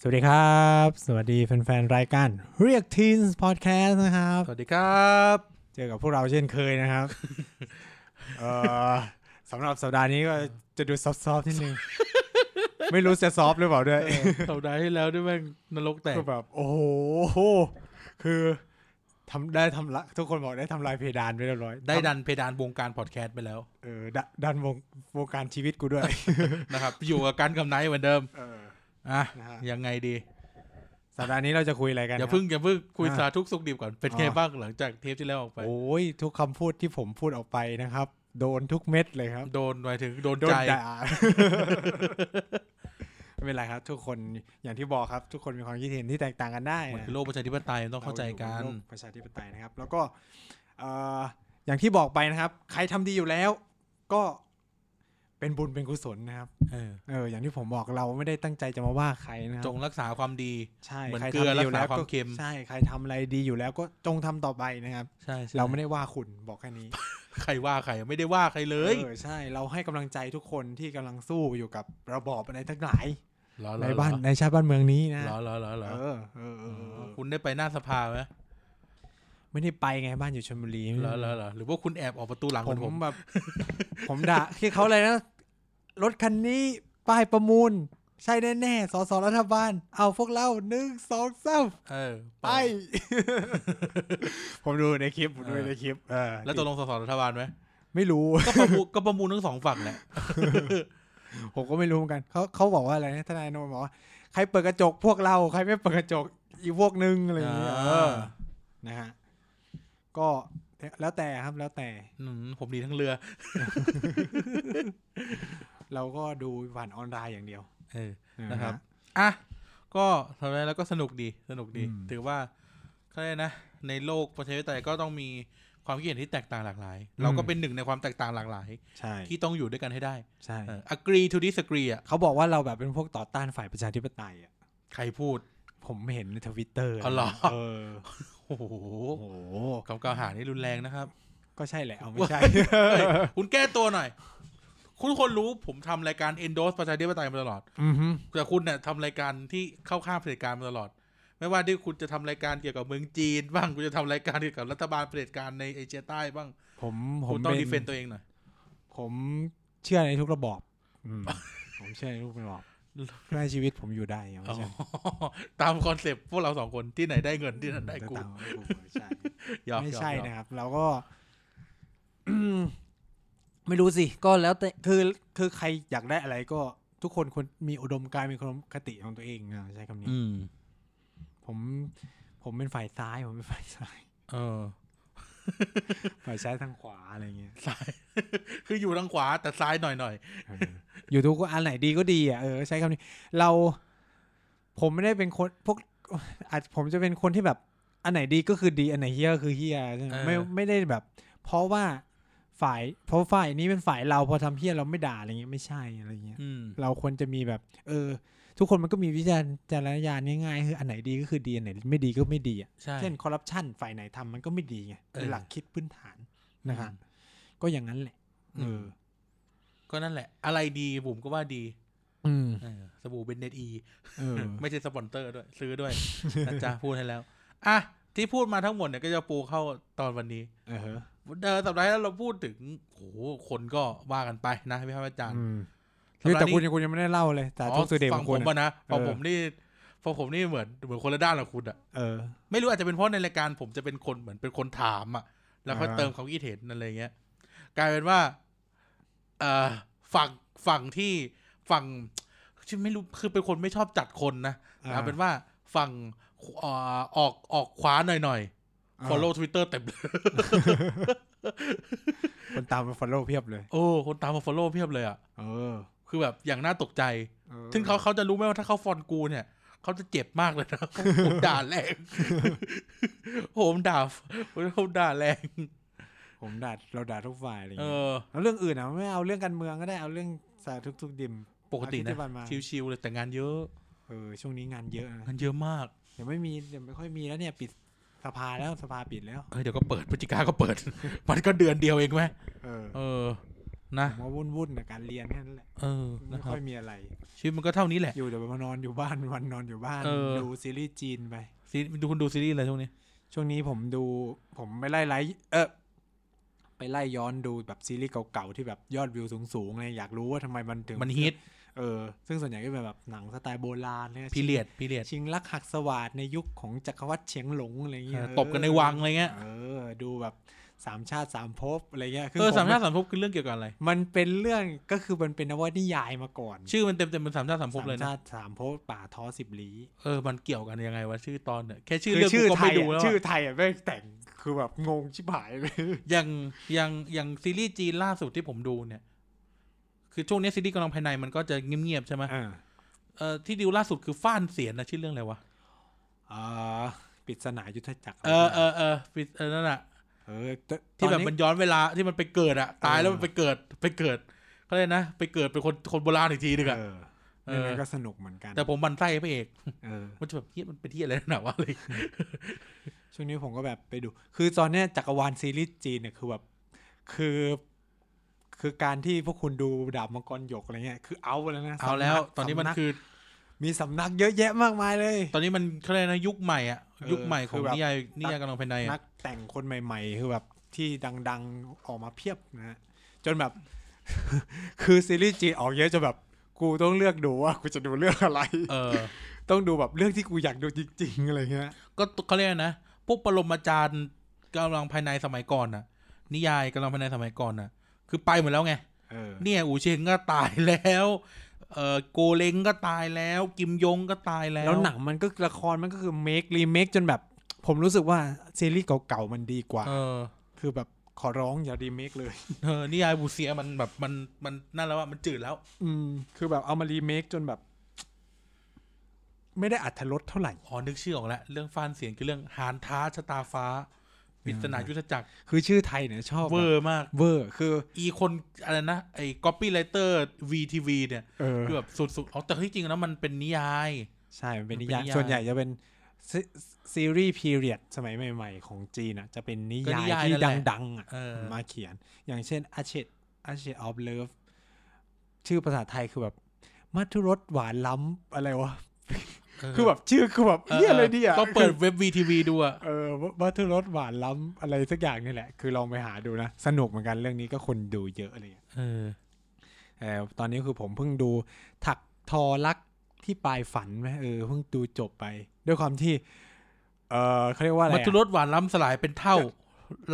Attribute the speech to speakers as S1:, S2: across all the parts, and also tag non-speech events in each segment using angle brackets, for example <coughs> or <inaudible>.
S1: สวัสดีครับ สวัสดีแฟนๆ รายการเรียกทีนส์พอดแคสต์นะครับ
S2: <laughs> สวัสดีครับ
S1: เจอกับพวกเราเช่นเคย
S2: <laughs>
S1: นะครับ เอ่อสำหรับสัปดาห์นี้ก็จะดูซอฟต์ๆนิดนึง ไม่รู้จะซอฟต์หรือเปล่าด้วย
S2: สัปดาห์ที่แล้วด้วยแม่งนรกแตก
S1: ก็แบบโอ้โห คือทำได้ทำละทุกคนบอกได้ทำลายเพดานไปเรียบร้อย
S2: ได้
S1: ทำ
S2: ดันเพดานวงการพอดแคสต์ไปแล้ว
S1: เออดะดันวงวงการชีวิตกูด้วย
S2: นะครับ <laughs> อยู่กับกันกับไนท์เหมือนเดิม
S1: เออ
S2: อ่ะ
S1: นะฮะ
S2: ยังไงดี
S1: สัปดาห์นี้เราจะคุยอะไรกัน
S2: อ
S1: ค
S2: ย่า
S1: รับ
S2: เพิ่งอย่าเพิ่งคุย
S1: อ่ะ
S2: สาทุกข์สุขดิบก่อน เป็นไง
S1: อ๋อ
S2: บ้างหลังจากเทปที่แล้วออกไป
S1: โอ้ยทุกคำพูดที่ผมพูดออกไปนะครับ โดนทุกเม็ดเลยครับ
S2: โดนหมายถึงโดน
S1: โดน
S2: ใจ
S1: ด่า <laughs> ไม่เป็นไรครับ ทุกคนอย่างที่บอกครับ ทุกคนมีความคิดเห็นที่แตกต่างกันได้
S2: มัน
S1: นะ
S2: คือโลกประชาธิปไตยมันต้องเข้าใจกัน
S1: เราอยู่บโลประชาธิปไตยนะครับ แล้วก็เอ่ออย่างที่บอกไปนะครับ ใครทำดีอยู่แล้ว ก็เป็นบุญเป็นกุศลนะครับ
S2: เออ
S1: เอออย่างที่ผมบอกเราไม่ได้ตั้งใจจะมาว่าใครนะครั
S2: จ
S1: บ
S2: งรักษาความดี
S1: ใช่
S2: เหมือน
S1: ใคร
S2: เกลือ
S1: ทำดีอยู่แล้ว
S2: รักษาความ
S1: ก็
S2: เค็ม
S1: ใช่ใครทำอะไรดีอยู่แล้วก็จงทำต่อไปนะครับ
S2: ใช่ใช่
S1: เราไม่ได้ว่าคุณบอกแค่นี้
S2: ใครว่าใครไม่ได้ว่าใครเลย
S1: เออใช่เราให้กำลังใจทุกคนที่กำลังสู้อยู่กับระบอบอะไรทั้งหลาย
S2: เหรอเหร
S1: ใน
S2: อ
S1: บ้านในชาติบ้านเมืองนี้นะ
S2: เหรอเหรอเหรอเหรอ
S1: เออเออเออเออ
S2: คุณได้ไปหน้าสภาไหม
S1: ไม่ได้ไปไงบ้านอยู่ชลบุรี
S2: เหรอเหรอเหรอหรือว่าคุณแอบออกประตูหลังเห
S1: ผ
S2: มือนผม ม
S1: แบบ <laughs> ผมด่าที่เขาอะไรนะรถคันนี้ป้ายประมูล ใช่แน่ๆสสรัฐบาล เอาพวกเราหนึ่งสองสาม
S2: เออ
S1: ไป <laughs> ผมดูในคลิปผมดูในคลิปเออ
S2: แล้วตกลงสสรัฐบาลไหม
S1: ไม่รู้
S2: ก็ประมูลก็ประมูลทั้งสองฝั่งแหละ
S1: ผมก็ไม่รู้เหมือนกันเขาเขาบอกว่าอะไรนะทนายโนนบอกว่าใครเปิดกระจกพวกเราใครไม่เปิดกระจกอีกพวกนึงอะไรอย่างเงี้ย
S2: อ่า
S1: เออนะฮะก็แล้วแต่ครับแล้วแต่
S2: อืมผมดีทั้งเรือ
S1: เราก็ดูผ่านออนไลน์อย่างเดียว
S2: เออ
S1: เออ
S2: นะครับ อ่ะก็ทำอะไรแล้วก็สนุกดีสนุกดี
S1: อืม
S2: ถือว่าเขาเรียกนะ ในโลกประชาธิปไตยก็ต้องมีความคิดเห็นที่แตกต่างหลากหลาย เราก็เป็นหนึ่งในความแตกต่างหลากหลาย
S1: ใช่
S2: ที่ต้องอยู่ด้วยกันให้ได้
S1: ใช่
S2: เออ agree to disagree อ่ะ
S1: เขาบอกว่าเราแบบเป็นพวกต่อต้านฝ่ายประชาธิปไตยอ่ะ
S2: ใครพูด
S1: ผมเห็นในทวิตเตอร์
S2: อ๋อเหรอ
S1: เออ
S2: โอ้โห
S1: โอ้โห
S2: คำกล่าวหานี่รุนแรงนะครับ
S1: ก็ใช่แหละเอาไม่ใช่
S2: เฮ้ยคุณแก้ตัวหน่อย คุณคนรู้ผมทำรายการ endorse ประชาธิปไตยมาตลอด
S1: อือฮึ
S2: แต่คุณเนี่ยทำรายการที่เข้าข้างเผด็จการมาตลอด ไม่ว่าที่คุณจะทำรายการเกี่ยวกับเมืองจีน บ้างคุณจะทำรายการเกี่ยวกับรัฐบาลเผด็จการในเอเชียใต้บ้าง
S1: ผมผ
S2: คุ
S1: ม
S2: ณต้อง
S1: ป็
S2: ดีเฟนต์ตัวเองหน่อย
S1: ผมเชื่อในทุกระบอบ
S2: <laughs>
S1: อืมผมเชื่อในทุกระบอบเพื่อให้ชีวิตผมอยู่ได้เอาไม่ใช่
S2: อ๋อตามคอนเซปต์พวกเราสองคนที่ไหนได้เงินที่นั่นได้กู
S1: ต่างๆกูใช่
S2: ยอม
S1: ไม่
S2: ยอม
S1: ใช่
S2: ยอม
S1: นะครับ เราก็ <coughs> ไม่รู้สิก็แล้วแต่คือคือใครอยากได้อะไรก็ทุกคนควรมีอุดมการณ์มีความคติของตัวเองนะใช้คำนี้
S2: อืม
S1: ผมผมเป็นฝ่ายซ้าย ผมเป็นฝ่ายซ้าย
S2: เออ
S1: ฝ่ายซ้ายทางขวาอะไรเงี้ย
S2: ซ้าย คืออยู่ทางขวาแต่ซ้ายหน่อยหน่อย
S1: เอออยู่ทุกอันไหนดีก็ดีอ่ะเออใช้คำนี้ เรา ผมไม่ได้เป็นคนพวกอาจผมจะเป็นคนที่แบบ อันไหนดีก็คือดี อันไหนเฮี้ยก็คือเฮี้ยใช่ไหมไม่ไม่ได้แบบ เพราะว่าฝ่ายเพราะฝ่ายนี้เป็นฝ่ายเราพอทำเฮี้ยเราไม่ด่าอะไรเงี้ยไม่ใช่อะไรเงี้ย
S2: อืม
S1: เราควรจะมีแบบ เออ ทุกคนมันก็มีวิจารณญาณง่ายๆคืออันไหนดีก็คือดีอันไหนไม่ดีก็ไม่ดีอ่ะ
S2: ใช่
S1: เช่นคอร์รัปชันฝ่ายไหนทำมันก็ไม่ดีไง
S2: เอ
S1: คือ
S2: อ
S1: หลักคิดพื้นฐานนะครับ ก็อย่างนั้นแหละเออ
S2: ก็นั่นแหละ อะไรดีผมก็ว่าดี
S1: อืม
S2: เออสบู่เบนเดตอี
S1: เออ
S2: ไม่ใช่สปอนเตอร์ด้วย ซื้อด้วย นะจ๊ะพูดให้แล้ว อ่ะ ที่พูดมาทั้งหมดเนี่ยก็จะปูเข้าตอนวันนี้
S1: เออฮะ
S2: เดินสัปดาห์ที่แล้วเราพูดถึงโอ้โหคนก็ว่ากันไปนะพี่พากษ์วิจารณ์
S1: อืม
S2: สัป
S1: คือ
S2: ดา
S1: แต่
S2: ห์นี้
S1: คุณยังคุณยังไม่ได้เล่าเลย แต่
S2: อ๋อ
S1: ทุกสุดเดช
S2: ฟั
S1: ของ ง
S2: ผ
S1: คุณ
S2: ม
S1: อะ
S2: ป่ะนะฟัง
S1: เออ
S2: ผมนี่ฟังผมนี่เหมือนเหมือนคนละด้านกับคุณอะ
S1: เออ
S2: ไม่รู้อาจจะเป็นเพราะในรายการผมจะเป็นคนเหมือนเป็นคนถามอะแล้วก็
S1: อ่า
S2: เติมความคิดเห็นอะไรเงี้ย กลายเป็นว่า เอ่อฝั่งฝั่งที่ฝั่งชื่อไม่รู้คือเป็นคนไม่ชอบจัดคนนะ
S1: อ่า
S2: เอาเป็นว่าฝั่งเอ่อออกออกขวาหน่อยหน่อยๆ follow Twitter เต็มเลย
S1: คนตามมาฟอลโล่เพียบเลย
S2: โอ้ คนตามมา follow เพียบเลยอ่ะ
S1: เออ
S2: คือแบบอย่างน่าตกใจ
S1: ออ
S2: ถึงเขาเขาจะรู้ไหมว่าถ้าเขาฟอนกูเนี่ยเขาจะเจ็บมากเลยนะ <laughs> ผมด่าแรง <laughs> ผมด่าผมด่าแรง
S1: ผมด่าเราด่าทุกฝ่ายอะไรอย่าง
S2: เอ
S1: เงี้ย
S2: อ
S1: แล้วเรื่องอื่นอ่ะไม่เอาเรื่องการเมืองก็ได้เอาเรื่องสาทุกทุกดิม
S2: ปกติ
S1: อาทิตย์
S2: นะ
S1: ที่ผ่านมา
S2: ชิวๆเลยแต่งานเยอะ
S1: เออช่วงนี้งานเยอะนะ
S2: งานเยอะมาก
S1: เดี๋ยวไม่มีเดี๋ยวไม่ค่อยมีแล้วเนี่ยปิดสภาแล้วสภาปิดแล้ว
S2: <laughs> เฮ้ยเดี๋ยวก็เปิดพฤศจิกาก็เปิด มันก็เดือนเดียวเองไหม
S1: เออ
S2: เออ นะ
S1: ผมว่าวุ่นวุ่นๆกับการเรียนแค่นั้นแหละ
S2: เออ
S1: ไม่
S2: นะครั
S1: ค่
S2: บ
S1: อยมีอะไร
S2: ชีวิตมันก็เท่านี้แหละ
S1: อยู่แต่มานอนอยู่บ้านวันนอนอยู่บ้าน
S2: เออ
S1: ดูซีรีส์จีนไป
S2: ซีดูคุณดูซีรีส์อะไรช่วงนี้
S1: ช่วงนี้ผมดูผมไปไล่ไลฟ์เออไปไล่ย้อนดูแบบซีรีส์เก่าๆที่แบบยอดวิวสูงๆเลยอยากรู้ว่าทำไมมันถึง
S2: มันฮิต
S1: เออซึ่งส่วนใหญ่ก็เป็นแบบหนังสไตล์โบราณเนี่ย
S2: พีเรียดพีเรียด
S1: ชิงรักหักสวาดในยุคของจักรวรรดิเฉียงหลงอะไรเงี้ย
S2: ตบกันในวังอะไรเงี้ย
S1: เออ ดูแบบสามชาติสามภพอะไรเงี้ยคื
S2: เออ
S1: ผ
S2: สามชาติสามภพคือเรื่องเกี่ยวกับอะไร
S1: มันเป็นเรื่องก็คือมันเป็นนวนิยายมาก่อน
S2: ชื่อมันเต็มเต็มๆเป็นสามชาติสามภพ
S1: สาม
S2: เลยนะ
S1: ชาติสามภพป่าท้อสิบลี้
S2: เออมันเกี่ยวกันยังไงวะชื่อตอนเนี่ยแค่ชื่อ
S1: คือ
S2: เรื่อง
S1: ชื่อ
S2: กูก็
S1: ไท
S2: ไม่
S1: ย
S2: ดูแล้
S1: อะ
S2: วอะ
S1: ชื่อไทยอ่ะไม่งแต่งคือแบบงงชิบหายเลย
S2: อย่างอย่างอย่างซีรีส์จีนล่าสุดที่ผมดูเนี่ย คือช่วงนี้ซีรีส์กำลังภายในมันก็จะเงียบๆใช่ไหม
S1: อ่า
S2: เออที่ดูล่าสุดคือฟ้านเสียนนะชื่อเรื่องอะไรวะ
S1: อ่าปริดสนายุทธจักร
S2: เออเออเออฟิเออนั่นอะ
S1: เออแต่
S2: ที่แบ
S1: ต
S2: บ
S1: อ
S2: มันย้อนเวลาที่มันไปเกิดอะตายแล้ว
S1: เออ
S2: มันไปเกิดไปเกิดเขาเลยกนะไปเกิดเป็นคนคนโบราณอีกทีนึงอะ
S1: เออ
S2: เออ
S1: เรื่องนั้นก็สนุกเหมือนกัน
S2: แต่ผมมันไส้พระเอก
S1: เออ
S2: มันจะแบบเฮียมันเป็นที่อะไรหนาวะเลย
S1: ช่วงนี้ผมก็แบบไปดู คือตอนเนี้ยจักรวาลซีรีส์จีนเนี่ยคือแบบคือ คือการที่พวกคุณดูดาบมังกรหยกอะไรเงี้ยคือเอาแล้วนะ
S2: เอาแล้ว
S1: สำก
S2: ตอนนี้มัน
S1: สำก
S2: คือ
S1: มีสำนักเยอะแยะมากมายเลย
S2: ตอนนี้มันเขาเรียกนะยุคใหม่อะ
S1: เออ
S2: ยุคใหม่ข
S1: คือ อง แบบ
S2: นิยายนิยายกำลังภายใน
S1: นั
S2: อะ
S1: กแต่งคนใหม่ ๆ คือแบบที่ดัง ๆ ออกมาเพียบนะฮะจนแบบ <laughs> คือซีรีส์จีนออกเยอะจนแบบ กูต้องเลือกดูว่ากูจะดูเรื่องอะไร
S2: เออ
S1: ต้องดูแบบเรื่องที่กูอยากดูจริง ๆ อะไรเงี้ย
S2: ก็เขาเรียกนะพวกปรมาจารย์กำลังภายในสมัยก่อนอะนิยายกำลังภายในสมัยก่อนอะคือไปหมดแล้วไง
S1: เออ
S2: เนี่ยอูเชงก็ตายแล้วเออโกเลงก็ตายแล้ว กิมยงก็ตายแล้ว
S1: แล้วหนังมันก็ละครมันก็คือเมครีเมคจนแบบ ผมรู้สึกว่าซีรีส์เก่าๆมันดีกว่า
S2: เออ
S1: คือแบบขอร้องอย่ารีเมคเลย
S2: เออนิยายบูเซียมันแบบมันมันนั่นแล้วว่ามันจืดแล้ว
S1: อืม คือแบบเอามารีเมคจนแบบ ไม่ได้อัธรสเท่าไหร่
S2: อ๋อ นึกชื่อออกแล้ว เรื่องฟานเสียงคือเรื่องหานท้าชะตาฟ้าปริศนายุทธจักร
S1: คือชื่อไทยเนี่ยชอบ
S2: เวอร์มาก
S1: เวอร์คือ
S2: อีคนอะไรนะ ไอ้ก๊อปปี้ไรเตอร์วีทีวีเนี่ย
S1: เออ
S2: คือแบบสุดๆอ๋อแต่ที่จริงแล้วมันเป็นนิยาย
S1: ใช่ มันเป็น
S2: มัน
S1: นิ
S2: เป็น
S1: ยาย
S2: นิยาย
S1: ส่วนใหญ่จะเป็นซีซีรีส์พีเรียดสมัยใหม่ ๆ ของจีนนะจะเป็นนิยายที่ดัง ๆ อ่ะ
S2: เออ
S1: มาเขียน อย่างเช่นอาเชตอาเชตออฟเลิฟชื่อภาษาไทยคือแบบ มัทุรสหวานล้ำอะไรวะ
S2: เออ
S1: คือแบบชื่อคือแบบเฮียอะไรดีอ่ะ
S2: ก็เปิดเว็บวีทีวีดูอะ
S1: เออมัทุรสหวานล้ำอะไรสักอย่างนี่แหละ คือลองไปหาดูนะ สนุกเหมือนกันเรื่องนี้ก็คนดูเยอะอะไรอย่างเงี้ย
S2: เออ
S1: เออตอนนี้คือผมเพิ่งดูถักทอรักที่ปลายฝันไหมเออเพิ่งดูจบไป ด้วยความที่ เออเขาเรียกว่าอะไร
S2: มั
S1: อะ
S2: จจุรสหวานล้ำสลายเป็นเท่า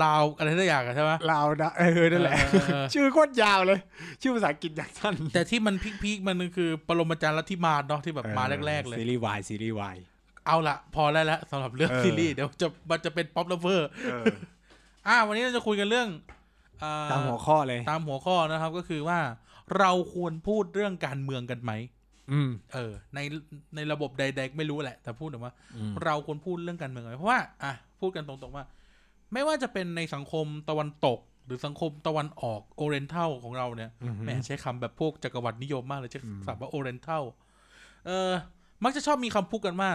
S2: ลาวอะไรสักอย่างอะใช่ไหม
S1: ลาวนะเออนั่นแหละ
S2: เออเออเออ
S1: ชื่อโคตรยาวเลย ชื่อภาษาอังกฤษอย่างสั้น
S2: แต่ที่มันพีคๆมันคือปรมาจารย์ลัทธิมารเนาะที่แบบมาแรกๆเลย
S1: ซีรีส์วายซีรีส์วาย
S2: เอาละพอแล้วละสำหรับเรื่อง
S1: เออ
S2: ซีรีส์เดี๋ยวจะมันจะเป็นป๊อปเลเวอร์ อ่าวันนี้เราจะคุยกันเรื่องเอ่อ
S1: ตามหัวข้อเลย
S2: ตามหัวข้อนะครับก็คือว่าเราควรพูดเรื่องการเมืองกันไหม
S1: อืม
S2: เออ ในในระบบใดๆไม่รู้แหละ แต่พูดถึงว่า
S1: อืม
S2: เราควรพูดเรื่องการเมืองกันไหมเพราะว่าอ่ะพูดกันตรงๆว่า ไม่ว่าจะเป็นในสังคมตะวันตก หรือสังคมตะวันออกโอเรนเทลของเราเนี่ย
S1: อืม
S2: แหม่ใช้คำแบบพวกจักรวรรดินิยมมากเลยใช้
S1: อืม
S2: ศัพท์ว่าโอเรนเทลเออ มักจะชอบมีคำพูดกันว่า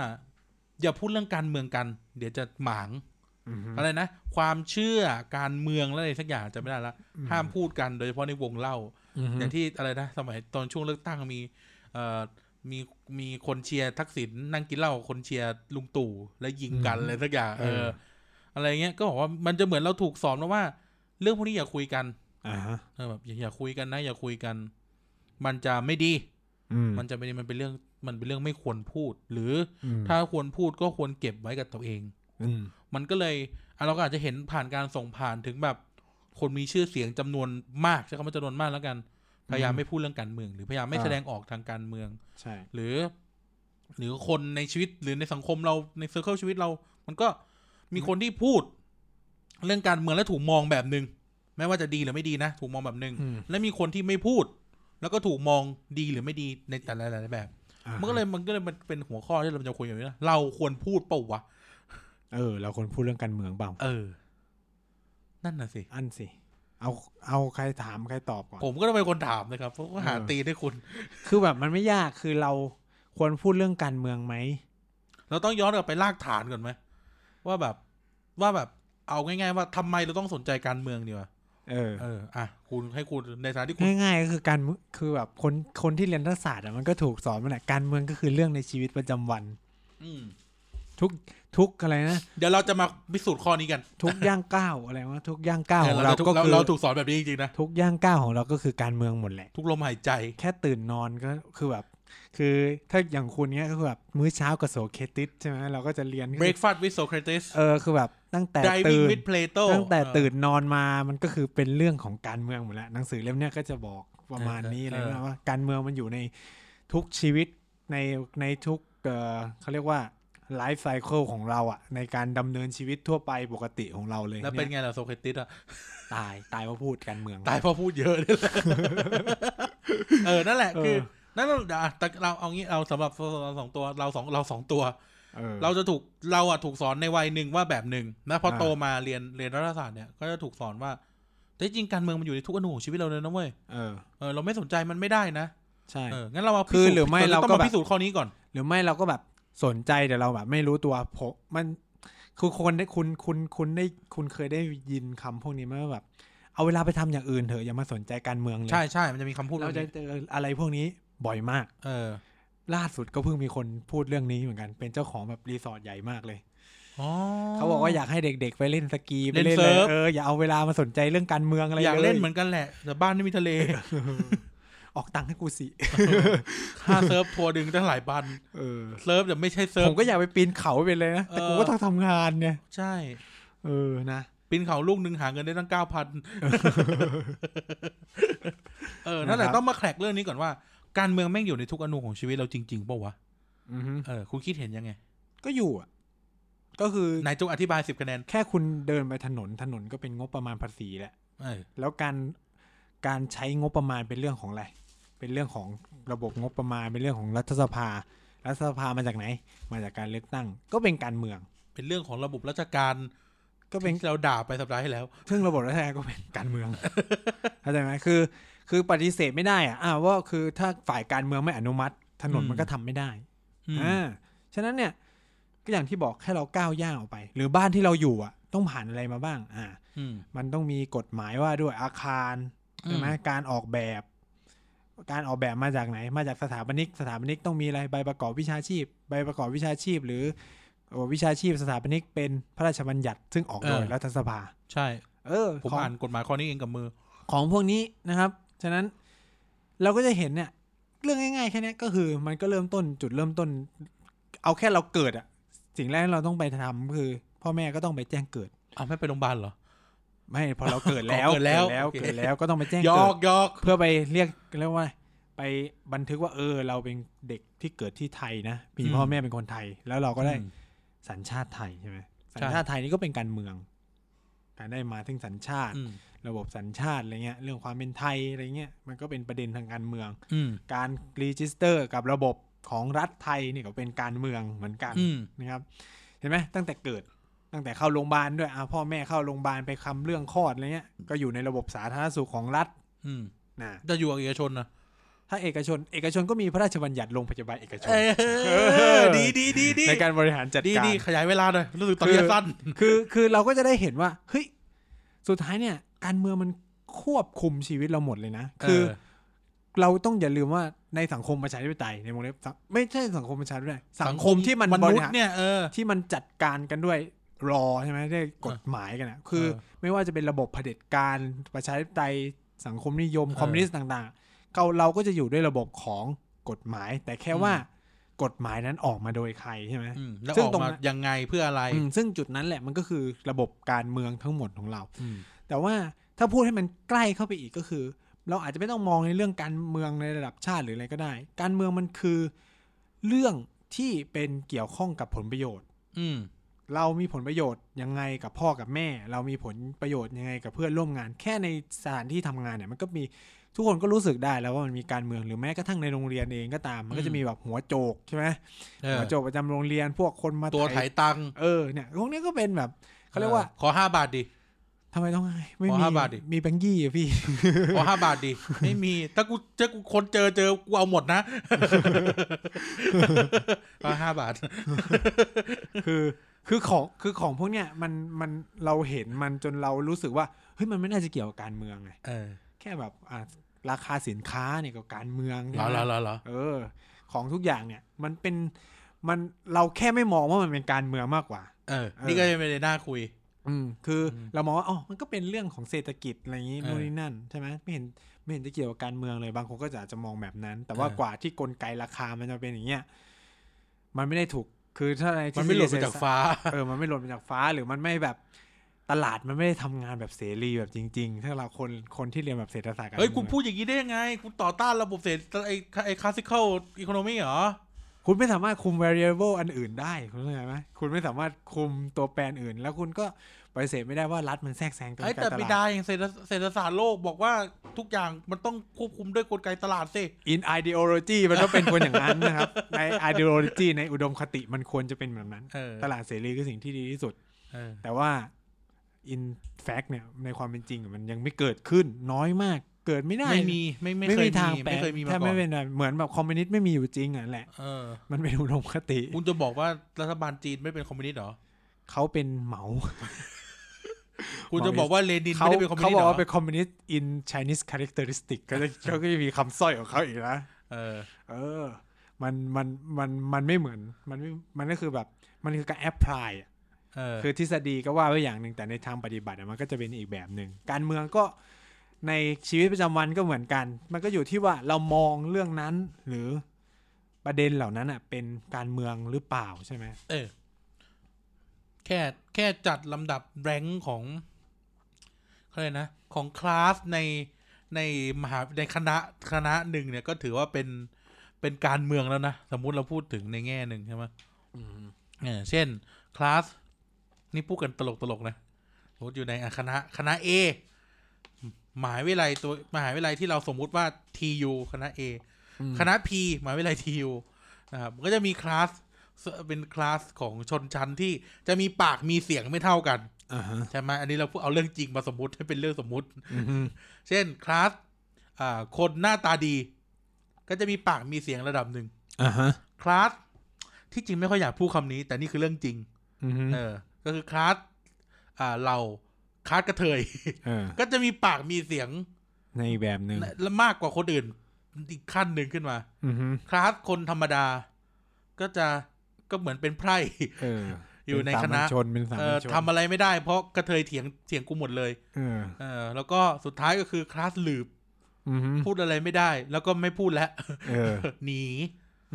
S2: อย่าพูดเรื่องการเมืองกัน เดี๋ยวจะหมาง
S1: อืม
S2: อะไรนะ ความเชื่อการเมืองและอะไรสักอย่างจะไม่ได้ละ
S1: อืม
S2: ห้ามพูดกันโดยเฉพาะในวงเล่า
S1: อืม
S2: อย่างที่อะไรนะ สมัยตอนช่วงเลือกตั้งมีเอ่อมีมีคนเชียร์ทักษิณนั่งกินเหล้าคนเชียร์ลุงตู่แล้วยิงกันอะไรสักอย่างเออ อะไรเงี้ยก็บอกว่ามันจะเหมือนเราถูกสอนนะว่า เรื่องพวกนี้อย่าคุยกัน
S1: อ่าฮะ
S2: เออแบบอย่าอย่าคุยกันนะ อย่าคุยกัน มันจะไม่ดี
S1: อืม
S2: มันจะไม่ดีมันเป็นเรื่องมันเป็นเรื่องไม่ควรพูด หรือ
S1: อืม
S2: อถ้าควรพูดก็ควรเก็บไว้กับตัวเอง
S1: อืม
S2: มันก็เลยอ่ะเราก็อาจจะเห็นผ่านการส่งผ่านถึงแบบ คนมีชื่อเสียงจำนวนมากใช้คำว่าจำนวนมากแล้วกัน พยายามไม่พูดเรื่องการเมือง หรือพยายามไม่
S1: อ่า
S2: แสดงออกทางการเมือง
S1: ใช่
S2: หรือ หรือคนในชีวิตหรือในสังคมเราในเซอร์เคิลชีวิตเรา มันก็มีคนที่พูด เรื่องการเมืองและถูกมองแบบหนึ่งไม่ว่าจะดีหรือไม่ดีนะถูกมองแบบหนึ่ง
S1: อืม
S2: และมีคนที่ไม่พูด แล้วก็ถูกมองดีหรือไม่ดีในแต่ละหลายๆแบบ
S1: อ่า
S2: มันก็เลยมันก็เลยมันเป็นหัวข้อที่เราจะคุยกันวันนี้นะเราควรพูดเปล่าวะ
S1: เออเราควรพูดเรื่องการเมืองเปล่า
S2: เออ นั่นน่ะสิ
S1: อันสิ เอาเอาใครถามใครตอบก่อน
S2: ผมก็ต้องเป็นคนถามนะครับ เพราะว่าหา
S1: เออ
S2: ตีนให้คุณ
S1: คือแบบมันไม่ยากคือเราควรพูดเรื่องการเมืองไหม
S2: เราต้องย้อนกลับไปลากฐานก่อนไหมว่าแบบ ว่าแบบ เอาง่าย ๆ ว่าทำไมเราต้องสนใจการเมืองดีวะ
S1: เออ
S2: เอออ่ะคุณให้คุณในฐานะที่คุณ
S1: ง่ายๆก็คือการเมืองคือแบบคนคนที่เรียนรัฐศาสตร์อะมันก็ถูกสอนมาแหละการเมืองก็คือเรื่องในชีวิตประจำวัน
S2: อืม
S1: ทุกอะไรนะ
S2: เดี๋ยวเราจะมาพิสูจน์ข้อนี้กัน
S1: ทุกย่างก้าวอะไรวะทุกย่างก้าว
S2: เอ
S1: ข
S2: อ
S1: อง
S2: เรา
S1: เรา
S2: ถูก
S1: ก็
S2: เรา
S1: คือ
S2: เราถูกสอนแบบนี้จริงๆนะ
S1: ทุกย่างก้าวของเราก็คือการเมืองหมดแหละ
S2: ทุกลมหายใจ
S1: แค่ตื่นนอนก็คือแบบ คือถ้าอย่างคุณเนี้ยก็คือแบบมื้อเช้ากับโสเคติสใช่ไหมเราก็จะเรียนก็คือ
S2: breakfast with Socrates
S1: เออคือแบบตั้งแต่
S2: diving
S1: ตื่น
S2: with Plato
S1: ตั้งแต่
S2: เออ
S1: ตื่นนอนมามันก็คือเป็นเรื่องของการเมืองหมดแล้วหนังสือเล่มเนี้ยก็จะบอกประมาณนี้
S2: เออ
S1: เล
S2: เอย อ
S1: นะว่าการเมืองมันอยู่ในทุกชีวิตในในทุกเออเขาเรียกว่าไลฟ์ไซเคิลของเราอะในการดำเนินชีวิตทั่วไปปกติของเราเลย
S2: แล้วเป็น
S1: เนี่ย
S2: ไงล่ะโซเครติสอ่ะ
S1: ตายตายเพราะพูดการเมือง
S2: ตายเพราะพูดเยอะนี่แหละ เออ นั่นแหละ
S1: เออ
S2: คือนั่นเราอ่ะแต่เราเอางี้เราสำหรับเราสองตัวเราสองเราสองตัว
S1: ออ
S2: เราจะถูกเราอ่ะถูกสอนในวัยหนึ่งว่าแบบหนึ่งนะพอ
S1: อ่า
S2: โตมาเรียนเรียนรัฐศาสตร์เนี่ยก็จะถูกสอนว่า แต่จริงการเมืองมันอยู่ในทุกอนูของชีวิตเราเลยนะเว้ย
S1: เออ
S2: เออเราไม่สนใจมันไม่ได้นะ
S1: ใช่
S2: เอองั้นเรามาพิ
S1: คือ
S2: สูจน์
S1: หรือไม่
S2: ต้ง
S1: เราก็
S2: ต้อง
S1: แบบ
S2: มาพิสูจน์ข้อนี้ก่อน
S1: หรือไม่เราก็แบบสนใจแต่เราแบบไม่รู้ตัวผมมันคือคนได้คุณคุณคุณได้คุณเคยได้ยินคำพวกนี้ไหมว่าแบบ เอาเวลาไปทำอย่างอื่นเถอะอย่ามาสนใจการเมืองเลย
S2: ใช่ใช่มันจะมีคำพูด
S1: เรา
S2: แบบ
S1: จะ
S2: นี้
S1: เจออะไรพวกนี้บ่อยมาก
S2: เออ
S1: ล่าสุดก็เพิ่งมีคนพูดเรื่องนี้เหมือนกัน เป็นเจ้าของแบบรีสอร์ทใหญ่มากเลย
S2: อ๋อ
S1: เขาบอกว่าอยากให้เด็กๆ ไปเล่นสกีไป
S2: เล่น
S1: เล่น
S2: เซิ
S1: เลย
S2: ร์ฟ
S1: เอออย่าเอาเวลามาสนใจเรื่องการเมืองอะไร
S2: อยากเล่นเหมื
S1: ย
S2: อนกันแหละ แต่บ้านไม่มี
S1: <laughs>
S2: ทะเล
S1: ออกตังค์ให้กูสิ
S2: ค่าเซิร์ฟทัวร์ดึงตั้งหลายพัน
S1: เออ
S2: เซิร์ฟแต่ไม่ใช่เซิร์ฟ
S1: ผมก็อยากไปปีนเขาไปเลยนะแต่กูก็ต้องทำงานเนี่ย
S2: ใช่
S1: เออนะ
S2: ปีนเขาลูกหนึ่งหาเงินได้ตั้งเก้าพั
S1: <laughs>
S2: น เออ นั่นแหละ
S1: นะครับ
S2: ต้องมาแคลกเรื่องนี้ก่อนว่า การเมืองแม่งอยู่ในทุกอนูของชีวิตเราจริงๆเปล่าวะ
S1: อือฮึ
S2: เออ คุณคิดเห็นยังไง
S1: ก็อยู่อ่ะก็คือ
S2: นายจงอธิบายสิบคะแนน
S1: แค่คุณเดินไปถนนถนนก็เป็นงบประมาณภาษีแหละ
S2: เออ
S1: แล้วการการใช้งบประมาณเป็นเรื่องของอะไร เป็นเรื่องของระบบงบประมาณเป็นเรื่องของรัฐสภา รัฐสภามาจากไหน มาจากการเลือกตั้ง ก็เป็นการเมือง
S2: เป็นเรื่องของระบบราชการ
S1: ก็เป็น
S2: ที่เราด่าไปสัปดาห์ที่แล้ว
S1: ซึ่งระบบราชการก็เป็นการเมือง <laughs> เข้าใจไหมคือ คือปฏิเสธไม่ได้อะอ่าว่าคือถ้าฝ่ายการเมืองไม่อนุมัติ ถนน
S2: อืม
S1: มันก็ทำไม่ได้
S2: อืม
S1: อ่าฉะนั้นเนี่ยก็อย่างที่บอกแค่เราก้าวย่างออกไป หรือบ้านที่เราอยู่อ่ะ ต้องผ่านอะไรมาบ้าง อ่า
S2: อืม
S1: มันต้องมีกฎหมายว่าด้วยอาคารใช่ไหม
S2: อืม
S1: การออกแบบ การออกแบบมาจากไหน มาจากสถาปนิก สถาปนิกต้องมีอะไรใบประกอบวิชาชีพ ใบประกอบวิชาชีพ หรือเอ่อวิชาชีพสถาปนิกเป็นพระราชบัญญัติซึ่งออกโดยรัฐสภา
S2: ใช่
S1: เออ
S2: ผม
S1: ของ
S2: อ่านกฎหมายข้อนี้เองกับมือ
S1: ของพวกนี้นะครับ ฉะนั้นเราก็จะเห็นเนี่ย เรื่องง่ายๆแค่เนี้ยก็คือ มันก็เริ่มต้นจุดเริ่มต้น เอาแค่เราเกิดอะสิ่งแรกที่เราต้องไปทำก็คือ พ่อแม่ก็ต้องไปแจ้งเกิด
S2: เอาไม่ไปโรงพยาบาลเหรอ
S1: ไม่พอเราเกิด
S2: <laughs>
S1: แล้ว
S2: เกิดแล้ว
S1: เกิดแล้วก็ต้องไปแจ้ง
S2: ย
S1: เกิ
S2: อ
S1: ด
S2: กยอก
S1: เพื่อไปเรียกเรียกว่าอะไรไปบันทึกว่าเออ เราเป็นเด็กที่เกิดที่ไทยนะมีพ่อแม่เป็นคนไทย แล้วเราก็ได้
S2: อืม
S1: สัญชาติไทยใช่ไหม
S2: ใช่
S1: สัญชาติไทยนี่ก็เป็นการเมือง การได้มาถึงสัญชาติ
S2: อืม
S1: ระบบสัญชาติอะไรเงี้ย เรื่องความเป็นไทยอะไรเงี้ยมันก็เป็นประเด็นทางการเมือง
S2: อืม
S1: การรีจิสเตอร์กับระบบของรัฐไทยนี่ก็เป็นการเมืองเหมือนกัน
S2: อืม
S1: นะครับเห็นไหมตั้งแต่เกิดตั้งแต่เข้าโรงพยาบาลด้วยอ่ะพ่อแม่เข้าโรงพยาบาลไปคำเรื่องคลอดอะไรเงี้ยก็อยู่ในระบบสาธารณสุขของรัฐ
S2: อืม
S1: นะ
S2: จะอยู่กับเอกชนนะ
S1: ถ้าเอกชน เอกชนก็มีพระราชบัญญัติโรงพยาบาลเอกชน
S2: เอ
S1: เออ
S2: อดีดีดีดี
S1: ในการบริหารจัด
S2: ดี
S1: การ
S2: ดีขยายเวลาหน่อยรู้สึกตอนนี้
S1: คือ
S2: สั้น
S1: คือคือเราก็จะได้เห็นว่าเฮ้ยสุดท้ายเนี่ย การเมืองมันควบคุมชีวิตเราหมดเลยนะ คือ
S2: เ
S1: เราต้องอย่าลืมว่าในสังคมประชาธิปไตยในวงเล็บสังไม่ใช่สังคมประชาธิปไตยสังคมที่มัน
S2: ม
S1: บ
S2: นุ
S1: ริ
S2: ษ
S1: หาร
S2: ย์เนี่ยเออ
S1: ที่มันจัดการกันด้วยรอใช่ไหมได้กฎหมายกันนะคือ
S2: เออ
S1: ไม่ว่าจะเป็นระบบเผด็จการประชาธิปไตยสังคมนิยม
S2: เออ
S1: คอมมิวนิสต์ต่างๆเขาเราก็จะอยู่ด้วยระบบของกฎหมาย แต่แค่
S2: อืม
S1: ว่ากฎหมายนั้นออกมาโดยใครใช่ไหม
S2: อืมแล้ว
S1: ซึ่
S2: อง อก
S1: ตรงนั้
S2: มาน ยังไงเพื่ออะไร
S1: อืมซึ่งจุดนั้นแหละมันก็คือระบบการเมืองทั้งหมดของเรา
S2: อืม
S1: แต่ว่าถ้าพูดให้มันใกล้เข้าไปอีกก็คือ เราอาจจะไม่ต้องมองในเรื่องการเมืองในระดับชาติหรืออะไรก็ได้ การเมืองมันคือเรื่องที่เป็นเกี่ยวข้องกับผลประโยชน์
S2: อืม
S1: เรามีผลประโยชน์ยังไงกับพ่อกับแม่ เรามีผลประโยชน์ยังไงกับเพื่อนร่วมงาน แค่ในสถานที่ทำงานเนี่ยมันก็มีทุกคนก็รู้สึกได้แล้วว่ามันมีการเมืองหรือแม้กระทั่งในโรงเรียนเองก็ตาม มันก็จะมีแบบหัวโจกใช่ไหม
S2: เออ
S1: หัวโจกประจำโรงเรียนพวกคนมา
S2: ตัวไถตังค์
S1: เออเนี่ยพวกนี้ก็เป็นแบบเขาเรียกว่า
S2: ออขอห้าบาทดิ
S1: <laughs> ทำไมต้องให้ไม่
S2: ขอ
S1: มี
S2: ห้าบาทดิ
S1: มีแบงกี้อะพี่
S2: ขอห้าบาทดิ ไม่มี ถ้ากูเจอกูคนเจอเจอกูเอาหมด
S1: <laughs>
S2: นะ ขอห้าบาท
S1: คือ คือของคือของพวกเนี้ยมันมันเราเห็นมันจนเรารู้สึกว่าเฮ้ยมันไม่น่าจะเกี่ยวกับการเมืองไง
S2: เออ
S1: แค่แบบอ่ะราคาสินค้าเนี่ยกับการเมือง
S2: เห
S1: ใช่
S2: รอ
S1: ไหม
S2: เหรอเหรอเหรอ
S1: เออ ของทุกอย่างเนี่ย มันเป็นมันเราแค่ไม่มองว่ามันเป็นการเมืองมากกว่า
S2: เออ นี่ก็จะเป็นในหน้าคุย
S1: อืมคืออ
S2: ม
S1: เรามองว่าอ๋อมันก็เป็นเรื่องของเศรษฐกิจอะไรอย่างนี้
S2: เออ
S1: นู่นนี่นั่นใช่ไหมไม่เห็นไม่เห็นจะเกี่ยวกับการเมืองเลยบางคนก็จะอาจจะมองแบบนั้น แต่ว่า
S2: เออ
S1: กว่าที่กลไกราคามันจะเป็นอย่างเงี้ยมันไม่ได้ถูกคือถ้าในทฤษฎี
S2: มันไม่หลุดมาจากฟ้า
S1: เออมันไม่หล่นมาจากฟ้าหรือมันไม่แบบตลาดมันไม่ได้ทำงานแบบเสรีแบบจริง ๆ ถ้าเราคนคนที่เรียนแบบเศรษฐศาสตร์การ
S2: เฮ้ย คุณ
S1: มือง
S2: พูดอย่างนี้ได้ยังไง คุณต่อต้านระบบเศรษฐไอ้ไอ้คลาสสิคอลอีโคโนมีเหรอ
S1: คุณไม่สามารถคุม variable อันอื่นได้คุณเข้าใจไหมคุณไม่สามารถคุมตัวแปรอื่น แล้วคุณก็ปฏิเสธไม่ได้ว่ารัฐมันแทรกแซงกลไก
S2: ไอ้ยแต่
S1: ต
S2: บิ
S1: ลา
S2: ดา
S1: ด
S2: อย่างเศรษฐเศรษฐศาสตร์โลกบอกว่าทุกอย่างมันต้องควบคุมด้วยกลไกตลาดสิ
S1: in ideology มันก็เป็นคนอย่างนั้นนะครับ <laughs> ใน ideology ในอุดมคติมันควรจะเป็นแบบนั้น
S2: เออ
S1: ตลาดเสรีคือสิ่งที่ดีที่สุด
S2: เออ
S1: แต่ว่า in fact เนี่ยในความเป็นจริงอะมันยังไม่เกิดขึ้นน้อยมากเกิดไม่ได้
S2: ไม่มีไม่ไม่
S1: ไม่
S2: เคย
S1: มีทาง
S2: มี
S1: แปล
S2: ไม่เคยมีมา
S1: แทบ
S2: ก่อ
S1: ไม่
S2: น
S1: เป็นไรเหมือนแบบคอมมิวนิสต์ไม่มีอยู่จริงอ่ะแหละ
S2: เออ
S1: มันเป็นอุดมคติ
S2: คุณจะบอกว่ารัฐบาลจีนไม่เป็นคอมมิวนิสต์เหรอ
S1: เขาเป็นเหมา
S2: คุณจะบอกว่าเลนิน
S1: เขา
S2: ไม่ได้เป็นคอมมิว
S1: เขา
S2: นิส
S1: บอก
S2: ต์เหรอ
S1: ว่าเป็นคอมมิวนิสต์ in Chinese characteristic ก็จะเขาก็จะมีคำสร้อยของเขาอีกนะ
S2: เออ
S1: เออ มันมันมันมันไม่เหมือน มันไม่มันก็คือแบบ มันคือการแอพพลาย
S2: เออ
S1: คือทฤษฎีก็ว่าไว้อย่างหนึ่งแต่ในทางปฏิบัติอะมันก็จะเป็นอีกแบบหนึ่งการเมืองก็ในชีวิตประจำวันก็เหมือนกัน มันก็อยู่ที่ว่าเรามองเรื่องนั้น หรือประเด็นเหล่านั้นอ่ะ เป็นการเมืองหรือเปล่าใช่ไหม
S2: เออ แค่แค่จัดลำดับแรงค์ของเขาเลยกนะ ของคลาสในในมหาในคณะคณะหนึ่งเนี่ยก็ถือว่าเป็นเป็นการเมืองแล้วนะ สมมุติเราพูดถึงในแง่หนึ่งใช่ไหม เออเช่น คลาส นี่พูดกันตลกตลกๆนะสมมติอยู่ในอ่ะคณะคณะ A มหาวิทยาลัยตัวมหาวิทยาลัยที่เราสมมุติว่า TU คณะ A คณะ P มหาวิทยาลัย TU นะครับก็จะมีคลาสเป็นคลาสของชนชั้นที่จะมีปากมีเสียงไม่เท่ากัน
S1: อ่าฮะ
S2: ใช่ไหมอันนี้เราพูดเอาเรื่องจริงมาสมมติให้เป็นเรื่องสมมุติ <laughs>
S1: อือฮึ
S2: เช่นคลาสอ่าคนหน้าตาดี ก็จะมีปากมีเสียงระดับหนึ่ง
S1: อ่าฮะ
S2: คลาสที่จริงไม่ค่อยอยากพูดคำนี้ แต่นี่คือเรื่องจริง
S1: อือฮึ
S2: เออ ก็คือคลาสอ่า เราคลาสกระเทย <laughs>
S1: เออ
S2: ก็จะมีปากมีเสียง
S1: ในอีกแบบหนึ่ง
S2: และและมากกว่าคนอื่น อีกขั้นหนึ่งขึ้นมา
S1: อือฮึ
S2: คลาสคนธรรมดา ก็จะก็เหมือนเป็นไพร่
S1: เออ
S2: อ
S1: อยู่
S2: ในคณะ
S1: ชนเป็นสา
S2: เอ
S1: มัญ
S2: อ
S1: ชน
S2: ทำอะไรไม่ได้เพราะกระเทยเถียงเถียงกูหมดเลย
S1: เออ
S2: เออ แล้วก็สุดท้ายก็คือคลาสหลืบ
S1: อือฮึ
S2: พูดอะไรไม่ได้ แล้วก็ไม่พูดแล้ว <laughs>
S1: เออ
S2: หนี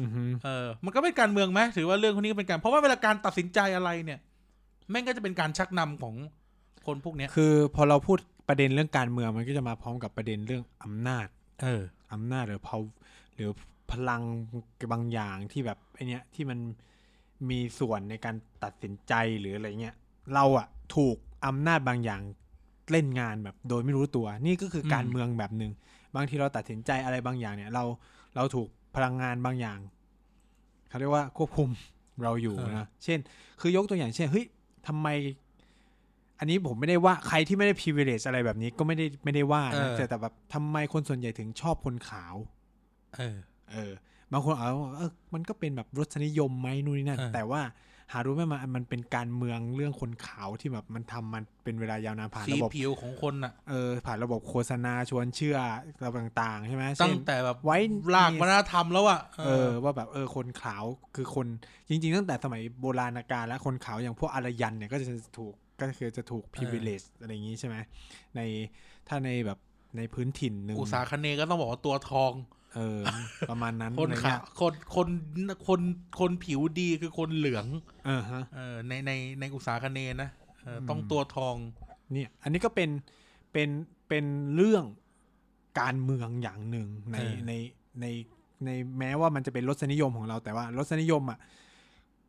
S1: อือฮึ
S2: เออ มันก็เป็นการเมืองไหมถือว่าเรื่องพวกนี้ก็เป็นการเพราะว่าเวลาการตัดสินใจอะไรเนี่ยแม่งก็จะเป็นการชักนำของคนพวกเนี้ย
S1: คือพอเราพูดประเด็นเรื่องการเมืองมันก็จะมาพร้อมกับประเด็นเรื่องอำนาจ
S2: เออ
S1: อำนาจหรือพาหรือพลังบางอย่างที่แบบไอเนี้ยที่มันมีส่วนในการตัดสินใจหรืออะไรเงี้ยเราอะถูกอำนาจบางอย่างเล่นงานแบบโดยไม่รู้ตัว นี่ก็คืออ
S2: ม
S1: การเมืองแบบหนึ่งบางทีเราตัดสินใจอะไรบางอย่างเนี่ย เราเราถูกพลังงานบางอย่างเขาเรียกว่าควบคุมเราอยู่นะเช่น คือยกตัวอย่างเช่นเฮ้ยทำไม อันนี้ผมไม่ได้ว่าใครที่ไม่ได้ privilege อะไรแบบนี้ก็ไม่ได้ไม่ได้ว่า
S2: เอ
S1: นะ
S2: อ
S1: แต่แต่แบบทำไมคนส่วนใหญ่ถึงชอบคนขาว
S2: เออ
S1: เออ บางคนเอาจจะบอกว่าเออมันก็เป็นแบบรสนิยมไหมนู่นนี่นั่น
S2: เออ
S1: แต่ว่าหารู้ไหมมันมันเป็นการเมืองเรื่องคนขาวที่แบบมันทำมันเป็นเวลายาวนานผ่าน
S2: สี
S1: ระบบ
S2: ผิวของคนน่ะ
S1: เออผ่านระบบโฆษณาชวนเชื่ออะไรต่างๆใช่ไหม
S2: ตั้
S1: เช่
S2: ง
S1: น
S2: แต่แบบ
S1: ไว้
S2: ลากวัฒนธรรมแล้วอ่ะ
S1: เออว่าแบบเออคนขาวคือคนจริง ๆ ตั้งแต่สมัยโบราณกาลแล้วคนขาวอย่างพวกอารยันเนี่ยก็จะถูกก็คือจะถูก privilege อะไรอย่างนี้ใช่ไหมในถ้าในแบบในพื้นถิ่นหนึ่ง
S2: อุตสาคเนย์ก็ต้องบอกว่าตัวทอง
S1: เออ ประมาณนั้น
S2: คน
S1: อะไร
S2: ขา
S1: เงี้ยว
S2: คนคนคนคนผิวดีคือคนเหลือง
S1: เออฮะ
S2: เออในในในอุตสาคเนย์นะเอออ
S1: ม
S2: ต้องตัวทอง
S1: เนี่ยอันนี้ก็เป็นเป็นเป็นเรื่องการเมืองอย่างหนึ่งใน
S2: เออ
S1: ในในในแม้ว่ามันจะเป็นรสนิยมของเราแต่ว่ารสนิยมอ่ะ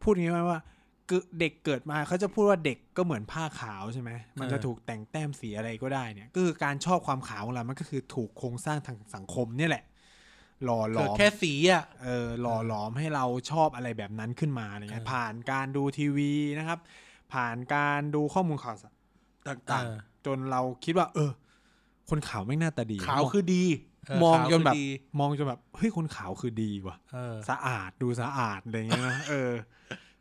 S1: พูดงี้ไหมว่าเกิดเด็กเกิดมาเขาจะพูดว่าเด็กก็เหมือนผ้าขาวใช่ไหมมันจะถูกแต่งแต้มสีอะไรก็ได้เนี่ยก็คือการชอบความขาวของเรามันก็คือถูกโครงสร้างทางสังคมเนี่ยแหละ หล่อหล
S2: เกิ
S1: อ
S2: ด
S1: ม
S2: แค่สีอ่ะ
S1: เออหล่อหลอมให้เราชอบอะไรแบบนั้นขึ้นมาอะไรเงี้ย
S2: เออ
S1: ผ่านการดูทีวีนะครับ ผ่านการดูข้อมูลข่าวสารต่าง
S2: เออ
S1: ๆ จนเราคิดว่า เออ คนขาวไม่งหน้าตาดี
S2: ขาวคือดี
S1: มอง
S2: เขาว
S1: จนแบบ
S2: คือดี
S1: มองจนแบบเฮ้ยคนขาวคือดีว่ะ
S2: เออ
S1: สะอาดดูสะอาดอะไรเงี้ยนะเออ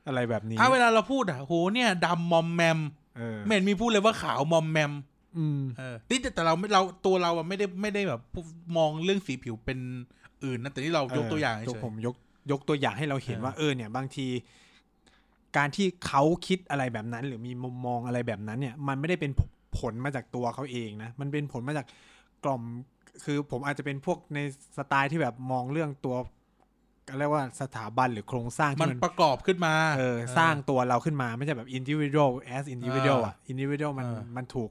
S1: อะไรแบบนี้
S2: ถ้าเวลาเราพูดอ่ะโหเนี่ยดำมอมแมม
S1: เออ
S2: ไม่เห็นมีพูดเลยว่าขาวมอมแมม
S1: อืม
S2: เออนี่แต่แต่เราไม่เราตัวเราอะไม่ได้ไม่ได้แบบมองเรื่องสีผิวเป็นอื่นนะแต่นี่เรายกตัวอย่าง
S1: เ
S2: เฉย
S1: ผมยกยกตัวอย่างให้เราเห็น
S2: เออ
S1: ว่าเออเนี่ยบางที การที่เขาคิดอะไรแบบนั้น หรือมีมุมมองอะไรแบบนั้นเนี่ย มันไม่ได้เป็นผผลมาจากตัวเขาเองนะ มันเป็นผลมาจากกล่อม คือผมอาจจะเป็นพวกในสไตล์ที่แบบมองเรื่องตัวเรียกว่าสถาบันหรือโครงสร้าง
S2: ๆ
S1: ที่
S2: มัน
S1: มัน
S2: ประกอบขึ้นมา
S1: เออ
S2: เออ
S1: สร้างตัวเราขึ้นมาไม่ใช่แบบ individual as individual
S2: เอออ่
S1: อ่ะ individual มัน
S2: เออ
S1: มันถูก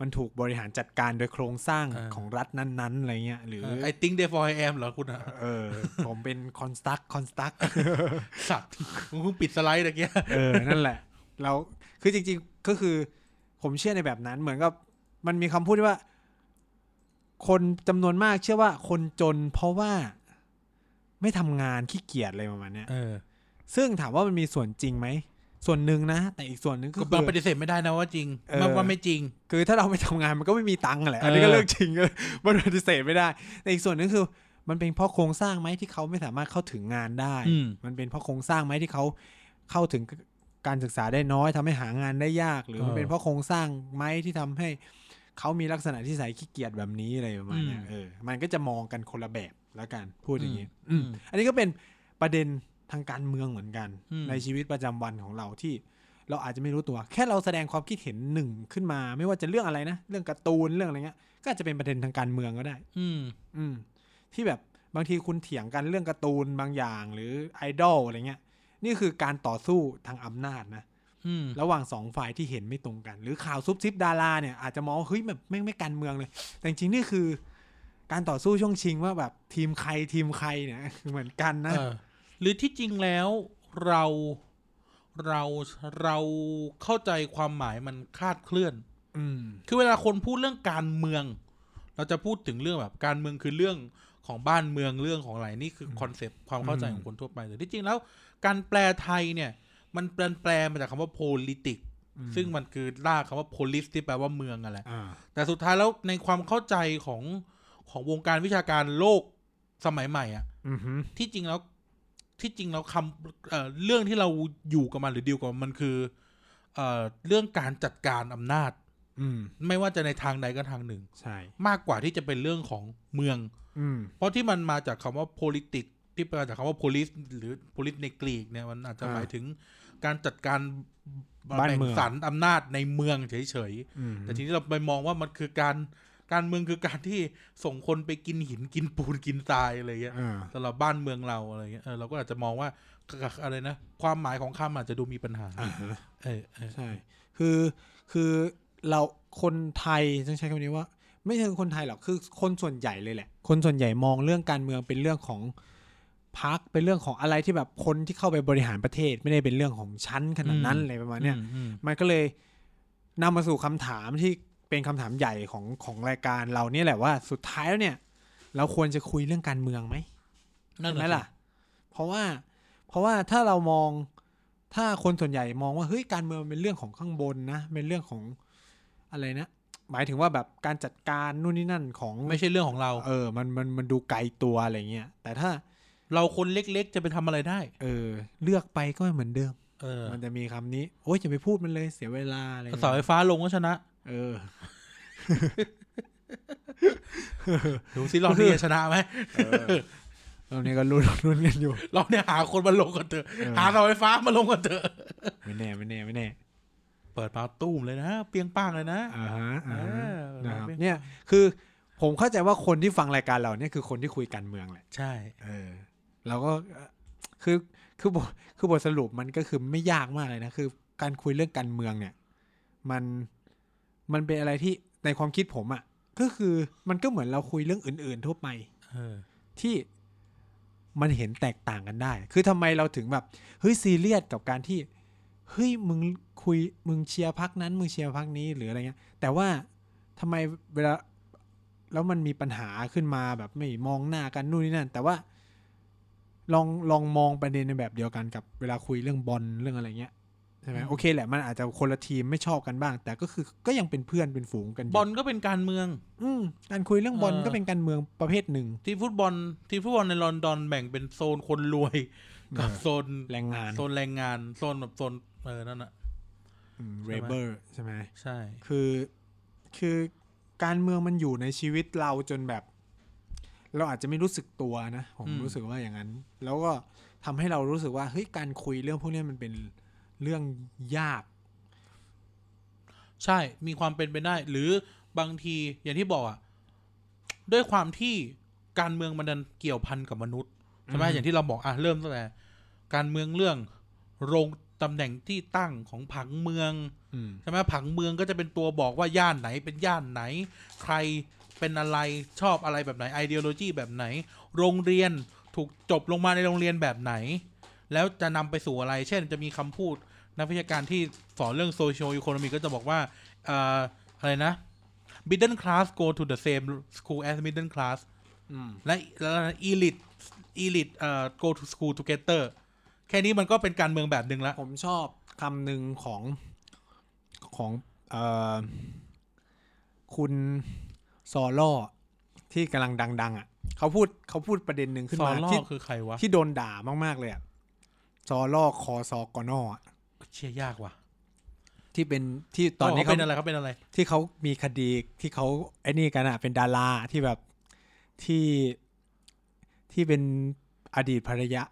S1: มันถูกบริหารจัดการโดยโครงสร้าง
S2: เออ
S1: ของรัฐนั้นๆอะไรเงี้ยหรือ
S2: ไอติ้งเดฟอยแอมเหรอคุณอะ
S1: เออ ผมเป็นคอนสตักคอนสตัก
S2: สัตว์มึงเพิ่งปิดสไลด์ตะเกีย
S1: เออ นั่นแหละ เราคือจริงๆ ก็คือ ผมเชื่อในแบบนั้น เหมือนกับ มันมีคำพูดที่ว่า คนจำนวนมากเชื่อว่าคนจนเพราะว่า ไม่ทำงานขี้เกียจอะไรประมาณเนี้ย
S2: เออ
S1: ซึ่งถามว่ามันมีส่วนจริงไหม ส่วนหนึ่งนะ แต่อีกส่วนหนึ่งก็
S2: ก็
S1: คือ
S2: เราปฏิเสธไม่ได้นะว่าจริง
S1: เออ
S2: มันว่าไม่จริง
S1: คือถ้าเราไม่ทำงานมันก็ไม่มีตังค์อะแหละ อันนี้ก็
S2: เออ
S1: เรื่องจริง มันปฏิเสธไม่ได้ แต่อีกส่วนหนึงคือ มันเป็นเพราะโครงสร้างไหมที่เขาไม่สามารถเข้าถึงงานได้
S2: อืม
S1: มันเป็นเพราะโครงสร้างไหมที่เขาเข้าถึงการศึกษาได้น้อยทำให้หางานได้ยาก หรือ
S2: เออ
S1: มันเป็นเพราะโครงสร้างไหมที่ทำให้เขามีลักษณะที่ใส่ขี้เกียจแบบนี้อะไรประมาณเนี้ย
S2: อืม
S1: เออมันก็จะมองกันคนละแบบแล้วกันพูดอย่างนี้
S2: อืม
S1: อืมอันนี้ก็เป็นประเด็นทางการเมืองเหมือนกัน
S2: อืม
S1: ในชีวิตประจำวันของเราที่ เราอาจจะไม่รู้ตัว แค่เราแสดงความคิดเห็นหนึ่งขึ้นมา ไม่ว่าจะเรื่องอะไรนะเรื่องการ์ตูนเรื่องอะไรเงี้ยก็อาจจะเป็นประเด็นทางการเมืองก็ได้
S2: อืม
S1: อืมที่แบบบางทีคุณเถียงกันเรื่องการ์ตูนบางอย่างหรือไอดอลอะไรเงี้ย นี่คือการต่อสู้ทางอำนาจนะ
S2: อืม
S1: ระหว่างสองฝ่ายที่เห็นไม่ตรงกัน หรือข่าวซุบซิบดาราเนี่ยอาจจะมองว่าเฮ้ยแบบไม่งไม่การเมืองเลย แต่จริงๆนี่คือ การต่อสู้ช่วงชิงว่าแบบทีมใครทีมใครเนี่ย เหมือนกันนะ
S2: เออหรือที่จริงแล้วเราเราเราเข้าใจความหมายมันคลาดเคลื่อน
S1: อืม
S2: คือเวลาคนพูดเรื่องการเมือง เราจะพูดถึงเรื่องแบบการเมืองคือเรื่องของบ้านเมืองเรื่องของอะไรนี่คือคอนเซปต์ความเข้าใจ
S1: อืม
S2: ของคนทั่วไปแต่ที่จริงแล้ว การแปลไทยเนี่ย มันแปลแปลมาจากคำว่า politics ซึ่งมันคือลากคำว่า police ที่แปลว่าเมืองอะไร
S1: อ่า
S2: แต่สุดท้ายแล้วในความเข้าใจของของวงการวิชาการโลกสมัยใหม่อ่ะ
S1: อือฮึ
S2: ที่จริงแล้วที่จริงแล้วคำเอ่อเรื่องที่เราอยู่กับมันหรือดีลกับมันมันคือเอ่อเรื่องการจัดการอำนาจ
S1: อืม
S2: ไม่ว่าจะในทางใดก็ทางหนึ่ง
S1: ใช่
S2: มากกว่าที่จะเป็นเรื่องของเมือง
S1: อืม
S2: เพราะที่มันมาจากคำว่า politics ที่มาจากคำว่า police หรือ police ในกรีกเนี่ยมันอาจจะ
S1: อ่า
S2: หมายถึงการจัดการ
S1: บ้าน
S2: แบ่ง
S1: เมือง
S2: สรรอำนาจในเมืองเฉย
S1: อืม
S2: ๆแต่ทีนี้เราไปมองว่ามันคือการการเมืองคือการที่ส่งคนไปกินหินกินปูนกินทรายอะไรอย่างเงี้ย
S1: อ่า
S2: สำหรับบ้านเมืองเราอะไรเงี้ยเออเราก็อาจจะมองว่าอะไรนะ ความหมายของคำอาจจะดูมีปัญหา
S1: อ่าฮะ
S2: เออเออ
S1: ใช่ คือคือเราคนไทยต้องใช้คำนี้ว่า ไม่ใช่คนไทยหรอกคือคนส่วนใหญ่เลยแหละ คนส่วนใหญ่มองเรื่องการเมืองเป็นเรื่องของพรรคเป็นเรื่องของอะไรที่แบบคนที่เข้าไปบริหารประเทศ ไม่ได้เป็นเรื่องของชั้นขนาดนั้นอะไรประมาณเนี้ย
S2: อือืม
S1: มันก็เลยนำมาสู่คำถามที่เป็นคำถามใหญ่ของของรายการเราเนี่ยแหละว่าสุดท้ายแล้วเนี่ย เราควรจะคุยเรื่องการเมืองไหม นั่นไหมล่ะ เพราะว่า เพราะว่าถ้าเรามอง ถ้าคนส่วนใหญ่มองว่าเฮ้ยการเมืองมันเป็นเรื่องของข้างบนนะ เป็นเรื่องของอะไรนะ หมายถึงว่าแบบการจัดการนู่นนี่นั่นของ
S2: ไม่ใช่เรื่องของเรา
S1: เออ มันมันมันดูไกลตัวอะไรเงี้ย แต่ถ้า
S2: เราคนเล็กๆ จะไปทำอะไรได้
S1: เออ เลือกไปก็เหมือนเดิม
S2: เออ
S1: มันจะมีคำนี้ โอ้ยอย่าไปพูดมันเลยเสียเวลาอะไร
S2: เสาไฟ
S1: เงี้ย
S2: ฟ้าลงก็ชนะ
S1: เออ
S2: ดูสิรอบนี้จะชนะไหม <laughs>
S1: เออตอนนี้ก็รุ่นรุ่นกันอยู่
S2: รอบเนี้ยหาคนมาลงกันเถอะ
S1: เออ
S2: หาเสาไฟฟ้ามาลงกันเถอะ
S1: ไม่แน่ไม่แน่ไม่แน่
S2: เปิดมาตู้มเลยนะเปียงป้างเลยนะ
S1: อ่าฮะอ่าฮะ
S2: เออ
S1: นะครับเนี่ยคือผมเข้าใจว่าคนที่ฟังรายการเราเนี่ยคือคนที่คุยการเมืองแหละ
S2: ใช่
S1: เออเราก็ <coughs> เอ่อคือคือบท <coughs> คือบทสรุปมันก็คือไม่ยากมากเลยนะคือ การคุยเรื่องการเมืองเนี่ย มันมันเป็นอะไรที่ในความคิดผมอะ่ะก็คือมันก็เหมือนเราคุยเรื่องอื่น ๆ ทั่วไป
S2: เออ
S1: ที่มันเห็นแตกต่างกันได้ คือทำไมเราถึงแบบเฮ้ยซีเรียสกับการที่เฮ้ยมึงคุยมึงเชียร์พักนั้น มึงเชียร์พักนี้หรืออะไรเงี้ย แต่ว่าทำไมเวลาแล้วมันมีปัญหาขึ้นมาแบบไม่มองหน้ากันนู่นนี่นั่น แต่ว่า ลองลองมองประเด็นในแบบเดียวกันกับเวลาคุยเรื่องบอลเรื่องอะไรเงี้ยใช่ไหม
S2: อืม
S1: โอเคแหละมันอาจจะคนละทีมไม่ชอบกันบ้าง แต่ก็คือก็ยังเป็นเพื่อนเป็นฝูงกันยู่
S2: บอลก็เป็นการเมือง
S1: อืมการคุยเรื่องบอล
S2: เออ
S1: ก็เป็นการเมืองประเภทหนึ่ง
S2: ที่ฟุตบอลที่ฟุตบอลในลอนดอนแบ่งเป็นโซนคนรวย กับโซน
S1: แรงงาน
S2: โซนแรงงานโซนแบบโซนเออนั่นอะ
S1: เรเบอร์ใช่ไหม
S2: ใช่
S1: คือคือการเมืองมันอยู่ในชีวิตเราจนแบบ เราอาจจะไม่รู้สึกตัวนะผมรู้สึกว่าอย่างนั้น แล้วก็ทำให้เรารู้สึกว่าเฮ้ยการคุยเรื่องพวกเนี้ยมันเป็นเรื่องยาก
S2: ใช่มีความเป็นไปได้ หรือบางทีอย่างที่บอกอะด้วยความที่การเมืองมันดันเกี่ยวพันกับมนุษย์ใช่ไหม
S1: อืม
S2: อย่างที่เราบอกอ่ะเริ่มตั้งแต่การเมืองเรื่องโรงตำแหน่งที่ตั้งของผังเมือง
S1: อืม
S2: ใช่ไหมผังเมืองก็จะเป็นตัวบอกว่าย่านไหนเป็นย่านไหน ใครเป็นอะไรชอบอะไรแบบไหนไอเดียโลจีแบบไหน โรงเรียนถูกจบลงมาในโรงเรียนแบบไหน แล้วจะนำไปสู่อะไร เช่นจะมีคำพูดนักวิชาการที่สอนเรื่อง social economy ก็จะบอกว่าเอ่ออะไรนะ middle class go to the same school as middle class
S1: อืม
S2: และแล้วอะไรนะ elite elite เอ่อ go to school together แค่นี้มันก็เป็นการเมืองแบบหนึ่งละ
S1: ผมชอบคำหนึ่งของของเออคุณซอล่อที่กำลังดัง ๆ อ่ะ เขาพูดเขาพูดประเด็นหนึ่งขึ้น
S2: ซอ
S1: มา
S2: ลอ
S1: ที่
S2: คือใครวะ
S1: ที่โดนด่ามาก ๆ เลยอ่ะซอล่อคอซอกอนออะ
S2: เชี่ยยากว่ะ
S1: ที่เป็นที่ตอนนี้
S2: เขา
S1: เขา
S2: เป็นอะไรเขาเป็นอะไร
S1: ที่เขามีคดีที่เขาไอ้นี่กันอ่ะ เป็นดาราที่แบบที่ที่เป็นอดีตภรรยา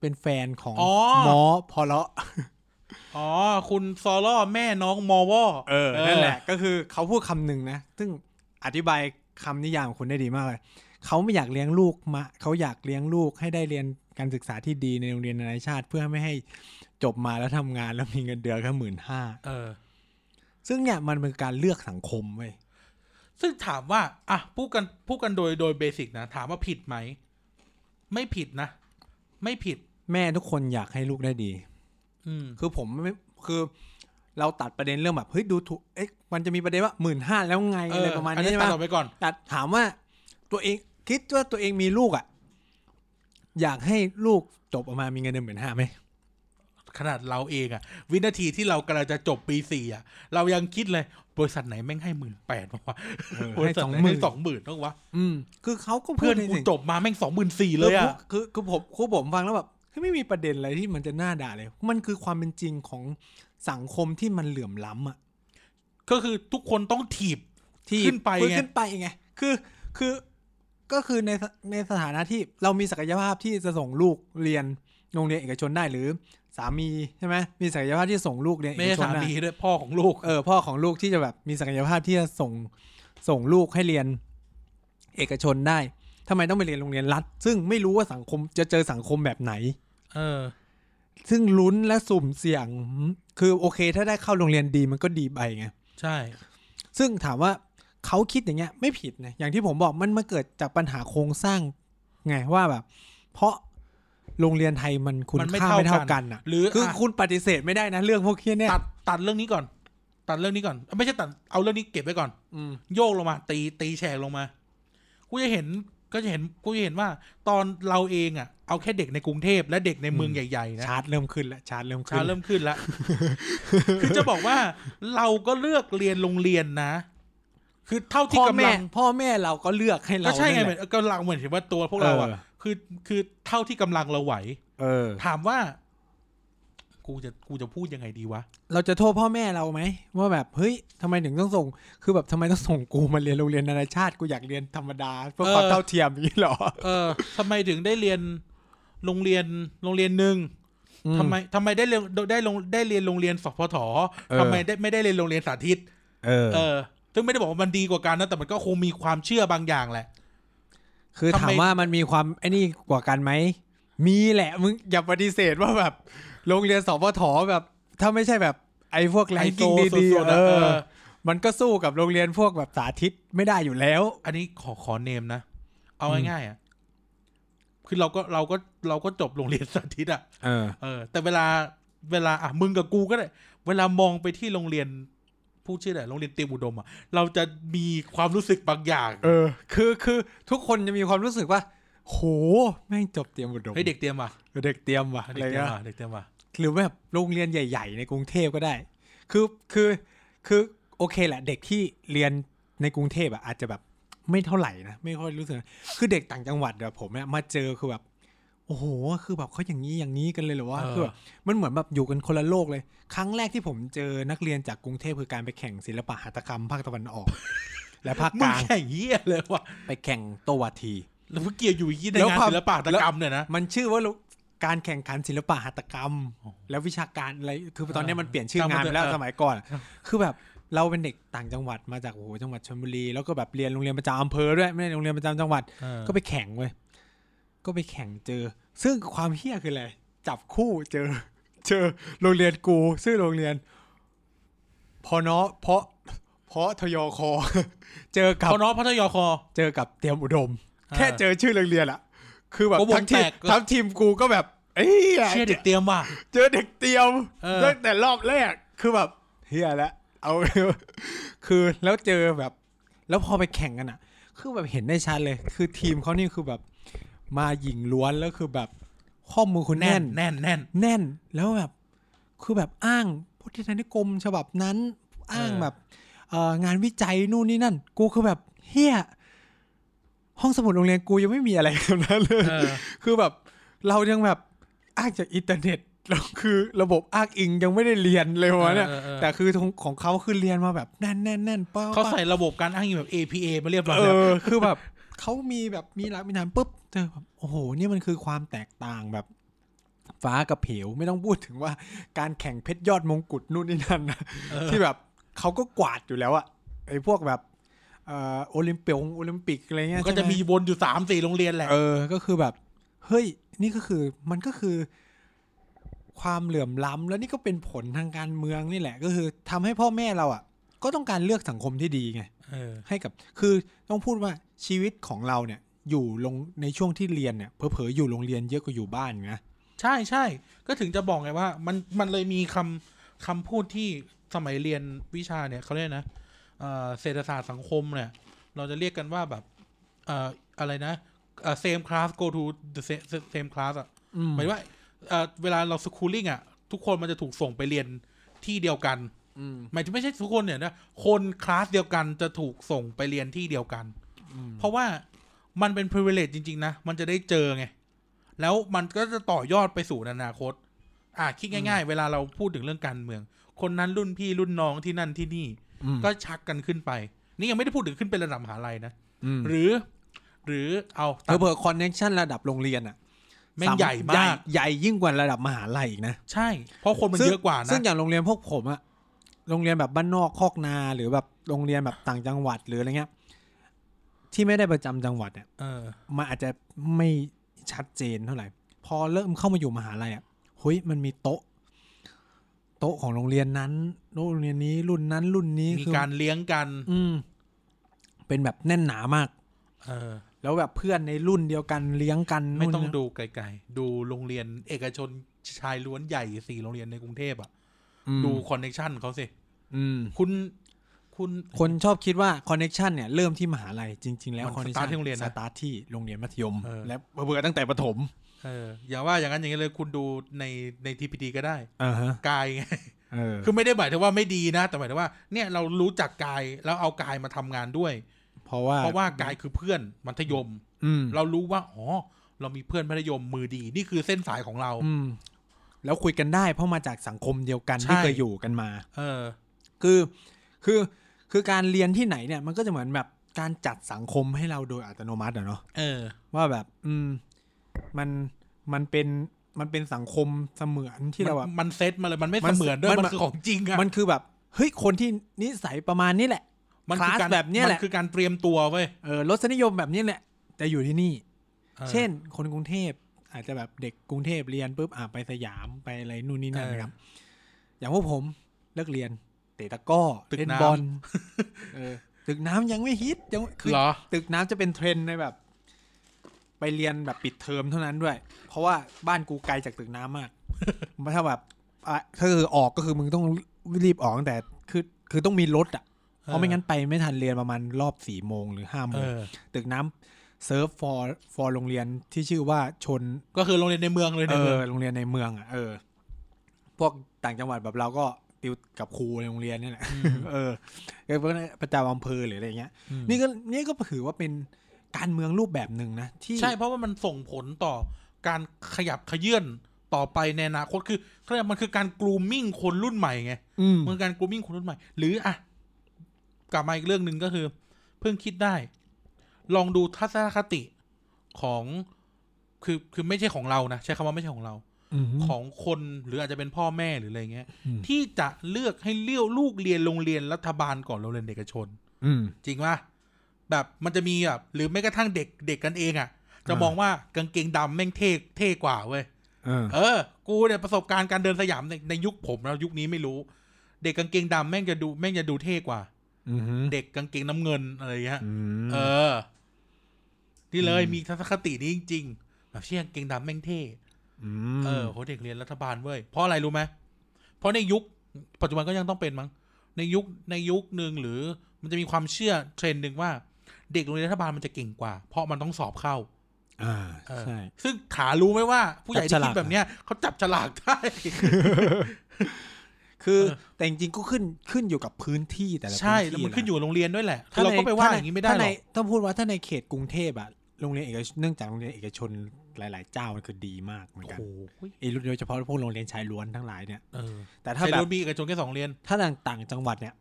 S1: เป็นแฟนของ
S2: อ๋อ
S1: หมอพอเลาะ
S2: อ๋อ คุณซอล่อแม่น้องมอวอ
S1: เออ <laughs> นั่นแหละ ก็คือเขาพูดคำหนึ่งนะ ซึ่งอธิบายคำนิยามของคุณได้ดีมากเลย เขาไม่อยากเลี้ยงลูกมาเขาอยากเลี้ยงลูกให้ได้เรียนการศึกษาที่ดีในโรงเรียนนานาชาติ เพื่อไม่ให้จบมาแล้วทำงานแล้วมีเงินเดือนแค่หมื่นห้า
S2: เออ
S1: ซึ่งเนี่ยมันเป็นการเลือกสังคมเว้ย
S2: ซึ่งถามว่า อ่ะ พูดกัน พูดกันโดย โดยเบสิกนะ ถามว่าผิดไหม ไม่ผิดนะ ไม่ผิด
S1: แม่ทุกคนอยากให้ลูกได้ดี
S2: อืม
S1: คือผมไม่คือเราตัดประเด็นเรื่องแบบเฮ้ยดูถูก เอ๊ะมันจะมีประเด็นว่าหมื่นห้าแล้วไง
S2: เอ
S1: อะ
S2: อ
S1: ไรประมาณ
S2: อัน
S1: นี้
S2: นี้
S1: ใช่ไห
S2: ตั
S1: ม
S2: ดออกไปก่อน
S1: แต่ถามว่าตัวเองคิดว่าตัวเองมีลูกอะ่ะ อยากให้ลูกจบออกมามีเงินเดือนหมื่นห้าไหม
S2: ขนาดเราเองอะวินาทีที่เรากำลังจะจบปีสี่อะเรายังคิดเลย บริษัทไหนแม่งให้หมื่นแปดวะ <laughs> บริ
S1: ให้
S2: ษัท
S1: สอง
S2: ไหน
S1: หมื่
S2: ให้
S1: น
S2: สองหมื่นต้องวะ
S1: อืม คือเขาก็
S2: เพื่อนกู
S1: จ
S2: จ
S1: บบ
S2: มาแม่งสองหมื่นสี่เลยอะ
S1: คือคือผมคือผมฟังแล้วแบบคือไม่มีประเด็นอะไรที่มันจะน่าด่าเลย มันคือความเป็นจริงของสังคมที่มันเหลื่อมล้ำอ่ะ
S2: ก็คือทุกคนต้องถีบ
S1: ที่
S2: ขึ้นไปไง
S1: ขึ้นไปไง คือ คือ ก็คือในสในสถานะที่เรามีศักยภาพที่จะส่งลูกเรียนโรงเรียนเอกชนได้หรือสามีใช่ไหมมีศักยภาพที่จะส่งลูกเรียนเอ
S2: ไม่
S1: ก
S2: ใช่
S1: ชน
S2: สา
S1: ได้
S2: มีด้วยพ่อของลูก
S1: เออพ่อของลูกที่จะแบบมีศักยภาพที่จะส่งส่งลูกให้เรียนเอกชนได้ทำไมต้องไปเรียนโรงเรียนรัฐ ซึ่งไม่รู้ว่าสังคมจะเจอสังคมแบบไหน
S2: เออ
S1: ซึ่งลุ้นและสุ่มเสี่ยง คือโอเคถ้าได้เข้าโรงเรียนดีมันก็ดีไปไง
S2: ใช่
S1: ซึ่งถามว่าเขาคิดอย่างเงี้ยไม่ผิดนะอย่างที่ผมบอกมันมาเกิดจากปัญหาโครงสร้างไงว่าแบบ เพราะโรงเรียนไทยมันคุณ
S2: มันไม่
S1: ค่าไม่เท่า
S2: เท่ากั
S1: กัน
S2: น
S1: อ่ะ
S2: หรือ
S1: คือ
S2: อ่ะ
S1: คุณปฏิเสธไม่ได้นะเรื่องพวกเนี้ยเนี่ย
S2: ตัดตัดเรื่องนี้ก่อน ตัดเรื่องนี้ก่อนเอ้ยไม่ใช่ตัดเอาเรื่องนี้เก็บไว้ก่อน
S1: อืม
S2: โยกลงมา ตีตีแฉกลงมา กูจะเห็นก็จะเห็นกูจะเห็นว่า ตอนเราเองอ่ะเอาแค่เด็กในกรุงเทพและเด็กในเมืองใหญ่ๆนะ
S1: ชาร์จเริ่มขึ้นแล้วชาร์จเริ่มขึ้
S2: ชาน เริ่มขึ้นละ คือจะบอกว่าเราก็เลือกเรียนโรงเรียนนะ คือเท่า
S1: พ่อก
S2: ที่ำ
S1: แม่
S2: ลัง
S1: พ่อแม่เราก็เลือกให้เรา
S2: ก็ใช่ไงเหมื
S1: นั่
S2: อน
S1: แหละ
S2: กำลังเหมือนเห็นว่าตัวพวกเราอ่ะ
S1: เออ
S2: คือคือเท่าที่กำลังเราไหว
S1: เออ
S2: ถามว่า กูจะกูจะพูดยังไงดีวะ
S1: เราจะโทษพ่อแม่เราไหมว่าแบบเฮ้ยทำไมถึงต้องส่ง คือแบบทำไมต้องส่งกูมาเรียนโรงเรียนนานาชาติกูอยากเรียนธรรมดาเพื่อความ
S2: เออ
S1: เท่าเทียมอย่างนี้เหรอ
S2: เออทำไมถึงได้เรียนโรงเรียนโรงเรียนหนึ่งทำไมทำไมได้เรียนได้ลงได้เรียนโรงเรียนสพททำไมได้ไม่ได้เรียนโรงเรียนสาธิต
S1: เออ
S2: เออ ซึ่งไม่ได้บอกว่ามันดีกว่ากันนะแต่มันก็คงมีความเชื่อบางอย่างแหละ
S1: คือถาม
S2: ทำไม
S1: ว่ามันมีความไอ้นี่กว่ากันไหมมีแหละมึงอย่าปฏิเสธว่าแบบโรงเรียนสพทแบบ ถ้าไม่ใช่แบบไอ้พวกแร
S2: ไอง โซ
S1: กิ้งดี
S2: สุด
S1: ๆ
S2: ๆ
S1: เอ
S2: อะเอ
S1: อ
S2: อ
S1: มันก็สู้กับโรงเรียนพวกแบบสาธิตไม่ได้อยู่แล้ว
S2: อันนี้ขอขอเนมนะ เอาง่ายๆอ่ะคือเราก็เราก็เราก็จบโรงเรียนสาธิตอ่ะ
S1: เออ
S2: เออ แต่เวลาเวลาอ่ะมึงกับกูก็ได้ เวลามองไปที่โรงเรียนผู้ชื่ออะไรโรงเรียนเตรียมอุดมอ่ะเราจะมีความรู้สึกบางอย่าง
S1: เออ คือคือทุกคนจะมีความรู้สึกว่า โหแม่งจบเตรียมบุดม
S2: เฮ้ยเด็กเตรียมว่ะ
S1: เด็กเตรียมว่ะอะ
S2: เด็
S1: ไร
S2: กเตรียม
S1: เงี้ย
S2: ว่ะเด็กเตรียมว่ะ
S1: หรือแบบโรงเรียนใหญ่ ๆ ในกรุงเทพก็ได้ คือคือคือโอเคแหละ เด็กที่เรียนในกรุงเทพอะอาจจะแบบไม่เท่าไหร่นะไม่ค่อยรู้สึกนะคือเด็กต่างจังหวัดแบบผมเนี่ยมาเจอคือแบบ โอ้โห คือแบบเขาอย่างนี้อย่างนี้กันเลยเหรอวะ
S2: เออ
S1: คือแบบมันเหมือนแบบอยู่กันคนละโลกเลย ครั้งแรกที่ผมเจอนักเรียนจากกรุงเทพคือการไปแข่งศิลปะหัตถกรรมภาคตะวันออก และภาคก
S2: มึง
S1: ลาง
S2: แข่งเหี้ยเลยวะ
S1: ไปแข่งโตวาที
S2: แล้วมึงเกลียดอยู่ยี่ใน
S1: แล้ว
S2: งาน
S1: ความ
S2: ศิลปะหัตถกรรมเนี่ยนะ
S1: มันชื่อว่าการแข่งขันศิลปะหัตถกรรม
S2: อ๋อ
S1: แล้ววิชาการอะไรคือ
S2: เออ
S1: ตอนนี้มันเปลี่ยนชื่องานไปแล้ว
S2: จำมันเถอะ
S1: สมัยก่อน
S2: เออ
S1: คือแบบเราเป็นเด็กต่างจังหวัดมาจากโอ้โหจังหวัดชลบุรีแล้วก็แบบเรียนโรงเรียนประจำอำเภอด้วยไม่ได้โรงเรียนประจำจังหวัด
S2: เออ
S1: ก็ไปแข่งเว้ย ก็ไปแข่งเจอ ซึ่งความเฮี้ยคืออะไร จับคู่เจอ เจอโรงเรียนกู ซึ่งโรงเรียน พอนอเพาะ เพาะทยอคอ <laughs> เจอกับ
S2: พอนอพัทยอคอ
S1: เจอกับเตรียมอุดม แค่เจอชื่อโรงเรียนอะคือแบบ
S2: ก็วง
S1: ทั้งที
S2: แต
S1: ม
S2: กก็
S1: ทั้งทีมกูก็แบบเอ้ย
S2: เชี่ยเด็กเตรียมว่ะ
S1: เจอเด็กเตรียม
S2: เออ
S1: ตั้งแต่รอบแรก คือแบบเฮียแล้วเอา <laughs> คือแล้วเจอแบบ แล้วพอไปแข่งกันอะคือแบบเห็นได้ชัดเลย คือทีมเขานี่คือแบบ มาหญิงล้วนแล้วคือแบบข้อมูลคุณ
S2: แน่
S1: แน่
S2: น
S1: น
S2: แน่นแน่น
S1: แน่นแล้วแบบ คือแบบอ้างพจนานุกรมฉบับนั้น อ้าง
S2: เออ
S1: แบบเอ่องานวิจัยนู่นนี่นั่น กูคือแบบเฮียห้องสมุดโรงเรียนกูยังไม่มีอะไร <laughs> แบบนั้นเลย
S2: เออ
S1: คือแบบเรายังแบบอ้างจากอินเทอร์เน็ตแล้วคือระบบอ้างอิงยังไม่ได้เรียนเลยวะเนี่ย
S2: เออเออเออ
S1: แต่คือของของเขาคือเรียนมาแบบแน่นแน่นแน่นเป้า
S2: เขาใส่ระบบการอ้างอิงแบบ APA มาเรียบร้อย
S1: เอ
S2: แล้ว
S1: อคือแบบ <laughs> เขามีแบบมีหลักมีฐานปุ๊บเจอแบบโอ้โหนี่มันคือความแตกต่างแบบ ฟ้ากับเหวไม่ต้องพูดถึงว่าการแข่งเพชรยอดมงกุฎนู่นนี่นั่นนะ
S2: เออ
S1: ที่แบบเขาก็กวาดอยู่แล้วอะไอ้พวกแบบเอ่อโอลิมปิกโอลิมปิกอะไรเงี้ย
S2: มันก็จะ
S1: ใช่ไห
S2: มีวนอยู่สามสี่โรงเรียนแหละ
S1: เออ ก็คือแบบ เฮ้ย นี่ก็คือมันก็คือ ความเหลื่อมล้ำแล้วนี่ก็เป็นผลทางการเมืองนี่แหละ ก็คือทำให้พ่อแม่เราอ่ะ ก็ต้องการเลือกสังคมที่ดีไง
S2: เออ
S1: ให้กับ คือต้องพูดว่าชีวิตของเราเนี่ย อยู่ลงในช่วงที่เรียนเนี่ยเผลอๆอยู่โรงเรียนเยอะกว่าอยู่บ้านนะ
S2: ใช่ใช่ก็ถึงจะบอกไงว่า มันมันเลยมีคำคำพูดที่สมัยเรียนวิชาเนี่ยเขาเรียกนะเอ่อเศรษฐศาสตร์สังคมเนี่ย เราจะเรียกกันว่าแบบเอ่ออะไรนะเอ่อ same class go to the sa- sa- same class อ่ะ
S1: อืม
S2: หมายว่าเอ่อเวลาเราสคูลิ่งอ่ะ ทุกคนมันจะถูกส่งไปเรียนที่เดียวกัน
S1: อืม
S2: หมายถึงไม่ใช่ทุกคนเนี่ยนะคนคลาสเดียวกันจะถูกส่งไปเรียนที่เดียวกัน
S1: อืม
S2: เพราะว่ามันเป็น privilege จริง ๆ นะ มันจะได้เจอไง แล้วมันก็จะต่อยอดไปสู่อนาคต อ่ะคิดง่าย ๆ เวลาเราพูดถึงเรื่องการเมือง คนนั้นรุ่นพี่รุ่นน้องที่นั่นที่นี่
S1: อืม
S2: ก็ชักกันขึ้นไป นี่ยังไม่ได้พูดถึงขึ้นเป็นระดับมหาลัยนะ
S1: อืม
S2: หรือ หรือเอาตาม
S1: เผลอๆคอนเนคชันระดับโรงเรียนอ่ะ
S2: แม่งใหญ่มาก
S1: ใหญ่ยิ่งกว่าระดับมหาลัยอีกนะ
S2: ใช่ เพราะคนมันเยอะกว่า
S1: ซึ่
S2: นะ
S1: งอย่างโรงเรียนพวกผมอะโรงเรียนแบบบ้านนอกคอกนาหรือแบบโรงเรียนแบบต่างจังหวัดหรืออะไรเงี้ย ที่ไม่ได้ประจำจังหวัดเนี่ย
S2: เออ
S1: มันอาจจะไม่ชัดเจนเท่าไหร่ พอเริ่มเข้ามาอยู่มหาลัยอะเฮ้ยมันมีโต๊ะ โต๊ะของโรงเรียนนั้นโรงเรียนนี้รุ่นนั้นรุ่นนี้
S2: มี
S1: คือ
S2: การเลี้ยงกัน
S1: อืม เป็นแบบแน่นหนามาก
S2: เออ
S1: แล้วแบบเพื่อนในรุ่นเดียวกันเลี้ยงกัน
S2: ไม่ต้อง
S1: นู่นนี่
S2: ดูไกลๆ ดูโรงเรียนเอกชนชายล้วนใหญ่สี่โรงเรียนในกรุงเทพอ่ะ
S1: อืม
S2: ดูคอนเนคชันเขาสิ
S1: อืม
S2: คุณคุณ
S1: คนชอบคิดว่าคอนเน็ชันเนี่ยเริ่มที่มหาลัยจริง ๆ แล้ว
S2: มัน
S1: คอนเน็ชั
S2: start ที่โรงเรียนนะ
S1: สตาร์ทที่โรงเรียนมัธยม
S2: เออ
S1: และเบื่อๆตั้งแต่ประถม
S2: เอออย่าว่าอย่างนั้นอย่างนี้เลยคุณดูในในทีพีดีก็ได้
S1: อ่าฮะ
S2: กาย <laughs> ไง
S1: เออ
S2: คือไม่ได้หมายถึงว่าไม่ดีนะ แต่หมายถึงว่าเนี่ยเรารู้จักกายแล้วเอากายมาทำงานด้วย
S1: เพราะว่า
S2: เพราะว่ากายคือเพื่อนมัธยม
S1: อืม
S2: เรารู้ว่าอ๋อเรามีเพื่อนมัธยมมือดี นี่คือเส้นสายของเรา
S1: อืมแล้วคุยกันได้เพราะมาจากสังคมเดียวกัน
S2: ใช่
S1: ที่เคยอยู่กันมา
S2: เออ
S1: คือคือคือการเรียนที่ไหนเนี่ยมันก็จะเหมือนแบบการจัดสังคมให้เราโดยอัตโนมัติอะเนาะ
S2: เออ
S1: ว่าแบบ อืมมันมันเป็นมันเป็นสังคมเสมือนที่เราแบบ
S2: มันมันเซตมาเลยมันไม่
S1: มั
S2: เส
S1: น
S2: มือนด้วย
S1: มัน
S2: มันคือของจริงอะ
S1: มันคือแบบเฮ้ยคนที่นิสัยประมาณนี้แหละ
S2: มัน
S1: คลาสแบบเนี้ยแหละ
S2: มัคือการเตรียมตัวเว้ย
S1: เออรสนิยมแบบนี้แหละ แต่อยู่ที่นี่
S2: ออ
S1: เช่น คนกรุงเทพอาจจะแบบเด็กกรุงเทพเรียนปุ๊บอ่ะไปสยามไปอะไรนู่นนี่นั่น
S2: เออ
S1: นะครับ อย่างพวกผมเลิกเรียน เตะตะกร้อ
S2: ตึก
S1: เล่น
S2: น้ำ
S1: บอ
S2: <laughs>
S1: ลเออ ตึกน้ำยังไม่ฮิตยังคือ
S2: เหรอ
S1: ตึกน้ำจะเป็นเทรนด์ในแบบ ไปเรียนแบบปิดเทอมเท่านั้นด้วย เพราะว่าบ้านกูไกลจากตึกน้ำ
S2: <laughs>
S1: มาก มันถ้าแบบอ่ะถ้าคือออกก็คือมึงต้องรีบออกตั้งแต่คือคือต้องมีรถอ่ะเพราะไม่งั้นไปไม่ทันเรียนประมาณรอบสี่โมงหรือห้าโม
S2: เอง อ
S1: ตึกน้ำเซิร์ฟฟอร์ฟอร์โรงเรียนที่ชื่อว่าชน
S2: ก็คือโรงเรียนในเมืองเลย
S1: เอ
S2: ในเมือง
S1: อโรงเรียนในเมืองอ่ะเออ พวกต่างจังหวัดแบบเราก็ติวกับครูในโรงเรียนนี่แหละ
S2: ม
S1: เออเออประจำอำเภอหรืออะไรเงี้ย นี่ก็นี่ก็ถือว่าเป็นการเมืองรูปแบบหนึ่งนะที่
S2: ใช่เพราะว่ามันส่งผลต่อ การขยับขยื่นต่อไปในอนาคตคือเขาเรียกมันคือการกรูมมิ่งคนรุ่นใหม่ไง
S1: อืม
S2: มันคือการกรูมมิ่งคนรุ่นใหม่ หรืออ่ะ กลับมาอีกเรื่องหนึ่งก็คือ เพิ่งคิดได้ ลองดูทัศนคติของคือคือไม่ใช่ของเรานะ ใช้คำว่าไม่ใช่ของเรา
S1: อืม
S2: ของคนหรืออาจจะเป็นพ่อแม่หรืออะไรเงี้ย
S1: อืม
S2: ที่จะเลือกให้เลี้ยวลูกเรียนโรงเรียนรัฐบาลก่อนโรงเรียนเอกชน
S1: อืม
S2: จริงป่ะแบบมันจะมีแบบหรือแม้กระทั่งเด็กเด็กกันเองอะ่ะ จะ
S1: อ่าม
S2: มองว่ากางเกงดำแม่งเท่เท่กว่าเว้ย
S1: เออ
S2: เออ กูเนี่ยประสบการณ์การเดินสยามในในยุคผมแล้วยุคนี้ไม่รู้ เด็กกางเกงดำแม่งจะดูแม่งจะดูเท่กว่า
S1: อืม
S2: เด็กกางเกงน้ำเงินอะไรอย่างเงี้ย
S1: อืม
S2: เออ นี่เลย
S1: อืม
S2: มีทัศนคตินี้จริงๆแบบเชี่ยกางเกงดำแม่งเท่
S1: ม
S2: เออโหเด็กเรียนรัฐบาลเว้ย เพราะอะไรรู้ไหมเพราะในยุค ปัจจุบันก็ยังต้องเป็นมั้ง ในยุคในยุคหนึ่งหรือมันจะมีความเชื่อเทรนด์หนึ่งว่า เด็กโรงเรียนรัฐบาลมันจะเก่งกว่า เพราะมันต้องสอบเข้า
S1: อ่า
S2: เออ
S1: ใช่
S2: ซึ่งถารู้ไหมว่า ผู้ใหญ่
S1: จับ
S2: ที่
S1: ฉลาก
S2: คิดแบบเนี้ยเขาจับฉลากได้
S1: คือ
S2: เออ
S1: แต่จริงๆก็ขึ้นขึ้นอยู่กับพื้นที่แต่ละ
S2: ใช่
S1: พื้
S2: แล้ว
S1: ที่
S2: มันขึ้น
S1: นะ
S2: อยู่กับโรงเรียนด้วยแหละคือเราก็ไปว่าอย่างนี้ไม่ได้หร
S1: ใน
S2: อก
S1: ต้องพูดว่าถ้าในเขตกรุงเทพอะโรงเรียนเอกชนเนื่องจากโรงเรียนเอกชนหลาย ๆ เจ้ามันคือดีมากเหมือนกัน
S2: โอ้โห
S1: ไอ้รุ่นโดยเฉพาะพวกโรงเรียนชายล้วนทั้งหลายเนี่ย
S2: เออ
S1: แต่
S2: ถ้า
S1: ถ้าแบ
S2: แบบ
S1: บ
S2: มีเอกชนแค่สองเรียน
S1: ถ้าต่างจังหวัดเนี่ย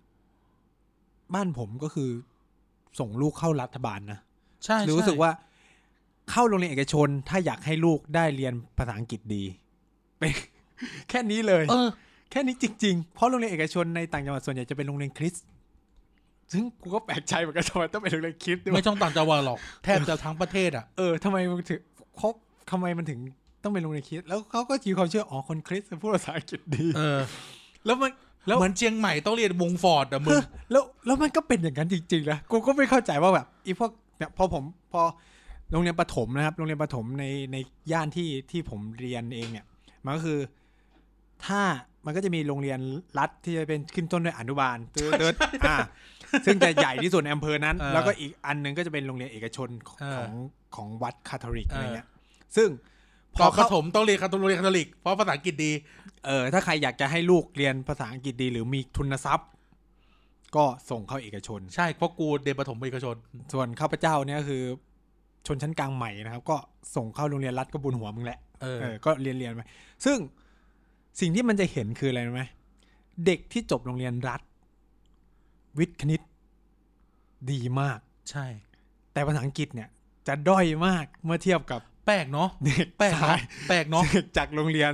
S1: บ้านผมก็คือส่งลูกเข้ารัฐบาลนะ
S2: ใช่
S1: รู้สึก
S2: ใช่
S1: ว่าเข้าโรงเรียนเอกชน ถ้าอยากให้ลูกได้เรียนภาษาอังกฤษดี <laughs> เป็นแค่นี้เลย
S2: เออ
S1: แค่นี้จริง ๆ เพราะโรงเรียนเอกชนในต่างจังหวัดส่วนใหญ่จะเป็นโรงเรียนคริสต์ซึ่งกูก็แปลกใจเหมือนกันทำไมต้องเป็นโรงเรียนคริสต์ด้วยวะ
S2: ไม่ต้องต่างจังหวัดหรอก แทบจะทั้งประเทศอ่ะ
S1: เออทำไมมันถึงเขาทำไมมันถึงต้องเป็นโรงเรียนคริสต์แล้วเขาก็ถือความเชื่อ อ๋อ คนคริสต์พูดภาษาอังกฤษดี
S2: เออ
S1: แล้วมัน แล้ว
S2: เหมือนเชียงใหม่ต้องเรียนวงฟอร์ดอะมึ
S1: เอง อ <laughs> แล้วแล้วมันก็เป็นอย่างนั้นจริงๆนะ กูก็ไม่เข้าใจว่าแบบไอีพวกเนี่ยพอผมพอโรงเรียนประถมนะครับ โรงเรียนประถมในในย่านที่ที่ผมเรียนเองเนี่ย มันก็คือ ถ้ามันก็จะมีโรงเรียนรัฐที่จะเป็นขึ้นต้นด้วยอนุ
S2: <laughs>
S1: บาลตืดตืดอ่าซึ่งจะใหญ่ที่สุดในอำเภอนั้น
S2: เออ
S1: แล้วก็อีกอันหนึงก็จะเป็นโรงเรียนเอกชนของ
S2: เออ
S1: ของของวัดคาทอลิก
S2: เอออ
S1: อะไรเงี้ย ซึ่ง
S2: ตอนป
S1: เข้า
S2: ระถมต้องเรียนคาทอลิกคาทอลิกเพราะภาษาอังกฤษดี
S1: เออถ้าใครอยากจะให้ลูกเรียนภาษาอังกฤษดีหรือมีทุนทรัพย์ ก็ส่งเข้าเอกชน
S2: ใช่เพราะกูเรียนประถมเอกชน
S1: ส่วนข้าพเจ้าเนี่ยก็คือ ชนชั้นกลางใหม่นะครับ ก็ส่งเข้าโรงเรียนรัฐก็บุญหัวมึงแหละ
S2: เออ
S1: เออก็เรียนเรียนไปซึ่งสิ่งที่มันจะเห็นคืออะไรรู้ไหมเด็กที่จบโรงเรียนรัฐ วิทย์คณิต ดีมาก
S2: ใช่
S1: แต่ภาษาอังกฤษเนี่ย จะด้อยมากเมื่อเทียบกับ
S2: แปลกเนาะ
S1: เด็ก
S2: แปลก
S1: สา
S2: เนาะ
S1: ย
S2: แปลกเนาะ
S1: เด็ก <laughs> จากโรงเรียน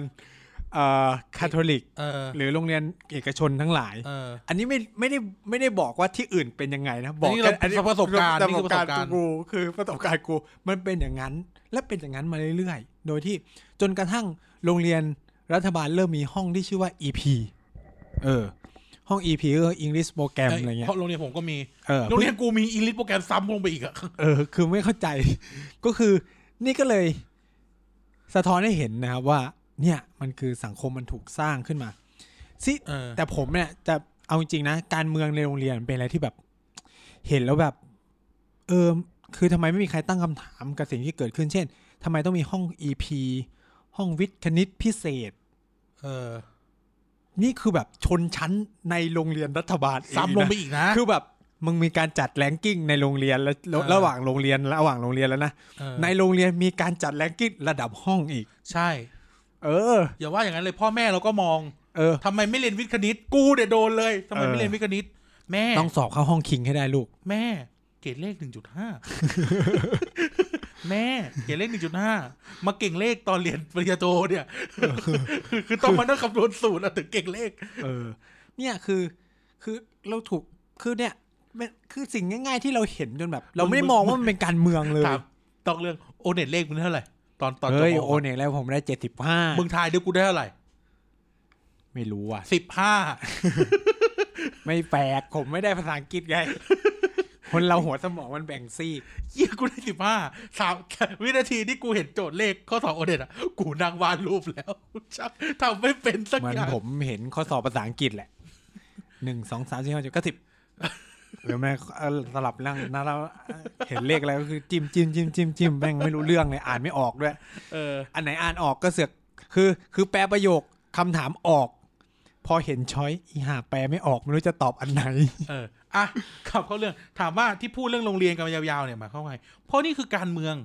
S1: เอ่อคาทอลิก
S2: เออ
S1: หรือโรงเรียนเอกชนทั้งหลาย
S2: เออ
S1: อันนี้ไม่ไม่ได้ไม่ได้บอกว่าที่อื่นเป็นยังไงนะบอก
S2: อันนี้
S1: แค่
S2: เราประสบการณ์
S1: ประสบการณ์
S2: นี่คือประสบการณ์
S1: กูคือประสบการณ์กูมันเป็นอย่างนั้น และเป็นอย่างนั้นมาเรื่อยๆ โดยที่จนกระทั่งโรงเรียนรัฐบาลเริ่มมีห้องที่ชื่อว่า EP เออ ห้อง EP ก็คือ English Program อะไรเงี้ย
S2: เพราะโรงเรียนผมก็มี
S1: เออ
S2: โรงเรียนกูมีอีลิทโปรแกรมซ้ำลงไปอีกอะ
S1: เออ คือไม่เข้าใจ ก็คือ นี่ก็เลย สะท้อนให้เห็นนะครับว่า เนี่ยมันคือสังคมมันถูกสร้างขึ้นมาซิ
S2: เออ
S1: แต่ผมเนี่ยจะเอาจริงๆนะ การเมืองในโรงเรียนเป็นอะไรที่แบบ เห็นแล้วแบบ เออคือทำไมไม่มีใครตั้งคำถามกับสิ่งที่เกิดขึ้นเช่นทำไมต้องมีห้อง EP ห้องวิทย์คณิตพิเศษ
S2: เออ
S1: นี่คือแบบชนชั้นในโรงเรียนรัฐบาลเอ
S2: ซ้ำลงไป
S1: นะ
S2: อีกนะ
S1: คือแบบมึงมีการจัดแรงกิ้งในโรงเรียนแล้วแล้ว
S2: เออ
S1: ระหว่างโรงเรียนระหว่างโรงเรียนแล้วนะ
S2: เออ
S1: ในโรงเรียนมีการจัดแรงกิ้งระดับห้องอีก
S2: ใช่
S1: เออ
S2: อย่าว่าอย่างนั้นเลยพ่อแม่เราก็มอง
S1: เออ
S2: ทำไมไม่เรียนวิทย์คณิต กูเดี๋ยโดนเลยทำไม
S1: เออ
S2: ไม่เรียนวิทย์คณิต แม่
S1: ต้องสอบเข้าห้องคิงให้ได้ลูก
S2: แม่ เกรดเลขหนึ่งจุดห้าแม่เกรดเลขหนึ่งจุดห้ามาเก่งเลขตอนเรียนปริญญาโทเนี่ย <laughs> คือคือต้องมานั่งคำนวณสูตรแล้วถึงเก่งเลข
S1: เออเนี่ยคือคือเราถูกคือเนี่ยมันคือสิ่งง่าย ๆ ที่เราเห็นจนแบบ เราไม่ได้มองว่ามันเป็นการเมืองเลย
S2: ถามต้องเรื่องโอเน็ตเลขมึงเท่าไหร่ ตอนตอนจบ
S1: เฮ้ย
S2: ม
S1: โอเนี่ยแล้วผมได้เจ็ดสิบห้า
S2: มึงทายด้วยกูได้เท่าไหร่
S1: ไม่รู้อ่ะ
S2: สิบห้า
S1: ไม่แปลกผมไม่ได้ภาษาอังกฤษ
S2: <laughs>
S1: ไง คนเราหัวสมองมันแบ่งซีก
S2: เยี่ยกูได้สิบห้าสามวินาทีที่กูเห็นโจทย์เลขข้อสอบโอเน็ตอ่ะ กูนั่งวาดรูปแล้ว <laughs> ชักทำไม่เป็นสัก
S1: เหมือน
S2: อย่าง
S1: ผมเห็นข้อสอบภาษาอังกฤษแหละหนึ่งสองสามสี่ห้าหกเจ็ดก็สิบหรือแม่เอ่อสลับนั่งนะเราเห็นเลขอะไรก็คือจิ้มจิ้มจิ้มจิ้มจิ้มแม่งไม่รู้เรื่องเลยอ่านไม่ออกด้วย
S2: เออ
S1: อันไหนอ่านออกก็เสือก คือ คือแปลประโยคคำถามออก พอเห็นช้อยอีหาแปลไม่ออกไม่รู้จะตอบอันไหน
S2: <laughs> เอออ่ะกลับเข้าเรื่องถามว่าที่พูดเรื่องโรงเรียนกันมายาวๆเนี่ยหมายความว่าไงเพราะนี่คือการเมือง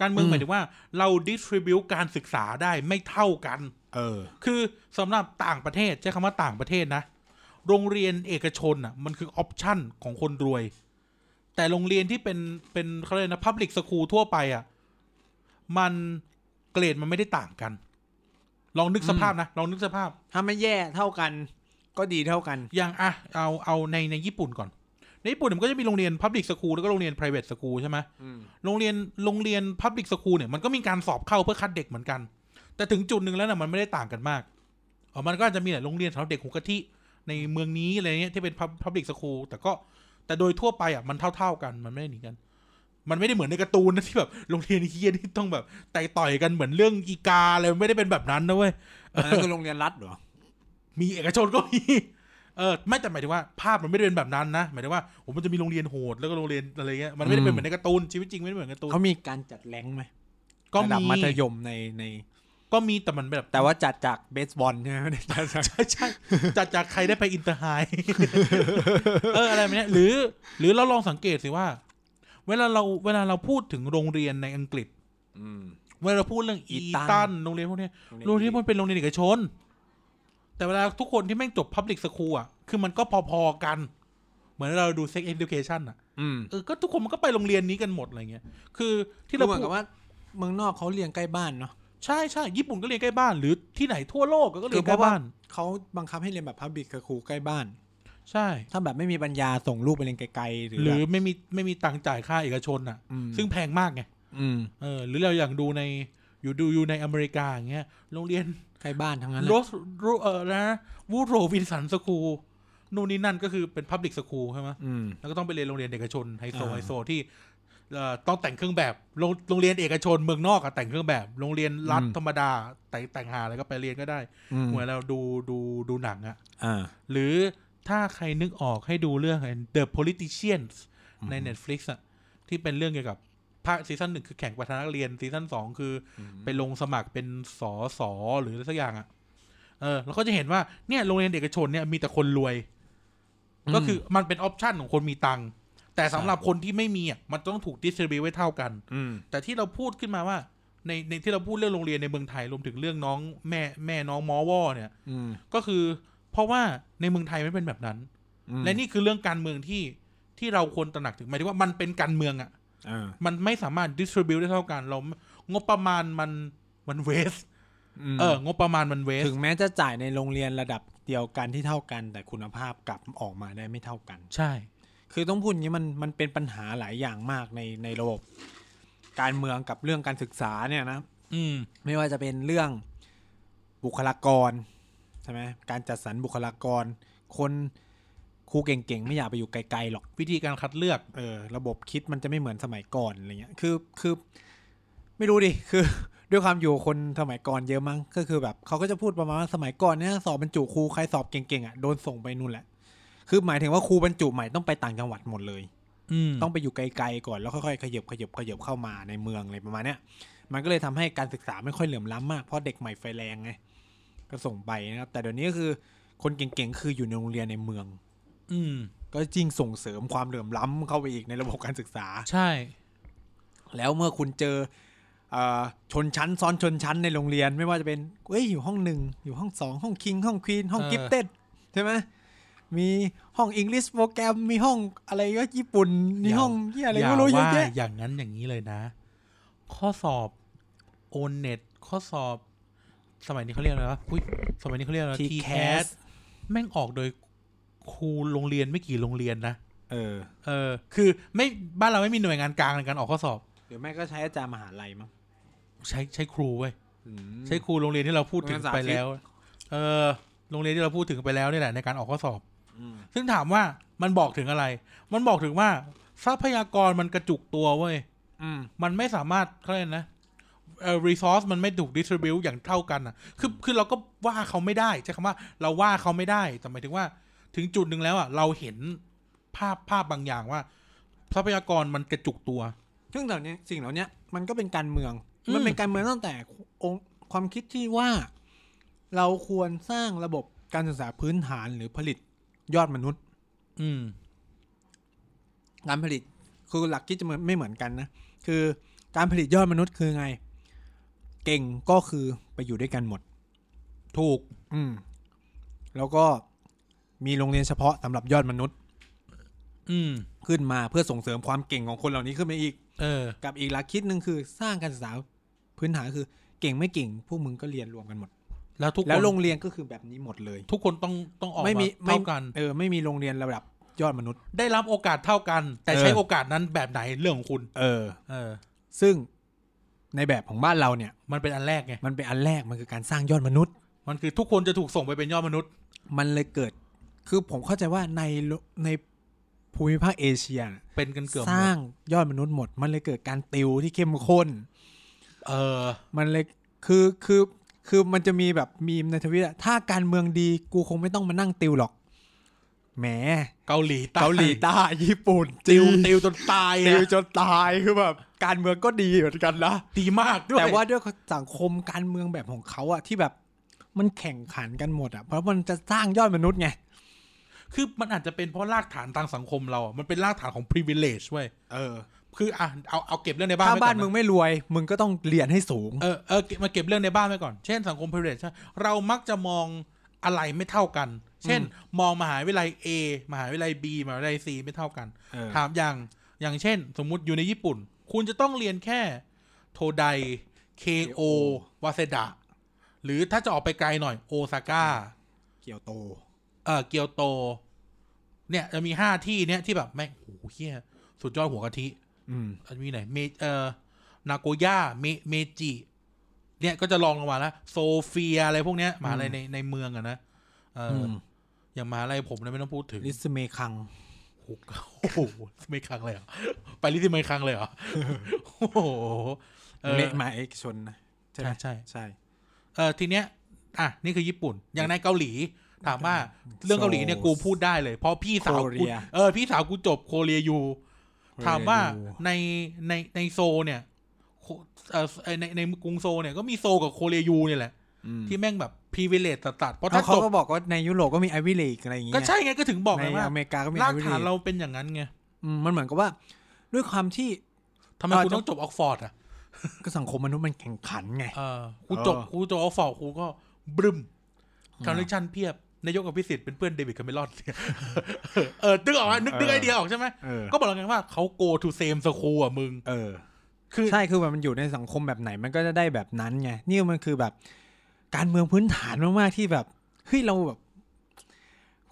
S2: การเมือง
S1: อืม
S2: หมายถึงว่าเราดิสทริบิวการศึกษาได้ไม่เท่ากัน
S3: เออ
S2: คือสำหรับต่างประเทศใช้คำว่าต่างประเทศนะ โรงเรียนเอกชนอ่ะมันคือออปชั่นของคนรวย แต่โรงเรียนที่เป็นเป็นเขาเรียกนะพับลิกสคูลทั่วไปอ่ะมันเกรดมันไม่ได้ต่างกัน ลองนึกสภาพนะ ลองนึกสภาพ
S1: ถ้าไม่แย่เท่ากัน ก็ดีเท่ากัน
S2: อย่างอ่ะเอาเอาในในญี่ปุ่นก่อน ในญี่ปุ่นเนี่ยมันก็จะมีโรงเรียน Public School แล้วก็โรงเรียน Private School ใช่ไหมโรงเรียนโรงเรียน Public School เนี่ยมันก็มีการสอบเข้าเพื่อคัดเด็กเหมือนกัน แต่ถึงจุดหนึ่งแล้วนะมันไม่ได้ต่างกันมากเออมันก็อาจจะมีแหละโรงเรียนสำหรับเด็กหัวกะทิในเมืองนี้อะไรเงี้ยที่เป็น Pub- Public School แต่ก็แต่โดยทั่วไปอ่ะมันเท่า ๆกันมันไม่ได้หนีกัน มันไม่ได้เหมือนในการ์ตูนนะที่แบบโรงเรียนเฮียที่ต้องแบบแตกต่อยกันเหมือนเรื่องอีกาอะไรมันไม่ได้เป็นแบบนั้นนะเว้ย
S1: อันนั้นคือโรงเรียนรัฐเหร <laughs> อ
S2: มีเอกชนก็มี <laughs> เออ ไม่แต่หมายถึงว่าภาพมันไม่ได้เป็นแบบนั้นนะ หมายถึงว่าโอ้มันจะมีโรงเรียนโหดแล้วก็โรงเรียนอะไรเงี้ย มันไม่ได้เป็
S1: อื
S2: น
S1: ม
S2: เหมือนในการ์ตูน ชีวิตจริงไม่ได้เหมือนการ์ตูน
S1: เขามีการจัดแรงค์ไหม
S2: ก็
S1: ระดับ
S2: มี
S1: มัธยมในใน
S2: ก็มีแต่มันแบบ
S1: แต่ว่าจัดจากเบสบอลใช่ไหมไม่ได้จัดจาก
S2: ใช่ใช่ <laughs> จากจากใครได้ไปอินเตอร์ไฮ <laughs> เอออะไรแบบเนี้ยหรือ หรือเราลองสังเกตสิว่า เวลาเราเวลาเราพูดถึงโรงเรียนในอังกฤษ เวลาเราพูดเรื่อง
S1: อี
S2: อี
S1: ตัน
S2: ตันโรงเรียนพวกเนี้ย โรงเรียนมันเป็นโรงเรียนเอกชน แต่เวลาทุกคนที่แม่งจบพับลิกสคูลอ่ะ คือมันก็พอๆกัน เหมือนเราดูเซ็กเอ u ดูเคชันอ่ะ
S1: อืม
S2: เออ ก็ทุกคนมันก็ไปโรงเรียนนี้กันหมดอะไรเงี้ย คือที่
S1: ที่
S2: เรา
S1: เราเหมือน
S2: พูด
S1: กับว่าเมืองนอกเขาเรียนใกล้บ้านเนาะ
S2: ใช่ใช่ญี่ปุ่นก็เรียนใกล้บ้าน หรือที่ไหนทั่วโลกก็เรี
S1: คื
S2: ย
S1: อน เพ
S2: ใกล้
S1: ราะว่า
S2: บ้าน
S1: เขาบังคับให้เรียนแบบพับบิกกับครูใกล้บ้าน
S2: ใช่
S1: ถ้าแบบไม่มีปัญญาส่งลูกไปเรียนไกลๆหรือ
S2: หรือ
S1: แบบ
S2: ไม่มีไม่มีตังค์จ่ายค่าเอกชนอ่ะ
S1: ม
S2: ซึ่งแพงมากไง
S1: อืม
S2: เออ หรือเราอย่างดูในอยู่ดูอยู่ในอเมริกาอย่างเงี้ย โรงเรียน
S1: ใกล้บ้านทั้งนั้น
S2: โร
S1: เลย
S2: สโรเออนะวูดโรวินสันสคูลนู่นนี่นั่นก็คือเป็นพับลิกสคูลใช่ไหม
S1: อืม
S2: แล้วก็ต้องไปเรียนโรงเรียนเอกชนไฮโซ
S1: อ่า
S2: ไฮโซที่เอ่อต้องแต่งเครื่องแบบโรงโรงเรียนเอกชนเมืองนอกอะแต่งเครื่องแบบ โรงเรียนรัฐธรรมดา แต่งแต่งหาอะไรก็ไปเรียนก็ได้
S1: อืม
S2: เหมือนเราดูดูดูหนังอะ
S1: อ่า
S2: หรือถ้าใครนึกออกให้ดูเรื่อง The Politicians ใน
S1: อืม
S2: Netflix อะที่เป็นเรื่องเกี่ยวกับภาคซีซั่นหนึ่งคือแข่งประธานาธิบดีเรียนซีซั่นสองคือ ไปลงสมัครเป็นสอสอหรืออะไรสักอย่างอะเออเราก็จะเห็นว่าเนี่ยโรงเรียนเอกชนเนี่ยมีแต่คนรวย
S1: อืม
S2: ก็คือมันเป็นออปชันของคนมีตังค์แต่สำหรับคนที่ไม่มีอ่ะมันต้องถูกดิส r ริบิวไว้เท่ากัน
S1: อืม
S2: แต่ที่เราพูดขึ้นมาว่า ในในที่เราพูดเรื่องโรงเรียนในเมืองไทยรวมถึงเรื่องน้องแม่แม่น้องมอวอเนี่ย
S1: อืม
S2: ก็คือ เพราะว่าในเมืองไทยไม่เป็นแบบนั้น
S1: อืม
S2: และนี่คือเรื่องการเมืองที่ที่เราควรตระหนักถึงหมายถึงว่ามันเป็นการเมืองอ่ะ
S1: อ่า
S2: มันไม่สามารถดิส r ริบิวได้เท่ากันเรางบประมาณมันมันเวส
S1: ม
S2: เอองบประมาณมันเวส
S1: ถึงแม้จะจ่ายในโรงเรียนระดับเดียวกันที่เท่ากัน แต่คุณภาพกลับออกมาได้ไม่เท่ากัน
S2: ใช่
S1: คือต้องพูดอย่างนี้มันมันเป็นปัญหาหลายอย่างมากในในระบบ การเมืองกับเรื่องการศึกษาเนี่ยนะ
S2: อืม
S1: ไม่ว่าจะเป็นเรื่องบุคลากรใช่ไหมการจัดสรรบุคลากร คนครูเก่งๆ ไม่อยากไปอยู่ไกลๆหรอก
S2: วิธีการคัดเลือก
S1: เออระบบคิดมันจะไม่เหมือนสมัยก่อนอะไรเงี้ย คือคือ ไม่รู้ดิ <laughs> คือ ด้วยความอยู่คนสมัยก่อนเยอะมั้งก็คือแบบเขาก็จะพูดประมาณว่าสมัยก่อนเนี่ยสอบบรรจุครูใครสอบเก่งๆอ่ะโดนส่งไปนู่นแหละ คือหมายถึงว่าครูบรรจุใหม่ต้องไปต่างจังหวัดหมดเลย
S2: อืม
S1: ต้องไปอยู่ไกลๆก่อนแล้วค่อยๆขยบขยบขยบเข้ามาในเมืองอะไรประมาณเนี้ยมันก็เลยทำให้การศึกษาไม่ค่อยเหลื่อมล้ำมากเพราะเด็กใหม่ไฟแรงไงก็ส่งไปนะครับแต่เดี๋ยวนี้ก็คือคนเก่งๆคืออยู่ในโรงเรียนในเมือง
S2: อืม
S1: ก็จริงส่งเสริมความเหลื่อมล้ำเข้าไปอีกในระบบการศึกษา
S2: ใช่
S1: แล้วเมื่อคุณเจอเอ่อชนชั้นซ้อนชนชั้นในโรงเรียนไม่ว่าจะเป็นเอ้ยอยู่ห้องหนึ่งอยู่ห้องสองห้องคิงห้องควีนห้อง
S2: เออ
S1: กิฟเต็ดใช่ไหมมีห้องอังกฤษโปรแกรมมีห้องอะไรก็ญี่ปุ่นมีห้องเหียอะไรก็ไม่รู้เยอะ
S2: ว่า
S1: แยะ
S2: อย่างนั้นอย่างนี้เลยนะ ข้อสอบโอนเน็ตข้อสอบ สมัยนี้เขาเรียกอะไรวะอุ้ยสมัยนี้เขาเรียกอะไร
S1: ทีแคส
S2: สแม่งออกโดยครูโรงเรียนไม่กี่โรงเรียนนะ
S1: เออ
S2: เออ คือไม่บ้านเราไม่มีหน่วยงานกลางในการออกข้อสอบ
S1: หรือไม่ก็ใช้อาจารย์มหาลัยมั้ง
S2: ใช้ใช้ครูเว้ย
S1: อืม
S2: ใช้ครูโรงเรียนที่เราพูดถึง
S1: โรงเรียนสาธิต
S2: ไปแล้ว เออ โรงเรียนที่เราพูดถึงไปแล้วนี่แหละในการออกข้อสอบ
S1: อืม
S2: ซึ่งถามว่ามันบอกถึงอะไร มันบอกถึงว่าทรัพยากรมันกระจุกตัวเว้ย
S1: อืม
S2: มันไม่สามารถเขาเรียกนะเอ่อรีซอสมันไม่ถูกดิสทริบิวอย่างเท่ากันอ่ะ คือคือเราก็ว่าเขาไม่ได้ใช้คำว่า เราว่าเขาไม่ได้แต่หมายถึงว่า ถึงจุดหนึ่งแล้วอ่ะ เราเห็นภาพภาพบางอย่างว่า ทรัพยากรมันกระจุกตัว
S1: ซึ่งเหล่านี้สิ่งเหล่านี้มันก็เป็นการเมือง
S2: อืม
S1: มันเป็นการเมืองตั้งแต่องค์ความคิดที่ว่า เราควรสร้างระบบการศึกษาพื้นฐานหรือผลิตยอดมนุษย์
S2: อืม
S1: การผลิตคือหลักคิดจะไม่เหมือนกันนะ คือ การผลิตยอดมนุษย์คือไง เก่งก็คือไปอยู่ด้วยกันหมด
S2: ถูก
S1: อืม แล้วก็มีโรงเรียนเฉพาะสำหรับยอดมนุษย์
S2: อืม
S1: ขึ้นมาเพื่อส่งเสริมความเก่งของคนเหล่านี้ขึ้นมาอีก
S2: เออ
S1: กับอีกหลักคิดหนึ่งคือสร้างการศึกษาพื้นฐานคือ เก่งไม่เก่งพวกมึงก็เรียนรวมกันหมด
S2: แล้วทุกค
S1: แล้ว
S2: น
S1: โรงเรียนก็คือแบบนี้หมดเลย
S2: ทุกคนต้องต้องออก
S1: ไม่มี
S2: มา
S1: ไม่
S2: เท่ากัน
S1: เออไม่มีโรงเรียนระดับยอดมนุษย์
S2: ได้รับโอกาสเท่ากัน แต่
S1: เออ
S2: ใช้โอกาสนั้นแบบไหนเรื่องของคุณ
S1: เออ
S2: เออ
S1: ซึ่งในแบบของบ้านเราเนี่ย
S2: มันเป็นอันแรกไง
S1: มันเป็นอันแรกมันคือการสร้างยอดมนุษย์
S2: มันคือทุกคนจะถูกส่งไปเป็นยอดมนุษย์
S1: มันเลยเกิด คือผมเข้าใจว่าในโลในภูมิภาคเอเชียน่ะ
S2: เป็นกันเกือบหม
S1: ส
S2: ด
S1: ร้างยอดมนุษย์หมด มันเลยเกิดการติวที่เข้มข้น
S2: เออ
S1: มันเลยคือคือคือมันจะมีแบบมีมในทวิตอะถ้าการเมืองดีกูคงไม่ต้องมานั่งติวหรอกแหม
S2: เกาหลีใต้
S1: เกาหลีใต้ญี่ปุ่น
S2: ติว
S1: จีน
S2: ติวจนตาย
S1: ติว
S2: อะ
S1: จนตายคือแบบการเมืองก็ดีเหมือนกันนะ
S2: ดีมากด้วย
S1: แต่ว่าด้วยสังคมการเมืองแบบของเขาอะที่แบบมันแข่งขันกันหมดอะเพราะมันจะสร้างยอดมนุษย์ไง
S2: คือมันอาจจะเป็นเพราะรากฐานทางสังคมเราอะมันเป็นรากฐานของ privilege เว้ย
S1: เออ
S2: คืออ่ะเอาเอาเก็บเรื่องในบ้าน
S1: ถ้า
S2: ไว้ก่อ
S1: บ้าน
S2: นะ
S1: มึงไม่รวย มึงก็ต้องเรียนให้สูง
S2: เออเออเก็บมาเก็บเรื่องในบ้านไว้ก่อน เช่นสังคม privilege ใช่เรามักจะมองอะไรไม่เท่ากัน เช่น มองมหาวิทยาลัย A มหาวิทยาลัย B มหาวิทยาลัย C ไม่เท่ากัน
S1: เออ
S2: ถามอย่างอย่างเช่น สมมุติอยู่ในญี่ปุ่น คุณจะต้องเรียนแค่โทได KO วาเซดะ หรือถ้าจะออกไปไกลหน่อยโอซาก้า
S1: เกียวโต
S2: เออเกียวโต เนี่ยจะมีห้าที่เนี่ยที่แบบแม่งโอ้โหเฮียสุดยอดหัวกะทิ
S1: อืม
S2: อันมีไหนเมเอ่อนาโกย่าเมเมจิ เนี่ยก็จะลองลงมาแล้วโซเฟียอะไรพวกเนี้ยมหาอะไรในในเมืองอะนะเอออ
S1: ม
S2: อย่างมหาอะไรผมเนี่ยไม่ต้องพูดถึง
S1: ลิสเมคัง
S2: โอ้โหโอ้โหไม่ครั้งเลยเหรอไปลิที่ไม่ครั้งเลยเหร
S1: <laughs>
S2: อโอ้โหเออ
S1: เมฆมาเอกชนนะใช่ไหม
S2: ใช่ใช่
S1: ใช่
S2: เออทีเนี้ยอ่ะนี่คือญี่ปุ่น อย่างในเกาหลี ถามว่าเรื่องเกาหลีเนี่ยกูพูดได้เลย เพราะพี่สาวกูเออพี่สาวกูจบโคเรียยู ถามว่าในในในโซลเนี่ยโคเอ่อเอ่อในในกรุงโซลเนี่ยก็มีโซลกับโคเรยูเนี่ยแหละ
S1: อืม
S2: ที่แม่งแบบพรีเวลเลตตัดๆเพราะ
S1: เขา
S2: ถ้า
S1: เขา
S2: จบ
S1: ก็บอกว่าในยุโรปก็มีไอวิลีกอะไรอย่างเงี้ย
S2: ก็ใช่ไงก็ถึงบอก
S1: ใน
S2: ไงว่า
S1: อเมริกาก็มี
S2: ราก
S1: ไอวิ
S2: ฐา
S1: ลี
S2: น
S1: ก
S2: เราเป็นอย่างนั้นไง
S1: มันเหมือนกับว่า ด้วยความที่
S2: ทำไมคุณต้องจบออกฟอร์ดอ่ะ
S1: ก็สังคมมนุษย์มันแข่งขันไง
S2: เออกูจบ
S1: เออ
S2: กูจบออกฟอร์ดกูก็บรึมคอนเนคชั่นเพียบนายกอภิสิทธิ์เป็นเพื่อนเดวิดแคาเมรอน <laughs> เนี่ยเออนึกออกไหมนึกนึกไอเดียออกใช่ไหม
S1: เออ
S2: ก็บอกแล้วไงว่าเขา go to same school อ่ะมึง
S1: เออ
S2: คือ
S1: ใช่คือแบบมันอยู่ในสังคมแบบไหนมันก็จะได้แบบนั้นไงนี่มันคือแบบการเมืองพื้นฐานมากๆที่แบบเฮ้ยเราแบบ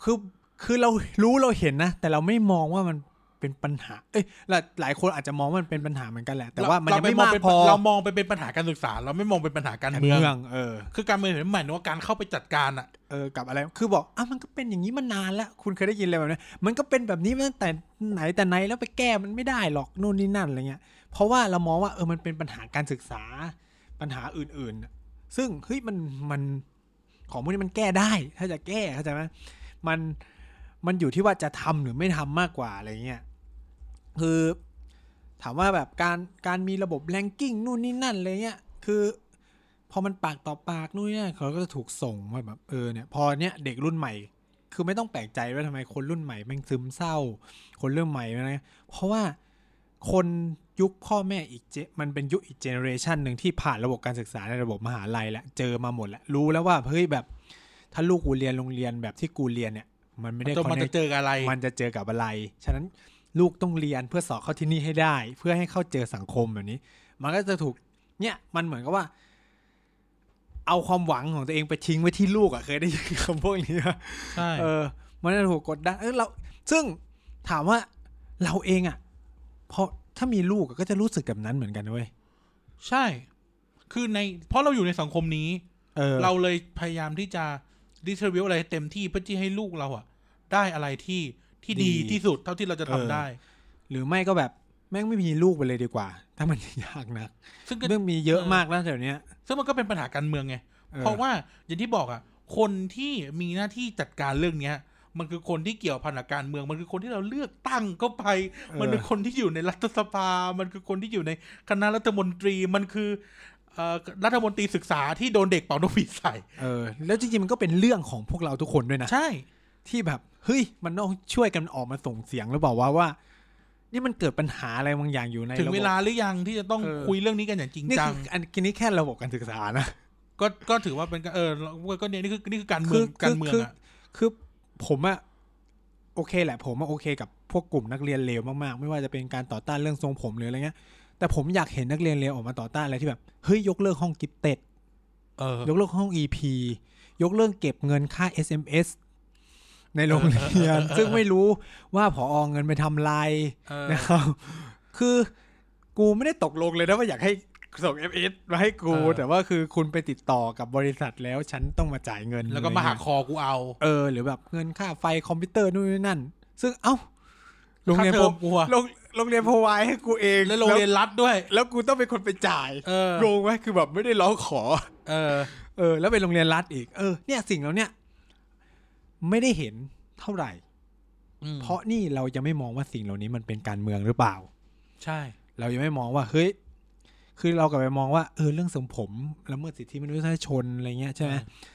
S1: คือคือเรารู้เราเห็นนะ แต่เราไม่มองว่ามันเป็นปัญหา เอ้ยหลายหลายคนอาจจะมองว่ามันเป็นปัญหาเหมือนกันแหละ แต่ว่ามันยังไม่มากพอ
S2: เรามองไปเป็นปัญหาการศึกษา เราไม่มองเป็นปัญหาการ
S1: การ
S2: เมื
S1: เมื
S2: อ
S1: อ
S2: ง
S1: งเออ
S2: คือการเมืองเห็นหมายถึงว่าการเข้าไปจัดการอะ
S1: เออกับอะไรคือบอกอ่ะมันก็เป็นอย่างนี้มานานแล้ว คุณเคยได้ยินอะไรแบบนี้มันก็เป็นแบบนี้มาตั้งแต่ไหนแต่ไหนแล้วไปแก้มันไม่ได้หรอกนู่นนี่นั่นอะไรเงี้ย เพราะว่าเรามองว่าเออมันเป็นปัญหาการศึกษาปัญหาอื่นๆน่ะซึ่งเฮ้ยมันมันของพวกนี้มันแก้ได้ ถ้าจะแก้เข้าใจไหมมันมันอยู่ที่ว่าจะทำหรือไม่ทำมากกว่าอะไรเงี้ยคือถามว่าแบบการการมีระบบแรงกิ้งนู่นนี่นั่นอะไรเงี้ยคือพอมันปากต่อปากนู่นนี่นั่นเขาก็จะถูกส่งว่าแบบเออเนี่ยพอเนี้ยเด็กรุ่นใหม่ คือไม่ต้องแปลกใจว่าทำไมคนรุ่นใหม่แม่งซึมเศร้า คนเรื่องใหม่นะเพราะว่า คนยุคพ่อแม่อีกเจมันเป็นยุคอีกเจเนอเรชันหนึ่งที่ผ่านระบบการศึกษาในระบบมหาลัยแล้วเจอมาหมดแล้ว รู้แล้วว่าเฮ้ยแบบ ถ้าลูกกูเรียนโรงเรียนแบบที่กูเรียนเนี่ย มันไม่ได้
S2: จน
S1: คอ
S2: มัน
S1: นเน
S2: จะเจอกับอะไร
S1: มันจะเจอกับอะไร ฉะนั้นลูกต้องเรียนเพื่อสอบเข้าที่นี่ให้ได้ เพื่อให้เข้าเจอสังคมแบบนี้ มันก็จะถูกเนี่ยมันเหมือนกับว่า เอาความหวังของตัวเองไปทิ้งไว้ที่ลูกอะเคยได้ยินคำพวกนี้ปะ
S2: ใช่
S1: เออ มันจะถูกกดดัน เออเรา ซึ่งถามว่าเราเองอะ่ะพอถ้ามีลูกอะก็จะรู้สึกแบบนั้นเหมือนกันนะเว้ย
S2: ใช่ คือในเพราะเราอยู่ในสังคมนี้
S1: เออ
S2: เราเลยพยายามที่จะดิสเทริวอะไรให้เต็มที่เพื่อที่ให้ลูกเราอะได้อะไรที่ที่ดีที่สุดเท่าที่เราจะทำได้
S1: หรือไม่ก็แบบแม่งไม่มีลูกไปเลยดีกว่า ถ้ามันยากนัก
S2: ซึ่งก็
S1: เรื่องมีเยอะมากแล้วเดี๋ยวเนี้ย
S2: ซึ่งมันก็เป็นปัญหาการเมืองไง
S1: ออ
S2: เพราะว่าอย่างที่บอกอะคนที่มีหน้าที่จัดการเรื่องเนี้ย มันคือคนที่เกี่ยวพันกับการเมือง มันคือคนที่เราเลือกตั้งเข้าไป มันเป็นคนที่อยู่ในรัฐสภา มันคือคนที่อยู่ในคณะรัฐมนตรี มันคือเอ่อรัฐมนตรีศึกษาที่โดนเด็กเป่านกหวีดใส่
S1: เออ แล้วจริงๆมันก็เป็นเรื่องของพวกเราทุกคนด้วยนะ
S2: ใช่
S1: ที่แบบ เฮ้ย มันต้องช่วยกันออกมาส่งเสียงหรือเปล่าว่าว่า นี่มันเกิดปัญหาอะไรบางอย่างอยู่ใน
S2: ถึง
S1: ระบบ
S2: เวลาหรือยังที่จะต้อง
S1: เออ
S2: คุยเรื่องนี้กันอย่างจริง
S1: นี่
S2: จั
S1: คื
S2: ง
S1: ออันนี้แค่ระบบการศึกษานะ
S2: ก็ก็ถือว่าเป็นการเออก็ก็เนี่ยนี่คือนี่คือการ
S1: คื
S2: เมือ
S1: อง
S2: การเมือง
S1: คือ
S2: อะ
S1: คือผมอะโอเคแหละ ผมอะโอเคกับพวกกลุ่มนักเรียนเลวมากๆ ไม่ว่าจะเป็นการต่อต้านเรื่องทรงผมหรืออะไรเงี้ย แต่ผมอยากเห็นนักเรียนเลวออกมาต่อต้านอะไรที่แบบเฮ้ยยกเลิกห้องกิฟเต็ด
S2: เออย
S1: กเลิกห้อง EP ยกเลิกเก็บเงินค่า SMS ในโรงเรียน <laughs> ซึ่งไม่รู้ว่าผออเงินไปทำอะไร
S2: เออ
S1: นะครับ คือกูไม่ได้ตกลงเลยนะว่าอยากให้ส่ง MS มาให้กู แต่ว่าคือคุณไปติดต่อกับบริษัทแล้วฉันต้องมาจ่ายเงิน
S2: แล้วก็มาหักคอกูเอา
S1: เออหรือแบบเงินค่าไฟคอมพิวเตอร์นู่นนี่นั่น ซึ่งเอ้าโรง
S2: ค่า
S1: เรียน
S2: เท
S1: ผ
S2: อ
S1: ม
S2: มกูอะ
S1: โรงโรงเรียนพรไวให้กูเอง
S2: แล้วโรงเรียนรัฐด้วย
S1: แล้วกูต้องเป็นคนไปจ่าย
S2: เออ
S1: โรงไว้คือแบบไม่ได้ร้องขอ
S2: เออ
S1: เออ แล้วเป็นโรงเรียนรัฐอีกเออเนี่ยสิ่งเหล่าเนี้ยไม่ได้เห็นเท่าไหร่
S2: อืม
S1: เพราะนี่เราจะไม่มองว่าสิ่งเหล่านี้มันเป็นการเมืองหรือเปล่า
S2: ใช่
S1: เรายังไม่มองว่าเฮ้ยคือเรากลับไปมองว่าเออเรื่องเสริมผมละเมิดสิทธิมนุษยชนอะไรเงี้ยใช่ไหม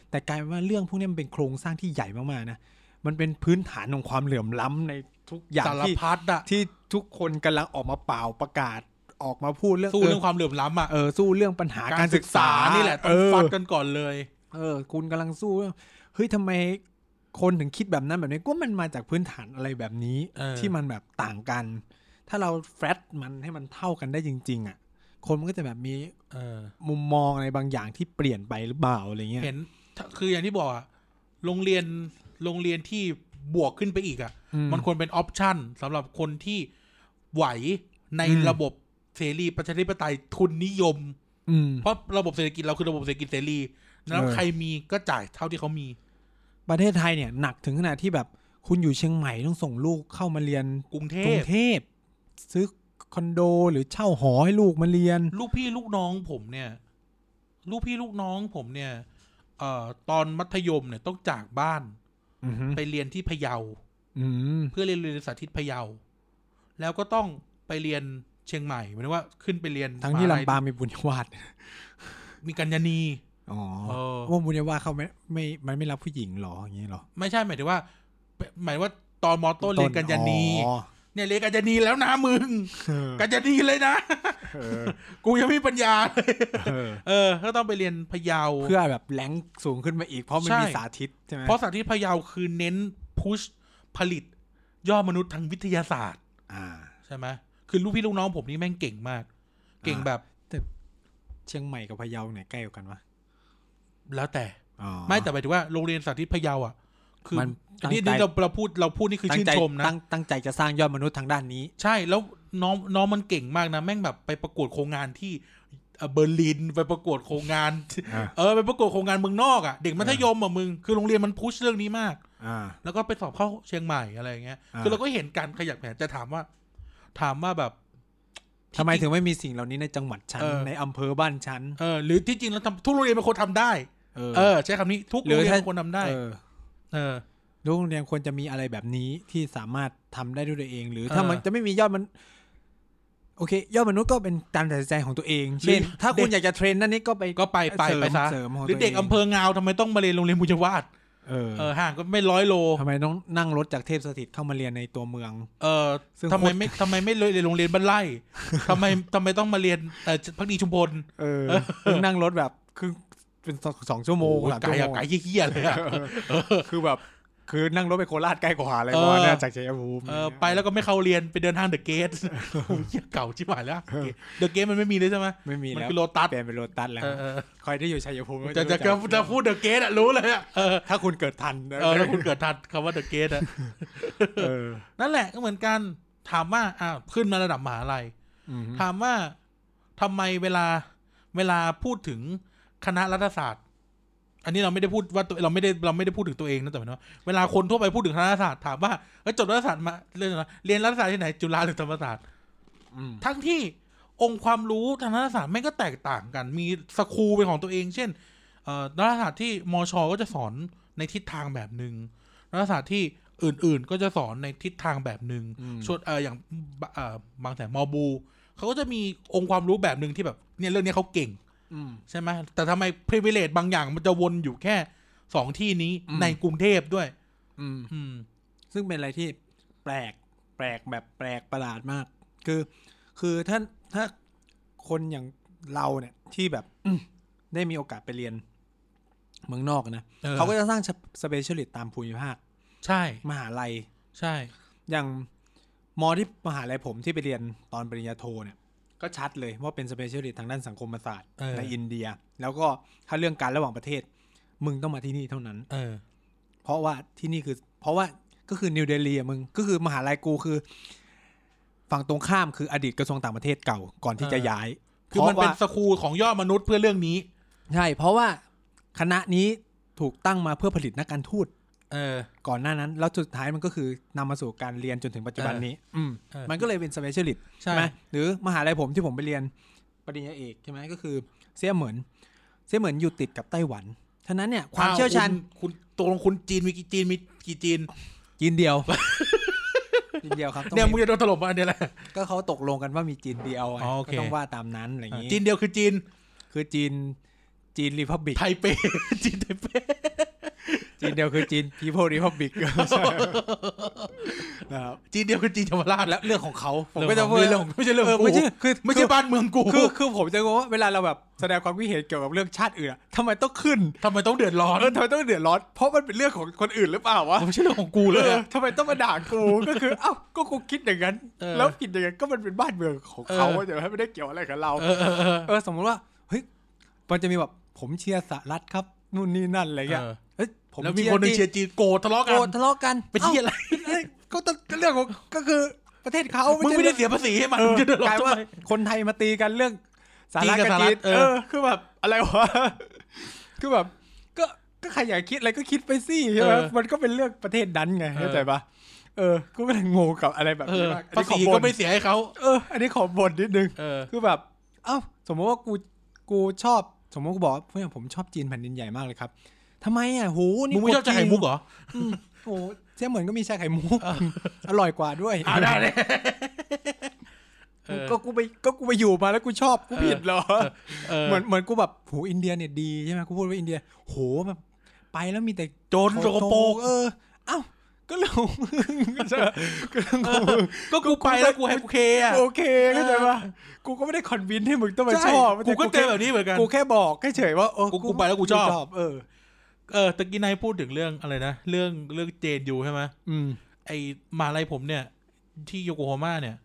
S1: แต่กลายเป็นว่าเรื่องพวกนี้มันเป็นโครงสร้างที่ใหญ่มากๆนะ มันเป็นพื้นฐานของความเหลื่อมล้ำในทุกอย่าง
S2: สาร
S1: ที่
S2: พัดอะ
S1: ที่ทุกคนกำลังออกมาเป่าประกาศออกมาพูดเรื่อง
S2: สู้เรื่องความเหลื่อมล้ำอะ
S1: เออสู้เรื่องปัญหาการศึกษา
S2: นี่แหละต้
S1: เอ
S2: อง
S1: อ
S2: ฟัดกันก่อนเลย
S1: เออ คุณกำลังสู้เรื่องเฮ้ยทำไมคนถึงคิดแบบนั้นแบบนี้ก็มันมาจากพื้นฐานอะไรแบบนี้
S2: เออ
S1: ที่มันแบบต่างกัน ถ้าเราแฟลตมันให้มันเท่ากันได้จริง ๆ อ่ะ คนมันก็จะแบบมี
S2: เออ
S1: มุมมองอะไรบางอย่างที่เปลี่ยนไปหรือเปล่าอะไรเงี้ย
S2: เห็นถ้าคืออย่างที่บอกอะโรงเรียนโรงเรียนที่บวกขึ้นไปอีกอะ
S1: อื
S2: มันควรเป็นออปชันสำหรับคนที่ไหวใน
S1: อืม
S2: ระบบเสรีประชาธิปไตยทุนนิยม
S1: อืม
S2: เพราะระบบเศรษฐกิจเราคือระบบเศรษฐกิจเสรีแล้ว
S1: เออ
S2: ใครมีก็จ่ายเท่าที่เขามี
S1: ประเทศไทยเนี่ยหนักถึงขนาดที่แบบคุณอยู่เชียงใหม่ต้องส่งลูกเข้ามาเรียน
S2: กรุงเท
S1: กรุ
S2: พ
S1: งเทพซื้อคอนโดหรือเช่าหอให้ลูกมาเรียน
S2: ลูกพี่ลูกน้องผมเนี่ย ลูกพี่ลูกน้องผมเนี่ยเอ่อตอนมัธยมเนี่ยต้องจากบ้าน
S1: อืม
S2: ไปเรียนที่พะเยา
S1: อืม
S2: เพื่อเรียนเรียนสาธิตพะเยา แล้วก็ต้องไปเรียนเชียงใหม่หมายถึงว่าขึ้นไปเรียน
S1: ทั้งที่
S2: มหย
S1: ลำปางมีบุญวาด
S2: มีกัญญาณี
S1: อ๋อ
S2: เออ
S1: ว่าบุญวาดเขาไม่ไม่มันไม่รับผู้หญิงเหรออย่างนี้เหรอ
S2: ไม่ใช่หมายถึงว่า หมายถึงว่าตอนมอต้นเรียนกัญญาณี
S1: อ๋อ
S2: เนี่ยเรียนกัญญาณีแล้วนะมึง
S1: เออ
S2: กัญญาณีเลยนะ
S1: เออ
S2: กูยังไม่มีปัญญาเลย
S1: เออ
S2: เออก็ต้องไปเรียนพะเยา
S1: เพื่อแบบแรงสูงขึ้นมาอีกเพราะมัน
S2: ใช่
S1: มีสาธิตใช่ไหม
S2: เพราะสาธิตพะเยาคือเน้นพุชผลิตย่อมนุษย์ทางวิทยาศาสตร์
S1: อ่า
S2: ใช่ไหมคือลูกพี่ลูกน้องผมนี่แม่งเก่งมาก เก่งแบบ
S1: เชียงใหม่กับพะเยาไหนใกล้กว่ากันวะ
S2: แล้วแต่
S1: อ๋อ
S2: ไม่แต่หมายถึงว่าโรงเรียนสาธิตพะเยาอ่ะ คือ
S1: มันตั้ง
S2: นี่
S1: ใจ
S2: นี่เราเราพูดเราพูดนี่คือ
S1: ตั้ง
S2: ชื่น
S1: ใจ
S2: ชมนะ
S1: ตั้งตั้งใจจะสร้างยอดมนุษย์ทางด้านนี้
S2: ใช่แล้วน้องน้องมันเก่งมากนะ แม่งแบบไปประกวดโครงงานที่เอ่อเบอร์ลินไปประกวดโครงงาน
S1: อ่า
S2: เออไปประกวดโครงงานเมืองนอกอ่ะเด็กมัธยมอ่ะมึงคือโรงเรียนมันพุชเรื่องนี้มาก
S1: อ่า
S2: แล้วก็ไปสอบเข้าเชียงใหม่อะไรอย่างเงี้ย
S1: อ่า
S2: คือเราก็เห็นการขยับแผนแต่ถามว่า ถามว่าแบบ
S1: ทำไมถึงไม่มีสิ่งเหล่านี้ในจังหวัดฉัน
S2: เออ
S1: ในอำเภอบ้านฉัน
S2: เออหรือที่จริงแล้วทำทุกโรงเรียนเป็นคนทำได้
S1: เออ
S2: เออใช้คำนี้ทุก
S1: หรื
S2: โร
S1: อง
S2: เรียน
S1: ถ้า
S2: เป็นคนทำได้
S1: เออ
S2: เออ
S1: โรงเรียนควรจะมีอะไรแบบนี้ที่สามารถทำได้ด้วยตัวเอง หรือ
S2: เออ
S1: ถ้ามันจะไม่มียอดมัน โอเค ยอดมนุษย์ก็เป็นตามตัดสินใจของตัวเอง เช่น
S2: หรือ
S1: ถ้าคุณอยากจะเทรนนั่นนี่ก็ไป
S2: ก็ไปไปไปซะ
S1: เสริมของ
S2: หรือเด็ก
S1: ตัวง
S2: อำเภองาวทำไมต้องมาเรียนโรงเรียนบุญยวาด
S1: เออ
S2: เออห่างก็ไม่ร้อยโล
S1: ทำไมต้องนั่งรถจากเทพสถิตเข้ามาเรียนในตัวเมือง
S2: เออ
S1: ซึ่ง
S2: ทำไมไม่ทำไมไม่เรียนโรงเรียนบ้านไร่ ทำไมทำไมต้องมาเรียนเอ่อพักดีชุมพล
S1: เออซึ่งนั่งรถแบบคือเป็นสองสองชั่วโมง
S2: ห
S1: สาม
S2: ไกล
S1: ชั่ว
S2: อะ
S1: โมง
S2: ไกลเหี้ยๆเลยอะ
S1: คือแบบ คือนั่งรถไปโคราชใกล้กว่าอะไร
S2: เอ
S1: ป
S2: อ
S1: ระมาณเนี้ยจากชัยภูมิ
S2: เออไปแล้วก็ไม่เข้าเรียนไปเดินห้างเดอะเกต <laughs> เหี้ยเก่าชิบหายแล้วเดอะเกตมันไม่มีเลยใช่ไหม
S1: ไม่มี
S2: มัน
S1: แล้ว
S2: คือโลตัส
S1: เปลี่ยนเป็นโรตัสแล้ว
S2: เออเออ
S1: ใครที่อยู่ชัยภูมิ
S2: จะจะ
S1: รู้
S2: จะจะพูดเดอะเกตอะรู้เลยอะเออ
S1: ถ้าคุณเกิดทันนะ
S2: เออถ้าคุณเกิดทันคำว่าเดอะเกตอะ
S1: เออ
S2: นั่นแหละก็เหมือนกันถามว่าอ่าขึ้นมาระดับมหาลัย
S1: อืม
S2: ถามว่าทำไมเวลาเวลาพูดถึงคณะรัฐศาสตร์ อันนี้เราไม่ได้พูดว่าตัวเราไม่ได้เราไม่ได้พูดถึงตัวเองนะแต่หมายถึงว่าเวลาคนทั่วไปพูดถึงคณะรัฐศาสตร์ถามว่าเอ้ยจบรัฐศาสตร์มาเรียนอะไรเรียนรัฐศาสตร์ที่ไหนจุฬาหรือธรรมศาสตร์
S1: อืม
S2: ทั้งที่องค์ความรู้ทางรัฐศาสตร์ไม่งก็แตกต่างกัน มีสคูลเป็นของตัวเอง เช่นเอ่อรัฐศาสตร์ที่มชก็จะสอนในทิศทางแบบหนึ่งรัฐศาสตร์ที่อื่น ๆ ก็จะสอนในทิศทางแบบหนึ่ง
S1: อืม
S2: ชวนเอออย่างบเออบางแสนมอบูเขาก็จะมีองค์ความรู้แบบหนึ่งที่แบบเนี่ยเรื่องเนี้ยเขาเก่ง
S1: อืม
S2: ใช่ไหมแต่ทำไม privilege บางอย่างมันจะวนอยู่แค่สองที่นี้
S1: อืม
S2: ในกรุงเทพด้วย
S1: อืม
S2: อืม
S1: ซึ่งเป็นอะไรที่แปลกแป ปลกแบบแปลกประหลาดมาก คือ คือถ้าถ้าคนอย่างเราเนี่ยที่แบบ <coughs> ได้มีโอกาสไปเรียน เมืองนอกนะ
S2: ออ
S1: เขาก็จะสร้างสเปเชียลิตตามภูมิภาค
S2: ใช่
S1: มหาลัย
S2: ใช่
S1: อย่างมอที่มหาลัยผมที่ไปเรียนตอนปริญญาโทเนี่ย ก็ชัดเลยว่าเป็นสเปเชียลิสต์ทางด้านสังคมศาสตร์
S2: เออ
S1: ในอินเดีย แล้วก็ถ้าเรื่องการระหว่างประเทศ มึงต้องมาที่นี่เท่านั้น
S2: เออ
S1: เพราะว่าที่นี่คือ เพราะว่าก็คือนิวเดลีอะมึงก็คือมหาลัยกูคือ ฝั่งตรงข้ามคืออดีตกระทรวงต่างประเทศเก่าก่อนที่จะ
S2: เออ
S1: ย้าย
S2: คือมันเป็น
S1: พ
S2: ส
S1: ราะว่า
S2: กูลของยอดมนุษย์เพื่อเรื่องนี้
S1: ใช่เพราะว่าคณะนี้ถูกตั้งมาเพื่อผลิตนักการทูต
S2: เออ
S1: ก่อนหน้านั้น แล้วสุดท้ายมันก็คือนำมาสู่การเรียนจนถึงปัจจุบันนี้ อืม
S2: เออ
S1: มันก็เลยเป็นสเปเชียลิ
S2: ใช่
S1: ใช่ไหมหรือมหาลัยผมที่ผมไปเรียนปริญญาเอกใช่ไหมก็คือเสียเหมือนเสียเหมือนอยู่ติดกับไต้หวันฉะนั้นเนี่ยความเชี่ยวชาญ
S2: อ้คุณคุณตกลงคุณจีนมีกี่จีนมีกี่จีน
S1: จีนเดียว จีนเดียวครับต้อง
S2: <laughs> เนี่ยมึง
S1: มี
S2: จะโดนถล่มมาอันเดียวแหละ
S1: ก็เขาตกลงกันว่ามีจีนเดียวไง
S2: อ๋อโอเค
S1: ก็ต้องว่าตามนั้นอะไรอย่างนี้
S2: จีนเดียวคือจีน
S1: คือจีนจีนรีพับ
S2: <laughs>
S1: บิก
S2: ไทเป จีนไทเป
S1: จีนเดียวคือจีน people republic นะครับ
S2: จีนเดียวคือจีนธรรมราช
S1: แล้
S2: แล้ว ว
S1: เรื่องของเขาผม
S2: เรื่อง
S1: ก็จะ
S2: ของ
S1: พูด
S2: เรื่องไม่ใช่เรื่อง
S1: เออ
S2: กู
S1: ไม่ใช่คือ
S2: ไม่ใช่บ้านเมืองกู
S1: คือคือผมจะงงว่าเวลาเราแบบแสดงความคิดเห็นเกี่ยวกับเรื่องชาติอื่นอะทำไมต้องขึ้น
S2: ทำไมต้องเดือดร้อน
S1: เออทำไมต้องเดือดร้อน เพราะมันเป็นเรื่องของคนอื่นหรือเปล่าวะ
S2: มันไม่ใช่เรื่องของกูเลย
S1: เออ
S2: อะ
S1: ทำไมต้องมาด่ากู ก็คือเอ้าก็กูคิดอย่างนั้น
S2: เออ
S1: แล้วคิดอย่างนั้นก็มันเป็นบ้านเมืองของเขา
S2: เออ
S1: แต่ว่าไม่ได้เกี่ยวอะไรกับเรา
S2: เออเออเออ
S1: เออสมมติว่าเฮ้ยมันจะมีแบบผมเชียร์สหรัฐครับนู่นนี่นั่นอะไรเงี้ย
S2: เออ
S1: เฮ้ยผม
S2: แล้วมีคนหนึงเชียร์จีนโกรธทะเลาะ
S1: โก
S2: กั
S1: รธ
S2: น
S1: ทะเลาะกัน
S2: ไปเชียร์อะไร
S1: เอ้ยก็ต้องเรื่องของก็คือประเทศเขา
S2: มึง
S1: ใช่
S2: ไม่
S1: เรื่
S2: ได้
S1: อง
S2: เสียภาษีให้มัน
S1: เอ
S2: มึ
S1: อง
S2: จะเดือดร้อก
S1: ลาย
S2: นทำ
S1: ว่า
S2: ไม
S1: คนไทยมาตีกันเรื่องสหรัฐ
S2: จีนกับ
S1: กับ
S2: สหรั
S1: จี
S2: ฐ
S1: น
S2: เอ
S1: เอ
S2: อ
S1: อคือแบบอะไรวะ คือแบบก็ก็ใครอยากคิดอะไรก็คิดไปสิใช่ไหม
S2: เออ
S1: มันก็เป็นเรื่องประเทศดันไง
S2: เออ
S1: เข้าใจปะเออก็ไม่ได้งงกับอะไรแบบ
S2: เอ
S1: นี้
S2: อ
S1: มากอัน
S2: ภา
S1: นี้ข
S2: ษี
S1: อบ
S2: ก็
S1: น
S2: ไม่เสียให้เขา
S1: เออ อันนี้ขอบนนิดนึง
S2: เออ
S1: คือแบบ เอ้า สมมติว่ากูกูชอบ สมมติกูบอกว่าเพื่อนผมชอบจีนแผ่นดินใหญ่มากเลยครับทำไมอ่ะโหนี่
S2: มึงไม่ชอบจ่ายมุกเหรอ
S1: โอ้เจ้าเหมือนก็มีชาไข่มุกอร่อยกว่าด้วย
S2: อ่าได้เลย เออ
S1: ก็กูไปก็กูไปอยู่มาแล้วกูชอบกูผิดเหรอ
S2: เออ
S1: เหมือนเหมือนกูแบบโหอินเดียเนี่ยดีใช่ไหมกูพูดว่าอินเดียโหแบบไปแล้วมีแต่
S2: โจรโสกโปรก
S1: เออเอ้าก็เรื่องของมึงก็จะก็เรื่องของมึง
S2: ก็กูไปแล้วกูแฮปเคอะ
S1: โอเคเข้าใจปะกูก็ไม่ได้คอนวินให้มึงต้องมา
S2: ใช่
S1: ชอบ
S2: กูก็เจอ
S1: แค่
S2: แบบนี้เหมือนกัน
S1: กูแค่บอกแค่เฉยๆว่าเออ
S2: กูกูไปแล้วกูชอบ
S1: เออ
S2: เออตะกี้นายพูดถึงเรื่องอะไรนะ เรื่องเรื่องเจนอยู่ใช่ไหม
S1: อืม
S2: ไอมหาลัยผมเนี่ย ที่โยโกฮาม่าเนี่ย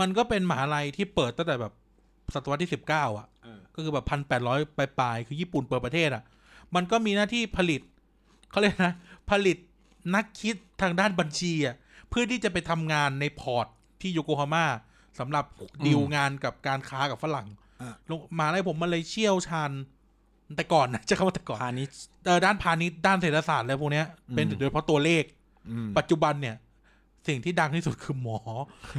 S2: มันก็เป็นมหาลัยที่เปิดตั้งแต่แบบศตวรรษที่สิบเก้าอ่ะ ก็คือแบบพันแปดร้อยปลายๆคือญี่ปุ่นเปิดประเทศอ่ะ มันก็มีหน้าที่ผลิตเขาเรียกนะ ผลิตนักคิดทางด้านบัญชีอ่ะเพื่อที่จะไปทำงานในพอร์ตที่โยโกฮาม่าสำหรับดีลงานกับการค้ากับฝรั่ง
S1: อ่ะ
S2: ลงมหาอะไรผมมันเลยเชี่ยวชาญแต่ก่อนนะจะคำว่าแต่ก่อน
S1: พาณิชย์
S2: เออด้านพาณิชย์ด้านเศรษฐศาสตร์อะไรพวกเนี้ยเป็น
S1: อืม
S2: โดยเฉพาะตัวเลข
S1: อืม
S2: ปัจจุบันเนี่ย สิ่งที่ดังที่สุดคือหมอ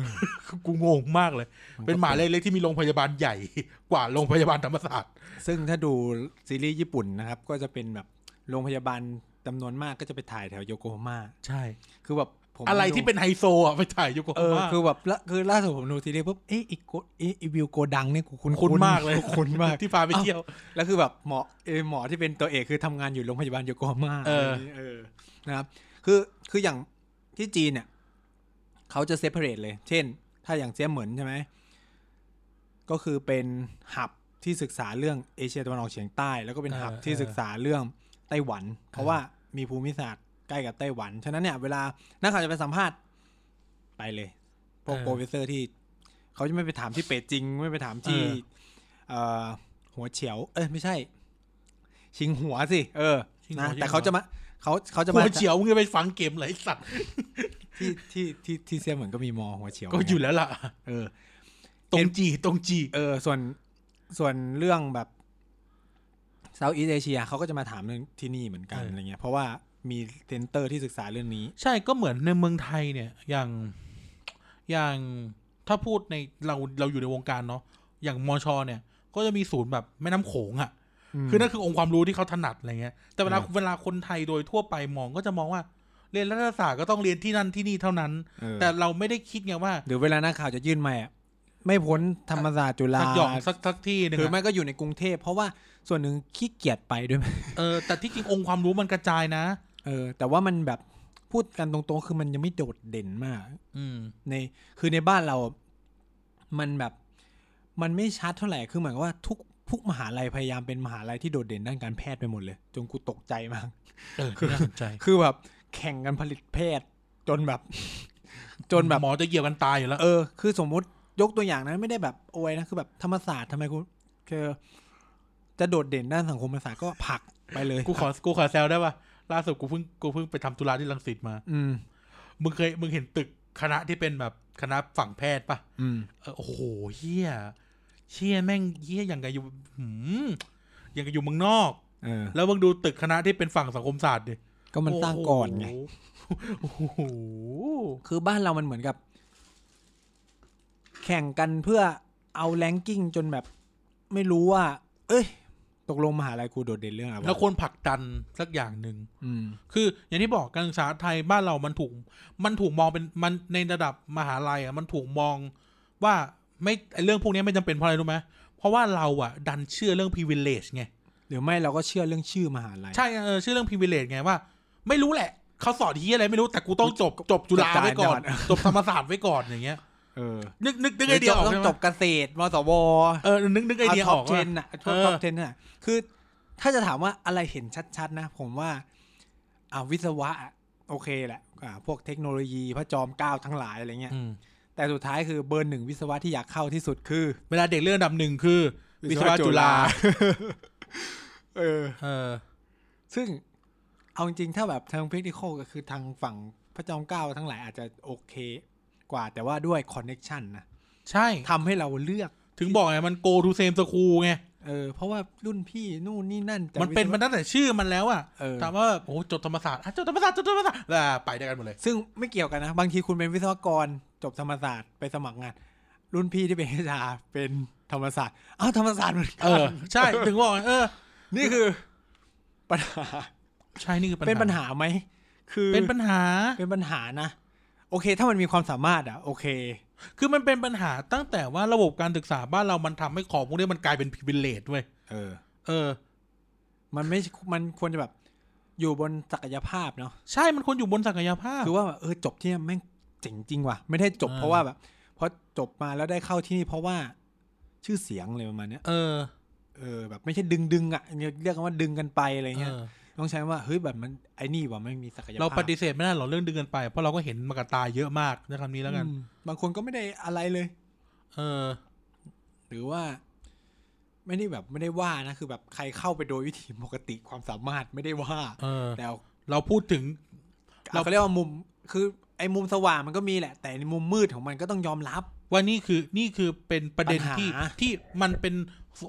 S2: <laughs> คือกูงงมากเลย เป็นหมหาเลยเล็กที่มีโรงพยาบาลใหญ่ <laughs> กว่าโรงพยาบาลธรรมศาสตร์
S1: ซึ่งถ้าดูซีรีส์ญี่ปุ่นนะครับ ก็จะเป็นแบบโรงพยาบาลจำนวนมากก็จะไปถ่ายแถวโยโกฮาม่า
S2: ใช่
S1: คือแบบผม
S2: อะไร
S1: ดู
S2: ที่เป็นไฮโซอ่ะไปถ่ายยุค
S1: เอ
S2: โอ
S1: อ
S2: มา
S1: คือแบบละคือล่าสุดผมดูซีรีส์ปุ๊บเอ๊ะอีโกเอ๊ะอีวิวโกดังเนี่ยกูคุ้น
S2: คุ้นมากเลย
S1: คุ้นมาก
S2: ที่พาไปเที่ยว
S1: แล้วคือแบบหมอเออหมอที่เป็นตัวเอกคือทำงานอยู่โรงพยาบาลโยโกฮาม่า
S2: เออ
S1: ะ
S2: อ
S1: ไรย่างงี้เออนะครับ คือคืออย่างที่จีนเนี่ยเขาจะเซ p เ r a t e เลย เช่น ถ้าอย่างเซียเหมือนใช่ไหม ก็คือเป็นหับที่ศึกษาเรื่องเอเชียตะวันออกเฉียงใต้ แล้วก็เป็นหับที่ศึกษาเรื่องไต้หวัน เพราะว่ามีภูมิศาสตร์ใกล้กับไต้หวัน ฉะนั้นเนี่ยเวลานักข่าวจะไปสัมภาษณ์ไปเลยพวกโปรเฟสเซอร์ที่ เขาจะไม่ไปถามที่เปจิงไม่ไปถามที่ เอ่อหัวเฉียว เอ้ยไม่ใช่ ชิงหัวสิ เออ
S2: ชิงหัว
S1: นะ
S2: ชิงหัว
S1: แต่เขาจะมาเขาเขาจะ
S2: หั
S1: มาว
S2: เฉียวมึงจะไปฝังเก็บเหรอไอสัตว์
S1: ที่ที่ที่ที่เซียเหมือนก็มีมอหัวเฉียว
S2: ก็อยู่แล้วล่ะ
S1: เออ
S2: ตรงจีตรงจี
S1: เออ ส่วนส่วนเรื่องแบบเซาท์อีสเอเชียเขาก็จะมาถามเรื่องที่นี่เหมือนกัน
S2: เอออ
S1: อะไรเงี้ยเพราะว่ามีเซ็นเตอร์ที่ศึกษาเรื่องนี้
S2: ใช่ก็เหมือนในเมืองไทยเนี่ย อย่างอย่างถ้าพูดในเราเราอยู่ในวงการเนาะอย่างมอชอเนี่ย ก็จะมีศูนย์แบบแม่น้ำโขงอ่ะ คือนั่นคือองค์ความรู้ที่เขาถนัดอะไรเงี้ย แต่เวลา
S1: เออ
S2: เวลาคนไทยโดยทั่วไปมองก็จะมองว่า เรียนรัฐศาสตร์ก็ต้องเรียนที่นั่นที่นี่เท่านั้น
S1: เออ
S2: แต่เราไม่ได้คิดไงว่า
S1: หรือเวลานักข่าวจะยื่นไม่ไม่พ้นธรรมศาสตร์จุฬา
S2: สักหย่อมสักสักที่หนึ่ง
S1: คือ
S2: อะ
S1: ไม่ก็อยู่ในกรุงเทพเพราะว่าส่วนหนึ่งขี้เกียจไปด้วย
S2: เออแต่ที่จริงองค์ความรู้มันกระจายนะ
S1: เออแต่ว่ามันแบบ พูดกันตรงๆ คือมันยังไม่โดดเด่นมาก
S2: อืม
S1: ในคือในบ้านเรา มันแบบ มันไม่ชัดเท่าไหร่ คือเหมือนกับว่าทุกทุกมหาลัยพยายามเป็นมหาลัยที่โดดเด่นด้านการแพทย์ไปหมดเลย จนกูตกใจ
S2: <laughs>
S1: มาก
S2: เออน่าสนใจ
S1: คือแบบแข่งกันผลิตแพทย์ จนแบบ <laughs> จนแบบ
S2: หมอจะเหยียบกันตายอยู่แล้ว
S1: เออ คือสมมุติยกตัวอย่างนะไม่ได้แบบโอยนะ คือแบบธรรมศาสตร์ทำไมคุณคือจะโดดเด่นด้านสังคมศาสตร์ก็ผลักไปเลย
S2: กูขอกูขอแซวได้ป่ะล่าสุดกูเพิ่งกูเพิ่งไปทำธุระที่ลังสิตมา
S1: อืม
S2: มึงเคยมึงเห็นตึกคณะที่เป็นแบบคณะฝั่งแพทย์ป่ะ
S1: อืม
S2: เออโอ้โหเฮียเชี่ยแม่งเฮียอย่างกับอยู่หืมอย่างกับอยู่เมืองนอก
S1: เออ
S2: แล้วมึงดูตึกคณะที่เป็นฝั่งสังคมศาสตร์ดิ
S1: ก็มันสร้างก่อนไง
S2: โอ้โหโอ้โห
S1: คือบ้านเรามันเหมือนกับ แข่งกันเพื่อเอาแรงกิ้งจนแบบ ไม่รู้ว่า เอ้ย ตกลงมหาลัยกูโดดเด่นเรื่องอะไร
S2: แล้วควรผลักดันสักอย่างหนึ่ง
S1: อืม
S2: คืออย่างที่บอกการศึกษาไทยบ้านเรามันถูก มันถูกมองเป็นมันในระดับมหาลัยอ่ะมันถูกมองว่าไม่ไอ้เรื่องพวกนี้ไม่จำเป็นเพราะอะไรรู้ไหมเพราะว่าเราอ่ะ ดันเชื่อเรื่อง privilege ไง
S1: หรือไม่เราก็เชื่อเรื่องชื่อมหาลัย
S2: ใช่เออชื่อเรื่อง privilege ไงว่า ไม่รู้แหละ เขาสอนที่อะไรไม่รู้แต่กูต้องจบจบจุฬาไว้ก่อน
S1: จบจ่ายก่อน
S2: จบธรรมศาสตร์ไว้ก่อนอย่างเงี้ย
S1: เออ
S2: นึกนึกนึกไอเดียออก
S1: ต้อ
S2: ใช่
S1: ง
S2: ไหม
S1: จบเกษตรมสว
S2: เออนึกนึกไอเดียออก
S1: เท
S2: ว่า
S1: นอะ
S2: เออ
S1: ท็อปเทนอะคือ ถ้าจะถามว่าอะไรเห็นชัดๆนะ ผมว่าอ่าวิศวะอะโอเคแหละอ่าพวกเทคโนโลยีพระจอมเกล้าทั้งหลายอะไรเงี้ย
S2: อืม
S1: แต่สุดท้ายคือเบอร์หนึ่งวิศวะที่อยากเข้าที่สุดคือ
S2: เวลาเด็กเรื่องอันดับหนึ่งคือ วิศวะจุฬา
S1: เออ
S2: เออ
S1: ซึ่งเอาจริงๆถ้าแบบทางพิธีโคก็คือทางฝั่งพระจอมเกล้าทั้งหลายอาจจะโอเคกว่าแต่ว่าด้วยคอนเน็ชันนะ
S2: ใช่
S1: ทำให้เราเลือก
S2: ถึงบอกไงมัน go to same school ไง
S1: เออ เพราะว่ารุ่นพี่นู่นนี่นั่นแต่
S2: มันเป็น
S1: วิศวะ
S2: มันตั้งแต่ชื่อมันแล้วอะ
S1: เออ
S2: ถามว่าโอ้โหจบธรรมศาสตร์อ่ะจบธรรมศาสตร์จบธรรมศาสตร์แล้วไปด้วยกันหมดเลย
S1: ซึ่งไม่เกี่ยวกันนะ บางทีคุณเป็นวิศวกรจบธรรมศาสตร์ไปสมัครงาน รุ่นพี่ที่เป็นวิชาเป็นธรรมศาสตร์เอ้าวธรรมศาสตร์เหมือน
S2: เอ
S1: กัน
S2: อ ใช่ถึงบอกไงเออ
S1: นี่คือปัญหา
S2: ใช่นี่คือปัญหา
S1: เป็นปัญหาไหมคือ
S2: เป็นปัญหา
S1: เป็นปัญหานะ โอเค ถ้ามันมีความสามารถอะโอเค
S2: คือมันเป็นปัญหาตั้งแต่ว่าระบบการศึกษาบ้านเรามันทำให้ของพวกนี้มันกลายเป็นพิเ l เลตเว้ย
S1: เออ
S2: เออ
S1: มันไม่ มันควรจะแบบ อยู่บนศักยภาพเนาะ
S2: ใช่มันควรอยู่บนศักยภาพ
S1: คือว่าแบบเออจบที่เนี่ยแม่งเจ๋งจริงว่ะ ไม่ได้จบ
S2: อ่า
S1: เพราะว่าแบบเพราะจบมาแล้วได้เข้าที่นี่เพราะว่าชื่อเสียงอะไรประมาณเนี้ย
S2: เออ
S1: เออแบบไม่ใช่ดึงดึงๆอ่ะเรียกกันว่าดึงกันไปอะไร
S2: เอ
S1: เงี้ย
S2: อ
S1: ต้องใช้ว่าเฮ้ยแบบมันไอ้นี่ว่ะไม่มีศักยภาพ
S2: เราปฏิเสธไม่ได้หรอกเรื่องดึงเงินไป เพราะเราก็เห็นมากบตาเยอะมากในคำนี้แล้วกัน
S1: อืมบางคนก็ไม่ได้อะไรเลย
S2: เออ
S1: หรือว่า ไม่ได้แบบไม่ได้ว่านะคือแบบใครเข้าไปโดยวิธีปกติความสามารถไม่ได้ว่า
S2: เออ
S1: แต่เอา
S2: เราพูดถึง
S1: เราเขาเรียกว่ามุมคือไอ้มุมสว่างมันก็มีแหละ แต่ในมุมมืดของมันก็ต้องยอมรับ
S2: ว่านี่คือนี่คือเป็นประเด็น
S1: ปัญหา
S2: ที่ที่มันเป็น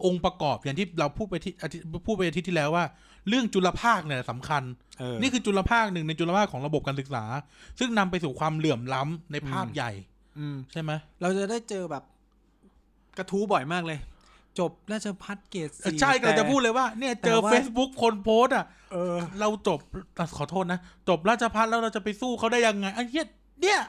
S2: องค์ประกอบอย่างที่เราพูดไปที่อาทิตย์พูดไปอาทิตย์ที่แล้วว่า เรื่องจุลภาคเนี่ยสำคัญ
S1: เออ
S2: นี่คือจุลภาคหนึ่งในจุลภาคของระบบการศึกษา ซึ่งนำไปสู่ความเหลื่อมล้ำในภาพใหญ่
S1: อืม
S2: ใช่ไหม
S1: เราจะได้เจอแบบกระทู้บ่อยมากเลย จบราชพัฒเกต
S2: เออ
S1: สี่
S2: ใช่กำลัง
S1: แต่
S2: จะพูดเลยว่าเนี่ยเจอ
S1: แต่ว่า
S2: Facebook คนโพสต์อ่ะ
S1: เออ
S2: เราจบอ่ะขอโทษนะ จบราชพัฒแล้วเราจะไปสู้เขาได้ยังไงไอ้เหี้ยเนี่ย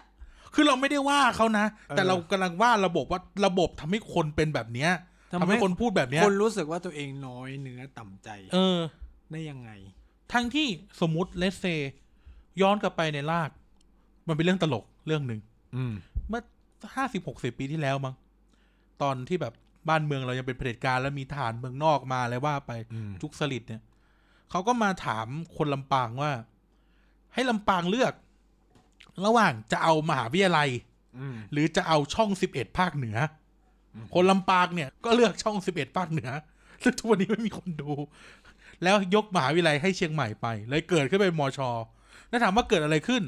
S2: คือเราไม่ได้ว่าเขานะ แต่
S1: เออ
S2: เรากำลังว่าระบบว่าระบบทำให้คนเป็นแบบเนี้ยทำ
S1: ทำให้
S2: ให้
S1: ค
S2: คน นพูดแบบเนี้ย
S1: คนรู้สึกว่าตัวเองน้อยเนื้อต่ำใจ
S2: เออ
S1: ได้ยังไง
S2: ทั้งที่สมมติเลสเซย้อนกลับไปในราก มันเป็นเรื่องตลกเรื่องหนึ่ง
S1: อืม
S2: เมื่อห้าสิบหกสิบปีที่แล้วมั้งตอนที่แบบบ้านเมืองเรายังเป็นเผด็จการแล้วมีทหารเมืองนอกมาอะไรว่าไป
S1: อืม
S2: จุกสลิดเนี่ยเขาก็มาถามคนลำปางว่า ให้ลำปางเลือก ระหว่างจะเอามหาวิทยาลัย
S1: อืม
S2: หรือจะเอาช่องสิบเอ็ดภาคเหนืออ
S1: ม
S2: คนลำปางเนี่ยก็เลือกช่องสิบเอ็ดภาคเหนือซึ่งทุกวันนี้ไม่มีคนดู แล้วยกมหาวิทยาลัยให้เชียงใหม่ไป เลยเกิดขึ้นเป็นมอชอแล้วถามว่าเกิดอะไรขึ้น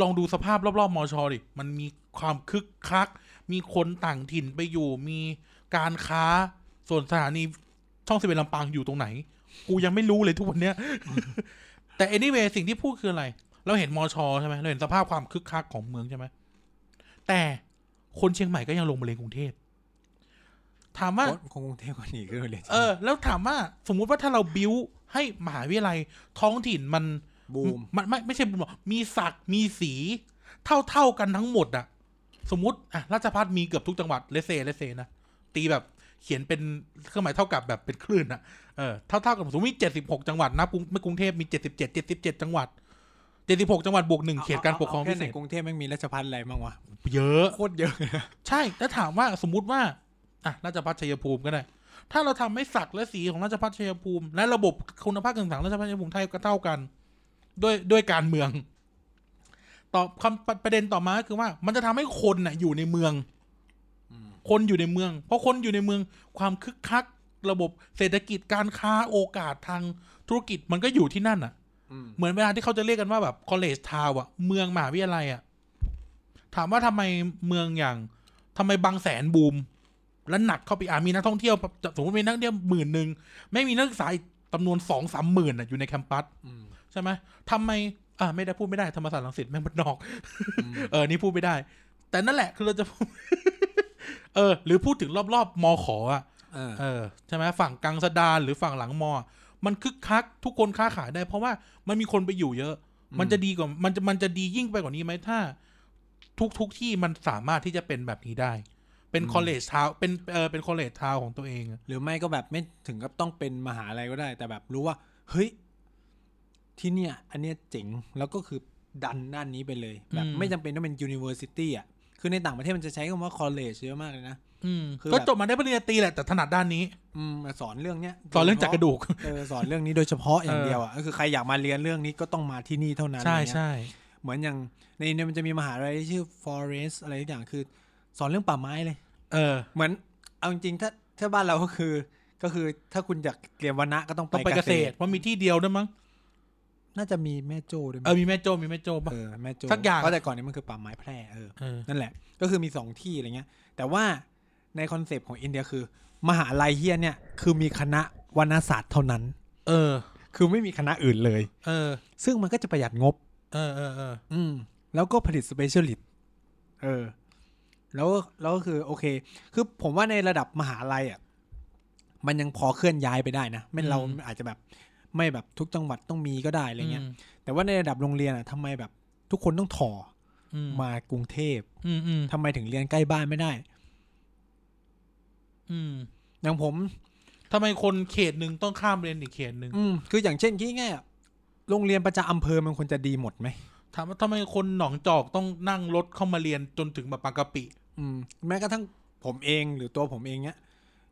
S2: ลองดูสภาพรอบๆมอชอดิมันมีความคึกคัก มีคนต่างถิ่นไปอยู่ มีการค้า ส่วนสถานีช่องสิบเอ็ดลำปางอยู่ตรงไหน กูยังไม่รู้เลยทุกวันเนี้ย <laughs> แต่ anyway สิ่งที่พูดคืออะไร เราเห็นมอชอใช่ไหมเราเห็นสภาพความคึกคักของเมืองใช่ไหม แต่คนเชียงใหม่ก็ยังลงมาเรียนกรุงเทพ ถามว่า
S1: คนคงกรุงเทพคนหนีขึ้นไปเลย
S2: เออ แล้วถามว่าสมมุติว่าถ้าเราบิวให้มหาวิทยาลัยท้องถิ่นมัน
S1: บูม
S2: มันไม่ไม่ใช่บูมหรอกมีศักดิ์มีสีเท่าเท่าๆกันทั้งหมดอะสมมติอ่ะราชพัฒมีเกือบทุกจังหวัดเลสเซเลสเซนะตีแบบเขียนเป็นเครื่องหมายเท่ากับแบบเป็นคลื่นอะเออเท่าเท่าๆกันสมมติมีเจ็ดสิบหกจังหวัดนะกรุงไม่กรุงเทพมีเจ็ดสิบเจ็ดเจ็ดสิบเจ็ดจังหวัด เจ็ดสิบหกจังหวัดบวกหนึ่งเขตการปกครอง
S1: เแค่
S2: พิเศ
S1: ใน
S2: ษ
S1: กรุงเทพแม่งมีราชพัฒอะไรบ้างวะ
S2: เยอะ
S1: โคตรเยอะเลยนะ
S2: ใช่แล้วถามว่าสมมติว่าอ่ะราชพัฒชัยภูมิก็ได้ ถ้าเราทำให้สักและสีของราชพัฒชัยภูมิ และระบบคุณภาพการศึกษาราชพัฒชัยภูมิไทยก็เท่ากัน ด้วยด้วยการเมือง ตอบคำประประเด็นต่อมาก็คือว่า มันจะทำให้คนน่ะ อยู่ในเมือง คนอยู่ในเมือง เพราะคนอยู่ในเมืองความคึกคัก ระบบเศรษฐกิจการค้าโอกาสทางธุรกิจมันก็อยู่ที่นั่นอ่ะ
S1: อืม
S2: เหมือนเวลาที่เขาจะเรียกกันว่าแบบ college town อะเมืองมหาวิทยาลัยอะถามว่าทำไมเมืองอย่างทำไมบางแสนบูม แล้วหนักเข้าไปอ่ะมีนักท่องเที่ยวสมมติมีนักท่องเที่ยวหมื่นหนึ่งไม่มีนักศึกษาอีกจำนวนสองสามหมื่นอะอยู่ในแคมปัส
S1: อืม
S2: ใช่ไหมทำไม อ่า ไม่ได้พูดไม่ได้ ธรรมศาสตร์ลังสิตแม่งมันนอก
S1: อืม
S2: เออ นี่พูดไม่ได้ แต่นั่นแหละ คือเราจะ <laughs> เออ หรือพูดถึงรอบๆมอขออะ
S1: เออ
S2: เออใช่ไหมฝั่งกังสดานหรือฝั่งหลังมอ มันคึกคัก ทุกคนค้าขายได้ เพราะว่ามันมีคนไปอยู่เยอะ มันจะดีกว่ามันจะมันจะดียิ่งไปกว่านี้ไหมถ้า ทุกทุกที่มันสามารถที่จะเป็นแบบนี้ได้ เป็นคอลเลจทาวเป็นเออเป็นคอลเลจทาวของตัวเองอะ
S1: หรือไม่ก็แบบไม่ถึงกับต้องเป็นมหาลัยก็ได้ แต่แบบรู้ว่า เฮ้ย ที่เนี่ย อันเนี้ยเจ๋งแล้วก็คือดันด้านนี้ไปเลย แบบไม่จำเป็นต้องเป็น university อ่ะคือในต่างประเทศมันจะใช้คำว่า college เยอะมากเลยนะ
S2: อืม
S1: คือแบบ
S2: ก็จบมาได้ปริญญาตรีแหละแต่ถนัดด้านนี้
S1: อืมมาสอนเรื่องเนี้ย
S2: สอนเรื่องจักกระดูก
S1: เออสอนเรื่องนี้โดยเฉพาะอย่าง
S2: เออ
S1: เดียวอ่ะก็คือใครอยากมาเรียนเรื่องนี้ก็ต้องมาที่นี่เท่านั้น
S2: ใช่
S1: อะไรเงี้ย
S2: ใช่
S1: เหมือนอย่างในอินเดียมันจะมีมหาลัยที่ชื่อ forest อะไรทุกอย่างคือ สอนเรื่องป่าไม้เลย
S2: เออ
S1: เหมือนเอาจริงๆถ้าถ้าบ้านเราก็คือ ก็คือถ้าคุณอยากเรียนวรรณะก็ต้องไป
S2: ต้องไป
S1: เก
S2: เก
S1: ษ
S2: ษ
S1: ต
S2: ต
S1: ร
S2: รว่าะมีที่เดียวด้วยมั้ง
S1: น่าจะมีแม่โจ้ด้วย
S2: เอ
S1: มั้ย
S2: อมีแม่โจมีแม่โจปะ
S1: เออแม่โจ้
S2: สักอย่าง
S1: ก็แต่ก่อนนี้มันคือป่าไม้แพร่เออ
S2: เออ
S1: นั่นแหละ ก็คือมีสองที่อะไรเงี้ย แต่ว่าในคอนเซปต์ของอินเดียคือ มหาลัยเฮียเนี่ยคือมีคณะวรรณศาสตร์เท่านั้น
S2: เออ
S1: คือไม่มีคณะอื่นเลย
S2: เออ
S1: ซึ่งมันก็จะประหยัดงบ
S2: เออเออเออ
S1: อืมแล้วก็ผลิตสเปเชียลิสต์เออ แล้ว แล้วก็คือโอเค คือผมว่าในระดับมหาลัยอ่ะ มันยังพอเคลื่อนย้ายไปได้นะ ไม่
S2: อืม
S1: เราอาจจะแบบ ไม่แบบทุกจังหวัดต้องมีก็ได้อะไรเงี้ย แต่ว่าในระดับโรงเรียนอ่ะทำไมแบบ ทุกคนต้องถอ
S2: อืม
S1: มากรุงเทพ
S2: อืมอืม
S1: ทำไมถึงเรียนใกล้บ้านไม่ได้
S2: อืม
S1: อย่างผม
S2: ทำไมคนเขตหนึ่งต้องข้ามเรียนอีกเขตหนึ่ง
S1: อืม คืออย่างเช่นที่ง่ายๆอ่ะโรงเรียนประจำอำเภอมันควรจะดีหมดไหม
S2: ถามว่าทำไมคนหนองจอกต้องนั่งรถเข้ามาเรียนจนถึงแบบปางกะปิ
S1: อืมแม้กระทั่งผมเองหรือตัวผมเองเนี้ย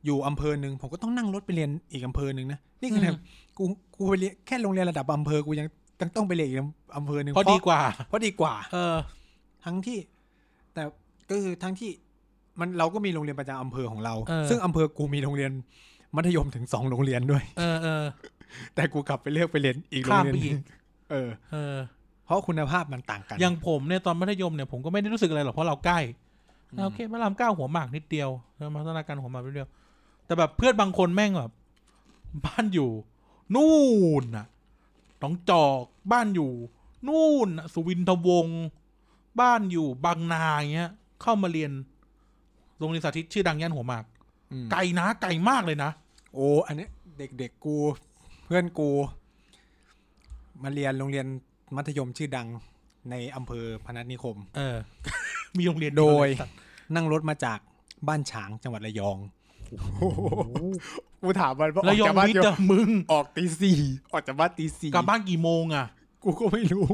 S1: อยู่อำเภอหนึ่งผมก็ต้องนั่งรถไปเรียนอีกอำเภอหนึ่งนะนี่คือ
S2: อืม
S1: กูกูไปเรียนแค่โรงเรียนระดับอำเภอกูยังยังต้องไปเรียนอีกอำเภอหนึ่ง
S2: เพราะดีกว่า
S1: เพราะดีกว่า
S2: เออ
S1: ทั้งที่ แต่ก็คือทั้งที่มันเราก็มีโรงเรียนประจำอำเภอของเรา
S2: เออ
S1: ซึ่งอำเภอกูมีโรงเรียนมัธยมถึงสองโรงเรียนด้วย
S2: เออเออ
S1: แต่กูกลับไปเลือกไปเรียนอีกโร
S2: ข้าง ม
S1: เรียน
S2: ไปอีก
S1: หนึ่งเออ
S2: เออ
S1: เพราะคุณภาพมันต่างกัน
S2: อย่างผมเนี่ยตอนมัธยมเนี่ยผมก็ไม่ได้รู้สึกอะไรหรอกเพราะเราใกล้
S1: อืม
S2: อ่ะโอเคพระรามเก้าหัวหมากนิดเดียวแล้วมาพัฒนาการหัวหมากนิดเดียว แต่แบบเพื่อนบางคนแม่งแบบบ้านอยู่ นู่นน่ะหนองจอกบ้านอยู่ นู่นน่ะสุวินทวงศ์บ้านอยู่บางนาอย่างเงี้ย เข้ามาเรียนโรงเรียนสาธิตชื่อดังย่านหัวหมาก
S1: อืม
S2: ไก่นะไก่มากเลยนะ
S1: โอ้ อันเนี้ยเด็กๆ กู เพื่อนกู มาเรียนโรงเรียนมัธยมชื่อดังในอำเภอพนัสนิคม
S2: เออ <laughs> มีโรงเรียน
S1: โด
S2: เวย เลสัตว์
S1: นั่งรถมาจากบ้านฉางจังหวัดระยองกูถามมันว่าอ
S2: ระ
S1: อก
S2: ยอง
S1: จากบ้าน
S2: วิท
S1: เดียว
S2: ย์อะมึง
S1: ออกตีสี่ออกจากบ้านตีสี่
S2: กลับบ้านกี่โมงอะ
S1: กูก็ไม่รู้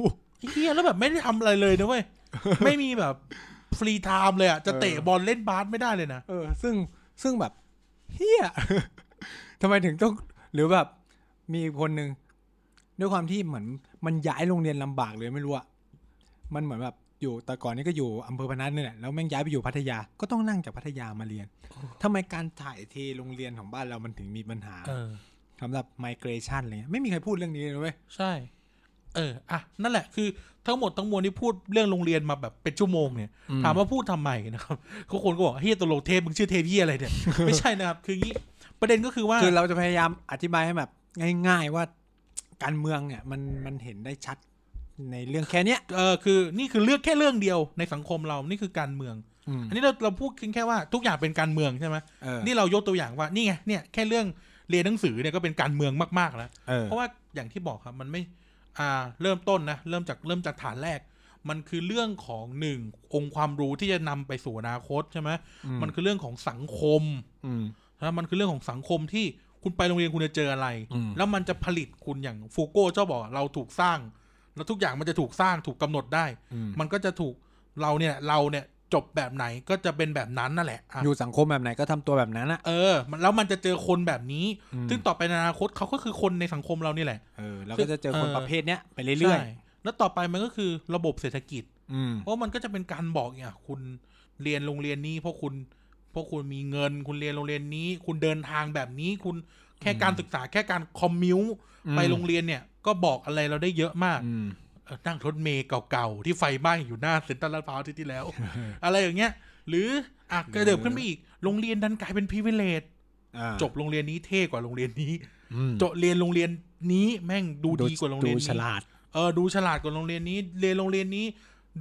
S2: เฮียแล้วแบบไม่ได้ทำอะไรเลยนะเว้
S1: <laughs>
S2: ย ไม่มีแบบฟรีไทม์เลยอะจะ
S1: เออ
S2: เตะบอลเล่นบาสไม่ได้เลยนะ
S1: เออ ซึ่งซึ่งแบบเฮีย <laughs> ทำไมถึงต้อง หรือแบบมีคนหนึ่งด้วยความที่เหมือนมันย้ายโรงเรียนลำบากเลยไม่รู้อะมันเหมือนแบบอยู่แต่ก่อนนี่ก็อยู่อำเภอพนัสนี่แหละแล้วแม่งย้ายไปอยู่พัทยาก็ต้องนั่งจากพัทยามาเรียนทำไมการถ่ายเทโรงเรียนของบ้านเรามันถึงมีปัญหา
S2: เออ
S1: สำหรับ migration อะไรเงี้ยไม่มีใครพูดเรื่องนี้เลยเว้ย
S2: ใช่ เอออะนั่นแหละคือทั้งหมดทั้งมวลที่พูดเรื่องโรงเรียนมาแบบเป็นชั่วโมงเนี่ย ถามว่าพูดทำไมนะครับ <laughs> ทุกคนก็บอกเฮียตกลงเทปมึงชื่อเทปเฮียอะไรเนี่ย <laughs> ไม่ใช่นะครับ คืองี้ประเด็นก็คือว่า
S1: คือเราจะพยายามอธิบายให้แบบ ง่าย ๆว่าการเมืองเนี่ยมันมันเห็นได้ชัดในเรื่องแค่เนี้ย
S2: เออคือนี่คือเลือกแค่เรื่องเดียวในสังคมเรานี่คือการเมือง
S1: อืม
S2: อันนี้เราเราพูดกันแค่ว่าทุกอย่างเป็นการเมืองใช่ไหม
S1: เออ
S2: นี่เรายกตัวอย่างว่านี่ไงเนี่ยแค่เรื่องเรียนหนังสือเนี่ยก็เป็นการเมืองมากๆแล้ว
S1: เออ
S2: เพราะว่าอย่างที่บอกครับมันไม่อ่าเริ่มต้นนะเริ่มจากเริ่มจากฐานแรก มันคือเรื่องของหนึ่งองค์ความรู้ที่จะนำไปสู่อนาคตใช่ไหมมันคือเรื่องของสังคม
S1: อืม
S2: นะมันคือเรื่องของสังคมที่คุณไปโรงเรียนคุณจะเจออะไร
S1: อืม
S2: แล้วมันจะผลิตคุณอย่างฟูโก้เจ้าบอกเราถูกสร้าง แล้วทุกอย่างมันจะถูกสร้างถูกกำหนดได้
S1: อืม
S2: มันก็จะถูกเราเนี่ยเราเนี่ยจบแบบไหนก็จะเป็นแบบนั้นนั่นแหละอ่ะ
S1: อยู่สังคมแบบไหนก็ทำตัวแบบนั้นอ่ะ
S2: เออมันแล้วมันจะเจอคนแบบนี้
S1: อืม
S2: ซึ่งต่อไปในอนาคตเขาก็คือคนในสังคมเรานี่แหละ
S1: เออแล้วก็จะเจอคน
S2: เออ
S1: ประเภทเนี้ยไปเรื่อย
S2: ใช่แล้วต่อไปมันก็คือระบบเศรษฐกิจ
S1: ๆอืม
S2: เพราะมันก็จะเป็นการบอกเนี่ยคุณเรียนโรงเรียนนี้เพราะคุณเพราะคุณมีเงิน คุณเรียนโรงเรียนนี้ คุณเดินทางแบบนี้ คุณแค่
S1: อืม
S2: การศึกษาแค่การคอมมิวไปโรงเรียนเนี่ย ก็บอกอะไรเราได้เยอะมาก
S1: อืม
S2: เออนั่งรถเมย์เก่าๆ ที่ไฟไหม้อยู่หน้าเซ็นทรัลลาดพร้าวอาที่ที่แล้ว
S1: <laughs>
S2: อะไรอย่างเงี้ย หรืออ่ะกระเดิบขึ้นไปอีกโรงเรียนดันกลายเป็นพรีเวลเลต
S1: อ่า
S2: จบโรงเรียนนี้เท่กว่าโรงเรียนนี้
S1: อืม
S2: จบเรียนโรงเรียนนี้แม่งดูดีกว่าโรงเรียน
S1: ดูฉ
S2: นี้
S1: ลาด
S2: เออดูฉลาดกว่าโรงเรียนนี้เรียนโรงเรียนนี้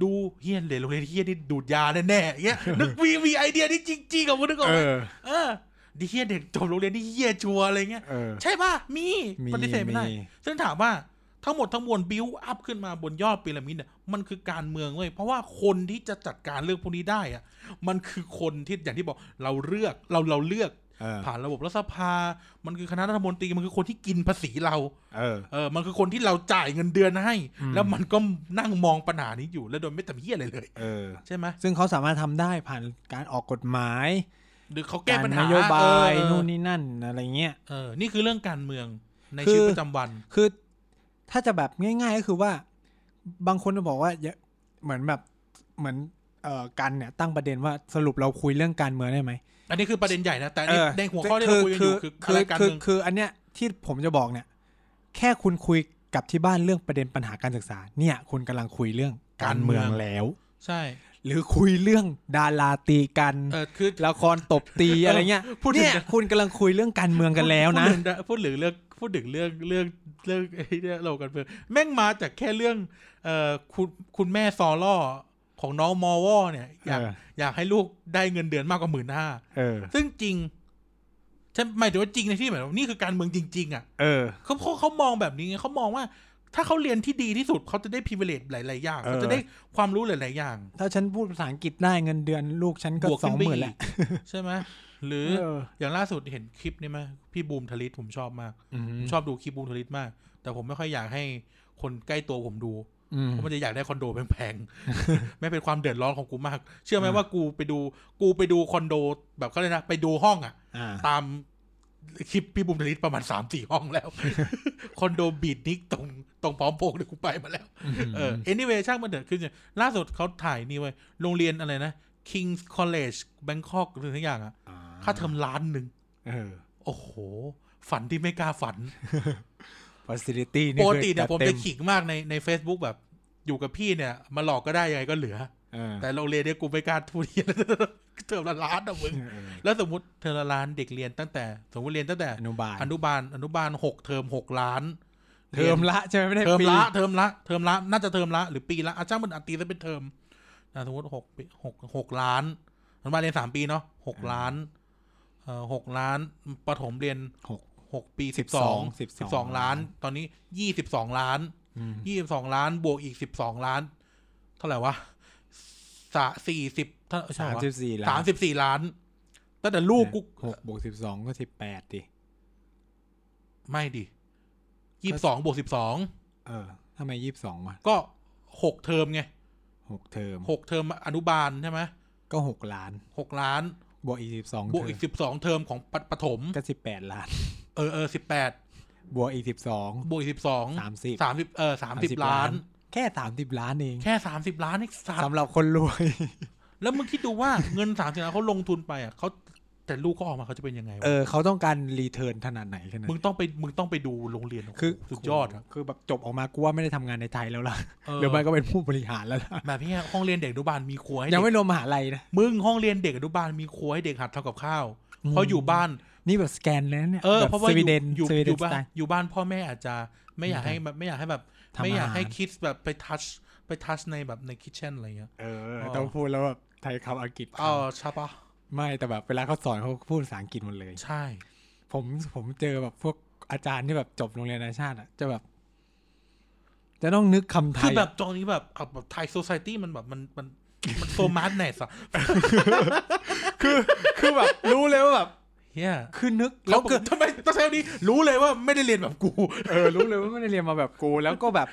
S2: ดูเฮียนเรียนโรงเรียนเฮียนี่ดูดยาแน่
S1: <laughs>
S2: ๆอย่างเงี้ย นึกมีมีไอเดียนี่จริงๆกับมึงนึกออก
S1: เอ
S2: ไหม
S1: อ
S2: เออดิเฮียเด็กจบโรงเรียนนี่เฮียชัวร์อะไรเงี้ย
S1: เออ
S2: ใช่ป่ะมี
S1: มี
S2: ปฏิเสธไม่ได้
S1: มี
S2: ซึ่งถามว่าทั้งหมดทั้งมวลบิวอัพขึ้นมาบนยอดพีระมิดเนี่ยมันคือการเมืองเว้ยเพราะว่าคนที่จะจัดการเรื่องพวกนี้ได้อะมันคือคนที่อย่างที่บอกเราเลือกเราเราเลือก
S1: เออ
S2: ผ่านระบบรัฐสภา มันคือคณะรัฐมนตรีมันคือคนที่กินภาษีเรา
S1: เออ
S2: เออ มันคือคนที่เราจ่ายเงินเดือนให้
S1: อืม
S2: แล้วมันก็นั่งมองปัญหานี้อยู่ แล้วโดยไม่ทำเหี้ยอะไรเลย
S1: เออ
S2: ใช่ไหม
S1: ซึ่งเขาสามารถทำได้ผ่านการออกกฎหมาย
S2: หรือเขาแก้
S1: การ
S2: ปัญหาน น
S1: โยบาย
S2: เออ
S1: นู่นนี่นั่นอะไรเงี้ย
S2: เออ นี่คือเรื่องการเมืองใน
S1: คือ
S2: ชีวิตประจำวัน
S1: คือถ้าจะแบบง่าย ๆ ก็คือว่า บางคนจะบอกว่าอย่าเหมือนแบบเหมือนเอ่อกันเนี่ยตั้งประเด็นว่าสรุปเราคุยเรื่องการเมืองได้ไหม
S2: อันนี้คือประเด็นใหญ่นะ แต่อันนี้
S1: เออ
S2: ในหัวข้อที่เราคุยกันอยู่คืออะไรการ
S1: คือ
S2: เมือง
S1: คืออันเนี้ยที่ผมจะบอกเนี่ย แค่คุณคุยกับที่บ้านเรื่องประเด็นปัญหาการศึกษา เนี่ย คุณกำลังคุยเรื่องการเมืองแล้ว
S2: ใช่
S1: หรือคุยเรื่องดาราตีกัน
S2: เออคือ
S1: ละครตบตีอะไรเงี้ย
S2: เออพูดถึง
S1: เนี่ยคุณกำลังคุยเรื่องการเมืองกันแล้วนะ
S2: พูดถึงพูดถึงเรื่องพูดถึงเรื่องเรื่องเรื่องไอ้เนี่ยเรากันเพื่องแม่งมาจากแค่เรื่องเอ่อคุณคุณแม่ซอล่อของน้องมอวอเนี่ยอยาก
S1: เออ
S2: อยากให้ลูกได้เงินเดือนมากกว่าหมื่นห้า
S1: เออ
S2: ซึ่งจริงใช่หมายถึงว่าจริงในที่หมายถึงว่านี่คือการเมืองจริง ๆ อ่ะ
S1: เออ
S2: เขาเขาเขามองแบบนี้ไงเขามองว่า ถ้าเขาเรียนที่ดีที่สุดเขาจะได้พิเวเลตหลาย ๆ อย่าง
S1: เออ
S2: เขาจะได้ความรู้หลาย ๆ อย่าง
S1: ถ้าฉันพูดภาษาอังกฤษได้เงินเดือนลูกฉันก็
S2: บวก
S1: ส
S2: ขึ้
S1: องห
S2: นไป
S1: มื่น
S2: อี
S1: แห
S2: ก
S1: ละ
S2: ใช่ไหมหรือ
S1: เออ
S2: อย่างล่าสุดเห็นคลิปนี่ไหมพี่บูมทลิตผมชอบมาก
S1: อ
S2: ผมชอบดูคลิปบูมทลิตมาก แต่ผมไม่ค่อยอยากให้คนใกล้ตัวผมดู
S1: อืม
S2: เพราะมันจะอยากได้คอนโดแพง <laughs> ๆ ไม่เป็นความเดือดร้อนของกูมาก เชื่อไหม
S1: อ่า
S2: ว่ากูไปดู กูไปดูคอนโดแบบเขาเลยกนะไปดูห้องอ่ะ
S1: อ่า
S2: ตามคลิปพี่บุ๋มธลิตประมาณสามสี่ห้องแล้ว <laughs> คอนโดบีดนิกตรงตรงพร้อมโพงเดี๋ยวกูไปมาแล้ว เออ anyway ช่างมันเถอะคืออย่างล่าสุดเขาถ่ายนี่ไว้ยโรงเรียนอะไรนะ King's College Bangkok หรือทั้งอย่างอะค่าเทอมล้านหนึ่ง
S1: เออ
S2: โอ้โห ฝันที่ไม่กล้าฝัน
S1: facility นี่
S2: ป
S1: คือก
S2: ติเนี่ยผม
S1: เต็
S2: จะขิงมากในใน Facebook แบบอยู่กับพี่เนี่ย มาหลอกก็ได้ยังไงก็เหลือ
S1: เออ
S2: แต่โรงเรียนเนี่ยกูไม่กล้าทุเรียน <laughs> เทอมละล้านอะมึง
S1: เออ
S2: แล้วสมมติเทอมละล้านเด็กเรียนตั้งแต่ สมมติเรียนตั้งแต่
S1: อนุบาล
S2: อนุบาลอนุบาลหกเทอมหกล้าน
S1: เทอมละใช่ไหมไม่ได้
S2: เทอม
S1: ปี
S2: ละเทอมละเทอมละน่าจะเทอมละหรือปีละอาจ้างมันอัตีจะเป็นเทอมอ่ะสมมติหกปีหกหกล้านอนุบาลเรียนสามปีเนาะหกล้านเอ่อหกล้านประถมเรียน
S1: หก
S2: หกปีสิบสอง
S1: 12
S2: สิบสองล้าน ตอนนี้ยี่สิบสองล้าน
S1: อืม
S2: ยี่สิบสองล้านบวกอีกสิบสองล้าน เท่าไหร่วะสะสี่สิบเท่า
S1: สา
S2: ใช่
S1: ม
S2: วะ
S1: สิบสี่ล้าน
S2: สามสิบสี่ล้านตั้งแต่ลูกกู
S1: หกบวกสิบสองก็สิบแปดดิ
S2: ไม่ดิยี่สิบสองบวกสิบสอง
S1: เออทำไมยี่สิบสองวะ
S2: ก็หกเทอมไง
S1: หกเทอม
S2: หกเทอมอนุบาลใช่ไหม
S1: ก็หกล้าน
S2: หกล้าน
S1: บวกอีกสิบสอง
S2: บวกอีกสิบสองเทอมของปปฐม
S1: ก็สิบแปดล้าน
S2: เออเออสิบแปด
S1: บวกอีกสิบสอง
S2: บวกอีกสิบสอง
S1: สามสิบ
S2: สามสิบเออสามสิบล้าน
S1: แค่สามสิบล้านเอง
S2: แค่สามสิบล้านนี่สาม
S1: สำหรับคนรวย
S2: แล้วมึงคิดดูว่า เงินสามสิบล้านเขาลงทุนไปอ่ะเขาแต่ลูกเขาออกมาเขาจะเป็นยังไงวะ
S1: เออเขาต้องการรีเทิร์นขนาดไหนขนาด
S2: มึงต้องไปมึงต้องไปดูโรงเรียนของ
S1: คือ
S2: กูสุดยอดอ่ะ
S1: คือแบบจบออกมากูว่าไม่ได้ทำงานในไทยแล้วล่ะ
S2: เออ
S1: หรือไม่ก็เป็นผู้บริหารแล้วล่ะ
S2: แบบเนี้ยห้องเรียนเด็กอนุบาลมีครัวให้
S1: ยัง
S2: เด็
S1: ไม่
S2: ก
S1: รวมมหาลัยนะ
S2: มึงห้องเรียนเด็กอนุบาลมีครัวให้เด็กหัดทำกับข้าวเพราะอยู่บ้าน
S1: นี่แบบสแกนแล้วเนี่ย
S2: เออ
S1: แบบ
S2: เพราะว่า
S1: ส
S2: อ
S1: วี
S2: ยู่
S1: เดน
S2: อยู่
S1: สวีเด
S2: อน ยู่
S1: ส
S2: บ้า
S1: ไต
S2: น
S1: ล์
S2: อยู่บ้านพ่อแม่อาจจะไม่อยากให้แบบไม่อยากให้แบบ
S1: ทำ
S2: ไม่อยาก
S1: อาหาร
S2: ให้คิดแบบไปทัชไปทัชในแบบในคิทเช่นอะไรเงี้ย
S1: เออ
S2: เออ
S1: ต้องพูดแล้วแบบไทยคำอังกฤษ
S2: เออใช่ปะ
S1: ไม่แต่แบบเวลาเขาสอนเขาพูดภาษาอังกฤษหมดเลย
S2: ใช่
S1: ผมผมเจอแบบพวกอาจารย์ที่แบบจบโรงเรียนนานาชาติอ่ะจะแบบ จะต้องนึกคำไท
S2: คือย แบบตรงนี้แบบเอาแบบไทยโซซายตี้มันแบบมันมันมันโซมาร์ทเนสอะ
S1: คือคือแบบรู้เลยว่าแบบ
S2: เฮีย
S1: คือนึก
S2: แล้
S1: แล้ว วคือ
S2: ทำไมต้องใช้คำนี้รู้เลยว่าไม่ได้เรียนแบบกู
S1: เออรู้เลยว่าไม่ได้เรียนมาแบบกู แล้วก็แบบ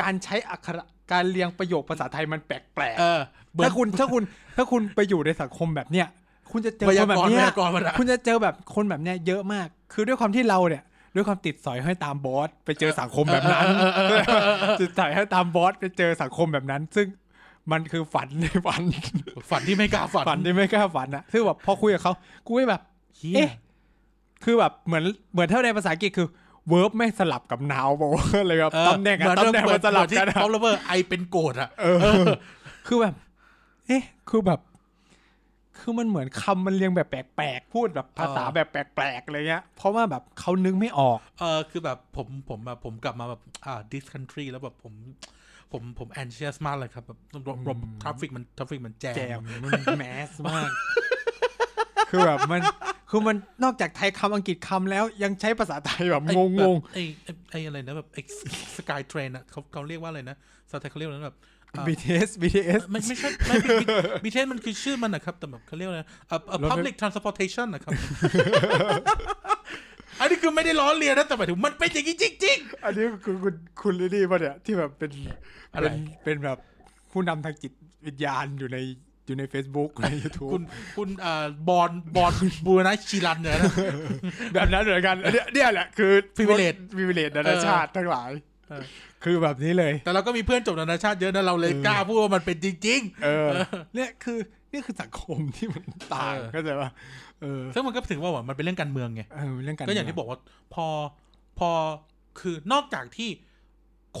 S1: การใช้อักขระการเรียงประโยคภาษาไทยมันแปลก
S2: เออเหมื
S1: ๆ
S2: อน
S1: ถ้าคุณถ้าคุณถ้าคุณไปอยู่ในสังคมแบบเนี้ยคุณจะเจอ
S2: พ
S1: ค
S2: ยาน
S1: แบ
S2: ก
S1: บ
S2: รณ์
S1: เนี้
S2: พ
S1: ย
S2: ยากรณ์มันอะ
S1: คุณจะเจอแบบคนแบบเนี้ยเยอะมาก คือด้วยความที่เราเนี่ย ด้วยความติดสอยให้อยตามบอสไปเจอสังคมแบบนั้น
S2: เออเออเออเออเออ
S1: ติดสอยให้อยตามบอสไปเจอสังคมแบบนั้น ซึ่งมันคือฝัน <laughs> ในฝัน
S2: ฝันที่ไม่กล้าฝัน
S1: ฝันที่ไม่กล้าฝันอะคือแบบพอคุยกับเขากูก็แบบ
S2: เหี้ย
S1: เอ๊ะ คือแบบเหมือนเหมือนเท่าในภาษาอังกฤษคือเวิร์บไม่สลับกับนาวบอกว่าอะไรแบบ
S2: เออ
S1: ตำแหน่ง
S2: เหมื
S1: อะ
S2: อ
S1: ตำแหน่ง
S2: เปิ
S1: มั
S2: ด
S1: นสลับกัน
S2: เปิดที่
S1: อะ
S2: ท็อปเลเวอร์ไอเป็นโกรธอะ
S1: เออ คือแบบ เอ๊ะ คือแบบ คือมันเหมือนคำมันเรียงแบบแปลกๆ พูดแบบภาษาแบบแปลกๆอะไรเงี้ย เพราะว่าแบบเขานึกไม่ออก
S2: เออคือแบบผมผมแบบผมกลับมาแบบอ่า this country แล้วแบบผมผมผมแอนเชียสมากเลยครับแบบรวมรวม
S1: อืม
S2: ทราฟฟิกมันทราฟฟิกมันแจ
S1: แจ
S2: ม
S1: มมันแมสมาก คือแบบมัน คือมันนอกจากไทยคำอังกฤษคำแล้วยังใช้ภาษาไทยแบบง
S2: ไอ้แบบ
S1: ง
S2: ไอ้ไอ้ไอ้อะไรนะแบบไอ้สกายเทรนอะเขาเขาเรียกว่าอะไรนะสไตล์เขาเรียกว่าแบบอ่า
S1: ๆ BTS BTS
S2: ไม่ไม่ใช่ไม่บีบีเทสมันคือชื่อมันนะครับ แต่แบบเขาเรียกอะไรเอ่อเอ่อ
S1: รถไฟ
S2: public transportation นะครับ อันนี้คือไม่ได้ล้อเลียนนะแต่หมายถึงมันเป็นอย่างนี้จริง
S1: อันนี้คือคุณคุณลิลลี่ป่ะเนี่ยที่แบบเป็น
S2: อะไร
S1: เป็นเป็นแบบผู้นำทางจิตวิญญาณอยู่ในอยู่ใน Facebook ใน
S2: ๆ
S1: YouTube
S2: คุณคุณเอ่อบอลบอลบูรณะชีรันเนี่ยนะ
S1: แบบนั้นเหมือนกันเนี่ยเนี่ยแหละคือ
S2: Privilege
S1: พิเวเลตนานาชาติทั้งหลาย
S2: เออ
S1: คือแบบนี้เลย
S2: แต่เราก็มีเพื่อนจบนานาชาติเยอะนะเราเลยกล้าพูดว่ามันเป็นจริง
S1: เออเนี่ยคือนี่คือสังคมที่มันต่าง
S2: เออ
S1: เข้าใจป่ะเออ
S2: ๆซึ่งมันก็ถึงว่าว่ามันเป็นเรื่องการเมืองไง
S1: เออเรื่องการ
S2: ก็อย่างที่บอกว่าพอพอคือนอกจากที่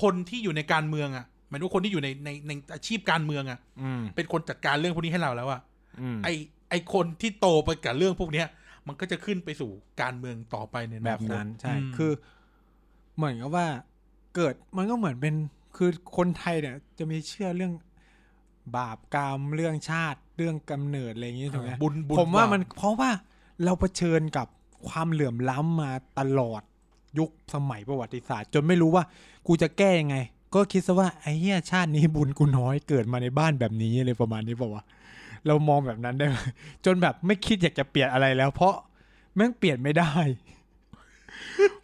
S2: คนที่อยู่ในการเมืองอ่ะหมายถึงว่าคนที่อยู่ในในในอาชีพการเมืองอ่ะ
S1: อืม
S2: เป็นคนจัดการเรื่องพวกนี้ให้เราแล้วอ่ะ
S1: อืม
S2: ไอไอคนที่โตไปกับเรื่องพวกเนี้ย มันก็จะขึ้นไปสู่การเมืองต่อไปในอ
S1: แบ
S2: นา
S1: บ
S2: คต
S1: นั้นใช่
S2: ม
S1: คือ เหมือนกับว่าเกิดมันก็เหมือนเป็นคือคนไทยเนี่ย จะมีเชื่อเรื่องบาปกรรมเรื่องชาติเรื่องกำเนิดอะไรอย่างงี้ถูกไหม
S2: บุญบุญ
S1: ผมว่ามันเพราะว่าเราเผชิญกับความเหลื่อมล้ำมาตลอดยุคสมัยประวัติศาสตร์ จนไม่รู้ว่ากูจะแก้ยังไง ก็คิดซะว่าไอ้เหี้ยชาตินี้บุญกูน้อยเกิดมาในบ้านแบบนี้อะไรประมาณนี้เปล่าวะเรามองแบบนั้นได้ไหมจนแบบไม่คิดอยากจะเปลี่ยนอะไรแล้ว เพราะแม่งเปลี่ยนไม่ได้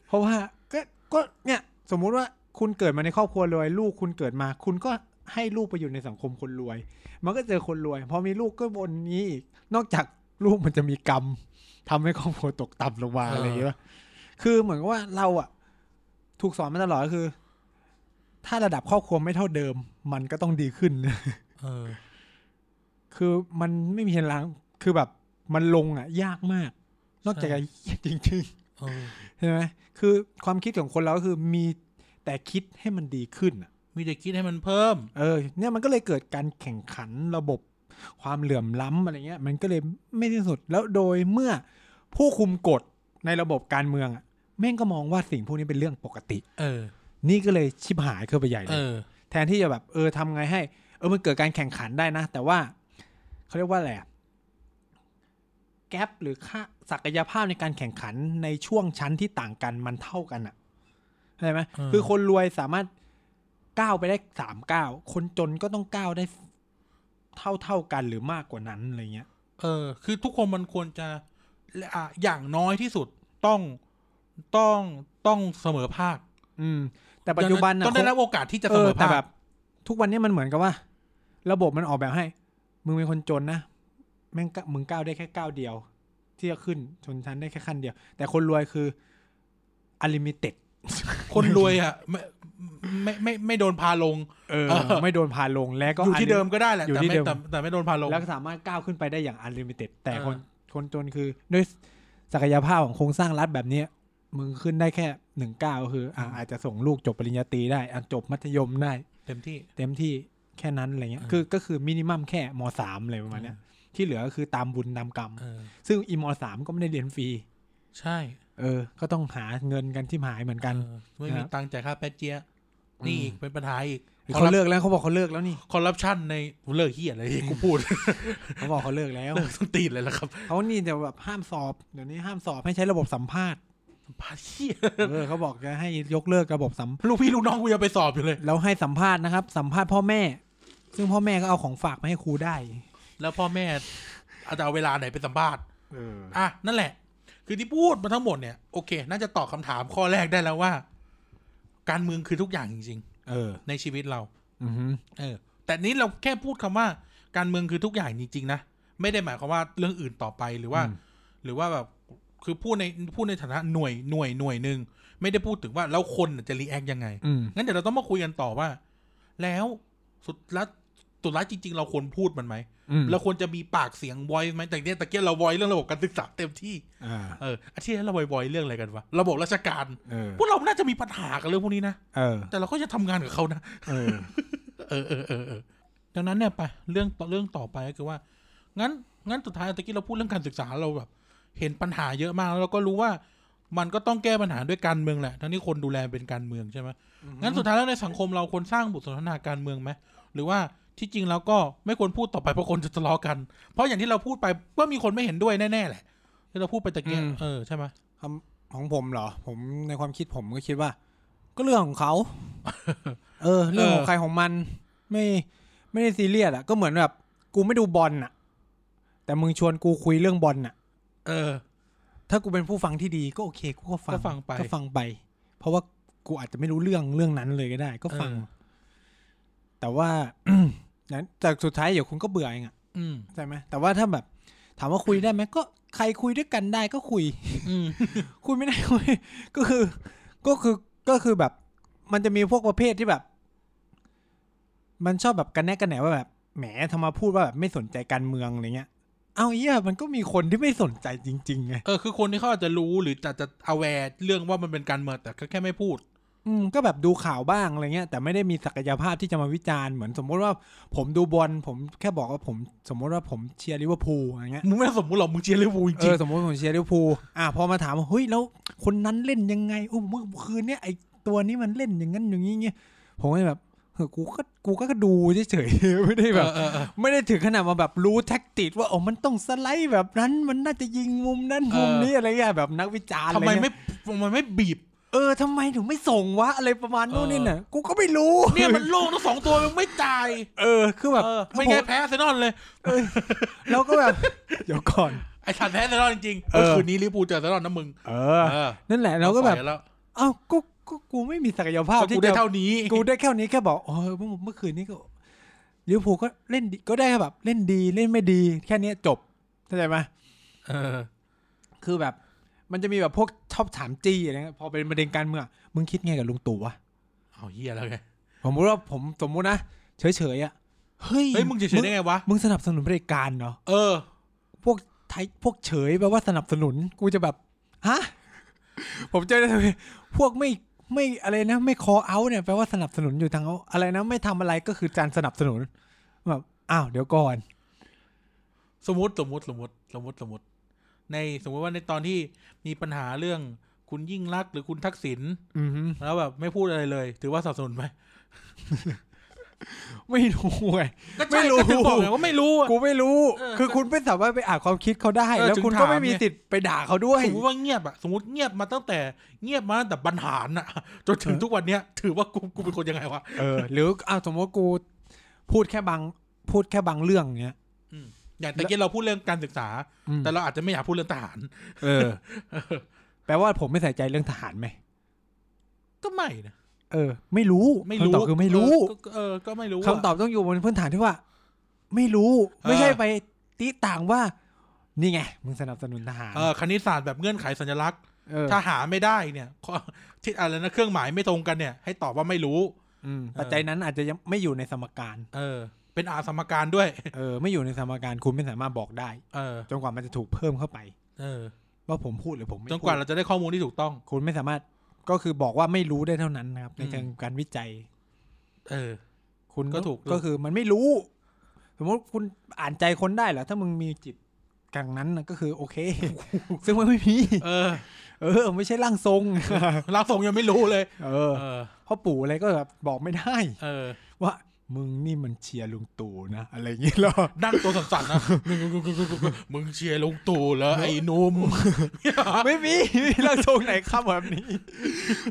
S1: เพราะว่าก็ก็เนี่ย สมมุติว่าคุณเกิดมาในครอบครัวรวย ลูกคุณเกิดมา คุณก็ให้ลูกไปอยู่ในสังคมคนรวย มันก็เจอคนรวย พอมีลูกก็บนนี้อีก นอกจากลูกมันจะมีกรรมทำให้ครอบครัวตกต่ำลงมาอะไรอย่างเงี้ยคือเหมือนกับว่าเราอะถูกสอนมาตลอดก็คือ ถ้าระดับครอบครัวไม่เท่าเดิม มันก็ต้องดีขึ้น
S2: เออ
S1: คือมันไม่มีทางล้างคือแบบมันลงอะยากมาก นอกจากจะเหี้ยจริง ๆ
S2: เออ
S1: ใช่ไหมคือความคิดของคนเราก็คือมีแต่คิดให้มันดีขึ้นน่ะ
S2: มีแต่คิดให้มันเพิ่ม
S1: เออ เนี่ยมันก็เลยเกิดการแข่งขันระบบความเหลื่อมล้ำอะไรเงี้ย มันก็เลยไม่ที่สุด แล้วโดยเมื่อผู้คุมกฎในระบบการเมืองอ่ะแม่งก็มองว่าสิ่งพวกนี้เป็นเรื่องปกติ
S2: เออ
S1: นี่ก็เลยชิบหายเข้าไปใหญ่เล
S2: เอย อ
S1: แทนที่จะแบบเออทำไงให้ เออมันเกิดการแข่งขันได้นะ แต่ว่าเขาเรียกว่าอะไรอะแกลบหรือค่าศักยภาพในการแข่งขันในช่วงชั้นที่ต่างกันมันเท่ากันอะเข้าใช่ไหม
S2: เออ
S1: คือคนรวยสามารถก้าวไปได้สามก้าวคนจนก็ต้องก้าวได้เท่าเท่าๆกันหรือมากกว่านั้นอะไรเงี้ย
S2: เออ คือทุกคนมันควรจะอ่ะอย่างน้อยที่สุดต้องต้องต้องเสมอภาค
S1: อืม แต่ปัจจุบัน
S2: อ
S1: นะ
S2: ย่างต้องได้รับโอกาสที่จะเสมอ
S1: แต่
S2: ภาค
S1: แบบ ทุกวันเนี้มันเหมือนกับว่า ระบบมันออกแบบให้ มึงเป็นคนจนนะแม่งกมึงก้าวได้แค่ก้าวเดียว ที่จะขึ้นชนชั้นได้แค่ขั้นเดียว แต่คนรวยคืออลิมิเต็ด
S2: คนรวยอ่ะไม่ไม่ไม่ไม่โดนพาลง
S1: เออ
S2: เออ
S1: ไม่โดนพาลงและก็
S2: อยู่ที่เดิมก็ได้แหละ
S1: อยู่
S2: แต่
S1: ที่
S2: ไม่
S1: เดิม
S2: แต่แต่ไม่โดนพาลง
S1: แล้วก็สามารถก้าวขึ้นไปได้อย่างอลิมิเต็ดแต่
S2: เออ
S1: คนคนจนคือด้วยศักยภาพของโครงสร้างรัฐแบบเนี้ยมึงขึ้นได้แค่หนึ่งก้าวก็คืออ่ะอาจจะส่งลูกจบปริญญาตรีได้อ่ะจบมัธยมได้
S2: เต็มที่
S1: เต็มที่แค่นั้นอะไรเงี้ย
S2: อืม
S1: คือก็คือมินิมัมแค่มสามอะไรประมาณเนี้ย ที่เหลือก็คือตามบุญตามกรรม
S2: เออ
S1: ซึ่งอีมสามก็ไม่ได้เรียนฟรี
S2: ใช่
S1: เออ ก็ต้องหาเงินกันที่หายเหมือนกัน
S2: เออไม่มีตังค์จ่ายค่าแป๊ะเจี๊ยะนี่อีกเป็นปัญหาอีก
S1: เขาเลิกแล้วเขาบอกเขาเลิกแล้วนี่
S2: คอร์รัปชันในเลิกเฮียอะไรที่กูพูด
S1: เขาบอกเขาเลิกแล้ว
S2: เลิกสนตีนเลย
S1: <laughs>
S2: ละครับ
S1: เขานี่จะแบบห้ามสอบ เดี๋ยวนี้ห้ามสอบให้ใช้ระบบสัมภาษณ์
S2: พาเฮีย
S1: เออเขาบอกจะให้ยกเลิกระบบสัม
S2: ลูกพี่ลูกน้องกูยังไปสอบอยู่เลย
S1: แล้วให้สัมภาษณ์นะครับ สัมภาษณ์พ่อแม่ ซึ่งพ่อแม่ก็เอาของฝากมาให้ครูได้
S2: แล้วพ่อแม่อาจจะเอาเวลาไหนไปสัมภาษณ์
S1: เออ
S2: อ่ะนั่นแหละ คือที่พูดมาทั้งหมดเนี่ยโอเค น่าจะตอบคำถามข้อแรกได้แล้วว่า การเมืองคือทุกอย่างจริง
S1: เอ เออ
S2: ในชีวิตเรา
S1: อือฮึ
S2: เออ แต่นี้เราแค่พูดคำว่าการเมืองคือทุกอย่างจริงๆนะ ไม่ได้หมายความว่าเรื่องอื่นต่อไปหรือว่า
S1: อืม
S2: หรือว่าแบบคือพูดในพูดในฐานะหน่วยหน่วยหน่วยหนึ่งไม่ได้พูดถึงว่าแล้วคนน่ะจะรีแอคยังไง
S1: อืม
S2: งั้นเดี๋ยวเราต้องมาคุยกันต่อว่า แล้วสุดละสุดละจริง ๆ เราควรพูดมันไหม
S1: อืม
S2: เราควรจะมีปากเสียงไวไหมแต่เนี้ยตะเกียเราไวเรื่องระบบการศึกษาเต็มที่
S1: อ่า
S2: เอออาทิตย์นี้เราไวไวเรื่องอะไรกันวะระบบราชการ
S1: เออ
S2: พวกเราน่าจะมีปัญหากับเรื่องพวกนี้นะ
S1: เออ
S2: แต่เราก็จะทำงานกับเขานะ
S1: เออ
S2: เออเออเออเออดังนั้นเนี่ยไปเรื่องต่อเรื่องต่อไปก็คือว่า งั้น งั้นสุดท้ายตะกี้เราพูดเรื่องการศึกษาเราแบบ เห็นปัญหาเยอะมากแล้วเราก็รู้ว่ามันก็ต้องแก้ปัญหาด้วยการเมืองแหละ ทั้งที่คนดูแลเป็นการเมืองใช่ไหมงั้นสุดท้ายแล้วในสังคมเราควรสร้างบทสนทนาการเมืองไหมหรือว่าที่จริงแล้วก็ไม่ควรพูดต่อไปเพราะคนจะทะเลาะกัน เพราะอย่างที่เราพูดไปว่ามีคนไม่เห็นด้วยแน่ๆแหละที่เราพูดไปตะกี้
S1: อืม
S2: เออใช่ไหม
S1: คำของผมเหรอ ผมในความคิดผมก็คิดว่า ก็เรื่องของเขา
S2: <laughs>
S1: เออ เรื่องของใครของมัน ไม่ไม่ได้ซีเรียสอะก็เหมือนแบบ กูไม่ดูบอลน่ะ แต่มึงชวนกูคุยเรื่องบอลน่ะ
S2: เออ
S1: ถ้ากูเป็นผู้ฟังที่ดีก็โอเคกูก็ฟัง
S2: ก็ฟังไป
S1: ก็ฟังไป เพราะว่ากูอาจจะไม่รู้เรื่องเรื่องนั้นเลยก็ได้ ก็ฟัง
S2: เออ
S1: แต่ว่า <coughs> นั้นแต่สุดท้ายเดี๋ยวคุณก็เบื่อเองอะ
S2: อืม
S1: ใช่ไหมแต่ว่าถ้าแบบ ถามว่าคุยได้ไหมก็ใครคุยด้วยกันได้ก็คุย
S2: อืม
S1: คุยไม่ได้คุย <laughs> ก็คือ ก็คือก็คือแบบ มันจะมีพวกประเภทที่แบบ มันชอบแบบกันแนกกันแหนว่าแบบแหมทำไมาพูดว่าแบบไม่สนใจการเมืองอะไรเงี้ย เอาเหี้ยมันก็มีคนที่ไม่สนใจจริงๆไง
S2: เออคือคนที่เขาอาจจะรู้หรืออาจจะ aware เรื่องว่ามันเป็นการเมืองแต่ก็แค่ไม่พูด
S1: อืมก็แบบดูข่าวบ้างอะไรเงี้ยแต่ไม่ได้มีศักยภาพที่จะมาวิจารณ์เหมือนสมมติว่า ผมดูบอลผมแค่บอกว่าผมสมมติว่าผมเชียร์ลิเวอร์พูลอะไรเงี้ย
S2: มึงไม่สมมติหรอกมึงเชียร์ลิเวอร์พูลจ
S1: เอ
S2: ริง
S1: อสมมติผมเชียร์ลิเวอร์พูลอ่ะพอมาถามว่าเฮ้ยแล้วคนนั้นเล่นยังไงโอ้เมื่อคืนเนี้ยไอตัวนี้มันเล่นอย่างนั้นอย่างนี้เงี้ยผมก็แบบเออกูก็กูก็ดูเฉยๆ <laughs> ไม่ได้
S2: ๆ
S1: แบบ
S2: เออเออ
S1: ไม่ได้ถึงขนาดมาแบบรู้แท็กติกว่าโอ้มันต้องสไลด์แบบนั้นมันน่าจะยิงมุมนั้น
S2: เออ
S1: มุมนี้อะไรเงี้ยแบบนักวิจารณ์
S2: ทำไม
S1: อะร
S2: ไม่
S1: เงี้ย
S2: ทำไมไม่บีบ
S1: เออทำไมถึงไม่ส่งวะอะไรประมาณโน้น
S2: เออ
S1: นี่น่ะกูก็ไม่รู้
S2: เนี่ยมันโล่งทั้งสองตัวมึงไม่จ่าย
S1: เออคือแบบ
S2: เออไม่ไงนแพ้อาร์เซนอนเลย
S1: เราก็แบบ <laughs> เดี๋ยวก่อน
S2: ไอ้สันแพ้อาร์เซนอนจริงๆ
S1: เออ
S2: เมื่อคืนนี้ลิเวอร์พูลเจออาร์เซนอนนะมึง
S1: เออ นั่นแหละเราก็แบบ
S2: ปล่อยล้ว
S1: เอ้ากูกูกูไม่มีศักยภาพ
S2: ก็กู
S1: ที่
S2: ได้
S1: จะ
S2: เท่านี้
S1: <laughs> กูได้แค่นี้แค่บอกเออเมื่อเมื่อคืนนี้ก็ลิเวอร์พูลก็เล่นดีก็ได้แค่แบบ เล่นดีเล่นไม่ดี แค่เนี้ยจบเข้าใจไหม
S2: เออ
S1: คือแบบ มันจะมีแบบพวกชอบถามจี้อะไรเงี้ยพอเป็นประเด็นการเมืองอะมึงคิดไงกับลุงตู่วะ
S2: เอาเฮียแล้วไง
S1: ผมรู้ว่าผมสมมุตินะเฉยๆอ่ะเฮ้ย
S2: เฮ้ยมึงเฉยๆได้ไงวะ
S1: มึงสนับสนุนเผด็จการเนาะ
S2: เออ
S1: พวกไทยพวกเฉยแปลว่าสนับสนุนกูจะแบบฮะ ผมเจอได้ทำไมพวกไม่ไม่อะไรนะ ไม่คอเอาเนี่ยแปลว่าสนับสนุนอยู่ทางเอาอะไรนะ ไม่ทำอะไรก็คือการสนับสนุนแบบอ้าวเดี๋ยวก่อน
S2: สมมติสมมติสมมติสมมติสมมติ ในสมมติว่าในตอนที่มีปัญหาเรื่องคุณยิ่งรักษณ์หรือคุณทักษิณ
S1: อือฮึ
S2: แล้วแบบไม่พูดอะไรเลย ถือว่าสนับสนุนไหม
S1: ไม่รู้ไง
S2: ก็ใช่
S1: ไม่รู้
S2: ก็ถึงบอกไงว่าไม่รู้อะ
S1: กูไม่รู้
S2: เออ
S1: คือคุณไม่สามารถไปอ่านความคิดเขาได้
S2: เออ
S1: แล้ว
S2: ถึง
S1: คุณก็
S2: ถาม
S1: ไม่มี
S2: ไง
S1: สิทธิ์ไปด่าเขาด้วย
S2: สมมติว่าเงียบอะสมมติเงียบมาตั้งแต่เงียบมาตั้งแต่บรรหารอะจนถึงทุกวันเนี้ย ถือว่ากูกูเป็นคนยังไงวะ
S1: เออ หรืออ่าสมมติว่ากูพูดแค่บางพูดแค่บางเรื่องเนี้ย
S2: อย่างตะกี้เราพูดเรื่องการศึกษา
S1: อืม
S2: แต่เราอาจจะไม่อยากพูดเรื่องทหาร
S1: เออ แปลว่าผมไม่ใส่ใจเรื่องทหารไหม
S2: ก็ไม่นะ
S1: เออ ไม่รู้
S2: ไม่รู้
S1: คำตอบคือไม่รู้
S2: เออก็เออก็ไม่รู้
S1: คำตอบต้องอยู่บนพื้นฐานที่ว่า ไม่รู้ ไม่ใช่ไปตีต่างว่า นี่ไงมึงสนับสนุนทหาร
S2: เออคณิตศาสตร์แบบเงื่อนไขสัญลักษณ์
S1: เออ
S2: ถ้าหาไม่ได้เนี่ยข้อที่อะไรนะเครื่องหมายไม่ตรงกันเนี่ย ให้ตอบว่าไม่รู้
S1: อืมปัจจัยนั้นอาจจะยังไม่อยู่ในสมการ
S2: เออ เป็นอาสมการด้วย
S1: เออ ไม่อยู่ในสมการคุณไม่สามารถบอกได้
S2: เออ
S1: จนกว่ามันจะถูกเพิ่มเข้าไป
S2: เออ
S1: ว่าผมพูดหรือผมไม่
S2: จน
S1: พู
S2: กว่า
S1: ด
S2: เราจะได้ข้อมูลที่ถูกต้อง
S1: คุณไม่สามารถก็คือบอกว่าไม่รู้ได้เท่านั้นนะครับ ใน
S2: อืม
S1: เชิงการวิจัย
S2: เออ
S1: คุณ
S2: ก็ถูก
S1: ก็คือมันไม่รู้ สมมติคุณอ่านใจคนได้เหรอถ้ามึงมีจิตกลางนั้นนะก็คือโอเค
S2: <laughs>
S1: ซึ่งมันไม่มี
S2: เออ
S1: เออ ไม่ใช่ร่างทรง
S2: เราส่งยังไม่รู้เลย
S1: เออ
S2: เออ
S1: พ่อปู่อะไรก็แบบบอกไม่ได้ <laughs>
S2: เออ
S1: ว่า มึงนี่มันเชียร์ลุงตู่นะอะไรอย่างเงี้ยหร
S2: <laughs>
S1: อ
S2: นั่งตัวสั่นๆนะ มึงเชียร์ลุงตู่เหรอไอ้หนุ่ม
S1: ไม่มีไม่มีร่างทรงไหนข้ามแบบ
S2: <laughs>
S1: นี้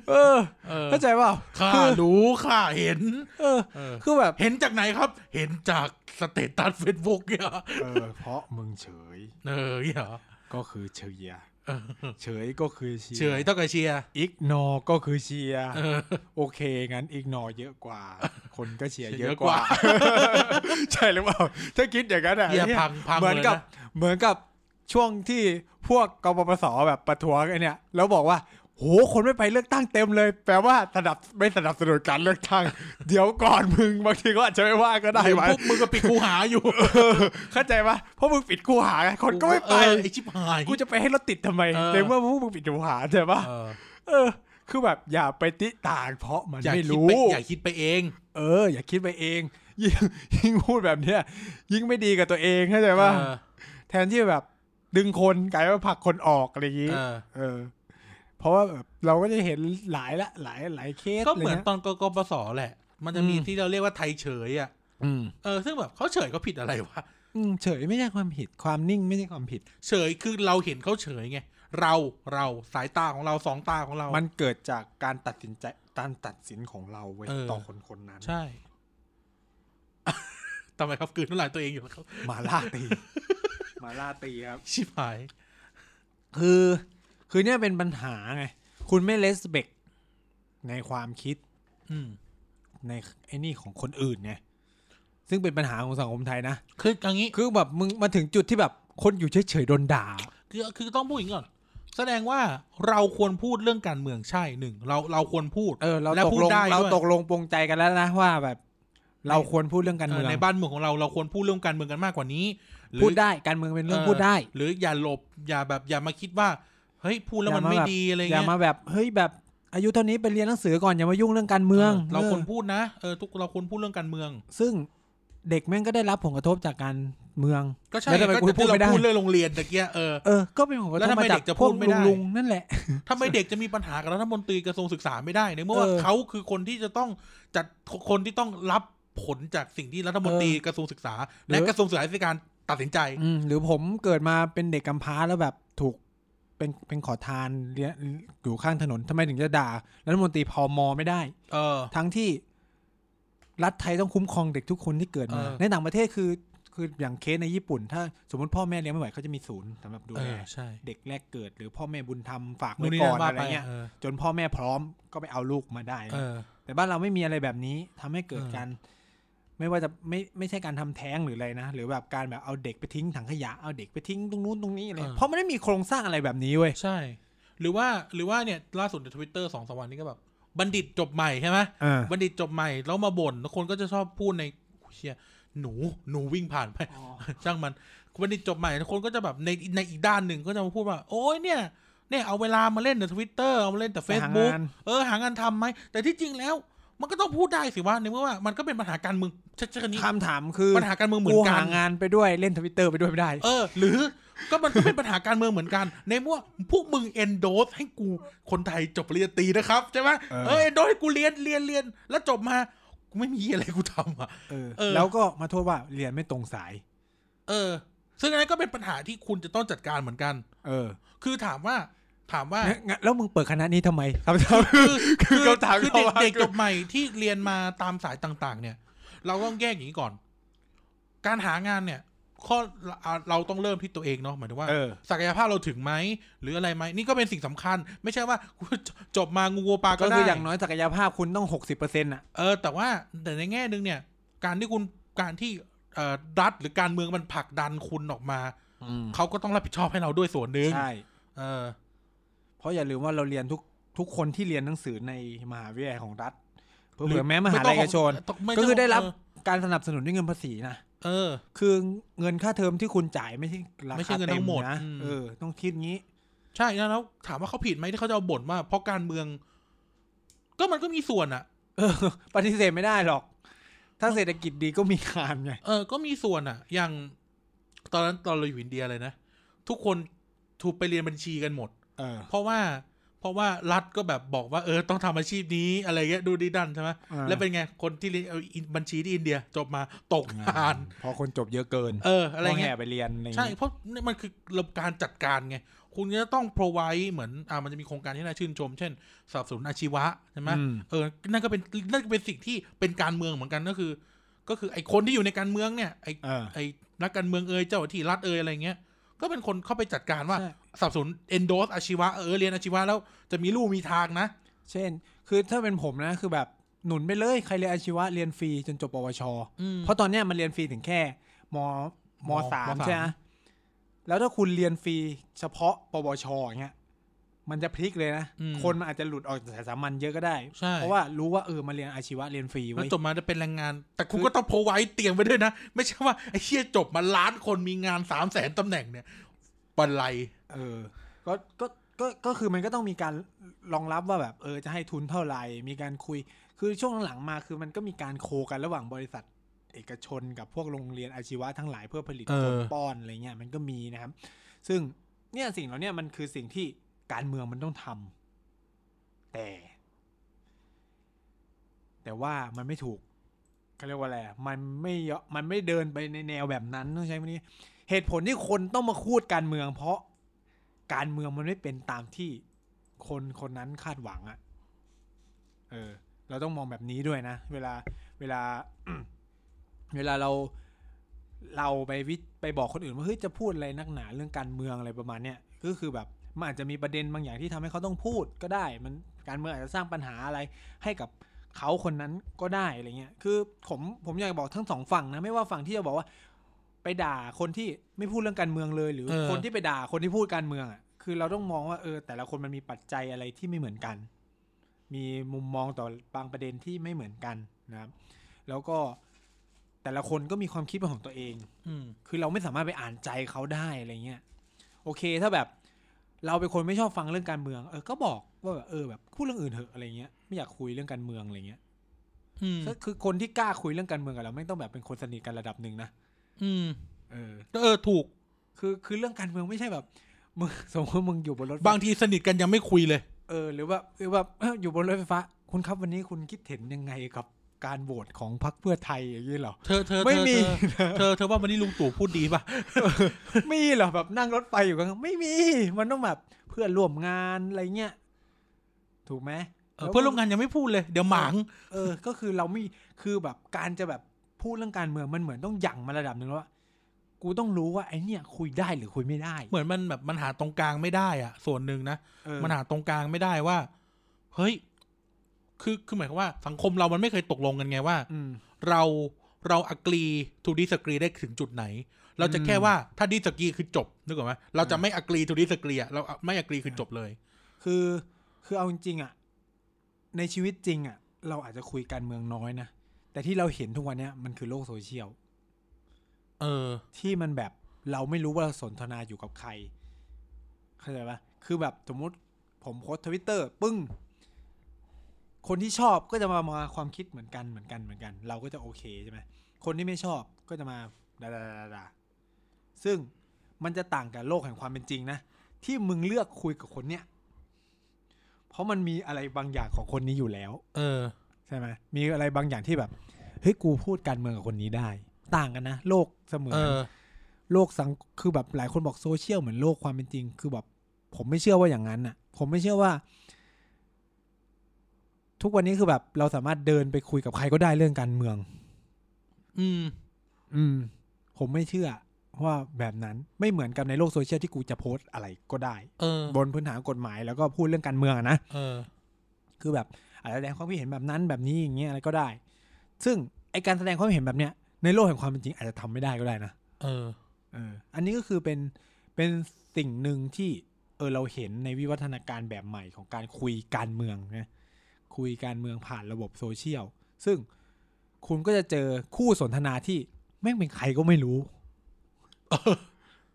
S1: เออ
S2: เออ
S1: เข้าใจเปล่า
S2: ข้ารู้ข้าเห็น
S1: เออ
S2: เออ
S1: คือแบบ
S2: เห็นจากไหนครับ เห็นจากสเตตัสเฟซบุ๊กเนี่ย
S1: เออ เพราะมึงเฉย
S2: เออเนี่ยเหรอ
S1: ก็คือเชียร์
S2: เออ
S1: เฉยก็คือเชียร์
S2: เฉยเท่ากับเชียร์
S1: อิกนอก็คือเชียร์
S2: เออ
S1: โอเคงั้นอิกนอเยอะกว่า คนก็เชียร์เย
S2: เชียร์
S1: อะ
S2: เยอะ
S1: ก
S2: กว่า
S1: ว่า <laughs> ใช่หรือเปล่าถ้าคิดอย่างนั้นอ่ะ
S2: เหี้ย
S1: เนี่ย
S2: พังพัง
S1: เหมือน
S2: ลยะ
S1: กับเหมือนกับช่วงที่พวกกบพศแบบประท้วงไอเนี่ยแล้วบอกว่าโหคนไม่ไปเลือกตั้งเต็มเลย แปลว่าสนับไม่สนับสนุนการเลือกตั้ง <laughs> เดี๋ยวก่อนมึงบางทีก็อาจจะไม่ว่าก็ได้
S2: เดี๋ยว
S1: ไหม
S2: พวกมึงก็ปิดกูหาอยู่
S1: เข้าใจปะเพราะมึงปิดกูหาไงคนก็ไม่ไป
S2: เออไอชิบหาย
S1: กูจะไปให้รถติดทำไม
S2: เออ
S1: ในเมื่อพวกมึงปิดหูหาใช่ปะ
S2: เออ
S1: เออ คือแบบอย่าไปติต่างเพราะมัน
S2: อย่า
S1: ไม่
S2: คิด
S1: รู้
S2: ไปอย่าคิดไปเอง
S1: เออ อย่าคิดไปเอง ยิ่งยิ่งพูดแบบเนี้ยยิ่งไม่ดีกับตัวเองเข้าใจปะ
S2: เออ
S1: แทนที่แบบ ดึงคนกลายว่าผลักคนออกอะไรอย่างงี้
S2: เออ
S1: เออ เพราะว่าแบบเราก็จะเห็นหลายละหลายหลายเคส
S2: ก็เหมือน
S1: อะไรงี้ย
S2: ตอนกกปสแหละ มันจะมี
S1: อืม
S2: ที่เราเรียกว่าไทยเฉยอ่ะ
S1: อืม
S2: เออ ซึ่งแบบเขาเฉยเขาผิดอะไรวะ
S1: อืมเฉยไม่ใช่ความผิดความนิ่งไม่ใช่ความผิด
S2: เฉยคือเราเห็นเขาเฉยไง เรา เราสายตาของเราสองตาของเรา
S1: มันเกิดจากการตัดสินใจการตัดสินของเราเว้ย
S2: เออ
S1: ต่อคนคนๆนั้น
S2: ใช่ <laughs> ทำไมครับกลืนน้ำลายตัวเองอยู่แล้วครับ
S1: มาล่าตี มาล่าตีครับ
S2: ชิบหาย
S1: คือคือเนี่ยเป็นปัญหาไง คุณไม่เลสเบกในความคิด
S2: อืม
S1: ในไอ้นี่ของคนอื่นไงซึ่งเป็นปัญหาของสังคมไทยนะ
S2: คืออย่างนี้
S1: คือแบบมึงมาถึงจุดที่แบบคนอยู่เฉยๆโดนด่า
S2: คือคือต้องพูดอย่างนี้ก่อน แสดงว่าเราควรพูดเรื่องการเมืองใช่หนึ่ง เราเราควรพูด
S1: เออ เรา
S2: และ
S1: ตก
S2: พูด
S1: ลง
S2: ได้
S1: เรา
S2: ด้วย
S1: ตกลงปรงใจกันแล้วนะว่าแบบ เราควรพูดเรื่องการ
S2: เอ
S1: เมื
S2: อ
S1: อง
S2: ในบ้านเมืองของเราเราควรพูดเรื่องการเมืองกันมากกว่านี้หรือ
S1: พูดได้การเมืองเป็นเรื่องพูดได้
S2: หรืออย่าหลบอย่าแบบอย่ามาคิดว่า เฮ้ยพูดแล้วมันไม่
S1: อย่ามาแบบ
S2: ดีอะไร
S1: อย่า
S2: เงี้ย
S1: มาแบบเฮ้ยแบบอายุเท่านี้ไปเรียนหนังสือก่อนอย่ามายุ่งเรื่องการเมือง
S2: เราควร
S1: ออ
S2: พูดนะเออทุกเราควรพูดเรื่องการเมือง
S1: ซึ่งเด็กแม่งก็ได้รับผลกระทบจากการเมือง
S2: ก็ใช่
S1: แล้
S2: ก็
S1: วทำไมกู
S2: ที่
S1: พูดไม่ได้
S2: เราพูดเรื่องโรงเรียนตะเกียเออ
S1: เออก็เป็นผลกระท
S2: แล้ว
S1: บ
S2: ทำไม
S1: มาจาก
S2: เด็กจะ
S1: พ
S2: พู
S1: วก
S2: ดไม่ได้
S1: ลุงๆนั่นแหละ
S2: ทำไมเด็กจะมีปัญหากับรัฐมนตรีกระทรวงศึกษาไม่ได้ในเมื่อว่า
S1: เออ
S2: เขาคือคนที่จะต้องจัดคนที่ต้องรับผลจากสิ่งที่รัฐมนตรีกระทรวงศึกษา และ
S1: หรือ
S2: กระทรวงศึกษาธิการตัดสินใจ
S1: อืมหรือผมเกิดมาเป็นเด็กกำพร้าแล้วแบบถูกเป็นเป็นขอทานเลี้ยงอยู่ข้างถนนทำไมถึงจะด่ารัฐมนตรีพอมอไม่ได้
S2: เออ
S1: ทั้งที่รัฐไทยต้องคุ้มครองเด็กทุกคนที่เกิดมา
S2: เออ
S1: ในต่างประเทศคือ คืออย่างเคสในญี่ปุ่น ถ้าสมมติพ่อแม่เลี้ยงไม่ไหวเขาจะมีศูนย์สำหรับดู
S2: เอ
S1: แล
S2: อใช่
S1: เด็กแรกเกิด หรือพ่อแม่บุญธรรมฝาก
S2: นู่
S1: ไว้
S2: นนี่
S1: ก่อน
S2: นั่นว่า
S1: อะไร
S2: ไป
S1: เงี้ย
S2: เออ
S1: จนพ่อแม่พร้อมก็ไปเอาลูกมาได้
S2: เออ
S1: แต่บ้านเราไม่มีอะไรแบบนี้ทำให้เกิด
S2: เออ
S1: การ ไม่ว่าจะไม่ไม่ใช่การทำแท้งหรืออะไรนะ หรือแบบการแบบเอาเด็กไปทิ้งถังขยะเอาเด็กไปทิ้งตรงนู้นตรงนี้อะไรเพราะมันไม่มีโครงสร้างอะไรแบบนี้เว้ย
S2: ใช่ หรือว่าหรือว่าเนี่ยล่าสุดในทวิตเตอร์สองสามวันนี้ก็แบบบัณฑิตจบใหม่ใช่ไหม
S1: เออ
S2: บัณฑิตจบใหม่แล้วมาบ่นแล้วคนก็จะชอบพูดในเชียหนูหนูวิ่งผ่านไป
S1: อ๋อ
S2: ช่างมันบัณฑิตจบใหม่แล้วคนก็จะแบบในในอีกด้านหนึ่งก็จะมาพูดว่า โอ้ยเนี่ยเนี่ยเอาเวลามาเล่นแต่ทวิตเตอร์เอามาเล่นแต่เฟซบุ๊ก
S1: ไปหางาน
S2: เออหางานทำไหมแต่ที่จริงแล้ว มันก็ต้องพูดได้สิว่าในเมื่อว่ามันก็เป็นปัญหาการเมืองชัดๆนี้
S1: คำถามคือ
S2: ปัญหาการเมืองเหมื
S1: กู
S2: อนกั
S1: หาน งานไปด้วยเล่นทวิตเตอร์ไปด้วยไม่ได้
S2: เออ หรือ ก็มันก็เป็นปัญหาการเมืองเหมือนกัน ในเมื่อพวกมึงเอนโดสให้กูคนไทยจบปริญญาตรีนะครับใช่ไหม
S1: เออ
S2: เออเอนโดสให้กูเรียนเรียนเรียนแล้วจบมากูไม่มีอะไรกูทำอ่ะ
S1: เออ
S2: เออ
S1: แล้วก็มาโทษว่าเรียนไม่ตรงสาย
S2: เออ ซึ่งอันนั้นก็เป็นปัญหาที่คุณจะต้องจัดการเหมือนกัน
S1: เออ
S2: คือถามว่า ถามว่า
S1: งั้นงั้นแล้วมึงเปิดคณะนี้ทำไมคำถาม
S2: คือ
S1: คือคำถาม
S2: คือ
S1: เข้ามา
S2: เด็กเด็ก
S1: คือ
S2: จบใหม่ที่เรียนมาตามสายต่าง ๆ เนี่ย เราต้องแยกอย่างนี้ก่อน การหางานเนี่ย ข้อเราเราต้องเริ่มที่ตัวเองเนาะหมายถึงว่า
S1: เออ
S2: ศักยภาพเราถึงไหมหรืออะไรไหมนี่ก็เป็นสิ่งสำคัญ ไม่ใช่ว่ากูจบมางูวัวปลาก็
S1: ก็
S2: ได้
S1: คืออย่างน้อยศักยภาพคุณต้องหกสิบเปอร์เซ็นต์อ่ะ
S2: เออแต่ว่าแต่ในแง่หนึ่งเนี่ย การที่คุณการที่เอ่อรัฐหรือการเมืองมันผลักดันคุณออกมา เขาก็ต้องรับผิดชอบให้เราด้วยส่วนหนึ่ง
S1: ใช่
S2: เออ
S1: เพราะอย่าลืมว่าเราเรียนทุกทุกคนที่เรียนหนังสือในมหาวิทยาลัยของรัฐเพื่
S2: หรือ
S1: อแม้มหา
S2: ต้
S1: ลั
S2: อย ง
S1: เอกชน
S2: ต้องม่
S1: ก็คือ
S2: ต้ง
S1: ได้รับ การสนับสนุนด้วยเงินภาษีนะ
S2: เออ
S1: คือเงินค่าเทอมที่คุณจ่ายไม่ใช่รา
S2: ไม่ใช่
S1: คา
S2: เงิน
S1: เต็
S2: ทั้
S1: ม
S2: งหมด
S1: นะ
S2: อืม
S1: เออ ต้องคิดงี้
S2: ใช่แล้วแล้วถามว่าเขาผิดไหมที่เขาจะเอาบ่นว่าเพราะการเมือง ก็มันก็มีส่วนอ่ะ
S1: เออ ปฏิเสธไม่ได้หรอก ถ้าเศรษฐกิจดีก็มีงานไง
S2: เออ ก็มีส่วนอ่ะ อย่าง ตอนนั้นตอนเราอยู่อินเดียเลยนะ ทุกคนถูกไปเรียนบัญชีกันหมด
S1: เออ
S2: เพราะว่า เพราะว่ารัฐก็แบบบอกว่าเออต้องทำอาชีพนี้อะไรเงี้ยดูดีดันใช่ไหมแล้วเป็นไงคนที่เรียนเอาอินบัญชีที่อินเดียจบมาตกงาน
S1: พอคนจบเยอะเกิน
S2: เออ อะไร
S1: ก็
S2: เงี้ย
S1: แห่ไปเรียนอะไรอย่าง
S2: ใช่
S1: งี้
S2: เพราะนี่มันคือระบบการจัดการไง คุณก็จะต้อง provide เหมือนอ่ามันจะมีโครงการที่น่าชื่นชม เช่นสนับสนุนอาชีวะใช่ไหม
S1: อืม
S2: เออนั่นก็เป็นนั่นก็เป็นสิ่งที่เป็นการเมืองเหมือนกันก็คือ ก็คือไอ้คนที่อยู่ในการเมืองเนี่ยไอ้
S1: เออ
S2: ไอ้นักการเมืองเอ่ยเจ้าหน้าที่รัฐเอ่ยอะไรเงี้ยก็เป็นคนเข้าไปจัดการว่า
S1: ใช่
S2: สับสน endorse อาชีวะเออเรียนอาชีวะแล้วจะมีลูกมีทางนะ
S1: เช่น คือถ้าเป็นผมนะ คือแบบหนุนไปเลยใครเรียนอาชีวะเรียนฟรีจนจบปวช
S2: อืม
S1: เพราะตอนเนี้ยมันเรียนฟรีถึงแค่มม
S2: ม
S1: สาม
S2: มสาม
S1: ใช่ไหมแล้วถ้าคุณเรียนฟรีเฉพาะปวชอย่างเงี้ย มันจะพลิกเลยนะ
S2: อืม
S1: คนมันอาจจะหลุดออกจากสายสามัญเยอะก็ได้
S2: ใช่
S1: เพราะว่ารู้ว่าเออมาเรียนอาชีวะเรียนฟรี
S2: แล้ว
S1: เว้ย
S2: จบมาจะเป็นแรงงาน แต่คุณ
S1: คือ
S2: ก็ต้องโพไว้เตียงไปด้วยนะ ไม่ใช่ว่าไอ้เชี่ยจบมาล้านคนมีงานสามแสนตำแหน่งเนี่ยบันไล
S1: เออ ก็ก็ ก็ ก็คือมันก็ต้องมีการรองรับว่าแบบ เออ จะให้ทุนเท่าไหร่ มีการคุย คือช่วงหลังๆมาคือมันก็มีการโคกันระหว่างบริษัท เอกชนกับพวกโรงเรียนอาชีวะทั้งหลายเพื่อผลิตคนป้อนอะไรเงี้ยมันก็มีนะครับ ซึ่งเนี่ยสิ่งเหล่าเนี้ยมันคือสิ่งที่การเมืองมันต้องทำแต่ แต่ว่ามันไม่ถูกเขาเรียกว่าอะไรอะมันไม่ยอมมันไม่เดินไปในแนวแบบนั้นต้องใช้คำนี้ เหตุผลที่คนต้องมาคูดการเมือง เพราะการเมืองมันไม่เป็นตามที่คนคนนั้นคาดหวังอะเออ เราต้องมองแบบนี้ด้วยนะ เวลาเวลา เวลาเราเราไปวิไปบอกคนอื่นว่าเฮ้ยจะพูดอะไรนักหนาเรื่องการเมืองอะไรประมาณเนี้ยก็คือแบบมันอาจจะมีประเด็นบางอย่างที่ทำให้เขาต้องพูดก็ได้ มันการเมืองอาจจะสร้างปัญหาอะไรให้กับเขาคนนั้นก็ได้อะไรเงี้ยคือผมผมอยากจะบอกทั้งสองฝั่งนะไม่ว่าฝั่งที่จะบอกว่า ไปด่าคนที่ไม่พูดเรื่องการเมืองเลย หรือ
S2: เออ
S1: คนที่ไปด่าคนที่พูดการเมืองอ่ะคือเราต้องมองว่าเออ แต่ละคนมันมีปัจจัยอะไรที่ไม่เหมือนกัน มีมุมมองต่อบางประเด็นที่ไม่เหมือนกันนะครับ แล้วก็แต่ละคนก็มีความคิดเป็นของตัวเอง
S2: อืม
S1: คือเราไม่สามารถไปอ่านใจเขาได้อะไรเงี้ย โอเค ถ้าแบบ เราเป็นคนไม่ชอบฟังเรื่องการเมือง เออ ก็บอกว่าแบบเออแบบพูดเรื่องอื่นเถอะอะไรเงี้ย ไม่อยากคุยเรื่องการเมืองอะไรเงี้ย
S2: อืม
S1: ก็คือคนที่กล้าคุยเรื่องการเมืองกับเราไม่งต้องแบบเป็นคนสนิทกันระดับหนึ่งนะ
S2: อืม
S1: เออ
S2: เออถูก
S1: คือคือเรื่องการเมืองไม่ใช่แบบมึงสมมติว่ามึงอยู่บนรถไฟ
S2: บางทีสนิทกันยังไม่คุยเลย
S1: เออ หรือว่าหรือว่า <laughs> เอ้าอยู่บนรถไฟฟ้า คุณครับวันนี้คุณคิดเห็นยังไงกับการโหวตของพรรคเพื่อไทยอย่างนี้เหรอ
S2: เธอเธอ
S1: ไม่
S2: เธอ
S1: มี
S2: เธอเธอเธอว่าวันนี้ลุงตู่พูดดีป่ะ
S1: มีเหรอแบบนั่งรถไฟอยู่กันไม่มี มันต้องแบบเพื่อนร่วมงานอะไรเงี้ยถูกไหม
S2: เออเพื่อนร่วมงานยังไม่พูดเลย เดี๋ยวหมาง
S1: เออ ก็คือเราไม่คือแบบการจะแบบพูดเรื่องการเมืองมันเหมือนต้องหยั่งมาระดับหนึ่งแล้วว่ากูต้องรู้ว่าไอเนี่ย คุยได้หรือคุยไม่ได้
S2: เหมือนมันแบบมันหาตรงกลางไม่ได้อ่ะ ส่วนหนึ่งนะ
S1: เออ
S2: มันหาตรงกลางไม่ได้ว่า เฮ้ย คือคือหมายความว่าสังคมเรามันไม่เคยตกลงกันไงว่า
S1: อืม
S2: เราเราอักรีทูดิสกรีได้ถึงจุดไหน เราจะแค่ว่าถ้าดิสกรีคือจบนึกออกไหมเราจะไม่อักรีทูดิสกรีอ่ะเราไม่อักรีคือจบเลย
S1: คือคือเอาจริงๆอะในชีวิตจริงอะเราอาจจะคุยการเมืองน้อยนะ แต่ที่เราเห็นทุกวันเนี้ยมันคือโลกโซเชียล
S2: เออ
S1: ที่มันแบบเราไม่รู้ว่าเราสนทนาอยู่กับใคร เข้าใจปะคือแบบสมมุติผมโพสทวิตเตอร์ปึ้ง คนที่ชอบก็จะมามาความคิดเหมือนกันเหมือนกันเหมือนกัน เราก็จะโอเคใช่ไหมคนที่ไม่ชอบก็จะมาดาดาดาดาซึ่งมันจะต่างกับโลกแห่งความเป็นจริงนะ ที่มึงเลือกคุยกับคนเนี้ยเพราะมันมีอะไรบางอย่างของคนนี้อยู่แล้ว
S2: เออ
S1: ใช่ไหมมีอะไรบางอย่างที่แบบเฮ้ยกูพูดการเมืองกับคนนี้ได้ ต่างกันนะโลกเสมือ
S2: เอน อ
S1: โลกสังคือแบบหลายคนบอกโซเชียลเหมือนโลกความเป็นจริง คือแบบผมไม่เชื่อว่าอย่างนั้นน่ะ ผมไม่เชื่อว่า ทุกวันนี้คือแบบ เราสามารถเดินไปคุยกับใครก็ได้เรื่องการเมือง
S2: อืม
S1: อืม ผมไม่เชื่อว่าแบบนั้นไม่เหมือนกับในโลกโซเชียลที่กูจะโพสต์อะไรก็ได้
S2: เออ
S1: บนพื้นฐานกฎหมายแล้วก็พูดเรื่องการเมืองอะนะ
S2: เออ
S1: คือแบบอาจจะแสดงความคิดเห็นแบบนั้นแบบนี้อย่างเงี้ยอะไรก็ได้ ซึ่งไอการแสดงความคิดเห็นแบบเนี้ยในโลกแห่งความเป็นจริงอาจจะทำไม่ได้ก็ได้นะ
S2: เออ
S1: เอออันนี้ก็คือเป็นเป็นสิ่งหนึ่งที่เออเราเห็นในวิวัฒนาการแบบใหม่ของการคุยการเมืองนะคุยการเมืองผ่านระบบโซเชียล ซึ่งคุณก็จะเจอคู่สนทนาที่แม่งเป็นใครก็ไม่
S2: <laughs>
S1: รู้
S2: เออ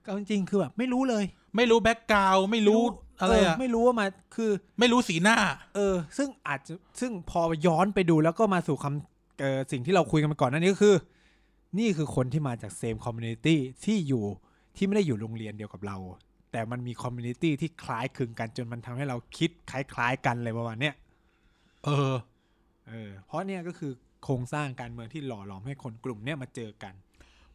S1: ก็จริงๆคือแบบไม่รู้เลย
S2: ไม่รู้แบ็กกราวไม่รู้อะไร
S1: เ
S2: อ่ะ
S1: ไม่รู้ว่ามาคือ
S2: ไม่รู้สีหน้า
S1: เออ ซึ่งอาจจะซึ่งพอย้อนไปดูแล้วก็มาสู่คำเออสิ่งที่เราคุยกันมาก่อนหนั่นนี้ก็คือ นี่คือคนที่มาจากเซมคอมมูนิตี้ที่อยู่ที่ไม่ได้อยู่โรงเรียนเดียวกับเรา แต่มันมีคอมมูนิตี้ที่คล้ายคลึงกันจนมันทำให้เราคิดคล้าย ๆ กันเลยประมาณเนี้ย
S2: เออ
S1: เออเพราะเนี่ยก็คือโครงสร้างการเมืองที่หล่อหลอมให้คนกลุ่มเนี้ยมาเจอกัน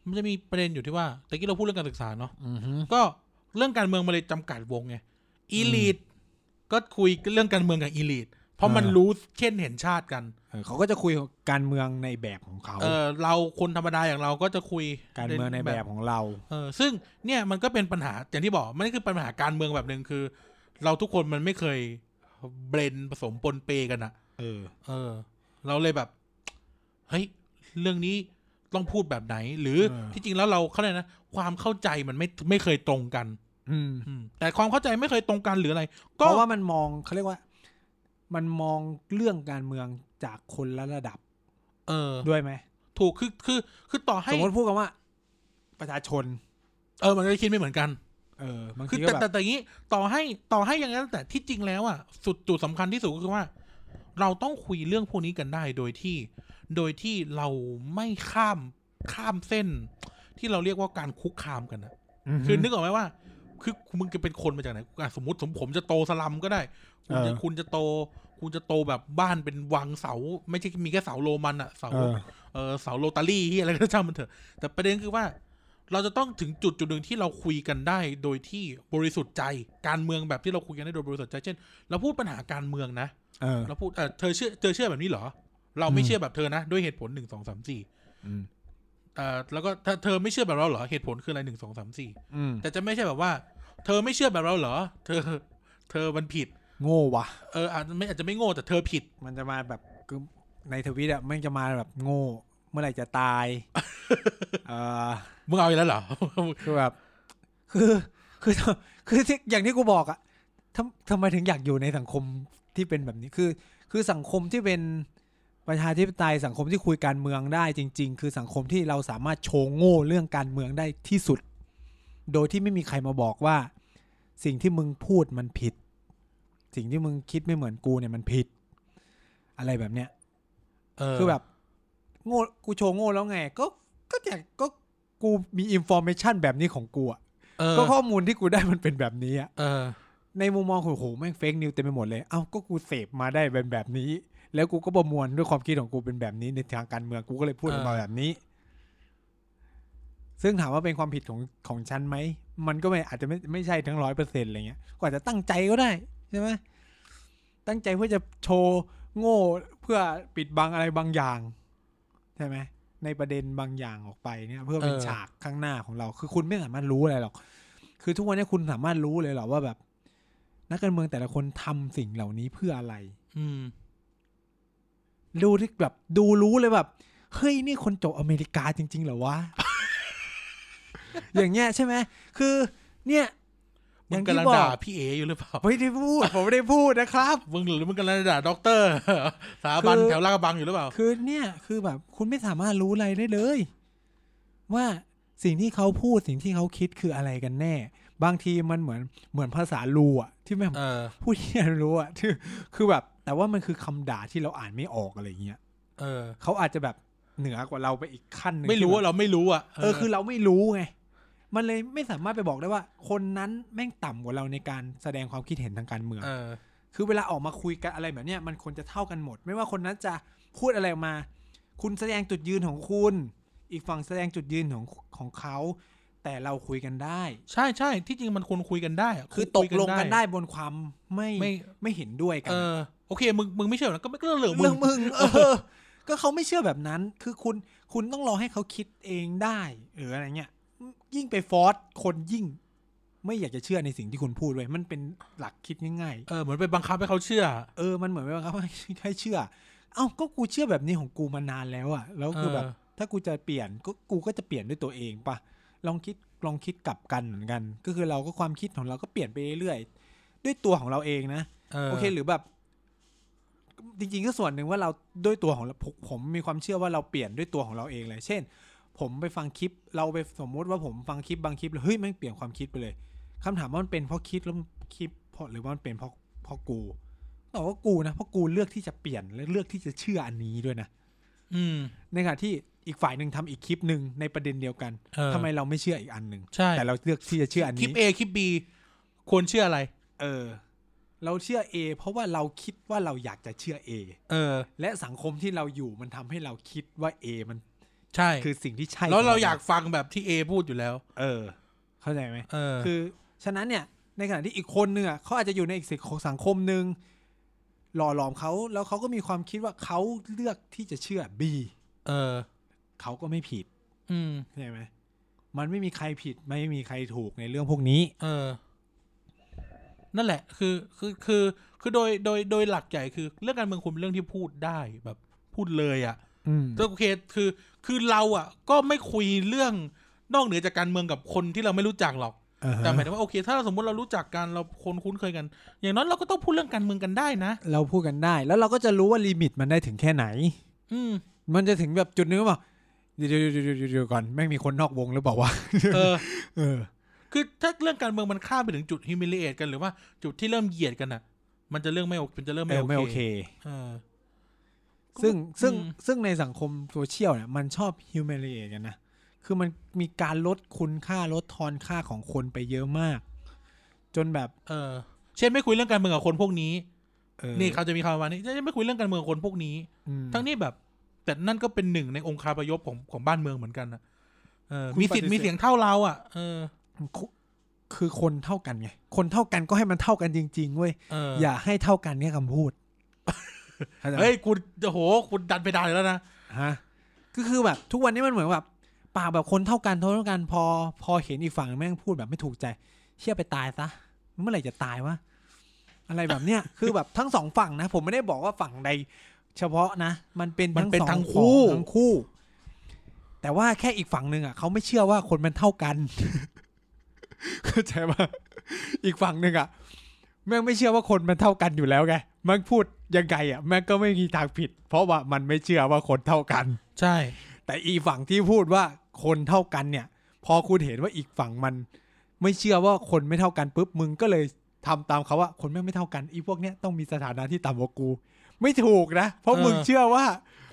S2: มันจะมีประเด็นอยู่ที่ว่าตะกี้เราพูดเรื่องการศึกษาเนาะ
S1: อือฮึ
S2: ก็เรื่องการเมืองมาเลยจำกัดวงไงอีลีทก็คุยเรื่องการเมืองกับอีลีทพ ราะมันรู้เช่นเห็นชาติกัน
S1: เออเขาก็จะคุยการเมืองในแบบของเขา
S2: เออเราคนธรรมดาอย่างเราก็จะคุย
S1: การเมืองในแบบของเรา
S2: เออซึ่งเนี่ยมันก็เป็นปัญหาอย่างที่บอกมันก็คือปัญหาการเมืองแบบหนึ่งคือ เราทุกคนมันไม่เคยเบลนผสมปนเปกันอะ
S1: เออ
S2: เออ เราเลยแบบ เฮ้ย เรื่องนี้ต้องพูดแบบไหน หรือ
S1: เออ
S2: ที่จริงแล้วเราเขาเรียกนะ ความเข้าใจมันไม่ไม่เคยตรงกัน
S1: อืม
S2: อืม แต่ความเข้าใจไม่เคยตรงกันหรืออะไร
S1: เพ
S2: ก็
S1: ราะว่ามันมองเขาเรียกว่า มันมองเรื่องการเมืองจากคนละระดับ
S2: เออ
S1: ด้วยไหม
S2: ถูกคือคือ คือต่อให้
S1: สมมติพูดกันว่า ประชาชน
S2: เออ มันก็คิดไม่เหมือนกัน
S1: เออบาง
S2: คื
S1: ที
S2: อ
S1: ก็
S2: แต่
S1: แบ
S2: แต่
S1: บ
S2: แต่อย่างนี้ต่อให้ต่อให้อย่างนั้นแต่ที่จริงแล้วอ่ะสุดจุดสำคัญที่สุดก็คือว่า เราต้องคุยเรื่องพวกนี้กันได้โดยที่ โดยที่เราไม่ข้ามข้ามเส้น ที่เราเรียกว่าการคุกคามกันนะ
S1: ฮึ
S2: คือนึกออกไหมว่า คือมึงจะเป็นคนมาจากไหนอ่ะสมมติสมผมจะโตสลัมก็ได้ คุณจะ
S1: เออ
S2: คุณจะโต คุณจะโตแบบบ้านเป็นวังเสา ไม่ใช่มีแค่เสาโรมันอะเสา
S1: เออ
S2: เออเสาโรตารี่ที่อะไรก็ช่างมันเถอะ แต่ประเด็นคือว่า เราจะต้องถึงจุดจุดหนึ่งที่เราคุยกันได้ โดยที่บริสุทธิ์ใจ การเมืองแบบที่เราคุยกันได้โดยบริสุทธิ์ใจ เช่น เราพูดปัญหาการเมืองนะ
S1: เออ
S2: เราพูดเออเธอเชื่อเธอเชื่อแบบนี้เหรอ เราไม่
S1: อืม
S2: เชื่อแบบเธอนะ ด้วยเหตุผลหนึ่งสองสามสี่
S1: อืม
S2: เอ่อแล้วก็ถ้าเธอไม่เชื่อแบบเราเหรอ เหตุผลคืออะไรหนึ่งสองสามสี่
S1: อืม
S2: แต่จะไม่ใช่แบบว่า เธอไม่เชื่อแบบเราเหรอ เธอ เธอมันผิด
S1: โง่ว่ะ
S2: เอออาจจะไม่อาจจะไม่โง่แต่เธอผิด
S1: มันจะมาแบบคือในทวิตอะมันจะมาแบบโง่ เมื่อไหร่จะตาย
S2: <laughs>
S1: เออ
S2: มึงเอาอีกแล้วเหรอ
S1: คือแบบ คือ คือคือที่อย่างที่กูบอกอะทำทำไมถึงอยากอยู่ในสังคมที่เป็นแบบนี้คือ คือสังคมที่เป็นประชาธิปไตยสังคมที่คุยการเมืองได้จริง ๆ คือสังคมที่เราสามารถโชว์โง่เรื่องการเมืองได้ที่สุด โดยที่ไม่มีใครมาบอกว่า สิ่งที่มึงพูดมันผิด สิ่งที่มึงคิดไม่เหมือนกูเนี่ยมันผิด อะไรแบบเนี้ย
S2: เออ
S1: คือแบบ โง่กูโชว์โง่แล้วไง ก็ก็แต่ก็กูมีอินโฟเมชันแบบนี้ของกูอะ
S2: เออ
S1: ก็ข้อมูลที่กูได้มันเป็นแบบนี้อะ
S2: เออ
S1: ในมุมมองของโหแม่งเฟกนิวเต็มไปหมดเลย เอ้าก็กูเสพมาได้เป็นแบบนี้ แล้วกูก็ประมวลด้วยความคิดของกูเป็นแบบนี้ในทางการเมืองกูก็เลยพูดออกมา
S2: เออ
S1: แบบนี้ ซึ่งถามว่าเป็นความผิดของของฉันไหมมันก็ไม่อาจจะไม่ไม่ใช่ทั้งร้อยเปอร์เซ็นต์อะไรเงี้ยก็อาจจะตั้งใจก็ได้ใช่ไหมตั้งใจเพื่อจะโชว์โง่เพื่อปิดบังอะไรบางอย่างใช่ไหมในประเด็นบางอย่างออกไปเนี่ย เพื่อเป็น
S2: เออ
S1: ฉากข้างหน้าของเรา คือคุณไม่สามารถรู้อะไรหรอก คือทุกวันนี้คุณสามารถรู้เลยเหรอว่าแบบ นักการเมืองแต่ละคนทำสิ่งเหล่านี้เพื่ออะไร
S2: อืม
S1: ดูที่แบบดูรู้เลยแบบเฮ้ยนี่คนจบอเมริกาจริง ๆ เหรอวะ <laughs> อย่างเงี้ยใช่ไหมคือเนี่ย
S2: มึงกำลังด่าพี่เออยู่หรือเปล่า
S1: ไม่ได้พูด ผมไม่ได้พูดนะครับ
S2: มึงหรือมึงกำลังด่าด็อกเตอร์ <laughs> สถาบัน
S1: คือ
S2: แถวลาดกระบังอยู่หรือเปล่า
S1: คือเนี่ยคือแบบคุณไม่สามารถรู้อะไรได้เลย ว่าสิ่งที่เขาพูดสิ่งที่เขาคิดคืออะไรกันแน่ บางทีมันเหมือนเหมือนภาษาลูอะที่แม่ง
S2: เออ
S1: <laughs> พูดที่รู้อะที่คือแบบ แต่ว่ามันคือคำด่าที่เราอ่านไม่ออกอะไรเงี้ย
S2: เออ
S1: เขาอาจจะแบบเหนือกว่าเราไปอีกขั้นหนึง
S2: ไม่รู้
S1: ที่แบบ
S2: ว่าเราไม่รู้อ่ะ
S1: เออคือเราไม่รู้ไง มันเลยไม่สามารถไปบอกได้ว่า คนนั้นแม่งต่ำกว่าเราในการแสดงความคิดเห็นทางการเมือง
S2: เออ
S1: คือเวลาออกมาคุยกันอะไรแบบเนี้ยมันควรจะเท่ากันหมด ไม่ว่าคนนั้นจะพูดอะไรออกมา คุณแสดงจุดยืนของคุณ อีกฝั่งแสดงจุดยืนของของเขา แต่เราคุยกันได้
S2: ใช่ใช่ที่จริงมันควรคุยกันได้ะ
S1: คือต
S2: คุย
S1: กลงกันได้บนความไม่
S2: ไม่
S1: ไม่เห็นด้วยกั
S2: เอน อ โอเค มึง มึงไม่เชื่อนะก็ไม่ก็เรื่องเหลืองมึ
S1: เรื่อง
S2: ง
S1: มึงเออ <laughs> ก็เขาไม่เชื่อแบบนั้น คือคุณคุณต้องรอให้เขาคิดเองได้หรืออะไรเงี้ย ยิ่งไปฟอร์สคนยิ่ง ไม่อยากจะเชื่อในสิ่งที่คุณพูดเลยมันเป็นหลักคิดง่าย
S2: เออ เหมือนไปบังคับให้เขาเชื่อ
S1: ๆเออมันเหมือนว่าครับ <laughs> ให้เชื่อ เอ้าก็กูเชื่อแบบนี้ของกูมานานแล้วอะแล้วคือแบบ
S2: เออ
S1: ถ้ากูจะเปลี่ยนก็กูก็จะเปลี่ยนด้วยตัวเองปะลองคิดลองคิดกลับกันเหมือนกัน ก็คือเราก็ความคิดของเราก็เปลี่ยนไปเรื่อยๆด้วยตัวของเราเองนะ โอเคหรือแบบ จริงๆก็ส่วนหนึ่งว่าเราด้วยตัวของเราผมผมมีความเชื่อว่าเราเปลี่ยนด้วยตัวของเราเองเลย เช่น ผมไปฟังคลิป เราไปสมมุติว่าผมฟังคลิปบางคลิปแล้วเฮ้ยแมันเปลี่ยนความคิดไปเลยคำถามว่ามันเป็นเพราะคิดแล้วคลิปเพราะหรือว่ามันเป็นเพราะเพราะกูตอบว่ากูนะเพราะกูเลือกที่จะเปลี่ยนและเลือกที่จะเชื่ออันนี้ด้วยนะ
S2: อืม
S1: ในขณะที่อีกฝ่ายหนึ่งทำอีกคลิปหนึ่งในประเด็นเดียวกัน
S2: เออ
S1: ทำไมเราไม่เชื่ออีกอันหนึ่ง
S2: ใช่
S1: แต่เราเลือกที่จะเชื่ออัน
S2: คลิ
S1: นี้
S2: ป A คลิป B ควรเชื่ออะไร
S1: เออ เราเชื่อ A เพราะว่าเราคิดว่าเราอยากจะเชื่อ A
S2: เออ
S1: และสังคมที่เราอยู่มันทำให้เราคิดว่า A มัน
S2: ใช่
S1: คือสิ่งที่ใช่
S2: แล้วเรา
S1: ขง
S2: อยากฟังแบบที่เอพูดอยู่แล้ว
S1: เออ เข้าใจไหม
S2: เออ
S1: คือ ฉะนั้นเนี่ย ในขณะที่อีกคนหนึ่งอะเขาอาจจะอยู่ในอีกสังคมหนึ่ง หล่อหลอมเขาแล้วเขาก็มีความคิดว่าเขาเลือกที่จะเชื่อ B
S2: เออ
S1: เขาก็ไม่ผิด
S2: อืม
S1: เข้าใจไหมมันไม่มีใครผิดไม่มีใครถูกในเรื่องพวกนี้
S2: เออ นั่นแหละ คือคือคือคือโดยโดยโดยหลักใหญ่คือ เรื่องการเมืองคุณเป็นเรื่องที่พูดได้แบบพูดเลยอะ่ะ
S1: อืม
S2: แต่โอเคคือ คือเราอะ่ะ ก็ไม่คุยเรื่องนอกเหนือจากการเมืองกับคนที่เราไม่รู้จักหรอก
S1: อ่าฮะ
S2: แต่หมายถึงว่าโอเค ถ้าเราสมมติเรารู้จักกันเราคนคุ้นเคยกัน อย่างน้อยเราก็ต้องพูดเรื่องการเมืองกันได้นะ
S1: เราพูดกันได้ แล้วเราก็จะรู้ว่าลิมิตมันได้ถึงแค่ไหน
S2: อืม
S1: มันจะถึงแบบจุดนึงหรือเปล่าเดี๋ยวเดี๋ยวเดี๋ยวเดี๋ยวเดี๋ยวก่อนแม่งมีคนนอกวงหรือเปล่าวะ
S2: เออ <laughs>
S1: เออ
S2: คือถ้าเรื่องการเมืองมันข้ามไปถึงจุด humiliate กันหรือว่าจุดที่เริ่มเหยียดกันอ่ะ มันจะเรื่องไม่โอเคมันจะเริ่ม
S1: เออไม่
S2: ไม่
S1: โอ
S2: โอ
S1: เค
S2: เคเออ
S1: ซึ่งซึ่ง
S2: อืม
S1: ซึ่งในสังคมโซเชียลเนี่ยมันชอบ humiliate กันนะ คือมันมีการลดคุณค่าลดทอนค่าของคนไปเยอะมาก จนแบบ
S2: เออ เช่นไม่คุยเรื่องการเมืองกับคนพวกนี้
S1: เออ
S2: นี่เขาจะมีคำประมาณนี้จะไม่คุยเรื่องการเมืองกับคนพวกนี้
S1: อืม
S2: ทั้งนี้แบบ แต่นั่นก็เป็นหนึ่งในองคาพยพของของบ้านเมืองเหมือนกันนะเออ
S1: คุณ
S2: มีสิท
S1: ปฏิเส
S2: ธิ์
S1: ธ
S2: มีเสียงเท่าเราอ่ะเออ
S1: คุคือคนเท่ากันไง คนเท่ากันก็ให้มันเท่ากันจริงๆเว้ย
S2: เออ
S1: อย่าให้เท่ากันเนี่ยคำพูด <laughs> เข้าใจไหม
S2: เฮ้ยคุณโอ้โหคุณดันไปดันแล้วนะ
S1: ฮะก็คือแบบ ทุกวันนี้มันเหมือนแบบปากแบบคนเท่ากันเท่ากันพอ พอเห็นอีกฝั่งแม่งพูดแบบไม่ถูกใจ เชี่ยไปตายซะเมื่อไหร่จะตายวะอะไรแบบเนี้ย <laughs> คือแบบทั้งสองฝั่งนะ ผมไม่ได้บอกว่าฝั่งใด เฉพาะนะ มันเป็น
S2: มัน
S1: ทั้ง
S2: เป็น
S1: สอง
S2: ทั้งคู่
S1: ฝั่งทั้งคู่ แต่ว่าแค่อีกฝั่งหนึ่งอ่ะเขาไม่เชื่อว่าคนมันเท่ากัน <laughs> เข้าใจปะอีกฝั่งหนึ่งอ่ะแม่งไม่เชื่อว่าคนมันเท่ากันอยู่แล้วไงแมันพูดยังไงอ่ะแม่งก็ไม่มีทางผิด เพราะว่ามันไม่เชื่อว่าคนเท่ากัน
S2: ใช่
S1: แต่อีฝั่งที่พูดว่าคนเท่ากันเนี่ย พอคุณเห็นว่าอีกฝั่งมัน ไม่เชื่อว่าคนไม่เท่ากันปุ๊บมึงก็เลยทำตามเขาว่าคนแม่งไม่เท่ากันอีพวกเนี้ยต้องมีสถานะที่ต่ำกว่ากู ไม่ถูกนะ เพราะ
S2: เออ
S1: มึงเชื่อว่า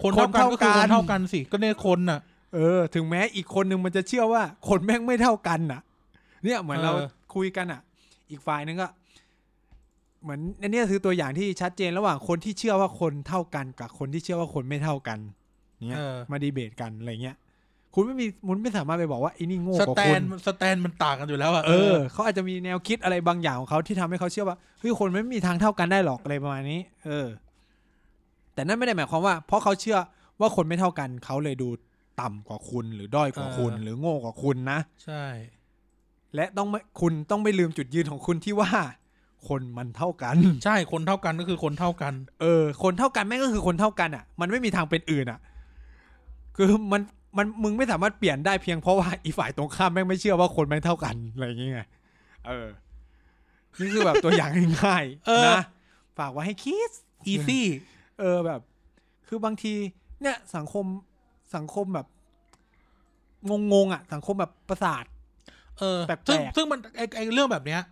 S2: คนเท่ากันก็คื
S1: ค
S2: อคน
S1: เท่ากัน
S2: นเท่ากันสิก็เนี่ยคนน่ะ
S1: เออ ถึงแม้อีกคนหนึ่งมันจะเชื่อว่า คนแม่งไม่เท่ากันน่ะ เนี่ยเหมือน
S2: เออ
S1: เราคุยกันอ่ะ อีกฝ่ายหนึงก็ เหมือนอันเนี้ยคือตัวอย่างที่ชัดเจนระหว่างคนที่เชื่อว่าคนเท่ากันกับคนที่เชื่อว่าคนไม่เท่ากัน เนี่ย
S2: เออ
S1: มาดีเบตกันอะไรเงี้ย คุณไม่มีมุนไม่สามารถไปบอกว่าไอ้นี่โง่
S2: ส
S1: กว่า
S2: แต
S1: คุ
S2: น
S1: ณ
S2: สแตนมันต่างกันอยู่แล้วอ่ะ
S1: เออ เขาอาจจะมีแนวคิดอะไรบางอย่างของเขาที่ทำให้เขาเชื่อว่าเฮ้ยคนไม่มีทางเท่ากันได้หรอกอะไรประมาณนี้ เออ แต่นั่นไม่ได้หมายความว่า เพราะเขาเชื่อว่าคนไม่เท่ากันเขาเลยดูต่ำกว่าคุณ หรือด้อยกว่าคุณ หรือโง่กว่าคุณนะ
S2: ใช่
S1: และต้องไม่คุณต้องไม่ลืมจุดยืนของคุณที่ว่า คนมันเท่ากัน
S2: ใช่ คนเท่ากันก็คือคนเท่ากัน
S1: เออ คนเท่ากันแม่งก็คือคนเท่ากันอ่ะ มันไม่มีทางเป็นอื่นอ่ะ คือมันมันมึงไม่สามารถเปลี่ยนได้เพียงเพราะ <laughs> ว่าอีฝ่ายตรงข้ามแม่งไม่เชื่อว่าคนแม่งเท่ากันอะไรอย่างเงี้ยไงเออ นี่คือแบบตัวอย่างง่าย
S2: <laughs> เออ
S1: ๆนะ ฝากไว้ให้คิด
S2: อีซี่
S1: เออแบบ คือบางที เนี่ย สังคมสังคมแบบงงๆอ่ะ สังคมแบบประสาท
S2: เออ
S1: แปลกๆ
S2: ซึ่งซึ่งมันไอไอเรื่องแบบเนี้ย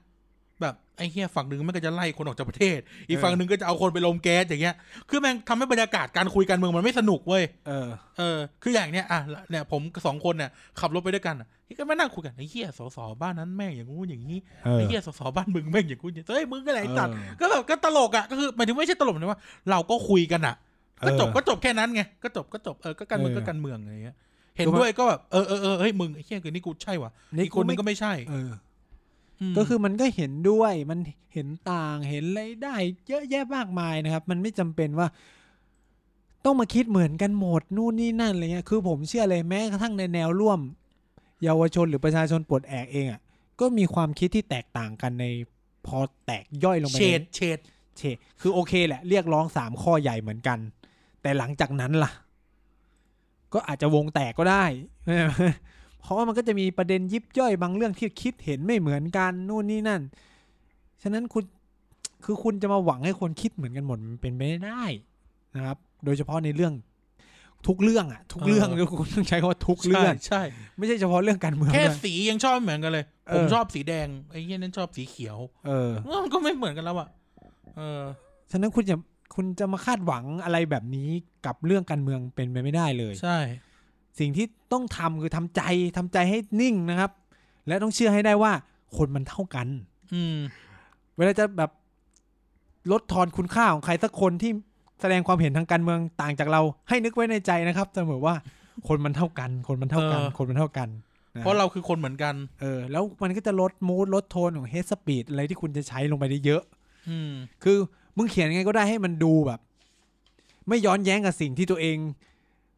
S2: แบบไอ้เฮียฝั่งหนึ่งมันก็จะไล่คนออกจากประเทศ อีก
S1: เออ
S2: ฝั่งหนึ่งก็จะเอาคนไปลมแก๊สอย่างเงี้ย คือแม่งทำให้บรรยากาศการคุยการเมืองมันไม่สนุกเว้ย
S1: เออ
S2: เออ คืออย่างเนี้ย อ่ะ เนี่ยผมกับสองคนเนี่ยขับรถไปด้วยกันอ่ะเฮ้ยก็มานั่งคุยกันไอ้เฮียสสบ้านนั้นแม่งอย่างงู้นอย่างนี้
S1: เออ
S2: ไอ้เฮียสสบ้านมึงแม่งอย่างงู้นอย่างเฮ้ยมึงก็ไหนตัด
S1: เออ
S2: ก็แบบก็ตลกอ่ะ ก็คือหมายถึงไม่ใช่ตลกนะว่า เราก็คุยกันอ่ะ ก็จบ
S1: เออ
S2: ก็จบแค่นั้นไง ก็จบก็จบ เออ ก็การเมือง
S1: เออ
S2: ก็การเมืองอะไรเงี้ย เห็นด้วยก็แบบ เออเออเออเฮ้ยมึงไอ้เฮียคือนี่กูใช่วะอีกคนนึงก็ไม่ใช่
S1: เออ
S2: ม
S1: ก็คือมันก็เห็นด้วยมันเห็นต่างเห็นอะไรายได้ เยอะแยะมากมายนะครับ มันไม่จำเป็นว่า ต้องมาคิดเหมือนกันหมดนู่นนี่นั่นอะไรเงี้ยคือผมเชื่อเลยแม้กระทั่งในแนวร่วม เยาวชนหรือประชาชนปลดแอกเองอ่ะก็มีความคิดที่แตกต่างกันในพอแตกย่อยลงไป
S2: เฉ
S1: ใน
S2: ดเฉด
S1: เฉดคือโอเคแหละ เรียกร้องสามข้อใหญ่เหมือนกัน แต่หลังจากนั้นล่ะ ก็อาจจะวงแตกก็ได้ <laughs> เพราะว่ามันก็จะมีประเด็นยิบย่อยบางเรื่องที่คิดเห็นไม่เหมือนกันนู่นนี่นั่น ฉะนั้นคุณ คือคุณจะมาหวังให้คนคิดเหมือนกันหมดมันเป็นไปไม่ได้นะครับ โดยเฉพาะในเรื่อง ทุกเรื่องอะทุกเรื่องคุณต้องใช้คำว่าทุก
S2: ใช่
S1: เรื่อง
S2: ใช่
S1: ไม่ใช่เฉพาะเรื่องการเมือง
S2: แค่
S1: ด้วย
S2: สียังชอบไม่เหมือนกันเลย
S1: เออ
S2: ผมชอบสีแดงไอ้เฮียนั่นชอบสีเขียว
S1: เออ
S2: เออมันก็ไม่เหมือนกันแล้วอ่ะเออ
S1: ฉะนั้นคุณจะคุณจะมาคาดหวังอะไรแบบนี้กับเรื่องการเมืองเป็นไปไม่ได้เลย
S2: ใช่
S1: สิ่งที่ต้องทำคือทำใจทำใจให้นิ่งนะครับ และต้องเชื่อให้ได้ว่าคนมันเท่ากัน
S2: อืม
S1: เวลาจะแบบลดทอนคุณค่าของใครสักคนที่แสดงความเห็นทางการเมืองต่างจากเรา ให้นึกไว้ในใจนะครับเสมอว่าคนมันเท่ากัน คนมันเท่ากัน
S2: เออ
S1: คนมันเท่ากันน
S2: เพราะเราคือคนเหมือนกัน
S1: เออแล้วมันก็จะลดมูดลดโทนของเฮดสปีดอะไรที่คุณจะใช้ลงไปได้เยอะ
S2: อืม
S1: คือ มึงเขียนยังไงก็ได้ให้มันดูแบบ ไม่ย้อนแย้งกับสิ่งที่ตัวเอง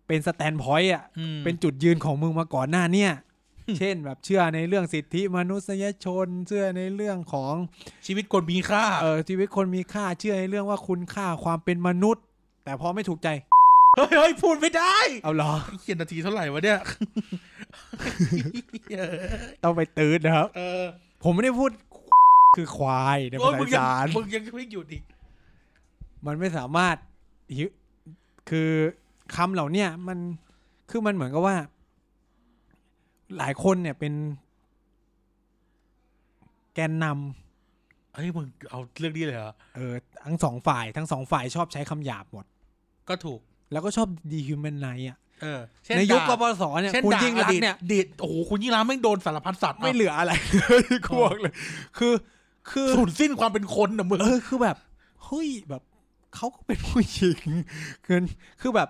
S1: เป็นสแตนพอยต์อ่ะ
S2: อืม
S1: เป็นจุดยืนของมึงมาก่อนหน้าเนี่ย เช่นแบบเชื่อในเรื่องสิทธิมนุษยชน เชื่อในเรื่องของ
S2: ชีวิตคนมีค่า
S1: เออชีวิตคนมีค่าเชื่อในเรื่องว่าคุณค่าความเป็นมนุษย์ แต่พอไม่ถูกใจ
S2: เฮ้ยเฮ้ยพูดไม่ได้
S1: เอาเหรอ
S2: เขียนนาทีเท่าไหร่วะเนี่ย <laughs>
S1: ต้องไปตืดนะครับ
S2: เออ
S1: ผมไม่ได้พูด <laughs> คือควายใน
S2: โอ้
S1: ภาย ษา
S2: มึง
S1: อี
S2: ยัง
S1: สาร
S2: มึงยังไม่หยุดอีก
S1: มันไม่สามารถหิวคือคำเหล่าเนี้ยมันคือมันเหมือนกับว่า หลายคนเนี่ยเป็น แกนนำ
S2: เฮ้ยมึงเอาเรื่องนี้เลยเหรอ
S1: เออทั้งสองฝ่ายทั้งสองฝ่ายชอบใช้คำหยาบหมด
S2: ก็ถูก
S1: แล้วก็ชอบดีฮิวแมนไนอ่ะ
S2: เออ เช่น
S1: ในยุคก
S2: ด่า
S1: ปสเนี่ย
S2: เช่น
S1: คุณ
S2: ด่า
S1: ยิ่งรักษณ์เนี่ย
S2: อดีตอดีตโอ้โห คุณยิ่งรักษณ์แม่งโดนสารพัดสัตว์
S1: ไม่
S2: อะ
S1: เหลืออะไร <laughs> เลยกวงเลย คือคือ
S2: สูญสิ้นความเป็นคนนะมึง
S1: เออคือแบบเฮ้ยแบบเขาก็เป็นผู้หญิง <laughs> คือคือแบบ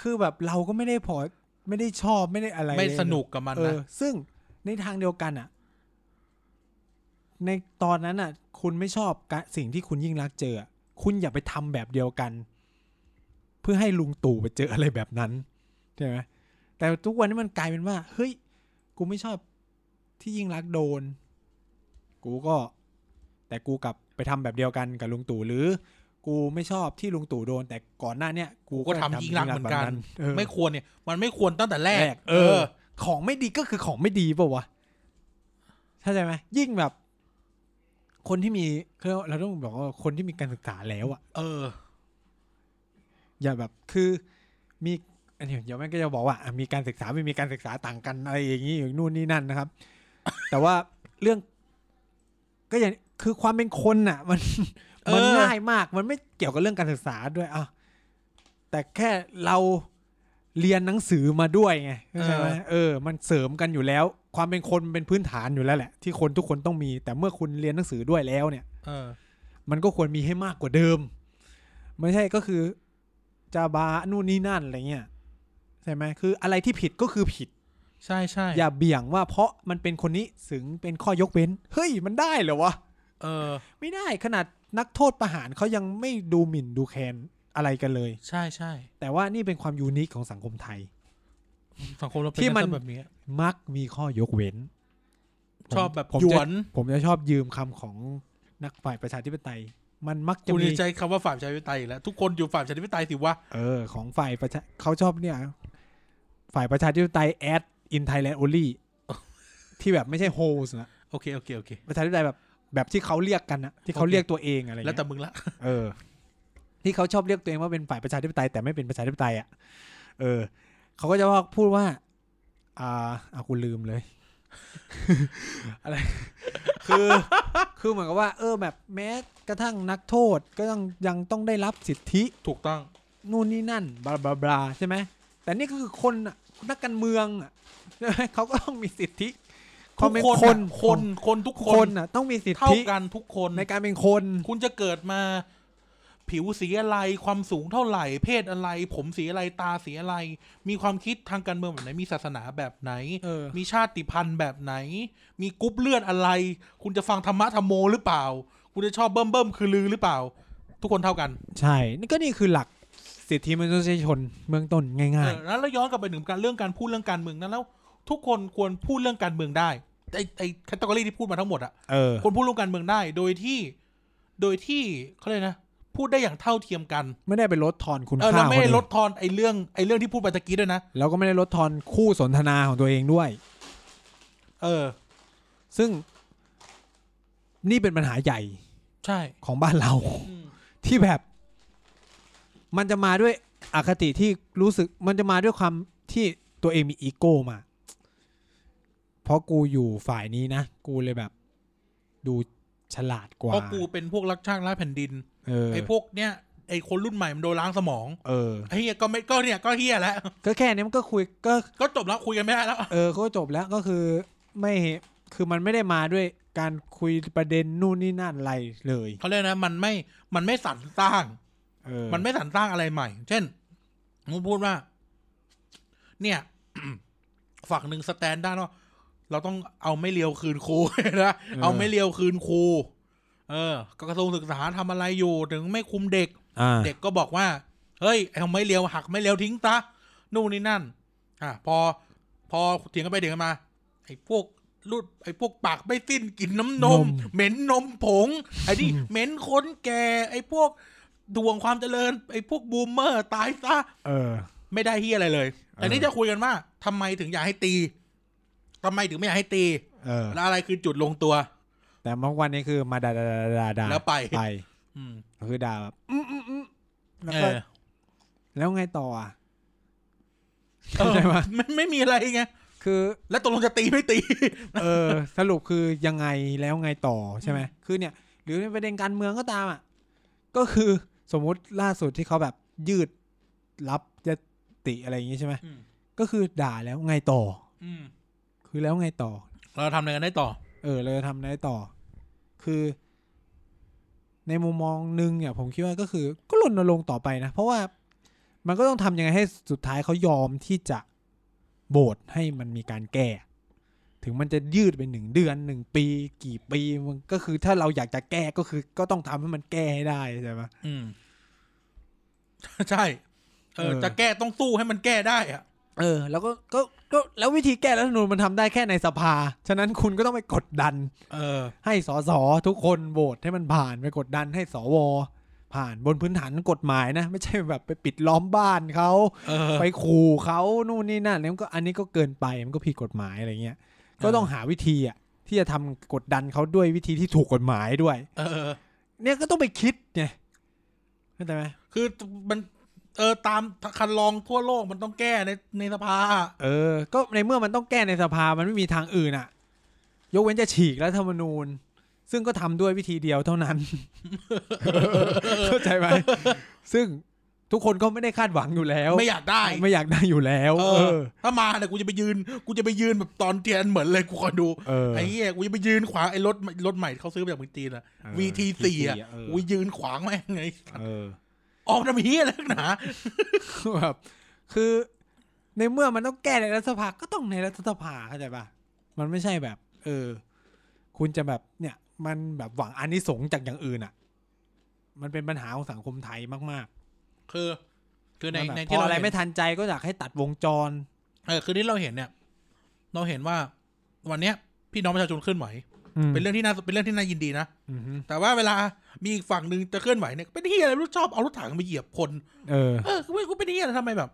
S1: คือแบบเราก็ไม่ได้พอไม่ได้ชอบไม่ได้อะไร
S2: ไม่
S1: เลย
S2: สนุกกับมัน
S1: เอ
S2: นะ
S1: อ ซึ่งในทางเดียวกันอ่ะ ในตอนนั้นอ่ะ คุณไม่ชอบกะสิ่งที่คุณยิ่งรักษณ์เจออะคุณอย่าไปทำแบบเดียวกัน เพื่อให้ลุงตู่ไปเจออะไรแบบนั้นใช่ไหมแต่ทุกวันนี้มันกลายเป็นว่า เฮ้ย กูไม่ชอบที่ยิ่งรักษณ์โดน กูก็ แต่กูกลับไปทำแบบเดียวกันกับลุงตู่หรือ กูไม่ชอบที่ลุงตู่โดน แต่ก่อนหน้าเนี้ยกู
S2: กูก็ทำยิ่งรักษณ์เหมือนกัน
S1: แบบเออ
S2: ไม่ควรเนี่ย มันไม่ควรตั้งแต่แร
S1: แร
S2: ก
S1: กเออ ของไม่ดีก็คือของไม่ดีเปล่าวะเข้าใจไหมยิ่งแบบ คนที่มีเขาเรียกว่าเราต้องบอกว่าคนที่มีการศึกษาแล้วอะ
S2: เออ
S1: อย่าแบบคือมีอันนี้เดี๋ยวแม่งก็จะบอกว่าอ่ะมีการศึกษาไม่มีการศึกษาต่างกันอะไรอย่างนี้อย่างนู่นนี่นั่นนะครับ <coughs> แต่ว่าเรื่อง ก็อย่างคือความเป็นคนน่ะ มัน
S2: เออ
S1: มันง่ายมาก มันไม่เกี่ยวกับเรื่องการศึกษาด้วยอ่ะแต่แค่เราเรียนหนังสือมาด้วยไงเข้าใจไหมเออ มันเสริมกันอยู่แล้ว ความเป็นคนมันเป็นพื้นฐานอยู่แล้วแหละ ที่คนทุกคนต้องมี แต่เมื่อคุณเรียนหนังสือด้วยแล้วเนี่ย
S2: เออ
S1: มันก็ควรมีให้มากกว่าเดิม ไม่ใช่ก็คือจะบานู่นนี่นั่นอะไรเงี้ยใช่ไหมคืออะไรที่ผิดก็คือผิด
S2: ใช่ใช่
S1: อย่าเบี่ยงว่าเพราะมันเป็นคนนี้ถึงเป็นข้อยกเว้น เฮ้ยมันได้เหรอวะ
S2: เออ
S1: ไม่ได้ขนาดนักโทษประหารเขายังไม่ดูหมิ่นดูแคลนอะไรกันเลย
S2: ใช่ใช่
S1: แต่ว่านี่เป็นความยูนิคของสังคมไทย
S2: สังคมเราเป็น
S1: ที่มัน
S2: กัแบบนี้
S1: มักมีข้อยกเว้น
S2: ชอบแบบ
S1: ผม
S2: หย
S1: จะ
S2: วน
S1: ผมจะชอบยืมคำของนักฝ่ายประชาธิปไตย มันมักจะ
S2: คุณ
S1: มี
S2: จะใช้คำว่าฝ่ายประชาธิปไตยอีกแล้ว ทุกคนอยู่ฝ่ายประชาธิปไตยสิวะ
S1: เออของฝ่ายประชาเขาชอบเนี่ย ฝ่ายประชาธิปไตย แอดอินไทยแลนด์โอลี่ที่แบบไม่ใช่โฮสนะ
S2: โอเคโอเคโอเค
S1: ประชาธิปไตยแบบแบบที่เขาเรียกกันนะที่เขา
S2: โอเค
S1: เรียกตัวเองอะไรอย่าง
S2: แล้ว
S1: เงี้ย
S2: แต่มึงละ <laughs>
S1: เออ ที่เขาชอบเรียกตัวเองว่าเป็นฝ่ายประชาธิปไตยแต่ไม่เป็นประชาธิปไตยอ่ะเออ เขาก็จะว่าพูดว่า อ่าอากูลืมเลย <laughs> อะไร คือ คือเหมือนกับว่า เออ แบบแม้กระทั่งนักโทษก็ต้องยังต้องได้รับสิทธิ
S2: ถูกต้อง
S1: นู่นนี่นั่นบลาบลาบลาใช่ไหมแต่นี่ก็คือคนน่ะนักการเมืองอ่ะใช่ไหมเขาก็ต้องมีสิทธิความเป็น
S2: ทุก
S1: คน
S2: คน คนทุก
S1: ค
S2: คน น
S1: น่ะ ต้องมีสิท
S2: เท่า
S1: ธิ
S2: กันทุกคน
S1: ในการเป็นคน
S2: คุณจะเกิดมา ผิวสีอะไร ความสูงเท่าไหร่ เพศอะไร ผมสีอะไรตาสีอะไร มีความคิดทางการเมืองแบบไหน มีศาสนาแบบไหน
S1: เออ
S2: มีชาติพันธุ์แบบไหน มีกรุ๊ปเลือดอะไร คุณจะฟังธรรมะธรรมโมหรือเปล่า คุณจะชอบเบิ่มเบิ่มคือลือหรือเปล่า ทุกคนเท่ากัน
S1: ใช่ นี่ก็นี่คือหลักสิทธิมนุษยชนเบื้องต้นง่าย
S2: เออนั้นแล้วย้อนกลับไปถึงการเรื่องการพูดเรื่องการเมืองนั้นแล้ว ทุกคนควรพูดเรื่องการเมืองได้ไอไอแคตตาล็อที่พูดมาทั้งหมดอะ
S1: ๆ เออ
S2: ควรพูดเรื่องการเมืองได้ โดยที่ โดยที่เขาเลยกนะ พูดได้อย่างเท่าเทียมกัน
S1: ไม่ได้ไปลดทอนคุณ
S2: เออ
S1: ค่า
S2: เราไม่
S1: คน
S2: ได้
S1: อื่น
S2: ลดทอนไอเรื่องไอเรื่องที่พูดไปตะกี้ด้วยนะ
S1: แล้วก็ไม่ได้ลดทอนคู่สนทนาของตัวเองด้วย
S2: เออ
S1: ซึ่ง นี่เป็นปัญหาใหญ่
S2: ใช่
S1: ของบ้านเรา
S2: อืม
S1: ที่แบบ มันจะมาด้วยอคติที่รู้สึก มันจะมาด้วยความที่ตัวเองมีอีโก้มากเพราะกูอยู่ฝ่ายนี้นะ กูเลยแบบ ดูฉลาดกว่า
S2: เพราะกูเป็นพวกรักชาติรักแผ่นดิน
S1: เออ
S2: ไอพวกเนี้ยไอคนรุ่นใหม่มันโดนล้างสมอง
S1: เออ
S2: ไอเฮียก็ไม่ก็เนี่ยก็เฮียแล้ว
S1: ก็แค่นี้มันก็คุยก็
S2: ก็จบแล้วคุยกันไม่ได้แล้ว
S1: เออเขาก็จบแล้วก็คือไม่คือมันไม่ได้มาด้วยการคุยประเด็นนู่นนี่นั่นอะไรเลย
S2: เขาเรียกนะมันไม่มันไม่สรรสร้าง
S1: เออ
S2: มันไม่สรรสร้างอะไรใหม่ เช่นมึงพูดว่า เนี่ย <coughs> ฝั่งหนึ่งสแต <laughs> นด้านว่าเราต้องเอาไม่เลียวคืนครู นะ เอาไม่เลียวคืนครู เออ กระทรวงศึกษาทำอะไรอยู่ถึงไม่คุมเด็ก
S1: อ่า
S2: เด็กก็บอกว่า เฮ้ยเอาไม่เลี้ยวหักไม่เลี้ยวทิ้งซะนู่นนี่นั่น อ่ะพอ พอเถียงกันไปเถียงกันมา ไอ้พวกรูดไอ้พวกปากไม่สิ้นกลินน้ำนม เหม็นนมผง ไอ้นี่ เหม็นคนแก่ ไอ้พวกดวงความเจริญ ไอ้พวกบูมเมอร์ตายซะ
S1: เออ
S2: ไม่ได้เฮียอะไรเลยแต่นี่จะคุยกันว่าทำไมถึงอยากให้ตีทำไมถึงไม่อยากให้ตี
S1: เออ
S2: แล้วอะไรคือจุดลงตัว
S1: แต่เมื่อวันนี้คือมาด่าด่าด่าด่าด่า
S2: แล้วไป
S1: ไป
S2: อืม
S1: คือด่าแบบอืมอืมอืมแล้ว
S2: เอ
S1: ก็
S2: อ
S1: แล้วไงต่ออ่ะ
S2: เออ
S1: เข้าใจปะ
S2: ไม่ไม่มีอะไรไง
S1: คือ
S2: แล้วตกลงจะตีไม่ตี
S1: เอ <laughs> อ สรุปคือยังไงแล้วไงต่อใช่ไหมคือเนี่ย หรือในประเด็นการเมืองก็ตามอ่ะ ก็คือสมมุติล่าสุดที่เขาแบบยืดรับยติอะไรอย่างงี้ใช่ไหม
S2: อืม
S1: ก็คือด่าแล้วไงต่อ
S2: อืม
S1: คือแล้วไงต่อ
S2: เราทำอะไรกันได้ต่อ
S1: เออเราจะทำอะไรต่อ คือ ในมุมมองหนึ่งเนี่ย ผมคิดว่าก็คือ ก็รณรงค์ต่อไปนะ เพราะว่ามันก็ต้องทำยังไงให้สุดท้ายเขายอมที่จะโบสให้มันมีการแก้ ถึงมันจะยืดไปหนึ่งเดือนหนึ่งปี กี่ปีมันก็คือถ้าเราอยากจะแก้ก็คือ ก็ต้องทำให้มันแก้ให้ได้ใช่ไหม
S2: อืม <laughs> ใช่ เออ
S1: เออ
S2: จะแก้ต้องสู้ให้มันแก้ได้อะ
S1: เออ แล้วก็ก็ก็แล้ววิธีแก้รัฐธรรมนูญมันทำได้แค่ในสภา ฉะนั้นคุณก็ต้องไปกดดัน
S2: เออ
S1: ให้สสทุกคนโหวตให้มันผ่านไปกดดันให้สว ผ่านบนพื้นฐานกฎหมายนะ ไม่ใช่แบบไปปิดล้อมบ้านเขา
S2: เออ
S1: ไปขู่เขานู่นนี่นั่นแล้วก็อันนี้ก็เกินไปมันก็ผิดกฎหมายอะไรเงี้ย ก็ต้องหาวิธีอ่ะที่จะทำกดดันเขาด้วยวิธีที่ถูกกฎหมายด้วย
S2: เออ
S1: เนี่ยก็ต้องไปคิดไงเข้าใจไหม
S2: คือมัน เออ ตามคันลองทั่วโลกมันต้องแก้ในในสภา
S1: เออ ก็ในเมื่อมันต้องแก้ในสภามันไม่มีทางอื่นอ่ะ ยกเว้นจะฉีกรัฐธรรมนูญ ซึ่งก็ทำด้วยวิธีเดียวเท่านั้น <laughs> เข้าใจไหม ซึ่งทุกคนก็ไม่ได้คาดหวังอยู่แล้ว
S2: ไม่อยากได้
S1: ไม่อยากได้อยู่แล้ว
S2: เอ
S1: เอ
S2: อ
S1: อ
S2: ถ้ามาเนี่ยกูจะไปยืน กูจะไปยืนแบบตอนเทียนเหมือนเลยกูคอยดู
S1: เออ
S2: ไอ้เหี้ยกูจะไปยืนขวางไอ้รถรถใหม่ที่เขาซื้อมาจากเมืองจีนอะ
S1: เออ
S2: VT สี่อะ
S1: เออ
S2: กูยืนขวางแม่งไง
S1: เออ
S2: ออกน้ำเหี้ยอะไรนักหนา
S1: แบบคือในเมื่อมันต้องแก้ในรัฐสภาก็ต้องในรัฐสภาเข้าใจปะมันไม่ใช่แบบ เออ คุณจะแบบเนี่ย มันแบบหวังอานิสงส์จากอย่างอื่นอ่ะ มันเป็นปัญหาของสังคมไทยมาก
S2: คือ คือ
S1: ๆ
S2: ใน
S1: มัน
S2: ใน
S1: แบบพ
S2: ที่
S1: อ
S2: เรา
S1: อะไร
S2: เห็น
S1: ไม่ทันใจก็อยากให้ตัดวงจร
S2: เออคือที่เราเห็นเนี่ย เราเห็นว่าวันเนี้ย พี่น้องประชาชนเคลื่อนไหว
S1: อืม
S2: เป็นเรื่องที่น่าเป็นเรื่องที่น่ายินดีนะ
S1: อือฮึ
S2: แต่ว่าเวลามีอีกฝั่งหนึ่งจะเคลื่อนไหวเนี่ยเป็นที่อะไรไม่รู้ชอบเอารถถังมาเหยียบคน
S1: เออ
S2: เออคือกูเป็นที่อะไรทำไมแบบ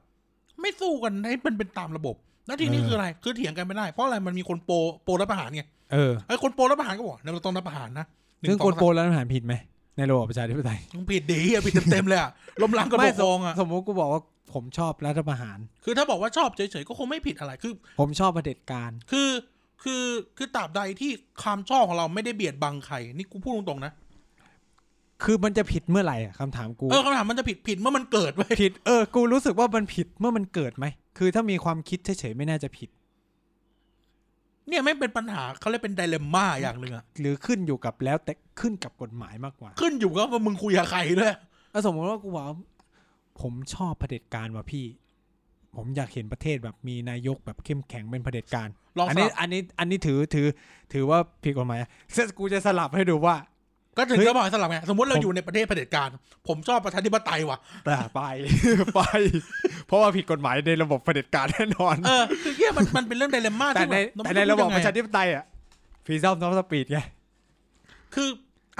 S2: ไม่สู้กันให้มันเป็นตามระบบ แล้วทีนี้
S1: เออ
S2: คืออะไรคือเถียงกันไม่ได้เพราะอะไรมันมีคนโปรโปรรัฐประหารไง
S1: เออ
S2: ไอ้คนโปรรัฐประหารก็บอกเนี่ยเราต้องรัฐประหารนะหนึ่
S1: ซึ่ง
S2: งสอ
S1: คน
S2: ง
S1: โปรแล้วอาหารผิดไหมในระบอบประชาธิปไตย
S2: มึงผิดดีอะผิดเต็มๆเลยอะล้มล้างกระบ
S1: ไม่
S2: อกครองอะ
S1: สมมติกูบอกว่าผมชอบรัฐประหาร
S2: คือถ้าบอกว่าชอบเฉยๆก็คงไม่ผิดอะไรคือ
S1: ผมชอบเผด็จการ
S2: คือคือคือตราบใดที่ความชอบของเราไม่ได้เบียดบังใครนี่กูพูดตรงๆนะ
S1: คือมันจะผิดเมื่อไหร่อะคำถามกู
S2: เออคำถามมันจะผิดผิดเมื่อมันเกิดไว้ย
S1: ผิดเออ กูรู้สึกว่ามันผิดเมื่อมันเกิดไหม คือถ้ามีความคิดเฉยๆไม่น่าจะผิด
S2: เนี่ยไม่งเป็นปัญหาเขาเรียกเป็นไดเลมม่าอย่างหนึ่งอะ
S1: หรือขึ้นอยู่กับแล้วแต่ขึ้นกับกฎหมายมากกว่า
S2: ขึ้นอยู่กับว่ามึงคุยกับใครด้วย
S1: แล้วสมมติว่ากูบอกว่าผมชอบเผด็จการว่ะพี่ ผมอยากเห็นประเทศแบบมีนายกแบบเข้มแข็งเป็นเผด็จการ
S2: ลอง
S1: อัน
S2: ส
S1: นี้
S2: ลับ
S1: อันนี้อันนี้ถือถือถือว่าผิดกฎหมายเซ็กูจะสลับให้ดูว่า
S2: ก็ถึง
S1: เฮ้ย
S2: จะบอกให้สลับไงสมมติเราอยู่ในประเทศเผด็จการ ผมชอบประชาธิปไตยว่ะ
S1: แต่ไป <laughs> ไป เพราะว่าผิดกฎหมายในระบบเผด็จการแน่น <laughs> อน
S2: เออคือเนี่ยมันมันเป็นเรื่องไดเลมม่า
S1: แต่
S2: ที่
S1: ใน
S2: บบ
S1: แต่ในระบบ
S2: เา
S1: ป
S2: ไม่
S1: ระชาธิปไตยอ่ะฟรีซอมซอฟสปีดไง
S2: คือ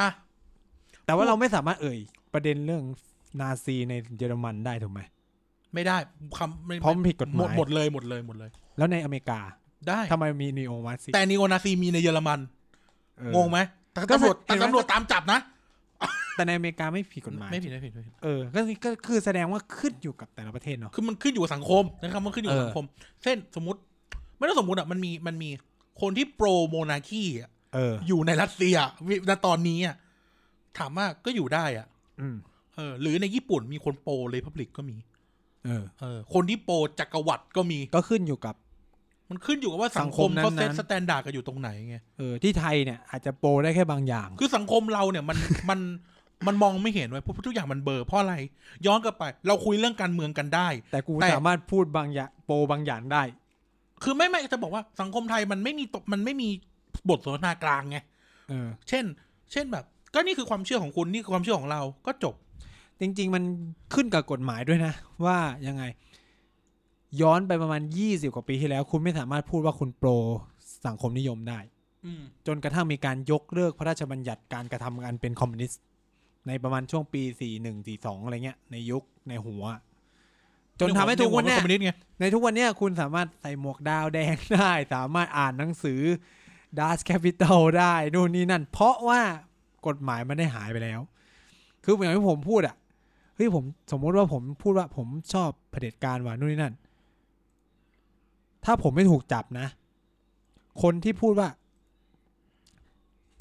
S2: อ่ะ
S1: แต่ว่าเราไม่สามารถเอ่ย ประเด็นเรื่องนาซีในเยอรมันได้ถูกไหม
S2: ไม่ได้คำไม่
S1: เพราะมันผิดกฎห
S2: หมด
S1: มาย
S2: หมดเลยหมดเลยหมดเลย
S1: แล้วในอเมริกา
S2: ได้
S1: ทำไมมีนีโอมาซี
S2: แต่นีโอนาซีมีในเยอรมัน
S1: เออ
S2: งงไหมแต่
S1: ก็
S2: ตำรวจ
S1: เห็
S2: แต่
S1: นไหม
S2: ตำรวจตามจับนะ
S1: แต่ในอเมริกาไม่ผิดกฎหมาย
S2: ไม่ผิดไม่ผิดไม่ผิด
S1: เออก็คือก็คือแสดงว่าขึ้นอยู่กับแต่ละประเทศเนาะ
S2: คือมันขึ้นอยู่กับสังคมนะครับมันขึ้นอยู่กับ
S1: เออ
S2: สังคม เช่นสมมติ ไม่ต้องสมมติอ่ะมันมีมันมีคนที่โปรโมนาคีอ่ะ
S1: เออ
S2: อยู่ในรัสเซียวิณตอนนี้อ่ะถามว่าก็อยู่ได้อ่ะ
S1: อืม
S2: เออหรือในญี่ปุ่นมีคนโปรเลพับลิกก็มี
S1: เออ
S2: เออคนที่โปรจักรวรรดิก็มี
S1: ก็ขึ้นอยู่กับ
S2: มันขึ้นอยู่กับว่าสังคม
S1: สังคมนั้นๆ
S2: เขาเซตสแตนดาร์ดกันอยู่ตรงไหนไง
S1: เออที่ไทยเนี่ยอาจจะโปรได้แค่บางอย่าง
S2: คือสังคมเราเนี่ยมัน มันมันมองไม่เห็นไว้เพราะทุกอย่างมันเบลอร์เพราะอะไร ย้อนกลับไป เราคุยเรื่องการเมืองกันได้
S1: แต่กู
S2: แต่
S1: สามารถพูดบางอย่างโปรบางอย่างได้
S2: คือไม่ไม่จะบอกว่าสังคมไทยมันไม่มีตมันไม่มีบทสนทนากลางไง
S1: เออ
S2: เช่น เช่นแบบ ก็นี่คือความเชื่อของคุณนี่คือความเชื่อของเราก็จบ
S1: จริง ๆ มันขึ้นกับกฎหมายด้วยนะ ว่ายังไง ย้อนไปประมาณ 20 กว่าปีที่แล้ว คุณไม่สามารถพูดว่าคุณโปรสังคมนิยมได้
S2: อืม
S1: จนกระทั่งมีการยกเลิกพระราชบัญญัติการกระทำการเป็นคอมมิวนิสต์ในประมาณช่วงปี 41 42 อะไรเงี้ย ในยุคในหัว จนทำให้ทุกวันเนี่ย
S2: เนี้
S1: ในทุกวันเนี้ยคุณสามารถใส่หมวกดาวแดง <laughs> ได้ สามารถอ่านหนังสือ Das Capital ได้นู่นนี่นั่น เพราะว่ากฎหมายมันได้หายไปแล้ว คืออย่างที่ผมพูดอ่ะเฮ้ยผมสมมติว่าผมพูดว่าผมชอบเผด็จการว่ะนู่นนี่นั่น ถ้าผมไม่ถูกจับนะ คนที่พูดว่า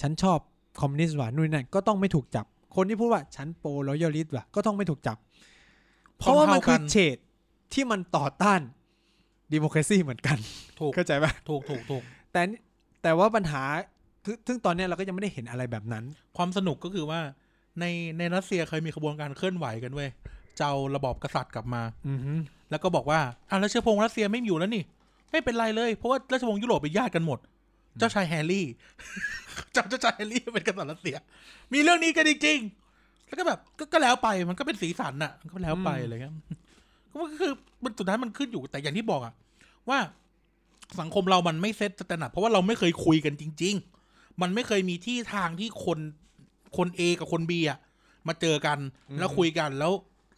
S1: ฉันชอบคอมมิวนิสต์ว่ะนู่นนี่นั่น ก็ต้องไม่ถูกจับ คนที่พูดว่าฉันโปรรอยลิสต์ว่ะก็ต้องไม่ถูกจับ เพราะว่ามันคือเฉด ที่มันต่อต้านดิโมครซีเหมือนกัน
S2: ถูก
S1: เข้าใจไหม
S2: ถูกถูกถูก
S1: แต่นี่แต่ว่าปัญหาคือซึ่งตอนเนี้ยเราก็ยังไม่ได้เห็นอะไรแบบนั้น
S2: ความสนุกก็คือว่าในในรัสเซียเคยมีขบวนการเคลื่อนไหวกันเว้ยเจ้าระบอบกษัตริย์กลับมา
S1: อือฮึ
S2: แล้วก็บอกว่าอ่ะแล้วเชื้อพงศ์รัสเซียไม่อยู่แล้วนี่ ไม่เป็นไรเลย เพราะว่าราชวงศ์ยุโรปเป็นญาติกันหมด เจ้าชายแฮร์รี่ <laughs> เจ้าเจ้าชายแฮร์รี่เป็นกษัตริย์รัสเซีย มีเรื่องนี้กันจริงๆแล้วก็แบบก็ก็แล้วไปมันก็เป็นสีสันน่ะมันก็แล้วไปอะไรเงี้ยก็ก็คือมันสุดท้ายมันขึ้นอยู่แต่อย่างที่บอกอะว่าสังคมเรามันไม่เซ็ตสแตนดาร์ดเพราะว่าเราไม่เคยคุยกันจริง ๆ มันไม่เคยมีที่ทางที่คนคน A กับคน B อะมาเจอกันแล้วคุยกันแล้ว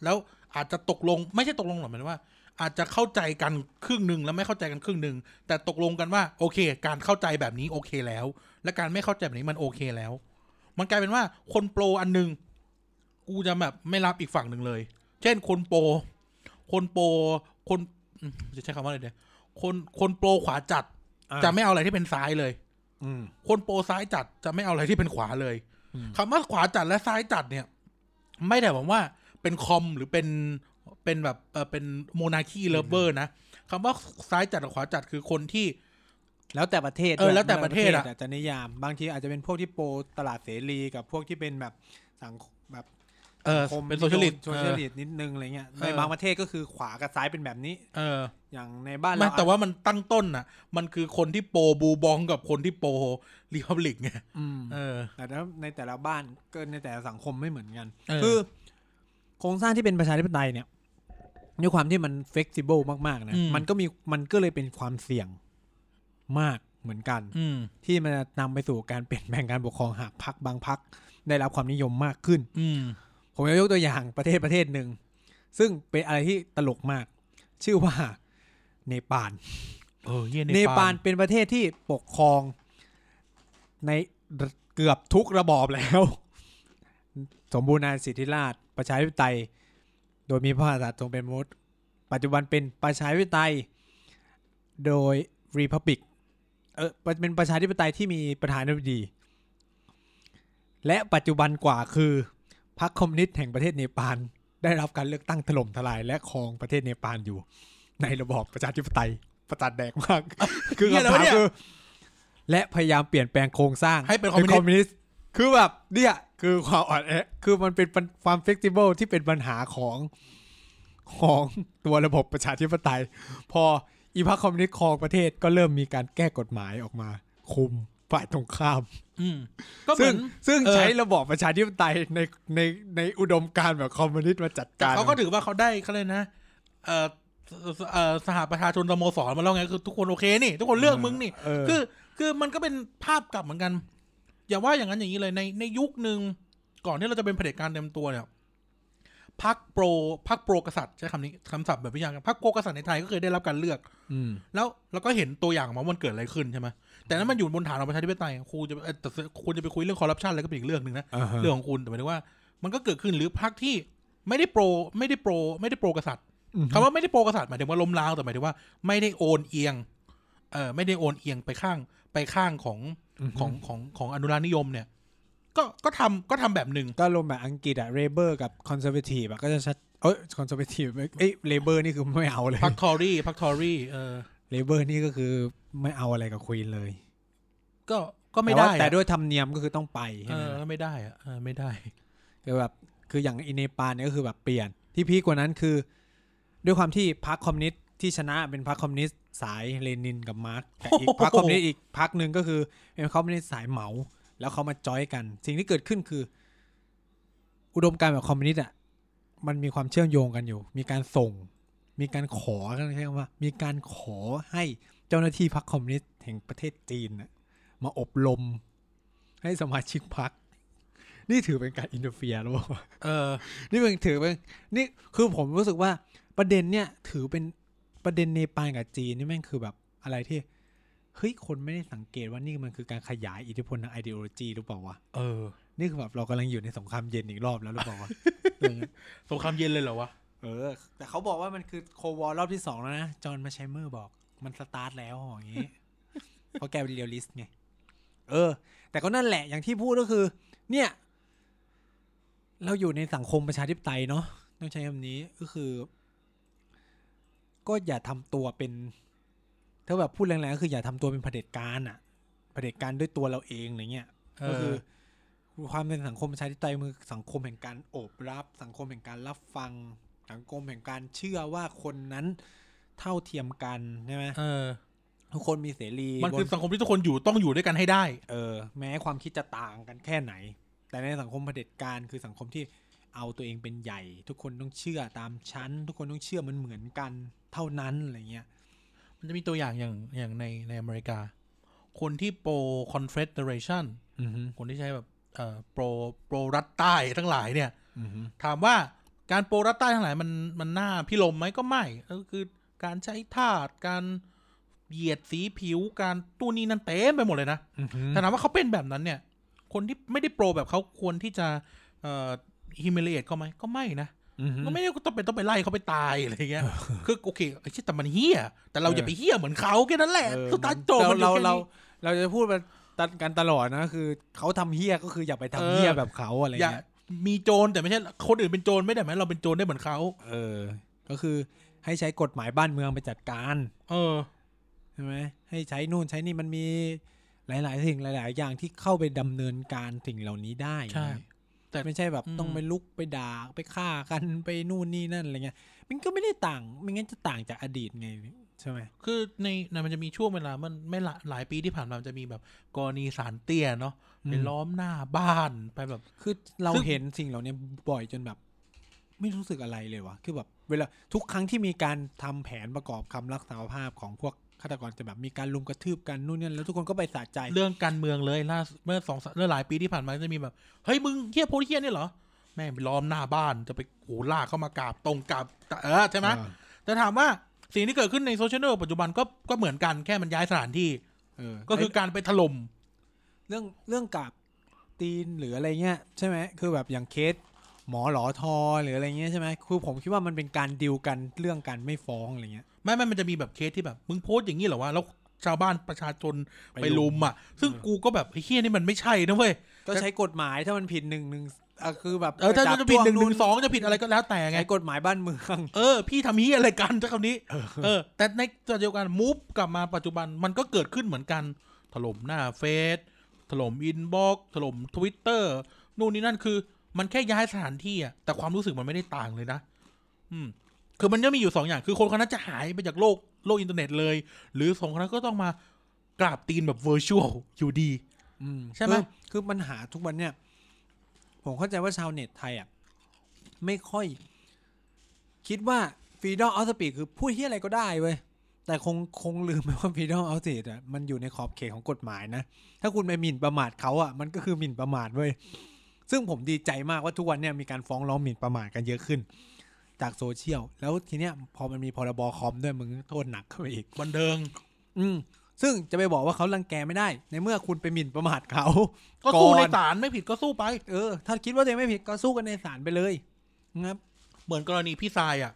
S2: แล้วอาจจะตกลงไม่ใช่ตกลงหรอกหมายถึงว่า อาจจะเข้าใจกันครึ่งหนึ่งแล้วไม่เข้าใจกันครึ่งหนึ่งแต่ตกลงกันว่าโอเค การเข้าใจแบบนี้โอเคแล้ว และการไม่เข้าใจแบบนี้มันโอเคแล้ว มันกลายเป็นว่าคนโปรอันหนึ่งกูจะแบบไม่รับอีกฝั่งหนึ่งเลย เช่นคนโปรคนโปรคนอืมจะใช้คำว่าอะไรเนี่ยคนคนโปรขวาจัด
S1: อ่า
S2: จะไม่เอาอะไรที่เป็นซ้ายเลย
S1: อืม
S2: คนโปรซ้ายจัดจะไม่เอาอะไรที่เป็นขวาเลย
S1: อืม
S2: คำว่าขวาจัดและซ้ายจัดเนี่ย ไม่ได้หมายความว่าเป็นคอมหรือเป็นเป็นแบบเออเป็นโมนาคีเลเวอร์นะคำว่าซ้ายจัดกับขวาจัดคือคนที่
S1: แล้วแต่ประเทศ
S2: เอ
S1: ด้
S2: อ
S1: วย
S2: แล้วแต่ประเทศอะ
S1: แต่จะนิยาม บางทีอาจจะเป็นพวกที่โปรตลาดเสรีกับพวกที่เป็นแบบสังคมแบบ
S2: เออ
S1: คม
S2: เป็นโซเชียลิสต์
S1: โซเชียลิสต์นิดนึงอะไรเงี้ยในบางประเทศก็คือขวากับซ้ายเป็นแบบนี้
S2: เออ
S1: อย่างในบ้าน
S2: ไม่
S1: เรา
S2: แต่ว่ามันตั้งต้นนะมันคือคนที่โปรบูบองกับคนที่โปรรีพับลิกไง
S1: อืม
S2: เออ
S1: แต่ถ้าในแต่ละบ้านก็ในแต่ละสังคมไม่เหมือนกัน
S2: เออ
S1: คือ โครงสร้างที่เป็นประชาธิปไตยเนี่ยด้วยความที่มันเฟกซิเบิลมากๆนะมันก็มีมันก็เลยเป็นความเสี่ยงมากเหมือนกัน
S2: อืม
S1: ที่มันจะนำไปสู่การเปลี่ยนแปลงการปกครองหากพักบางพักได้รับความนิยมมากขึ้น
S2: อืม
S1: ผมจะยกตัวอย่างประเทศประเทศหนึ่ง ซึ่งเป็นอะไรที่ตลกมาก ชื่อว่าเนปาล
S2: เออเหี้ย
S1: เน
S2: เน
S1: ปา
S2: ปา
S1: ล
S2: ล
S1: เป็นประเทศที่ปกครองในเกือบทุกระบอบแล้ว <laughs> สมบูรณาญาสิทธิราชย์ประชาธิปไตย โดยมีพระมหากษัตริย์ทรงเป็นมดปัจจุบันเป็นประชาธิปไตยโดยรีพับบิกเออเป็นประชาธิปไตยที่มีประธานาธิบดี และปัจจุบันกว่าคือพรรคคอมมิวนิสต์แห่งประเทศเนปาลได้รับการเลือกตั้งถล่มทลายและครองประเทศเนปาลอยู่ ในระบอบประชาธิปไตยประจัดแดกมาก <laughs> คือ
S2: เหี้ยอะ
S1: คำถาวม
S2: ไระเนี่ย
S1: คือและพยายามเปลี่ยนแปลงโครงสร้าง
S2: ให้เป็นคอม
S1: เป็
S2: มิวน นิ
S1: คอ
S2: สต์
S1: มมิวนิสต์ คือแบบเนี่ยคือความอ่อนแอ คือมันเป็นปัญความเฟกซิเบิลที่เป็นปัญหาของของตัวระบบประชาธิปไตย พออีพรรคคอมมิวนิสต์ครองประเทศก็เริ่มมีการแก้กฎหมายออกมา คุมฝ่ายตรงข้าม
S2: อืม ก็เหมื
S1: ซึ่
S2: อง น
S1: ซึ่ง
S2: เออ
S1: ใช้ระบอบประชาธิปไตยในในในอุดมการณ์แบบคอมมิวนิสต์มาจัด
S2: แต่
S1: การ
S2: เขาก็ถือว่าเขาได้เขาเลยกนะ เอ่อเอ่อสหประชาชนสโมสรมาแล้วไงคือทุกคนโอเคนี่ ทุกคนเลือกมึงนี่
S1: เออ
S2: คือคือมันก็เป็นภาพกลับเหมือนกัน อย่าว่าอย่างนั้นอย่างนี้เลยในในยุคหนึ่งก่อนที่เราจะเป็นเผด็จการเต็มตัวเนี่ยพักโปรพักโปรกษัตริย์ใช้คำนี้คำศัพท์แบบวิทยาการพักโปรกษัตริย์ในไทยก็เคยได้รับการเลือก
S1: อืม
S2: แล้วเราก็เห็นตัวอย่างมาว่ามันเกิดอะไรขึ้นใช่ไหมแต่นั้นมันอยู่บนฐานของประชาธิปไตยครูจะเอ่อแต่คุณจะไปคุยเรื่องคอร์รัปชันอะไรก็เป็นอีกเรื่องหนึ่งนะ
S1: อ่าฮะ
S2: เรื่องของคุณแต่หมายถึงว่า มันก็เกิดขึ้นหรือพักที่ไม่ได้โปรไม่ได้โปรไม่ได้โปรกษัตริย์ คำว่าไม่ได้โปรกษัตริย์หมายถึงว่าล้มล้างแต่หมายถึงว่าไม่ได้โอนเอียง เออไม่ได้โอนเอียงไปข้างไปข้างของ
S1: อือฮึ
S2: ของของของอนุรักษ์นิยมเนี่ย ก็ก็ทำก็ทำแบบหนึ่ง
S1: ก็ลงแบบอังกฤษอะเรเบอร์กับคอนเซอร์เวทีฟอะก็จะชัดเอ้ยคอนเซอร์เวทีฟเอ้ยเรเบอร์นี่คือไม่เอาเลย
S2: พักทอรี่ <coughs> พักทอรี่เออ
S1: เรเบอร์นี่ก็คือไม่เอาอะไรกับควีนเลย
S2: ก็ก็ไม่
S1: แต่
S2: ได้
S1: ว่า
S2: อะ
S1: แต่ด้วยธรรมเนียมก็คือต้องไปใช่
S2: เอ
S1: ไหม
S2: อก็ไม่ได้อะเออไม่ได้
S1: คือแบบคืออย่างอินเนปาลเนี่ยก็คือแบบเปลี่ยนที่พีกกว่านั้นคือ ด้วยความที่พรรคคอมมิวนิสต์ที่ชนะเป็นพรรคคอมมิวนิสต์สายเลนินกับมาร์กกับอีก
S2: โอ้โห
S1: พรรคคอมมิวนิสต์อีกพรรคหนึ่งก็คือเป็นพรรคคอมมิวนิสต์สายเหมา แล้วเขามาจอยกัน สิ่งที่เกิดขึ้นคือ อุดมการณ์แบบคอมมิวนิสต์อ่ะมันมีความเชื่อมโยงกันอยู่ มีการส่ง มีการขอกันใช่ไหมว่า มีการขอให้เจ้าหน้าที่พรรคคอมมิวนิสต์แห่งประเทศจีนน่ะมาอบรม ให้สมาชิกพรรคนี่ถือเป็นการอินเตอร์เฟียร์หรือเปล่า
S2: เออ
S1: นี่มันถือเป็นนี่คือผมรู้สึกว่าประเด็นเนี่ย ถือเป็นประเด็นเนปาลกับจีนนี่แม่งคือแบบอะไรที่เฮ้ยคนไม่ได้สังเกตว่านี่มันคือการขยายอิทธิพลทางไอเดโอโลจีหรือเปล่าวะ
S2: เออ
S1: นี่คือแบบเรากำลังอยู่ในสงครามเย็นอีกรอบแล้วหรือเปล่าวะ อะไรเงี้ย
S2: สงครามเย็นเลยเหรอวะ
S1: เออ แต่เขาบอกว่ามันคือโควอรรอบที่สองแล้วนะ จอห์นมาชัยเมอร์บอก มันสตาร์ทแล้วอย่างงี้ <laughs> เพราะแกเป็นเรียลลิสต์ไงเออ แต่ก็นั่นแหละอย่างที่พูดก็คือ เนี่ย เราอยู่ในสังคมประชาธิปไตยเนาะต้องใช้คำนี้ก็คือ ก็อย่าทำตัวเป็น ถ้าแบบพูดแรงๆก็คืออย่าทำตัวเป็นเผด็จการอะเผด็จการด้วยตัวเราเองอะไรเงี้ยก็คือ ความเป็นสังคมประชาธิปไตยมันคือสังคมแห่งการโอบรับ สังคมแห่งการรับฟัง สังคมแห่งการเชื่อว่าคนนั้นเท่าเทียมกันใช่ไหม
S2: เออ
S1: ทุกคนมีเสรี
S2: มันคือบ สังคมที่ทุกคนอยู่ต้องอยู่ด้วยกันให้ได้
S1: เออแม้ความคิดจะต่างกันแค่ไหน แต่ในสังคมเผด็จการคือสังคมที่เอาตัวเองเป็นใหญ่ ทุกคนต้องเชื่อตามชั้น ทุกคนต้องเชื่อมันเหมือนกันเท่านั้นอะไรเงี้ย
S2: มันจะมีตัวอย่างอย่างอย่างในในอเมริกา คนที่โปร confederation
S1: อือฮึ
S2: คนที่ใช้แบบเอ่อโปรโปรรัฐใต้ทั้งหลายเนี่ย
S1: อือฮึ
S2: ถามว่าการโปรรัฐใต้ทั้งหลายมันมันน่าพิลมไหมก็ไม่ก็คือการใช้ทาสการเหยียดสีผิวการตู้นี้นั่นเต็มไปหมดเลยนะ
S1: อือฮึ
S2: แต่ถามว่าเขาเป็นแบบนั้นเนี่ย คนที่ไม่ได้โปรแบบเขาควรที่จะเอ่อฮิมเมเลตเขาไหมก็ไม่นะ
S1: อือฮึ
S2: ก็ไม่ได้ต้องเป็นต้องไปไล่เขาไปตายอะไรเงี้ย คือโอเคไอ้เชี่ยแต่มันเฮี้ย แต่เรา
S1: เออ
S2: อ
S1: อ
S2: ย่าไปเฮี้ยเหมือนเขาแค่นั้นแหละ
S1: เออ
S2: สุดท้ายโจบ
S1: เรา
S2: มันอยู่
S1: เรา
S2: แค่
S1: เรา
S2: นี้
S1: เราจะพูดมาตัดกันตลอดนะคือเขาทำเฮี้ยก็คืออย่าไปทำเฮี้ยแบบเขาอะไร
S2: อย่า
S1: เงี้ย
S2: มีโจรแต่ไม่ใช่คนอื่นเป็นโจรไม่ได้ไหมเราเป็นโจรได้เหมือนเขา
S1: เออ ก็คือให้ใช้กฎหมายบ้านเมืองไปจัดการ
S2: เออ
S1: ใช่ไหมให้ใช้นู่นใช้นี่มันมีหลาย ๆ สิ่งหลาย ๆ อย่างที่เข้าไปดำเนินการสิ่งเหล่านี้ได้
S2: ใช่
S1: นะ
S2: แต่
S1: ไม่ใช่แบบ
S2: อืม
S1: ต้องไปลุกไปด่าไปฆ่ากันไปนู่นนี่นั่นอะไรเงี้ย มันก็ไม่ได้ต่างไม่งั้นจะต่างจากอดีตไงใช่ไหม
S2: คือในในมันจะมีช่วงเวลามันไม่ละหลายปีที่ผ่านมามันจะมีแบบกรณีสารเตี้ยเนาะไปล้อมหน้าบ้านไปแบบ
S1: คือเรา
S2: ซึ่ง
S1: เห็นสิ่งเหล่านี้บ่อยจนแบบ ไม่รู้สึกอะไรเลยวะคือแบบเวลาทุกครั้งที่มีการทำแผนประกอบคำรับสารภาพของพวกฆาตกรจะแบบมีการลุมกระทืบกันนู่นนี่แล้วทุกคนก็ไปสะใจ
S2: เรื่องการเมืองเลยล่าสุดเมื่อสองสามเมื่อหลายปีที่ผ่านมาจะมีแบบเฮ้ยมึงเฮี้ยโพลเฮี้ยเนี่ยเหรอแม่งไปล้อมหน้าบ้านจะไปโหลากเข้ามากราบตรงกราบเออใช่ไหม แต่ถามว่าสิ่งที่เกิดขึ้นในโซเชียลเน็ตเวิร์กปัจจุบันก็ก็เหมือนกันแค่มันย้ายสถานที่
S1: เออ
S2: ก็คือการไปถล่ม
S1: เรื่องเรื่องกับตีนหรืออะไรเงี้ยใช่ไหมคือแบบอย่างเคสหมอหลอทอหรืออะไรเงี้ยใช่ไหมคือผมคิดว่ามันเป็นการดิวกันเรื่องการไม่ฟ้องอะไรเงี้ย
S2: ไม่ไม่มันจะมีแบบเคสที่แบบ มึงโพสต์อย่างนี้เหรอวะ แล้วชาวบ้านประชาชนไปลุมอ่ะ ซึ่งกูก็แบบไอ้เฮี้ยนี่มันไม่ใช่นะเว้ย
S1: ก็ใช้กฎหมายถ้ามันผิดหนึ่งหนึ่งอ่ะคือแบบ
S2: เออถ้า
S1: จับ
S2: จะผิดหนึ่งห
S1: จ้ว
S2: นึ่งสองจะผิดอะไรก็แล้วแต่ไง
S1: ใช้กฎหมายบ้านเมือง
S2: เออ พี่ทำเฮี้ยอะไรกันเจ้าคำนี้ เออ แต่ในตัวเดียวกันมูฟกลับมาปัจจุบันมันก็เกิดขึ้นเหมือนกัน ถล่มหน้าเฟซถล่มอินบ็อกถล่มทวิตเตอร์นู่นนี่นั่นคือ มันแค่ย้ายสถานที่อะแต่ความรู้สึกมันไม่ได้ต่างเลยนะ อืม คือมันจะมีอยู่สองอย่าง คือคนคนนั้นจะหายไปจากโลกโลกอินเทอร์เน็ตเลย หรือสองคนนั้นก็ต้องมากราบตีนแบบเวอร์ชวลอยู่ดี
S1: อืม
S2: ใช่ไหม
S1: คือคือปัญหาทุกวันเนี่ย ผมเข้าใจว่าชาวเน็ตไทยอ่ะไม่ค่อย คิดว่าฟรีดอ m ออสปีคือพูดที่อะไรก็ได้เว้ย แต่คงคงลืมไปว่าฟรีดอ m ออสปีอ่ะมันอยู่ในขอบเขตของกฎหมายนะ ถ้าคุณไปหมิ่นประมาทเขาอ่ะมันก็คือหมิ่นประมาทเว้ย ซึ่งผมดีใจมากว่าทุกวันเนี่ยมีการฟ้องร้องหมิ่นประมาทกันเยอะขึ้น จากโซเชียล แล้วทีเนี้ยพอมันมีพรบคอมด้วยมึงโทษหนักเข้าไปอีก
S2: บันเทิง
S1: อืม ซึ่งจะไปบอกว่าเขารังแกไม่ได้ ในเมื่อคุณไปหมิ่นประมาทเขา
S2: ก็สู้
S1: ก่อน
S2: ในศาลไม่ผิดก็สู้ไป
S1: เออ ถ้าคิดว่าตัวเองไม่ผิดก็สู้กันในศาลไปเลยนะครับ
S2: เหมือนกรณีพี่ทรายอ่ะ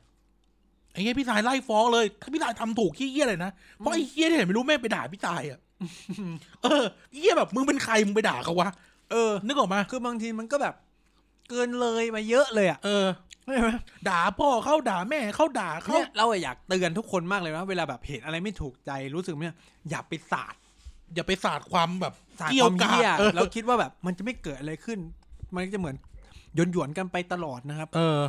S2: ไอ้เหี้ยพี่ทรายไล่ฟ้องเลย ถ้าพี่ทรายทำถูกขี้เหี้ยเลยนะเพราะไอ้เหี้ยเนี่ยไม่รู้แม่งไปด่าพี่ทรายอ่ะ <laughs> เออไอ้เหี้ยแบบมึงเป็นใครมึงไปด่าเขาวะ
S1: เออ
S2: นึกออกมา
S1: คือบางทีมันก็แบบ เกินเลยมาเยอะเลยอ่ะ
S2: เออ
S1: ใช่ไหม
S2: ด่าพ่อเขาด่าแม่เขาด่าเขา
S1: เนี่ยเราอะอยากเตือนทุกคนมากเลยว่าเวลาแบบเห็นอะไรไม่ถูกใจรู้สึกเนี่ยอย่าไปสาด
S2: อย่าไปสาดความแบบ
S1: สาด
S2: เกี่ย
S1: คว วาม
S2: กา
S1: เหี้ย
S2: ดเออ
S1: เราคิดว่าแบบมันจะไม่เกิดอะไรขึ้น มันก็จะเหมือนหยวนหยวนๆกันไปตลอดนะครับ
S2: เออ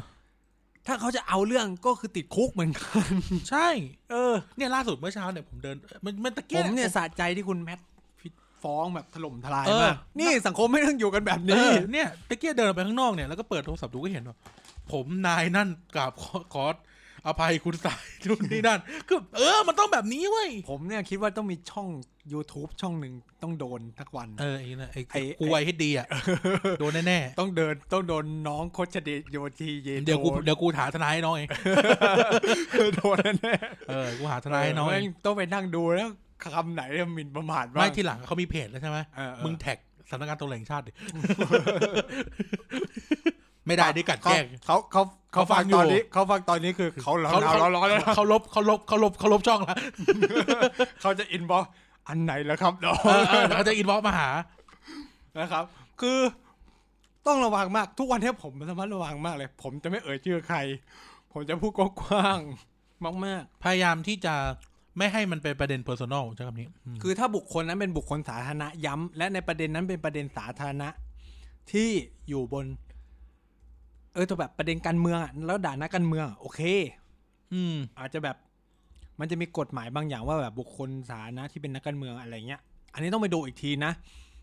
S1: ถ้าเขาจะเอาเรื่องก็คือติดคุกเหมือนกัน <laughs>
S2: ใช่
S1: เออ
S2: เนี่ยล่าสุดเมื่อเช้าเนี่ยผมเดินเมื่อเมื่อตะ
S1: ผ
S2: เกีย
S1: มเนี่ยสะใจที่คุณแมทพิ ฟ้องแบบถล่มทลาย
S2: เออ
S1: มากนี่สังคมไม่ต้องอยู่กันแบบ
S2: เอ
S1: นี้
S2: อเนี่ยตะเกียเดินออกไปข้างนอกเนี่ยแล้วก็เปิดโทรศัพท์ดูก็เห็นว่าผมนายนั่นกราบขอขออภัยคุณสายทุนนี่นั่นคือเออ มันต้องแบบนี้เว้ย
S1: ผมเนี่ยคิดว่าต้องมีช่อง YouTube ช่องหนึ่งต้องโดนทักวัน
S2: เออไอ้นั่นไอ้
S1: ไอ้
S2: กูไวให้ดีอ่ะโดนแน่ๆ
S1: ต้องเดินต้องโดนน้องโคชเดชโยทีเย
S2: เดี๋ยวกู
S1: โดน
S2: เดี๋ยวกูหาทนายให้น้องเอง
S1: โดนแน่
S2: เออ กูหาทนายให้น้องเอง
S1: แม่ต้องไปนั่งดูแล้วคำไหนเนี่ยหมินประมาทบ้า
S2: ไม่
S1: ง
S2: ที่หลังเขามีเพจแล้วใช่ไหม
S1: เออเออ
S2: มึงแท็กสำนักงานตำรวจแห่งชาติดิ ไม่ได้ดิกัดแกล้ง
S1: เขาเขาเขา
S2: เขาฟั
S1: ฟัง
S2: งอยู่
S1: ตอนนี้เขาฟังตอนนี้คือเขาร้อนร้อนร้อนแล้ว
S2: เขาลบเขาลบเขาลบเขาลบช่องแล้ว
S1: เขาจะอินบอกอันไหนแล้วครับน้อง
S2: เออเออเดี๋ยวเขาจะอินบ็อกมาหา
S1: นะครับ คือต้องระวังมากทุกวันนี้ผมสามารถระวังมากเลย ผมจะไม่เอ่ยชื่อใคร ผมจะพูดกว้างๆมาก
S2: พยายามที่จะไม่ให้มันเป็นประเด็นเพอร์ซันอลใช้คำนี้อืม
S1: ๆ คือถ้าบุคคลนั้นเป็นบุคคลสาธารณะย้ำและในประเด็นนั้นเป็นประเด็นสาธารณะ ที่อยู่บน เออแต่แบบประเด็นการเมืองอะแล้วด่านักการเมืองอะโอเค
S2: อืม
S1: อาจจะแบบมันจะมีกฎหมายบางอย่างว่าแบบบุคคลสาธารณะที่เป็นนักการเมืองอะไรเงี้ย อันนี้ต้องไปดูอีกทีนะ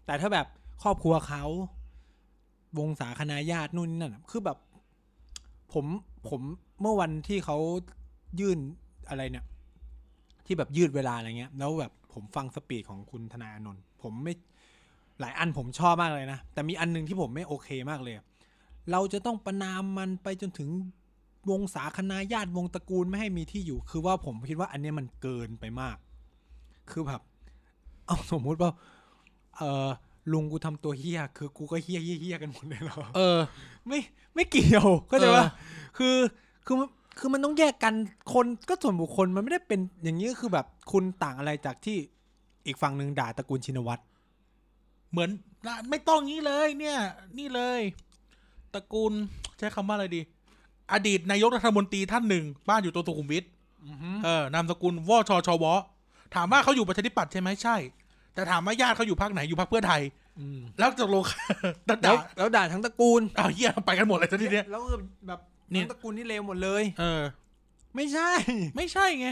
S1: แต่ถ้าแบบครอบครัวเขา วงศาคณาญาตินู่นนี่นั่นอะคือแบบ ผมผมเมื่อวันที่เขายื่นอะไรเนี่ย ที่แบบยืดเวลาอะไรเงี้ย แล้วแบบผมฟังสปีดของคุณธนาอานนท์ผมไม่หลายอันผมชอบมากเลยนะ แต่มีอันหนึงที่ผมไม่โอเคมากเลยอะเราจะต้องประนามมันไปจนถึง วงศาคณาญาติวงตระกูลไม่ให้มีที่อยู่ คือว่าผมคิดว่าอันเนี้ยมันเกินไปมาก คือแบบ <laughs> เอาสมมุติว่า เออลุงกูทำตัวเฮี้ยคือกูก็เฮี้ยเฮี้ยเหี้ยกันหมดเลยเหรอ <laughs>
S2: เออ
S1: ไม่ไม่เกี่ยว <laughs> เข้าใจ
S2: เออ
S1: ปะคือคือมันคือมันต้องแยกกันคนก็ส่วนบุคคลมันไม่ได้เป็นอย่างนี้ก็คือแบบคุณต่างอะไรจากที่อีกฝั่งหนึ่งด่าตระกูลชินวัตร
S2: เหมือนนะไม่ต้องงี้เลย เนี่ย นี่เลยตระกูลใช้คำว่าอะไรดี อดีตนายกรัฐมนตรีท่านหนึ่ง บ้านอยู่ตัวสุขุมวิทเออนามสกุลวอชอชอวอถามว่าเขาอยู่ประชาธิปัตย์ใช่ไหมใช่ แต่ถามว่าญาติเขาอยู่พรรคไหนอยู่พรรคเพื่อไทย แล้วจะลง <laughs> ตัด
S1: แล้ว
S2: ด่า
S1: แล้วด่าทั้งตระกูล
S2: เอาวเหี้ยไปกันหมดเลยทีเนี้ย
S1: แล้วคือแบบ
S2: เนี่
S1: ทั้
S2: ย
S1: งตระกูลนี่เลวหมดเลย
S2: เออ
S1: ไม่ใช่
S2: ไม่ใช่ไง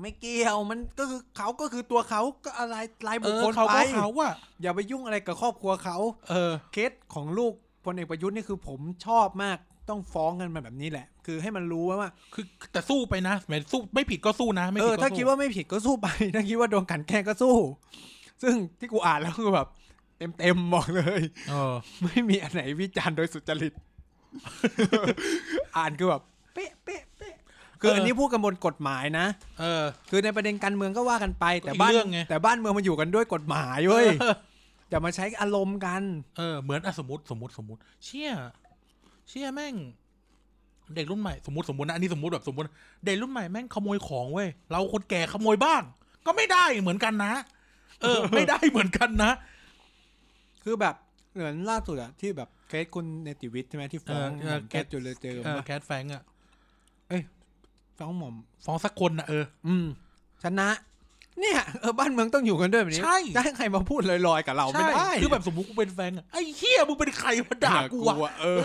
S1: ไม่เกี่ยวมันก็คือเขาก็คือตัวเขาก็อะไรราย
S2: เอ
S1: บุค
S2: อ
S1: คล
S2: เขา
S1: ไป
S2: ก็เขาว่า
S1: อย่าไปยุ่งอะไรกับครอบครัวเขา
S2: เออ
S1: เคสของลูกพลเอกประยุทธ์นี่คือผมชอบมากต้องฟ้องกันมาแบบนี้แหละ คือให้มันรู้ไว้ว่า
S2: คือแต่สู้ไปนะแหมสู้ไม่ผิดก็สู้นะไม่
S1: เอ
S2: ผิ
S1: อ
S2: ดก็สู้
S1: ถ้าคิดว่าไม่ผิดก็สู้ไป ถ้าคิดว่าโดนกลันแกล้งก็สู้ ซึ่งที่กูอ่านแล้วคือแบบ เต็มๆบอกเลย
S2: เออ
S1: ไม่มีอันไหนวิจารณ์โดยสุจริต <laughs> อ่านคือแบบเป๊ะเป๊ะเป๊ะคืออันนี้พูดกันบนกฎหมายนะ
S2: เออ
S1: คือในประเด็นการเมืองก็ว่ากันไปแต่
S2: อีก
S1: บ้าน
S2: เรื่องไง
S1: แต่บ้านเมืองมันอยู่กันด้วยกฎหมายเว้ยอย่ามาใช้อารมณ์กัน
S2: เออเหมือนอะสมมติสมมติสมมติ เชี่ยเชี่ยแม่ง เด็กรุ่นใหม่สมมติสมมตินะอันนี้สมมติแบบสมมติเด็กรุ่นใหม่แม่งขโมยของเว้ยเราคนแก่ขโมยบ้าง ก็ไม่ได้เหมือนกันนะ เอ
S1: <laughs>
S2: อ ไม่ได้เหมือนกันนะ
S1: คือแบบเหมือนล่าสุดอะที่แบบเคสคุณเนติวิทย์ใช่ไหมที่ฟ้อง
S2: เออเอ
S1: ห
S2: อ
S1: ม่อมแก้ว
S2: เคส
S1: จุลเจอ
S2: เออ
S1: ปะ
S2: แคทแฟงอะ
S1: ฟ้องหม่อม
S2: ฟ้องสักคนนะเออ
S1: อืมชนะ เนี่ยเออบ้านเมืองต้องอยู่กันด้วยแบบนี้
S2: ใช่
S1: จะให้ใครมาพูดลอยๆกับเราไม่
S2: ใช่
S1: ได้
S2: คือแบบสมมติกูเป็นแฟงอะไอ้เชี่ยมึงเป็นใครมาด่ากูอะ
S1: เออ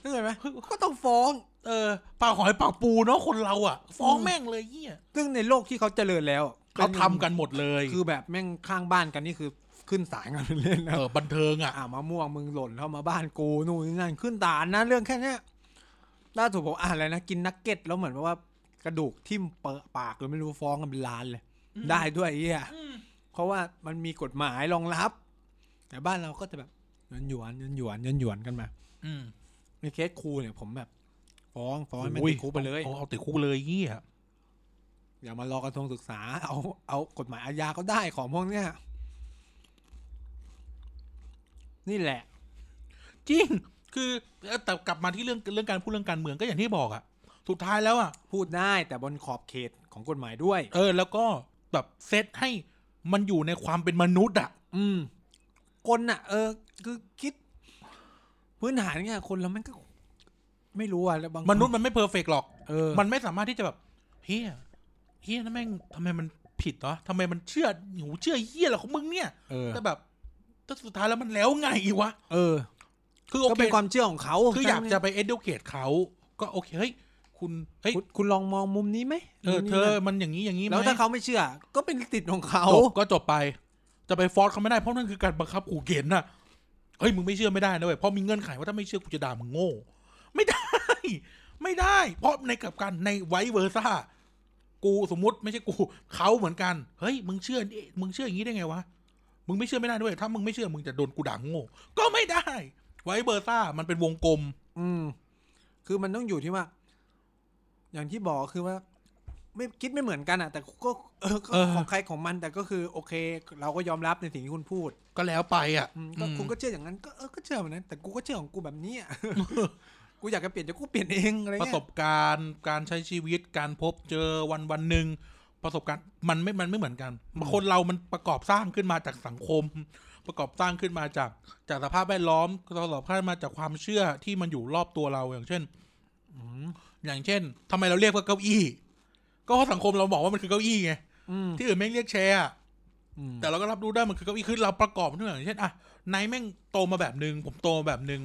S1: เข้าใจไหมก็ต้องฟ้อง
S2: เออปากหอยปากปูเนาะคนเราอะฟ้องแม่งเลยเหี้ย
S1: ซึ่งในโลกที่เขาเจริญแล้ว
S2: เขาทำกันหมดเลย
S1: คือแบบแม่งข้างบ้านกันนี่คือขึ้นศาลกันเล่นนะ
S2: เออบันเทิงอะ
S1: อ่ามะม่วงมึงหล่นเข้ามาบ้านกูนู่นนี่นั่นขึ้นตานนะเรื่องแค่เนี้ยล่าสุดผมอ่านอะไรนะกินนักเก็ตแล้วเหมือนว่ากระดูกทิ่มเปิดปากเลยไม่รู้ฟ้องกันเป็นล้านเลย ได้ด้วยไอ้เหี้ย
S2: อืม
S1: เพราะว่ามันมีกฎหมายรองรับ แต่บ้านเราก็จะแบบหยวนหยวนหยวนหยวนหยวนหยวนกันมา
S2: อืม
S1: ในเคสครูเนี่ยผมแบบ ฟ้องฟ้องให้มัน
S2: โอ้ย
S1: ติดคุกไปเลย
S2: เอาเอาติดคุกเลยเหี้ย
S1: อย่ามารอกระทรวงศึกษา เอาเอากฎหมายอาญาก็ได้ของพวกเนี้ยนี่แหละ
S2: จริง คือเอ่อแต่กลับมาที่เรื่องเรื่องการพูดเรื่องการเมืองก็อย่างที่บอกอะสุดท้ายแล้วอะ
S1: พูดได้แต่บนขอบเขตของกฎหมายด้วย
S2: เออ แล้วก็แบบเซตให้มันอยู่ในความเป็นมนุษย์อะ
S1: อืมคนน่ะ เออ คือคิด พื้นฐานไงคนเรามันก็ ไม่รู้อ่ะแล้วบางค
S2: มนุษย์มันไม่เพอร์เฟกต์หรอก
S1: เออ
S2: มันไม่สามารถที่จะแบบเฮียเฮียนั่นแม่งทำไมมันผิดวะทำไมมันเชื่อหูเชื่อเฮียเหรอของมึงเนี่ย
S1: เออ
S2: แต่แบบแต่สุดท้ายแล้วมันแล้วไงวะ
S1: เออ
S2: คือโอ
S1: ก็
S2: เค
S1: เป็นความเชื่อของเขา
S2: คืออยากจะไป educate เขาก็โอเคเฮ้ยคุณเฮ้ย
S1: คุณคุณลองมองมุมนี้ไหม
S2: เออ
S1: มุม
S2: เธ
S1: นี้
S2: อ
S1: นะ
S2: มันอย่างนี้อย่างนี้ไหม
S1: แล้วถ้าเขาไม่เชื่อ ก็เป็นติดของเขา
S2: จบก็จบไป จะไปฟอร์สเขาไม่ได้เพราะนั่นคือการบังคับขู่เข็นน่ะเฮ้ยมึงไม่เชื่อไม่ได้นะเว้ยเพราะมีเงื่อนไขว่าถ้าไม่เชื่อกูจะด่ามึงโง่ ไม่ได้ ไม่ได้ เพราะในกลับกันในไวเวอร์ซ่ากูสมมติไม่ใช่กูเขาเหมือนกันเฮ้ยมึงเชื่อดิมึงเชื่ออย่างนี้ได้ไงวะมึงไม่เชื่อไม่ได้ด้วย ถ้ามึงไม่เชื่อมึงจะโดนกูด่าโง่ก็ไม่ได้ ไวเบอร์ซ่ามันเป็นวงกลม
S1: อืม คือมันต้องอยู่ที่ว่า อย่างที่บอกคือว่า ไม่คิดไม่เหมือนกันอ่ะ แต่ก็เออก็
S2: เออ
S1: ของใครของมัน แต่ก็คือ โอเค เราก็ยอมรับในสิ่งที่คุณพูด
S2: ก็แล้วไปอ่ะ
S1: อืมก็
S2: อืม
S1: คุณก็เชื่ออย่างนั้น ก็เออก็เชื่อแบบนั้น แต่กูก็เชื่อของกูแบบ
S2: <laughs>
S1: นี้อะ กูอยากจะเปลี่ยนแต่กูเปลี่ยนเองอะไร
S2: ประ
S1: เงี้
S2: ส
S1: ย
S2: บการณ์การใช้ชีวิตการพบเจอวันวันหนึ่งประสบการณ์มันไม่มันไม่เหมือนกันคนเรามันประกอบสร้างขึ้นมาจากสังคม ประกอบสร้างขึ้นมาจากจากสภาพแวดล้อมประกอบสร้างมาจากความเชื่อที่มันอยู่รอบตัวเราอย่างเช่น
S1: อืม
S2: อย่างเช่นทำไมเราเรียกว่าเก้าอี้ ก็เพราะสังคมเราบอกว่ามันคือเก้าอี้ไง
S1: อืม
S2: ที่อื่นแม่งเรียกแชร์อะ
S1: อืม
S2: แต่เราก็รับรู้ได้มันคือเก้าอี้คือเราประกอบทุกอย่างอย่างเช่นอ่ะไนายแม่งโตมาแบบหนึ่งผมโตมาแบบหนึ่ง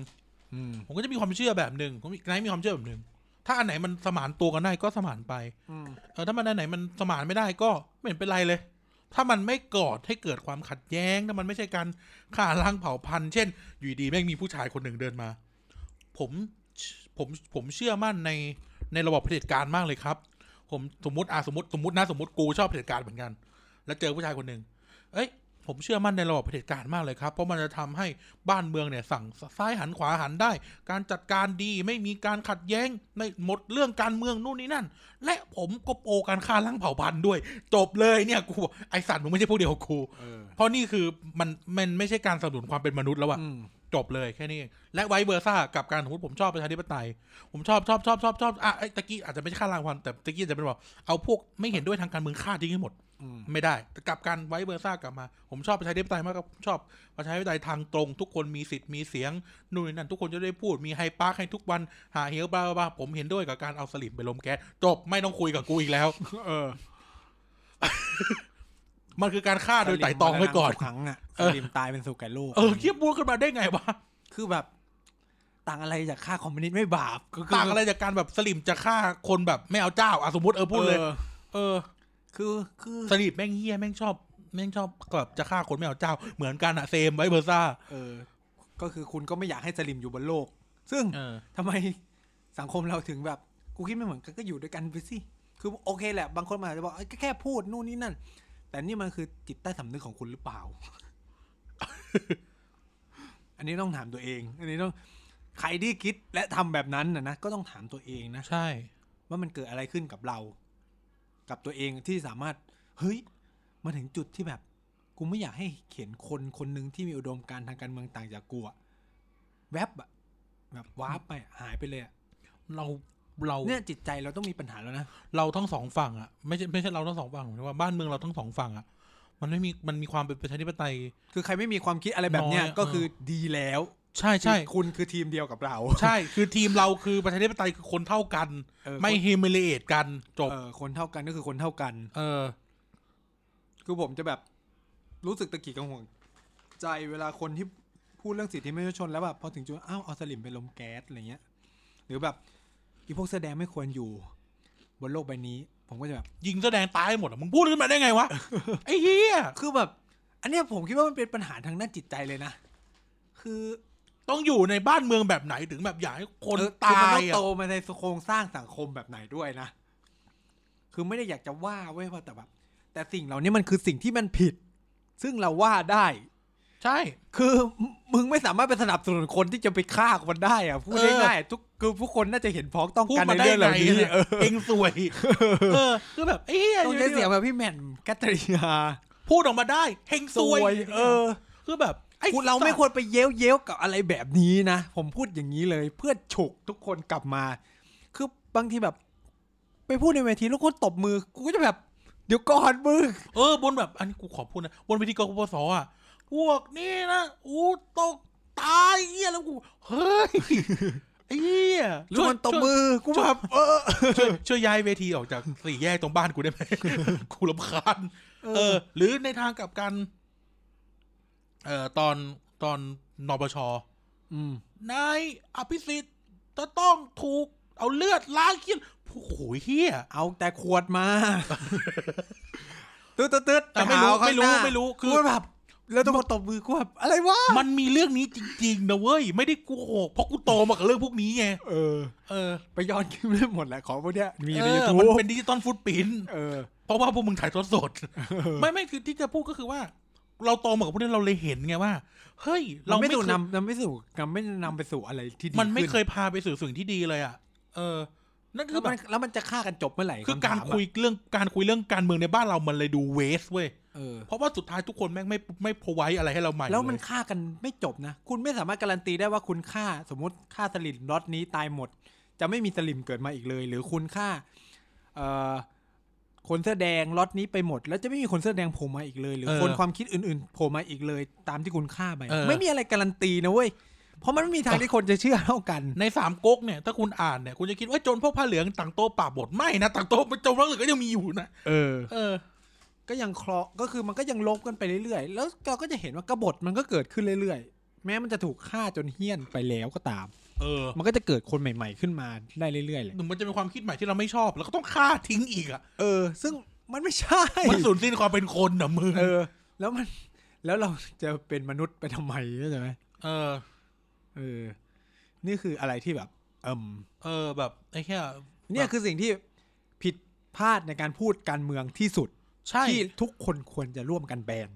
S1: อืม
S2: ผมก็จะมีความเชื่อแบบหนึ่งผมไนายมีความเชื่อแบบหนึ่งถ้าอันไหนมันสมานตัวกันได้ก็สมานไป
S1: อืม
S2: เออถ้ามันอันไหนมันสมานไม่ได้ก็ไม่เห็นเป็นไรเลย ถ้ามันไม่ก่อให้เกิดความขัดแย้งถ้ามันไม่ใช่การฆ่าล้างเผ่าพันธุ์เช่น อยู่ดีๆแม่งมีผู้ชายคนหนึ่งเดินมา ผมผมผมเชื่อมั่นในในระบบเผด็จการมากเลยครับ ผมสมมติอ่ะสมมติสมมตินะสมมติกูชอบเผด็จการเหมือนกัน แล้วเจอผู้ชายคนหนึ่ง เอ้ย ผมเชื่อมั่นในระบบเผด็จการมากเลยครับ เพราะมันจะทำให้บ้านเมืองเนี่ย สั่งซ้ายหันขวาหันได้ การจัดการดีไม่มีการขัดแย้งในหมดเรื่องการเมืองนู่นนี่นั่น และผมก็โปรการฆ่าล้างเผ่าพันธุ์ด้วย จบเลยเนี่ยกูบอกไอสัตว์มึงไม่ใช่พวกเดียวกับกู
S1: เออ
S2: เพราะนี่คือมันมันไม่ใช่การสนับสนุนความเป็นมนุษย์แล้วอะ
S1: อืม
S2: จบเลยแค่นี้เองและไวเบอร์ซ่ากับการสมมติผมชอบประชาธิปไตย ผมชอบชอบชอบชอบชอบอ่ะไอ้ตะกี้อาจจะไม่ใช่ฆ่าล้างเผ่าพันธุ์แต่ตะกี้อาจจะเป็นบอกเอาพวกไม่เห็นด้วยทางการเมืองฆ่าทิ้งให้หมด
S1: อืม
S2: ไม่ได้ แต่กลับกันไว้เบอร์ซ่ากลับมา ผมชอบประชาธิปไตยมากครับผมชอบประชาธิปไตยทางตรง ทุกคนมีสิทธิ์มีเสียงนู่นนนั่นทุกคนจะได้พูดมีไฮปาร์คให้ทุกวันหาเฮลบลาบลาบลาผมเห็นด้วยกับการเอาสลิมไปล้มแก๊สจบไม่ต้องคุยกับกูอีกแล้ว
S1: เออ
S2: <laughs> มันคือการฆ่าโดยไตร่ตรองไว้
S1: <laughs>
S2: ก่อน
S1: สลิมมรณะสุขขังอ่ะ
S2: เออ
S1: สลิมตายเป็นสุขแก่โลก
S2: เออเทียบบูดขึ้นมาได้ไงวะ
S1: คือแบบ ต่างอะไรจากค่าคอมมิวนิสต์ไม่บาปก็คื
S2: ต่างอะไรจากการแบบสลิมจะฆ่าคนแบบไม่เอาเจ้าอ่ะสมมติเออพูดเลย
S1: ออ
S2: เออ
S1: คือคือ
S2: สลิมแม่งเฮี้ยแม่งชอบแม่งชอบแบบจะฆ่าคนไม่เอาเจ้า เหมือนกันอะเซมไว้เบอร์ซ่า
S1: เออ ก็คือคุณก็ไม่อยากให้สลิมอยู่บนโลก ซึ่ง
S2: เออ
S1: ทำไม <laughs> สังคมเราถึงแบบ กูคิดไม่เหมือนกันก็อยู่ด้วยกันไปสิ คือโอเคแหละ บางคนอาจจะบอกเอ้ยก็แค่พูดนู่นนี่นั่น แต่นี่มันคือจิตใต้สำนึกของคุณหรือเปล่า <laughs> อันนี้ต้องถามตัวเอง อันนี้ต้องใครที่คิดและทำแบบนั้นนะนะก็ต้องถามตัวเองนะ
S2: ใช่
S1: ว่ามันเกิดอะไรขึ้นกับเรา กับตัวเองที่สามารถ เฮ้ย มาถึงจุดที่แบบ กูไม่อยากให้เห็นคนคนหนึ่งที่มีอุดมการณ์ทางการเมืองต่างจากกูอะแวบอะแบบว้าร์ปไปอะหายไปเลยอะ
S2: เราเรา
S1: เนี่ยจิตใจเราต้องมีปัญหาแล้วนะ
S2: เราทั้งสองฝั่งอ่ะไม่ใช่ไม่ใช่เราทั้งสองฝั่งหมายถึงว่าบ้านเมืองเราทั้งสองฝั่งอ่ะมันไม่มีมันมีความเป็นประชาธิปไตย
S1: คือใครไม่มีความคิดอะไรแบบเนี้ย
S2: น้อยอะ
S1: ก็คือดีแล้ว
S2: ใช่ใช่
S1: คือคุณคือทีมเดียวกับเรา
S2: ใช่ คือทีมเราคือประชาธิปไตยคือคนเท่ากัน
S1: เออ
S2: ไม่เฮมิเลเอตกันจบ
S1: เออคนเท่ากันก็คือคนเท่ากัน
S2: เออ
S1: คือผมจะแบบรู้สึกตะกี้กังวลใจเวลาคนที่พูดเรื่องสิทธิมนุษยชนแล้วแบบพอถึงจุดอ้าวเอาสลิมไปลมแก๊สอะไรเงี้ย หรือแบบอีพวกแสอแดงไม่ควรอยู่ บนโลกใบนี้ ผมก็จะแบบ
S2: ยิงแสดงตายหมดอะมึงพูดขึ้นมาได้ไงวะ ไอ้เหี้ย
S1: คือแบบ อันเนี้ยผมคิดว่ามันเป็นปัญหาทางด้านจิตใจเลยนะ คือ
S2: ต้องอยู่ในบ้านเมืองแบบไหนถึงแบบอยากให้คน
S1: เออ
S2: ตา
S1: คือมันต้อ
S2: ย
S1: ง
S2: อ่ะ
S1: โตมาในโครงสร้างสังคมแบบไหนด้วยนะ คือไม่ได้อยากจะว่าเว้ยว่าแต่แบบ แต่สิ่งเหล่านี้มันคือสิ่งที่มันผิด ซึ่งเราว่าได้
S2: ใช่
S1: คือมึมึงไม่สามารถไปสนับสนุนคนที่จะไปฆ่าคนได้อะพูด
S2: เออ
S1: ง่ายๆทุกคือผู้คนน่าจะเห็นพ้องต้อง
S2: พูด
S1: กัน
S2: มา
S1: ใน
S2: ได้
S1: เรื่องเหล่า
S2: ไง
S1: นี้
S2: เนี่ย
S1: เออ
S2: เองสวยเออคือแบบไอ้เหี้ย
S1: ต้องใช้เสียงแบบพี่แหม่นแคทเธอรีนา
S2: พูดออกมาได้เฮงสวย
S1: เออ
S2: คือแบบไอ้
S1: คุณเรา
S2: สัต
S1: ไม่
S2: ว์
S1: ควรไปเย้ยวเย้ยวกับอะไรแบบนี้นะ ผมพูดอย่างนี้เลย เพื่อฉุกทุกคนกลับมา คือบางทีแบบ ไปพูดในเวทีแล้วคนตบมือ กูก็จะแบบ เดี๋ยวก่อนมึง
S2: เออบนแบบอันนี้กูขอพูดนะบนเวทีกกปสอ่ะพวกนี่นะอู้ตกตายเหี้ยแล้วกูเฮ้
S1: <laughs>
S2: ยไอ้เหี้ย
S1: ชวนตบมือกูแบบเออ
S2: ช่วยช่วยย้ายเวทีออกจากสี่แยกตรงบ้านกูได้ไหม <laughs> กูรำคาญ
S1: เออ
S2: เออ หรือในทางกลับกัน เอ่อตอนตอนนปช
S1: อืม
S2: นายอภิสิทธิ์จะต้องถูกเอาเลือดล้างเคี้ยนโอ้โหเฮีย
S1: เอาแต่ข <laughs> วดมา ตึ๊ดตึ๊ดตึ๊ด
S2: แต่ไม่รู้
S1: ปหาเอาข้างห
S2: ไม่รู้
S1: น้า
S2: ไม่รู้คื
S1: กู
S2: อ
S1: ก็แบบ แล้วต้องมาตบมือกูแบบอะไรวะ
S2: มันมีเรื่องนี้จริง ๆ นะเว้ย ไม่ได้โกูหกเพราะกูโตมากับเรื่องพวกนี้ไง
S1: เออ
S2: เออ
S1: ไปย้อนคลิปได้หมดแหละของพวกเนี้ยมี
S2: เอ
S1: ในยู
S2: อ
S1: ทู
S2: มัน
S1: บ
S2: เป็นดิจิตอลฟุตปิ้น
S1: เออ
S2: เพราะว่าพวกมึงถ่ายทอด
S1: <laughs>
S2: สด ไม่ไม่คือที่จะพูดก็คือว่า เราโตมากับพวกนี้เราเลยเห็นไงว่า เฮ้ย
S1: เรา
S2: เรา
S1: ไม่
S2: ไม่
S1: สู่
S2: เคย
S1: นำนำไม่สู่นำไม่นำไปสู่อะไรที่ดี
S2: มันไม่
S1: ขึ้
S2: เคยพาไปสู่สิ่งที่ดีเลยอ่ะ เออ นั่นคื
S1: แล้
S2: อ
S1: ว
S2: แบ
S1: มั
S2: บ
S1: นแล้วมันจะฆ่ากันจบเมื่อไหร่
S2: คือ
S1: ำถ
S2: การ
S1: มะ
S2: คุยเรื่องการคุยเรื่องการเมืองในบ้านเรามันเลยดูเวสเว้ย
S1: เออ
S2: เพราะว่าสุดท้ายทุกคนแม่งไม่ไม่พอไว้อะไรให้เราใหม่
S1: แล้วมัน
S2: เย
S1: ฆ่ากันไม่จบนะ คุณไม่สามารถการันตีได้ว่าคุณฆ่าสมมติฆ่าสลิมล็อตนี้ตายหมด จะไม่มีสลิมเกิดมาอีกเลย หรือคุณฆ่าเอ่อคนเสื้อแดงล็อตนี้ไปหมด แล้วจะไม่มีคนเสื้อแดงโผล่มาอีกเลย หรือคนความคิดอื่นๆโผล่มาอีกเลย ตามที่คุณฆ่าไปไม่มีอะไรการันตีนะเว้ยเพราะมันไม่มีทางที่คนจะเชื่อเท่ากัน
S2: ในสามก๊กเนี่ยถ้าคุณอ่านเนี่ยคุณจะคิดว่าโจรพวกผ้าเหลืองต่างโต๊ะป่าบทไม่นะต่างโต๊ะโจรพวกเหลืองก็ยังมีอยู่นะ
S1: เออ
S2: เออ
S1: ก็ยังเคราะห์ก็คือมันก็ยังลบกันไปเรื่อยๆ แล้วเราก็จะเห็นว่ากบฏมันก็เกิดขึ้นเรื่อยๆ แม้มันจะถูกฆ่าจนเฮี้ยนไปแล้วก็ตาม
S2: เออ
S1: มันก็จะเกิดคนใหม่ๆขึ้นมาได้เรื่อยๆเลย
S2: หนึ่งมันจะเป็นความคิดใหม่ที่เราไม่ชอบ แล้วก็ต้องฆ่าทิ้งอีกอ่ะ
S1: เออ ซึ่งมันไม่ใช่
S2: มันสูญสิ้นความเป็นคนนะมึง
S1: เออ แล้วมันแล้วเราจะเป็นมนุษย์ไปทำไมเข้าใจไหม
S2: เออ
S1: เออ นี่คืออะไรที่แบบเอิม
S2: เออแบบไอ้แค่
S1: เนี่ยคือสิ่งที่ผิดพลาดในการพูดการเมืองที่สุด
S2: ใช่
S1: ที่ทุกคนควรจะร่วมกันแบน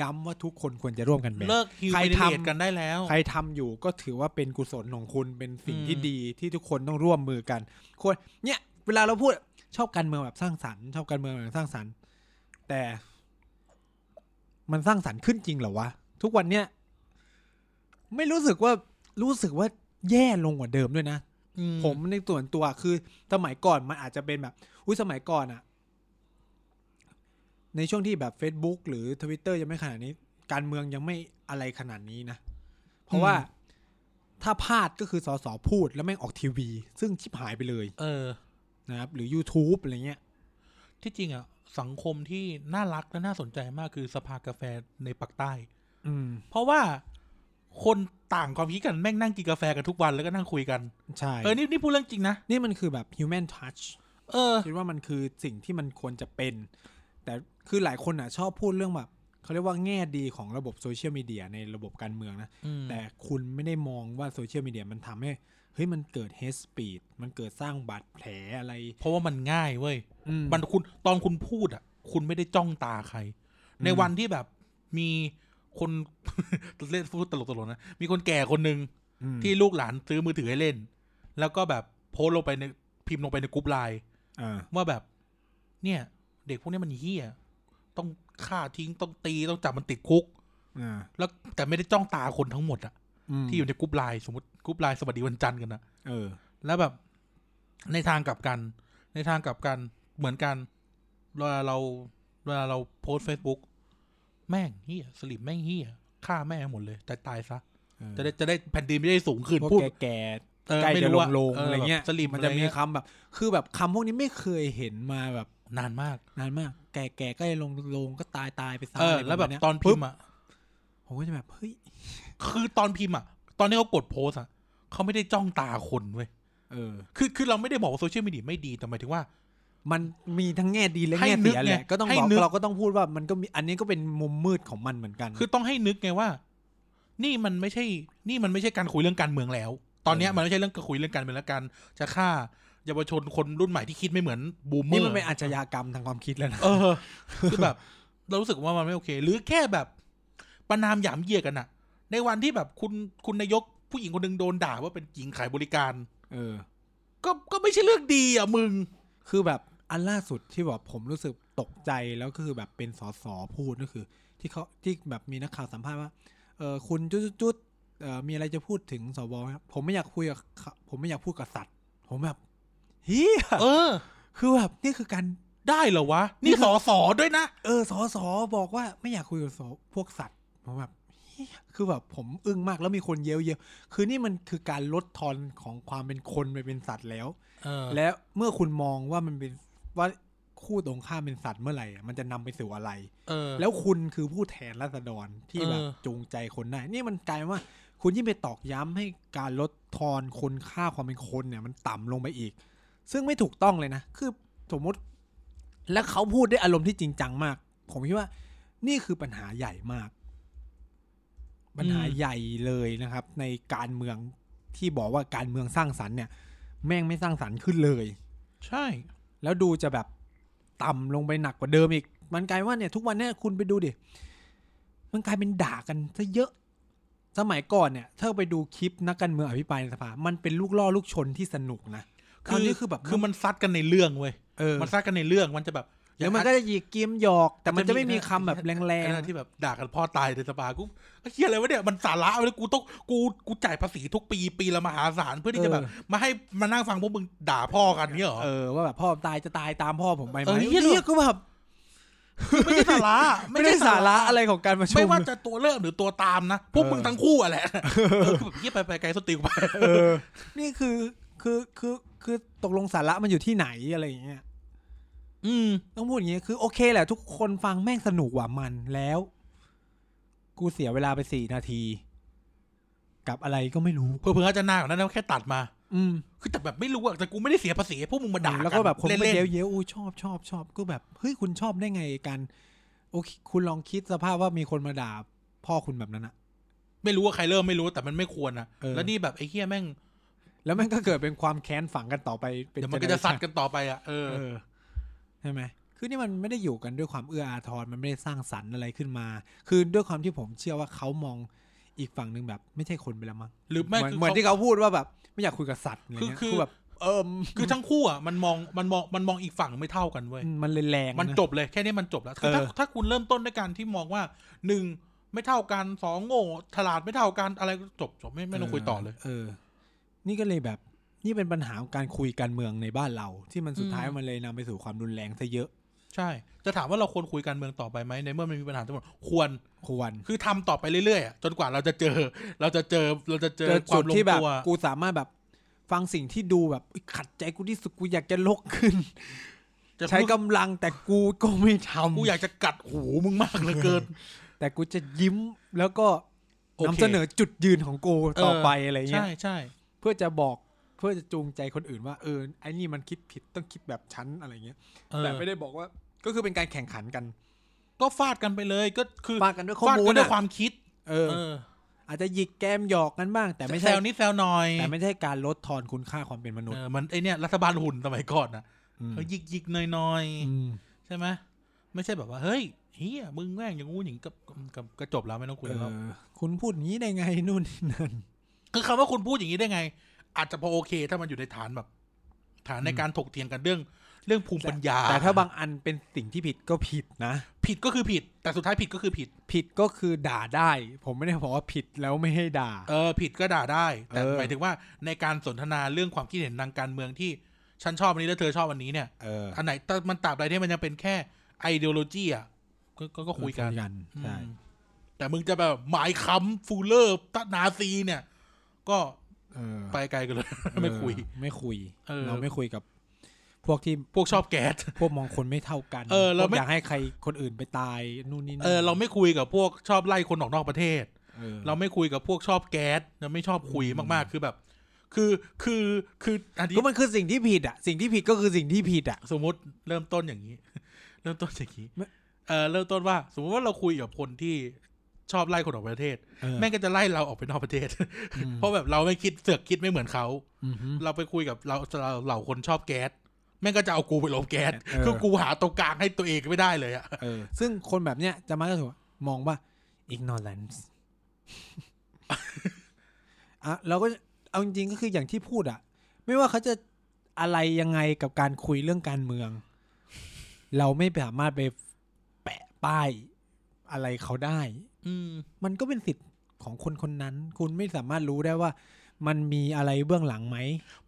S1: ย้ำว่าทุกคนควรจะร่วมกันแบน
S2: เลิกฮิว
S1: ใคร
S2: มิเน
S1: ทำ
S2: ตกันได้แล้ว
S1: ใครทำอยู่ก็ถือว่าเป็นกุศลของคุณเป็นสิ่งที่
S2: อืม
S1: ดีที่ทุกคนต้องร่วมมือกัน ควรเนี่ย เวลาเราพูดชอบการเมืองแบบสร้างสรรค์ชอบการเมืองแบบสร้างสรรค์ แต่ มันสร้างสรรค์ขึ้นจริงเหรอวะ ทุกวันเนี่ย ไม่รู้สึกว่ารู้สึกว่าแย่ลงกว่าเดิมด้วยนะ
S2: อื
S1: ผมในส่วนตัวคือสมัยก่อนมันอาจจะเป็นแบบอุ้ยสมัยก่อนอะในช่วงที่แบบ Facebook หรือ Twitter ยังไม่ขนาดนี้ การเมืองยังไม่อะไรขนาดนี้นะ เพราะว่าถ้าพลาดก็คือสอสอพูดแล้วแม่งออกทีวี ซึ่งชิบหายไปเลย
S2: เออ
S1: นะครับ หรือ YouTube อะไรเงี้ย
S2: ที่จริงอ่ะ สังคมที่น่ารักและน่าสนใจมากคือสภากาแฟในปักใต้
S1: อืม
S2: เพราะว่าคนต่างความคิดกันแม่งนั่งกินกาแฟกันทุกวันแล้วก็นั่งคุยกัน
S1: ใช่
S2: เออนี่นี่พูดเรื่องจริงนะ
S1: นี่มันคือแบบ human touch
S2: เออ
S1: คิดว่ามันคือสิ่งที่มันควรจะเป็น แต่คือหลายคนอ่ะ ชอบพูดเรื่องแบบเขาเรียกว่าแง่ดีของระบบโซเชียลมีเดียในระบบการเมืองนะ
S2: อืม
S1: แต่คุณไม่ได้มองว่าโซเชียลมีเดียมันทำให้ เฮ้ยมันเกิดเฮสปีดมันเกิดสร้างบาดแผลอะไร
S2: เพราะว่ามันง่ายเว้ย
S1: อืม
S2: มันคุณตอนคุณพูดอ่ะ คุณไม่ได้จ้องตาใคร
S1: ม
S2: ในวันที่แบบมีคน <laughs> เล่นพูดตลกๆนะมีคนแก่คนหนึ่ง
S1: อืม
S2: ที่ลูกหลานซื้อมือถือให้เล่น แล้วก็แบบโพสต์ลงไปในพิมพ์ลงไปในกรุ๊ปไลน์
S1: อ่า
S2: ว่าแบบ เนี่ย เด็กพวกนี้มันเฮี้ยต้องฆ่าทิ้งต้องตีต้องจับมันติดคุก
S1: อ่า
S2: แล้วแต่ไม่ได้จ้องตาคนทั้งหมดอะ
S1: ม
S2: ที่อยู่ในกรุ๊ปไลน์สมมติกรุ๊ปไลน์สวัสดีวันจันทร์กันนะ
S1: เออ
S2: แล้วแบบในทางกลับกัน ในทางกลับกันเหมือนกันเวลาเราเวลาเราโพสเฟซบุ๊กแม่งเฮียสลิปแม่งเฮียฆ่าแม่งหมดเลยตายตายซะจะได้จะได้แผ่นดินไม่ได้สูงขึ้น
S1: พวก
S2: พูด
S1: แก่
S2: เอ
S1: ๆ
S2: อ
S1: ใกล้
S2: ไม่
S1: จะล
S2: รู้ว่าง
S1: ลงอะไรเงี้ย
S2: สลิป
S1: มั
S2: มัน น
S1: จะ
S2: จะ
S1: มี
S2: มี
S1: คำแบบ คือแบบคำพวกนี้ไม่เคยเห็นมาแบบ
S2: นานมาก
S1: นานมาก แก่ๆใกล้ลงลงก็ตายตายไปซะ
S2: เออ
S1: ไร
S2: แล้ว
S1: ป
S2: แบ
S1: ระมาณ
S2: บ
S1: เนี้ย
S2: ตอนพิ
S1: ปุ๊บ
S2: มพ์อ่ะ
S1: ผมก็จะแบบเฮ้ย
S2: คือตอนพิมพ์อ่ะ ตอนที่เขากดโพสอ่ะเขาไม่ได้จ้องตาคนเว้ย
S1: เออ
S2: คือคือเราไม่ได้บอกว่าโซเชียลมีเดียไม่ดีแต่หมายถึงว่า
S1: มันมีทั้งแง่ดีและ
S2: ให้
S1: แง่
S2: นึ
S1: เสี
S2: ก
S1: ย
S2: ไง
S1: แหละก็ต้อง
S2: ให้
S1: บอก
S2: นึก
S1: เราก็ต้องพูดว่ามันก็มีอันนี้ก็เป็นมุมมืดของมันเหมือนกัน
S2: คือต้องให้นึกไงว่า นี่มันไม่ใช่ นี่มันไม่ใช่การคุยเรื่องการเมืองแล้ว ตอนเนี้ย
S1: เออ
S2: มันไม่ใช่เรื่องการคุยเรื่องการเมืองแล้วกัน จะฆ่าเยาวชนคนรุ่นใหม่ที่คิดไม่เหมือนบูมเมอร์
S1: นี่มันเป็นอาชญากรรมทางความคิดแล้วนะ
S2: เออ คือแบบ เรารู้สึกว่ามันไม่โอเค หรือแค่แบบประนามหยามเหยียดกันอะในวันที่แบบคุณคุณนายกผู้หญิงคนหนึงโดนด่าว่าเป็นหญิงขายบริการ
S1: เออ
S2: ก็ก็ไม่ใช่เรื่องดีอะมึง
S1: คือแบบอันล่าสุดที่แบบผมรู้สึกตกใจแล้วก็คือแบบเป็นสสพูดก็คือ ที่เขาที่แบบมีนักข่าวสัมภาษณ์ว่าเออคุณจุดจุดจุดเออมีอะไรจะพูดถึงสวไหมครับผมไม่อยากคุยกับเขาผมไม่อยากพูดกับสัตว์ ผมแบบเฮีย
S2: เออ
S1: คือแบบนี่คือการ
S2: ได้เหรอวะ
S1: นี่
S2: นี่
S1: คือ
S2: สอสอด้วยนะ
S1: เออสสบอกว่าไม่อยากคุยกับสพวกสัตว์ผมแบบเหี้ยคือแบบผมอึ้งมากแล้วมีคนเย้ยวเย้ยวคือนี่มันคือการลดทอนของความเป็นคนไปเป็นสัตว์แล้ว
S2: เออ
S1: และเมื่อคุณมองว่ามันเป็นว่าคู่ตรงข้ามเป็นสัตว์เมื่อไหร่อะมันจะนำไปสู่อะไร
S2: เออ
S1: แล้วคุณคือผู้แทนราษฎรที่
S2: เออ
S1: แบบจูงใจคนได้ นี่มันกลายเป็นว่า คุณยิ่งไปตอกย้ำให้การลดทอนคนค่าความเป็นคนเนี่ย มันต่ำลงไปอีก ซึ่งไม่ถูกต้องเลยนะ คือสมมติ และเขาพูดได้วยอารมณ์ที่จริงจังมาก ผมคิดว่า นี่คือปัญหาใหญ่มาก ปัญหา
S2: อืม
S1: ใหญ่เลยนะครับ ในการเมืองที่บอกว่าการเมืองสร้างสรรค์เนี่ย แม่งไม่สร้างสรรค์ขึ้นเลย
S2: ใช่
S1: แล้วดูจะแบบต่ำลงไปหนักกว่าเดิมอีก มันกลายว่าเนี่ยทุกวันเนี่ยคุณไปดูดิ มันกลายเป็นด่ากันซะเยอะ สมัยก่อนเนี่ย ถ้าไปดูคลิปนักการเมืองอภิปรายในสภา มันเป็นลูกล่อลูกชนที่สนุกนะต
S2: คื
S1: อน
S2: อ
S1: นี้คือแบบ
S2: คือมันซัดกันในเรื่องเว้ย
S1: เออ
S2: มันซัดกันในเรื่องมันจะแบบ
S1: แล้วมันก็จะหยิกเกมหยอก แต่มันจะไม่มีคำแบบแร
S2: ไอ้
S1: ง
S2: นั่นที่แบบด่ากันพ่อตายในสภากูไอ้เฮียอะไรวะเนี่ยมันสาระเว้ยกูต้องกูกูจ่ายภาษีทุกปีปีละมหาศาลเพื่อที่จะแบบมาให้มานั่งฟังพวกมึงด่าพ่อกันเนี่ยเหรอ
S1: ๆเออว่าแบบพ่อตายจะตายตามพ่อผมไปไหม
S2: เออเหี้ย
S1: เนี่ยก็แบบ
S2: ไม่ใช่สาระ
S1: <laughs> ไม่ได้สาระอะไรของการประชุม
S2: ไม่ว่าจะตัวเลือกหรือตัวตามนะ พวก
S1: เออ
S2: มึงทั้งคู่อ่ะแหละเออคือแบบเยี่ยไปไปไกลสติวไป
S1: เออ นี่คือคือคือคือตกลงสาระมันอยู่ที่ไหนอะไรอย่างเงี้ย
S2: อืม
S1: ต้องพูดอย่างนี้คือโอเคแหละทุกคนฟังแม่งสนุกว่ะมันแล้ว กูเสียเวลาไปสี่นาที กับอะไรก็ไม่รู้
S2: เพื่อเพื่อจะหน้ากว่านั้นนะแค่ตัดมา
S1: อืม
S2: คือแต่แบบไม่รู้อะแต่กูไม่ได้เสียภาษีให้พวกมึงมาด่า
S1: แล้วก็แบบคนก็
S2: เล่น
S1: เย้ยเย้ยอู้ชอบชอบชอบก็แบบเฮ้ยคุณชอบได้ไงกันโอเคคุณลองคิดสภาพว่ามีคนมาด่าพ่อคุณแบบนั้นอะ
S2: ๆไม่รู้ว่าใครเริ่มไม่รู้แต่มันไม่ควรนะ
S1: เออ
S2: แล้วนี่แบบไอ้เหี้ยแม่ง
S1: แล้วมันก็เกิดเป็นความแค้นฝังกันต่อไปเป็
S2: เดี๋ยวมันก็จะสัดกันต่อไปอะเออ
S1: เออใช่ไหมคือนี่มันไม่ได้อยู่กันด้วยความเอื้ออาทรมันไม่ได้สร้างสรรค์อะไรขึ้นมา คือด้วยความที่ผมเชื่อว่าเขามองอีกฝั่งหนึ่งแบบ ไม่ใช่คนไปแล้วมั้ง
S2: หรือไม่
S1: เหมือน
S2: คือ
S1: เหมือน
S2: เขา
S1: ที่เขาพูดว่าแบบไม่อยากคุยกับสัตว์อะไร
S2: คือ
S1: เงี้ย
S2: คือ
S1: คือแบบเออ
S2: คือทั้งคู่อะมันมองมันมองมันมองอีกฝั่งไม่เท่ากันเว้ย
S1: มันเลยแรง
S2: มัน
S1: นะ
S2: จบเลยแค่นี้มันจบแล้วคือถ้า
S1: เออ
S2: ถ้าคุณเริ่มต้นด้วยการที่มองว่าหนึ่งไม่เท่ากันสองโง่ฉลาดไม่เท่ากันอะไรก็จบจบไม่ไม่ต้องคุยต่อเลย
S1: เออ นี่ก็เลยแบบ นี่เป็นปัญหาของการคุยการเมืองในบ้านเรา ที่มันสุดท้าย
S2: อืม
S1: มันเลยนำไปสู่ความรุนแรงซะเยอะ
S2: ใช่ จะถามว่าเราควรคุยการเมืองต่อไปไหมในเมื่อมันมีปัญหาทั้งหมดควร
S1: ควร
S2: คือทำต่อไปเรื่อยๆอะจนกว่าเราจะเจอ เราจะเจอเราจะเจอ
S1: เจอ
S2: ควา
S1: จุ
S2: ม
S1: ด
S2: ลง
S1: ที่แบบ
S2: ตัว
S1: กูสามารถแบบฟังสิ่งที่ดูแบบอุ๊ยขัดใจกูที่สุดกูอยากจะลกขึ้น
S2: จะ
S1: ใช้กำลังแต่กูก็ไม่ทำ
S2: กูอยากจะกัดหูมึงมากเหลือเกิน
S1: แต่กูจะยิ้มแล้วก็
S2: โอเค
S1: นำเสนอจุดยืนของกูต่อไปอะไรเงี้ย
S2: ใช่ใช่
S1: เพื่อจะบอกเพื่อจะจูงใจคนอื่นว่าเออไอ้นี่มันคิดผิดต้องคิดแบบฉันอะไรเงี้ย
S2: เออ
S1: แต่ไม่ได้บอกว่าก็คือเป็นการแข่งขันกัน
S2: ก็ฟาดกันไปเลยก็คือ
S1: ฟาดกันด้วยข้อ
S2: ฟาด
S1: มูล
S2: กันด้วย
S1: อะ
S2: ความคิด
S1: เออ
S2: เออ
S1: อาจจะหยิกแกมหยอกกันบ้าง แต่
S2: แต่ไม่
S1: ไม่
S2: แซ
S1: ใช่
S2: วนิดแซวหน่อย
S1: แต่ไม่ใช่การลดทอนคุณค่าความเป็นมนุษ
S2: เอ
S1: ย์
S2: อมันไอเนี่ยรัฐบาลหุ่นสมัยก่อนนะ
S1: ม
S2: เขายิกยิกหน่อยหน่อย
S1: อืม
S2: ๆใช่ไหมไม่ใช่แบบว่าเฮ้ยเฮียมึงแม่งอย่างงู้นอย่างนี้กับกับกระจบแล้วไม่ต้องคุย
S1: เอ
S2: แล้ว
S1: อคุณพูดอย่างนี้ได้ไงนู่นนี่นั่น
S2: คือคำว่าคุณพูดอย่างนี้ได้ไง อาจจะพอโอเคถ้ามันอยู่ในฐานแบบ ฐานใน
S1: อืม
S2: การถกเถียงกันเรื่อง เรื่องภูมิปัญญา
S1: แต่ถ้าบางอันเป็นสิ่งที่ผิดก็ผิดนะ
S2: ผิดก็คือผิด แต่สุดท้ายผิดก็คือผิด
S1: ผิดก็คือด่าได้ ผมไม่ได้บอกว่าผิดแล้วไม่ให้ด่า
S2: เออผิดก็ด่าได้ แต่
S1: เออ
S2: หมายถึงว่าในการสนทนาเรื่องความคิดเห็นทางการเมืองที่ฉันชอบอันนี้แล้วเธอชอบอันนี้เนี่ย
S1: เออ
S2: อันไหนแต่มันตราบใดที่มันยังเป็นแค่ไอเดโลจีอ่ะก็ก็ก็คุยกัน
S1: ใช่
S2: อืมแต่มึงจะแบบหมายคำฟูลเลอร์ตะนาซีเนี่ย ก็
S1: เออ
S2: ไปไกลกันเลย <laughs> ไม่คุย
S1: เออไม่คุย
S2: เออ
S1: เราไม่คุยกับ พวกที่
S2: พวกชอบแก๊ส
S1: พวกมองคนไม่เท่ากัน
S2: เออเรา
S1: พวก
S2: ไม่
S1: อยากให้ใครคนอื่นไปตายนู่นนี่นั่น
S2: เออเราไม่คุยกับพวกชอบไล่คนออกนอกประเทศ
S1: ออ
S2: เราไม่คุยกับพวกชอบแก๊สเราไม่ชอบคุย
S1: อืม
S2: มากๆคือแบบ คือคือคืออันนี้
S1: ก็มันคือสิ่งที่ผิดอ่ะ สิ่งที่ผิดก็คือสิ่งที่ผิดอ่ะ
S2: สมมติเริ่มต้นอย่างนี้ เริ่มต้นอย่างนี้
S1: ไม่
S2: เออเริ่มต้นว่า สมมติว่าเราคุยกับคนที่ชอบไล่คนออกประเทศ แม่งก็จะไล่เราออกไปนอกประเทศ <laughs> เพ
S1: เพราะ
S2: ราะแบบเราไม่คิดเสือกคิดไม่เหมือนเขา เราไปคุยกับเราเราเหล่าคนชอบแก๊สแม่งก็จะเอากูไปลบแก๊สคือกูหาตรงกลางให้ตัวเองไม่ได้เลยอะ
S1: เออ ซึ่งคนแบบเนี้ยจะมาก็ถือว่ามองว่า ignorance <laughs> อ่ะเราก็เอาจริงๆก็คืออย่างที่พูดอ่ะ ไม่ว่าเขาจะอะไรยังไงกับการคุยเรื่องการเมือง เราไม่สามารถไปแปะป้ายอะไรเขาได้
S2: อืม
S1: มันก็เป็นสิทธิ์ของคนคนนั้น คุณไม่สามารถรู้ได้ว่า มันมีอะไรเบื้องหลังไหม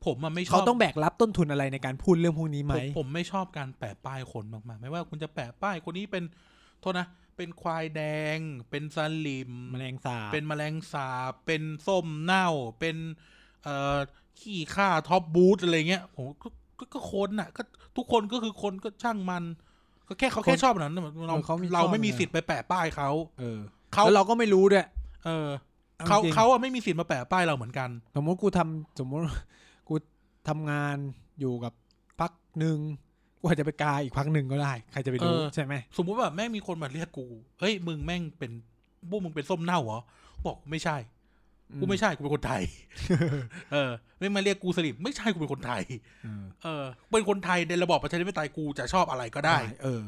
S2: ผมอะไม่ช
S1: เขา
S2: อบ
S1: ต้องแบกรับต้นทุนอะไรในการพูดเรื่องพวกนี้ไหม
S2: ผมผมไม่ชอบการแปะป้ายคนมากๆ ไม่ว่าคุณจะแปะป้ายคนนี้เป็นโทษนะเป็นควายแดง เป็นสลิม
S1: แมลงสาบ
S2: เป็นแมลงสาบ เป็นส้มเน่า เป็นเอ่อขี้ข้าท็อปบูธอะไรเงี้ยโหก็ก็ก็คนน่ะ ก็ทุกคนก็คือคนก็ช่างมัน ก็แค่เขาแค่ชอบแบบนั้นน่ะเรา
S1: เขาไม่ชอบ
S2: เราไม่มี
S1: นะ
S2: สิทธิ์ไปแปะป้ายเขา
S1: เออ
S2: เขา
S1: แล้วเราก็ไม่รู้ด้วย
S2: เออเขา
S1: อจริง
S2: เขาอะไม่มีสิทธิ์มาแปะป้ายเราเหมือนกัน
S1: สมมติกูทำสมมติ กูทำงานอยู่กับพักหนึ่งกูอาจจะไปกาอีกพักหนึ่งก็ได้ ใครจะไปรู้
S2: เออ
S1: ใช่ไหม
S2: สมมุติว่าแม่งมีคนมาเรียกกูเฮ้ยมึงแม่งเป็นพวกมึงเป็นส้มเน่าเหรอ บอกไม่ใช่
S1: อื
S2: กูไม่ใช่กูเป็นคนไท
S1: <laughs>
S2: ย เออ ไม่มาเรียกกูสลิมไม่ใช่กูเป็นคนไทย
S1: เออ
S2: เออ เป็นคนไทยในระบอบประชาธิปไตยกูจะชอบอะไรก็ได้
S1: เออ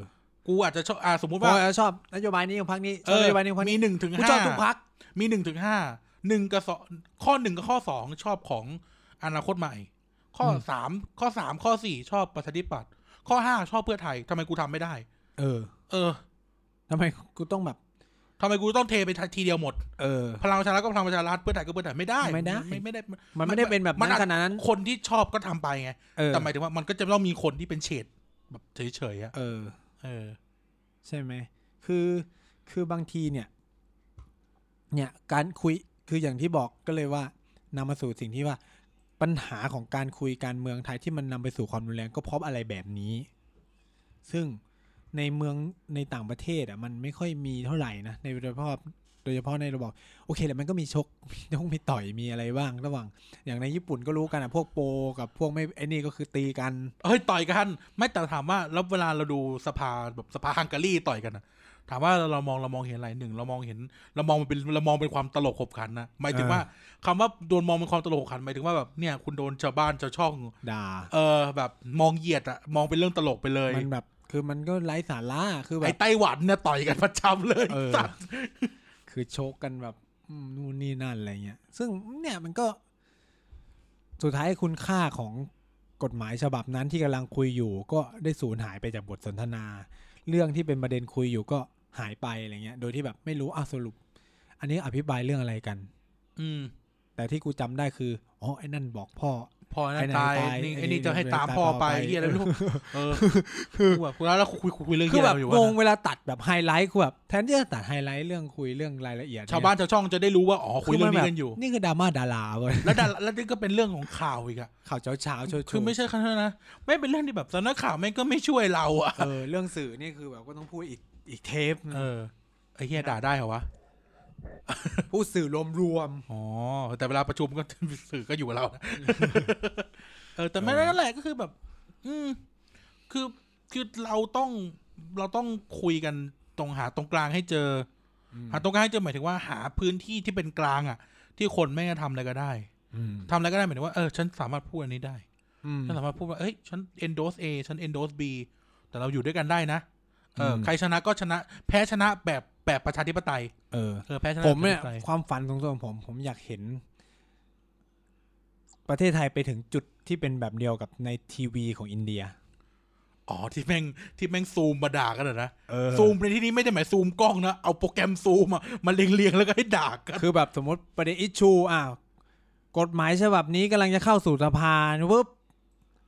S2: กูอาจจะชอบอ่าสมมุติ
S1: เพ
S2: ว่า
S1: ราะว่าชอบนโยบายนี้ของพรรคนี้ช
S2: เอ
S1: อบ
S2: อน
S1: โยบายนี้ของพรรค
S2: มี
S1: นี้
S2: หนึ่งถึง
S1: กู
S2: ห้า
S1: ชอบทุกพรรค
S2: มีหนึ่งถึงห้าหนึ่งกับสองข้อหนึ่งกับข้อสองชอบของอนาคตใหม่ ข้อสามข้อสามข้อสี่ชอบประชาธิปัตย์ข้อห้าชอบเพื่อไทยทำไมกูทำไม่ได้
S1: เออ
S2: เออ
S1: ทำไมกูต้องแบบ
S2: ทำไมกูต้องเทไปทีเดียวหมด
S1: เออ
S2: พลังประชารัฐก็พลังประชารัฐเพื่อไทยก็เพื่อไทยไม่ได้
S1: ไม่ได้
S2: ไม่ไม่ได้
S1: มันไม่ได้เป็นแบบ
S2: มัน
S1: นั้น
S2: อาจ
S1: ขนาดนั้น
S2: คนที่ชอบก็ทำไปไง
S1: เออ
S2: แต่หมายถึงว่ามันก็จะต้องมีคนที่เป็นเฉดแบบเฉยๆอะ
S1: เออ
S2: เออ
S1: ใช่ไหม คือ คือบางทีเนี่ย เนี่ย การคุย คืออย่างที่บอกก็เลยว่านำมาสู่สิ่งที่ว่า ปัญหาของการคุยการเมืองไทยที่มันนำไปสู่ความรุนแรงก็เพราะอะไรแบบนี้ ซึ่งในเมืองในต่างประเทศอ่ะมันไม่ค่อยมีเท่าไหร่นะ ในโดยเฉพาะโดยเฉพาะในระบอบโอเคแหละมันก็มีชก <laughs> มีชกมีต่อยมีอะไรบ้าง ระหว่าง อย่างในญี่ปุ่นก็รู้กันอ่ะพวกโปรกับพวกไม่ไอ้นี่ก็คือตีกัน
S2: เฮ้ยต่อยกัน ไม่แต่ถามว่าแล้วเวลาเราดูสภาแบบสภาฮังการีต่อยกันนะถามว่าเรามองเรามองเห็นอะไรหนึ่งเรามองเห็นเรามองมันเป็นเรามองเป็นความตลกขบขันนะหมายถึง
S1: เออ
S2: ว่าคำว่าโดนมองเป็นความตลกขบขันหมายถึงว่าแบบเนี่ยคุณโดนชาวบ้านชาวช่อง
S1: ด่า
S2: เออแบบมองเหยียดอะมองเป็นเรื่องตลกไปเลย
S1: มันแบบ คือมันก็ไร้สาระคือแบบ
S2: ไอ้ไต้หวันเนี่ยต่อยกันประจำเลย
S1: เออ
S2: สัตว์
S1: คือโชกกันแบบอืมนู่นนี่นั่นอะไรเงี้ย ซึ่งเนี่ยมันก็สุดท้ายคุณค่าของกฎหมายฉบับนั้นที่กำลังคุยอยู่ ก็ได้สูญหายไปจากบทสนทนา เรื่องที่เป็นประเด็นคุยอยู่ก็หายไปอะไรเงี้ย โดยที่แบบไม่รู้อ่ะสรุป อันนี้อภิปรายเรื่องอะไรกัน
S2: อืม
S1: แต่ที่กูจำได้คืออ๋อไอ้นั่นบอกพ่อ
S2: พอนะ
S1: ไอ้นั่น
S2: ตาย
S1: ตาย
S2: นี่
S1: ไอ้
S2: ไอ้นี่
S1: นี่
S2: จะให้ตามพ่อไป
S1: ตามพ่อไป
S2: เฮียอะไรไม่รู้เออกูแบบแล้วเราคุยคุยคุยเรื่อง
S1: คื
S2: เฮี
S1: อย แบ
S2: อะ
S1: บ
S2: ไรอ
S1: ง
S2: ยู่วะ
S1: ง
S2: นะ
S1: เวลาตัดแบบไฮไลท์คือแบบแทนที่จะตัดไฮไลท์เรื่องคุยเรื่องรายละเอียด
S2: ชาวบ้านชาวช่องจะได้รู้ว่าอ๋อคุยเรื่องนี้กันอยู่
S1: มัแบบนี่คือดราม่าดาราเว้ย
S2: แล้วดันแล้วนี่ก็เป็นเรื่องของข่าวอีกอะ
S1: ข่าวเช้าเช้าๆโชว์ๆ
S2: คือไม่ใช่แค่นั้นนะ ไม่เป็นเรื่องที่แบบสำนักข่าวแม่งก็ไม่ช่วยเราอะ
S1: เออเรื่องสื่อนี่คือแบบก็ต้องพูดอีกอีกเทป
S2: เออไอ้เฮียด่าได้เหรอวะ
S1: พูดสื่อรวมรวม
S2: อ๋อ แต่เวลาประชุมก็ <laughs> สื่อก็อยู่กับ <laughs> เรานะเออ แต่ไม่นั่นแหละก็คือแบบ อืม คือคือเราต้องเราต้องคุยกันตรงหาตรงกลางให้เจออ
S1: ม
S2: หาตรงกลางให้เจอหมายถึงว่าหาพื้นที่ที่เป็นกลางอะที่คนไม่จะทำอะไรก็ได้ทำอะไรก็ได้หมายถึงว่าเออฉันสามารถพูดอันนี้ได้ ฉันสามารถพูดว่า เอ้ย ฉัน endorse A ฉัน endorse B แต่เราอยู่ด้วยกันได้นะ เอออ
S1: ม
S2: ใครชนะก็ชนะ แพ้ชนะแบบแบบประชาธิปไตย
S1: เออ
S2: เออ แพ้ชนะ
S1: ผมเนี่ย
S2: แบบประชาธิปไต
S1: ความฝันของตัวผม ผมอยากเห็น ประเทศไทยไปถึงจุดที่เป็นแบบเดียวกับในทีวีของอินเดีย
S2: อ๋อ ที่แม่ง ที่แม่งซูมมาด่ากันเหรอนะ
S1: เออ
S2: ซูมในที่นี้ไม่ได้หมายซูมกล้องนะ เอาโปรแกรมซูมอะมาเรียงๆ แล้วก็ให้ด่ากัน
S1: <laughs> คือแบบสมมติประเด็นอิชชูอ้าวกฎหมายฉบับนี้กำลังจะเข้าสู่สภาปุ๊บ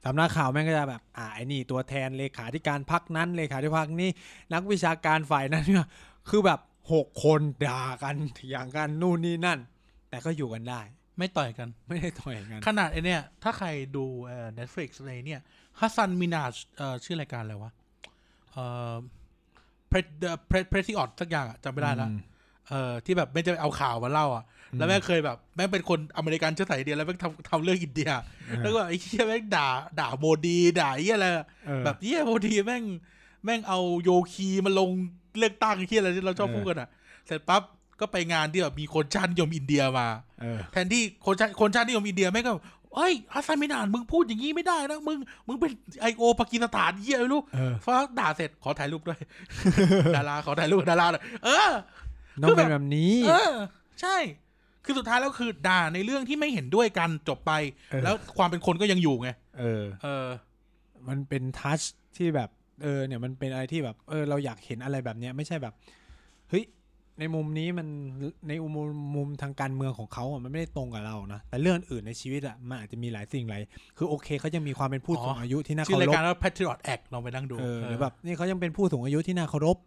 S1: สำนักข่าวแม่งก็จะแบบ อ่าไอ้นี่ตัวแทนเลขาธิการพักนั้นเลขาธิการพรรคนี้ นักวิชาการฝ่ายนั้น <laughs> เนี่ยคือแบบหกคนด่ากันเถียงกันนู่นนี่นั่น แต่ก็อยู่กันได้
S2: ไม่ต่อยกัน
S1: ไม่ได้ต่อย
S2: <laughs>
S1: กัน
S2: ขนาดไอเนี่ย ถ้าใครดูเอ่อ Netflix อะไรเนี่ยฮัสซันมินาชเอ่อชื่อรายการอะไรวะ เอ่อ Pret- The Pret- Pretty Odd สักอย่างอะจำไม่ได้ละ
S1: อืม
S2: เออที่แบบไม่จะเอาข่าวมาเล่าอ่ะ แล้วแม่งเคยแบบแม่งเป็นคนอเมริกันเชื้อสายอินเดียแล้วแม่งทำทำเรื่องอินเดีย
S1: เออ
S2: แล้วก็ไอ้เหี้ยแม่งด่าด่าโมดีด่าไอ้เหี้ยอะไรอะ
S1: เออ
S2: แบบเหี้ยโมดีแม่งแม่งเอาโยคีมาลงเลือกตั้งไอ้เหี้ยอะไรที่เราชอบ
S1: เออ
S2: พูดกันอ่ะ เสร็จปั๊บก็ไปงานที่แบบมีคนชาตินิยมอินเดียมา
S1: เออ
S2: แทนที่คนชาติคนชาตินิยมอินเดียแม่งก็แบบเอ้ยอาซามินานมึงพูดอย่างนี้ไม่ได้นะมึงมึงเป็นไอโอปากีสถานเหี้ยไม่รู้
S1: เออ
S2: ฟ้าด่าเสร็จขอถ่ายรูป
S1: <laughs>
S2: ด้วย ดาราขอถ่ายรูปกับดาราหน่อยเออ
S1: ต้องเป็นแบบนี้
S2: เออ ใช่ คือสุดท้ายแล้วคือด่าในเรื่องที่ไม่เห็นด้วยกันจบไป
S1: เออ
S2: แล้วความเป็นคนก็ยังอยู่ไง
S1: เออ
S2: เออ
S1: มันเป็นทัชที่แบบ เออเนี่ยมันเป็นอะไรที่แบบ เออ เราอยากเห็นอะไรแบบเนี้ย ไม่ใช่แบบเฮ้ยในมุมนี้มันในมุมมุมทางการเมืองของเขาอ่ะมันไม่ได้ตรงกับเรานะแต่เรื่องอื่นในชีวิตอ่ะมันอาจจะมีหลายสิ่งหลายคือโอเคเขายังมีความเป็นผู้
S2: อ๋อ
S1: สูงอายุที่น่า
S2: ชื่
S1: เคาร
S2: อาย
S1: พ
S2: การว่า Patriot Act ลองไปนั่งดู
S1: เออหรือแบบนี่เขายังเป็นผู้สูงอายุที่น่าเคารพ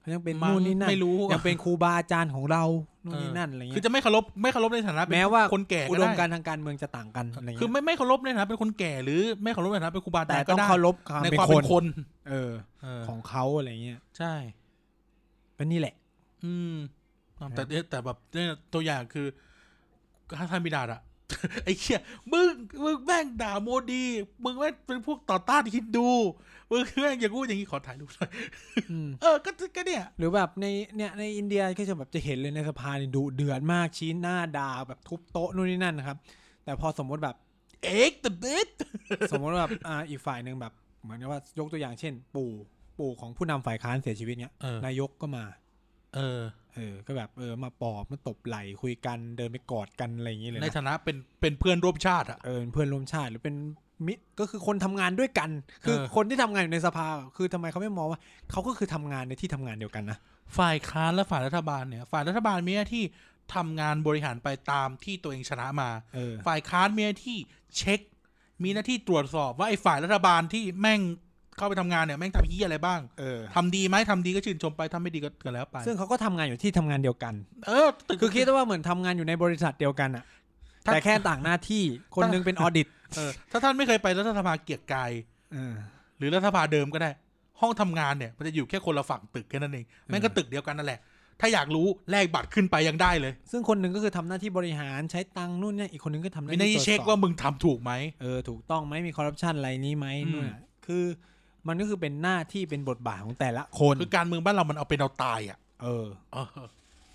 S1: เขายังเป็นนู่นนี่นั่น
S2: ไม่รู้
S1: ยังเป็นครูบาอาจารย์ของเรานู่นนี่นั่นอะไร
S2: คือ
S1: เงี้ย
S2: จะไม่เคารพไม่เคารพในฐานะเป็น
S1: แม้ว่า
S2: คนแก่
S1: อุด
S2: ก็ได้
S1: มการณ์ทางการเมืองจะต่างกันอะไร
S2: คือ
S1: เงี้ย
S2: ไม่ไม่เคารพในฐานะเป็นคนแก่หรือไม่เคารพในฐานะเป็นครูบาอา
S1: แต่
S2: จารย์ก็
S1: ต้อง
S2: ได้
S1: เคารพความ
S2: ใน
S1: เป็น
S2: ความ
S1: ค
S2: เป็น นคน
S1: เออ
S2: เออ
S1: ของเขาอะไรเงี้ย
S2: ใช่
S1: ก็นี่แหละ
S2: อืมแต่เนี่ยแต่แบบเนี่ยตัวอย่างคือฮัสซันบิดาดอะ <laughs> ไอ้เหี้ยมึงมึงแม่งด่าโมดี มึงแม่งเป็นพวกต่อต้านฮินดูมึงแม่งอย่างงู้อย่างนี้ขอถ่ายรูปหน่อย
S1: อืม
S2: เออก็ก็เนี่ย
S1: หรือแบบในเนี่ยในอินเดียก็จะแบบจะเห็นเลยในสภาเนี่ยดุเดือดมากชี้หน้าด่าแบบทุบโต๊ะนู่นนี่นั่นนะครับ แต่พอสมมติแบบ <laughs>
S2: เอกตเบ็ด
S1: สมมติว่าแบบอ่าอีกฝ่ายหนึ่งแบบ เหมือนกับว่ายกตัวอย่างเช่น ปู่ปู่ของผู้นำฝ่ายค้านเสียชีวิตเนี้ย
S2: เออ
S1: นายกก็มา
S2: เออ
S1: เออ ก็แบบเออมาปอบมาตบไหล่คุยกันเดินไปกอดกันอะไรอย่างนี้เลย
S2: ใน
S1: นะ
S2: ฐานะเป็นเป็นเพื่อนร่วมชาติอ่ะ
S1: เออเป็นเพื่อนร่วมชาติหรือเป็นมิตรก็คือคนทำงานด้วยกัน คือ
S2: เออ
S1: คนที่ทำงานอยู่ในสภา คือทำไมเขาไม่มองว่าเขาก็คือทำงานในที่ทำงานเดียวกันนะ
S2: ฝ่ายค้านและฝ่ายรัฐบาลเนี่ย ฝ่ายรัฐบาลมีหน้าที่ทำงานบริหารไปตามที่ตัวเองชนะมา
S1: เออ
S2: ฝ่ายค้านมีหน้าที่เช็ค มีหน้าที่ตรวจสอบว่าไอ้ฝ่ายรัฐบาลที่แม่งเข้าไปทำงานเนี่ยแม่งทำเฮียอะไรบ้าง
S1: เออ
S2: ทำดีไหมทำดีก็ชื่นชมไปทำไม่ดีก็ก็แล้วไป
S1: ซึ่งเขาก็ทำงานอยู่ที่ทำงานเดียวกัน
S2: เออตึก
S1: คือคิดว่าเหมือนทำงานอยู่ในบริษัทเดียวกันอะ
S2: ถ้า
S1: แต่แค่ต่างหน้าที่คนหนึงเป็นออดิต
S2: เออถ้าท่านไม่เคยไปรัฐสภาเกียรติกาย
S1: เออ
S2: หรือรัฐสภาเดิมก็ได้ ห้องทำงานเนี่ย มันจะอยู่แค่คนละฝั่งตึกแค่นั้นเองแม่งก็ตึกเดียวกันนั่นแหละ ถ้าอยากรู้แลกบัตรขึ้นไปยังได้เลย
S1: ซึ่งคนหนึ่งก็คือทำหน้าที่บริหารใช้ตังค์นู่นเนี่ยอีกคนหนึงก็ทำหน้า
S2: มี
S1: ที่
S2: หน้าที่เช็ค
S1: ตรจสอบ
S2: ว่ามึงทำถูกไหม
S1: เออถูกต้องไหมมีคอร์รัปชันอะไรนี้ไหม
S2: อืม
S1: นู่นน่ะคือ มันก็คือเป็นหน้าที่เป็นบทบาทของแต่ละคน
S2: คือการเมืองบ้านเรามันเอาเป็นเอาตายอ่ะ
S1: เออ
S2: เออ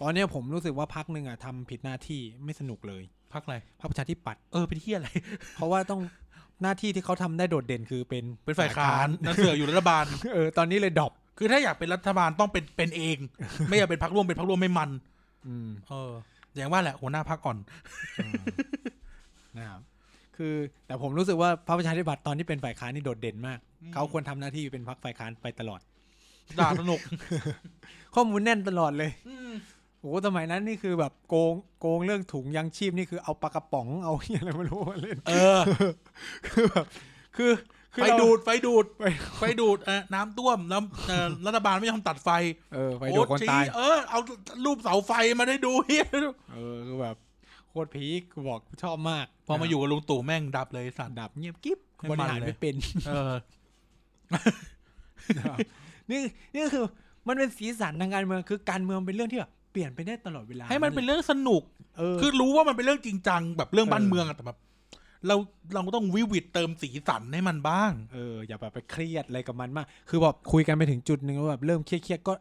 S1: ตอนเนี้ยผมรู้สึกว่าพักหนึ่งอะทำผิดหน้าที่ไม่สนุกเลย
S2: พักอะไร
S1: พรรคประชาธิปัตย์
S2: เออเป็นที่อะไร
S1: เพราะว่าต้องหน้าที่ที่เขาทำได้โดดเด่นคือเป็น
S2: เป็นฝ่ายค้านนั่นเสือกอยู่รัฐบาล
S1: เออตอนนี้เลยดรอป
S2: คือถ้าอยากเป็นรัฐบาลต้องเป็นเป็น
S1: <laughs>
S2: เอง ไม่อยากเป็นพักร่วมเป็นพักร่วมไม่มัน
S1: อืม
S2: เอออย่างว่าแหละหัวหน้าพักอ่อน
S1: นะครับคือแต่ผมรู้สึกว่าพรรคประชาธิปัตย์ตอนที่เป็นฝ่ายค้านนี่โดดเด่นมาก
S2: อืม
S1: เขาควรทำหน้าที่เป็นพรรคฝ่ายค้านไปตลอด
S2: ด่าสนุก
S1: ข้อมูลแน่นตลอดเลย
S2: อืม
S1: โอ้โหสมัยนั้นนี่คือแบบโกงโกงเรื่องถุงยังชีพนี่คือเอาปลากระป๋องเอา อะไรไม่รู้มาเล่น
S2: เออ
S1: คือแบบคือคือ
S2: <laughs> ไฟ
S1: เรา
S2: ดูดไฟดูด
S1: ไป
S2: ไฟดูดเออน้ำต้วมแล้วเอ่อรัฐบาลไม่ยอมตัดไฟ
S1: เออไปดูคน
S2: ชี้
S1: ตาย
S2: เออเอารูปเสาไฟมาได้ดูเฮีย <laughs>
S1: เออคือแบบโคตรพีคกูบอกชอบมาก
S2: พอมาอยู่กับลุงตู่แม่งดับเลยสัตว์
S1: ดับเงียบกิ๊บ
S2: ไม่
S1: บ
S2: มัน
S1: ริหาร
S2: เลย
S1: ไม่เป็น
S2: เอ
S1: <laughs>
S2: อ
S1: นะครับนี่นี่คือมันเป็นสีสันทางการเมืองคือการเมืองเป็นเรื่องที่แบบเปลี่ยนไปได้ตลอดเวลา
S2: ให้มันเป็นเรื่องสนุก
S1: เออ
S2: คือรู้ว่ามันเป็นเรื่องจริงจังแบบเรื่องบ้าน
S1: เออ
S2: เมืองอะแต่แบบเราเราก็ต้องวิวิตเติมสีสันให้มันบ้าง
S1: เอออย่าแบบไปเครียดอะไรกับมันมาก คือแบบคุยกันไปถึงจุดหนึ่งแล้วแบบเริ่มเครียดๆก็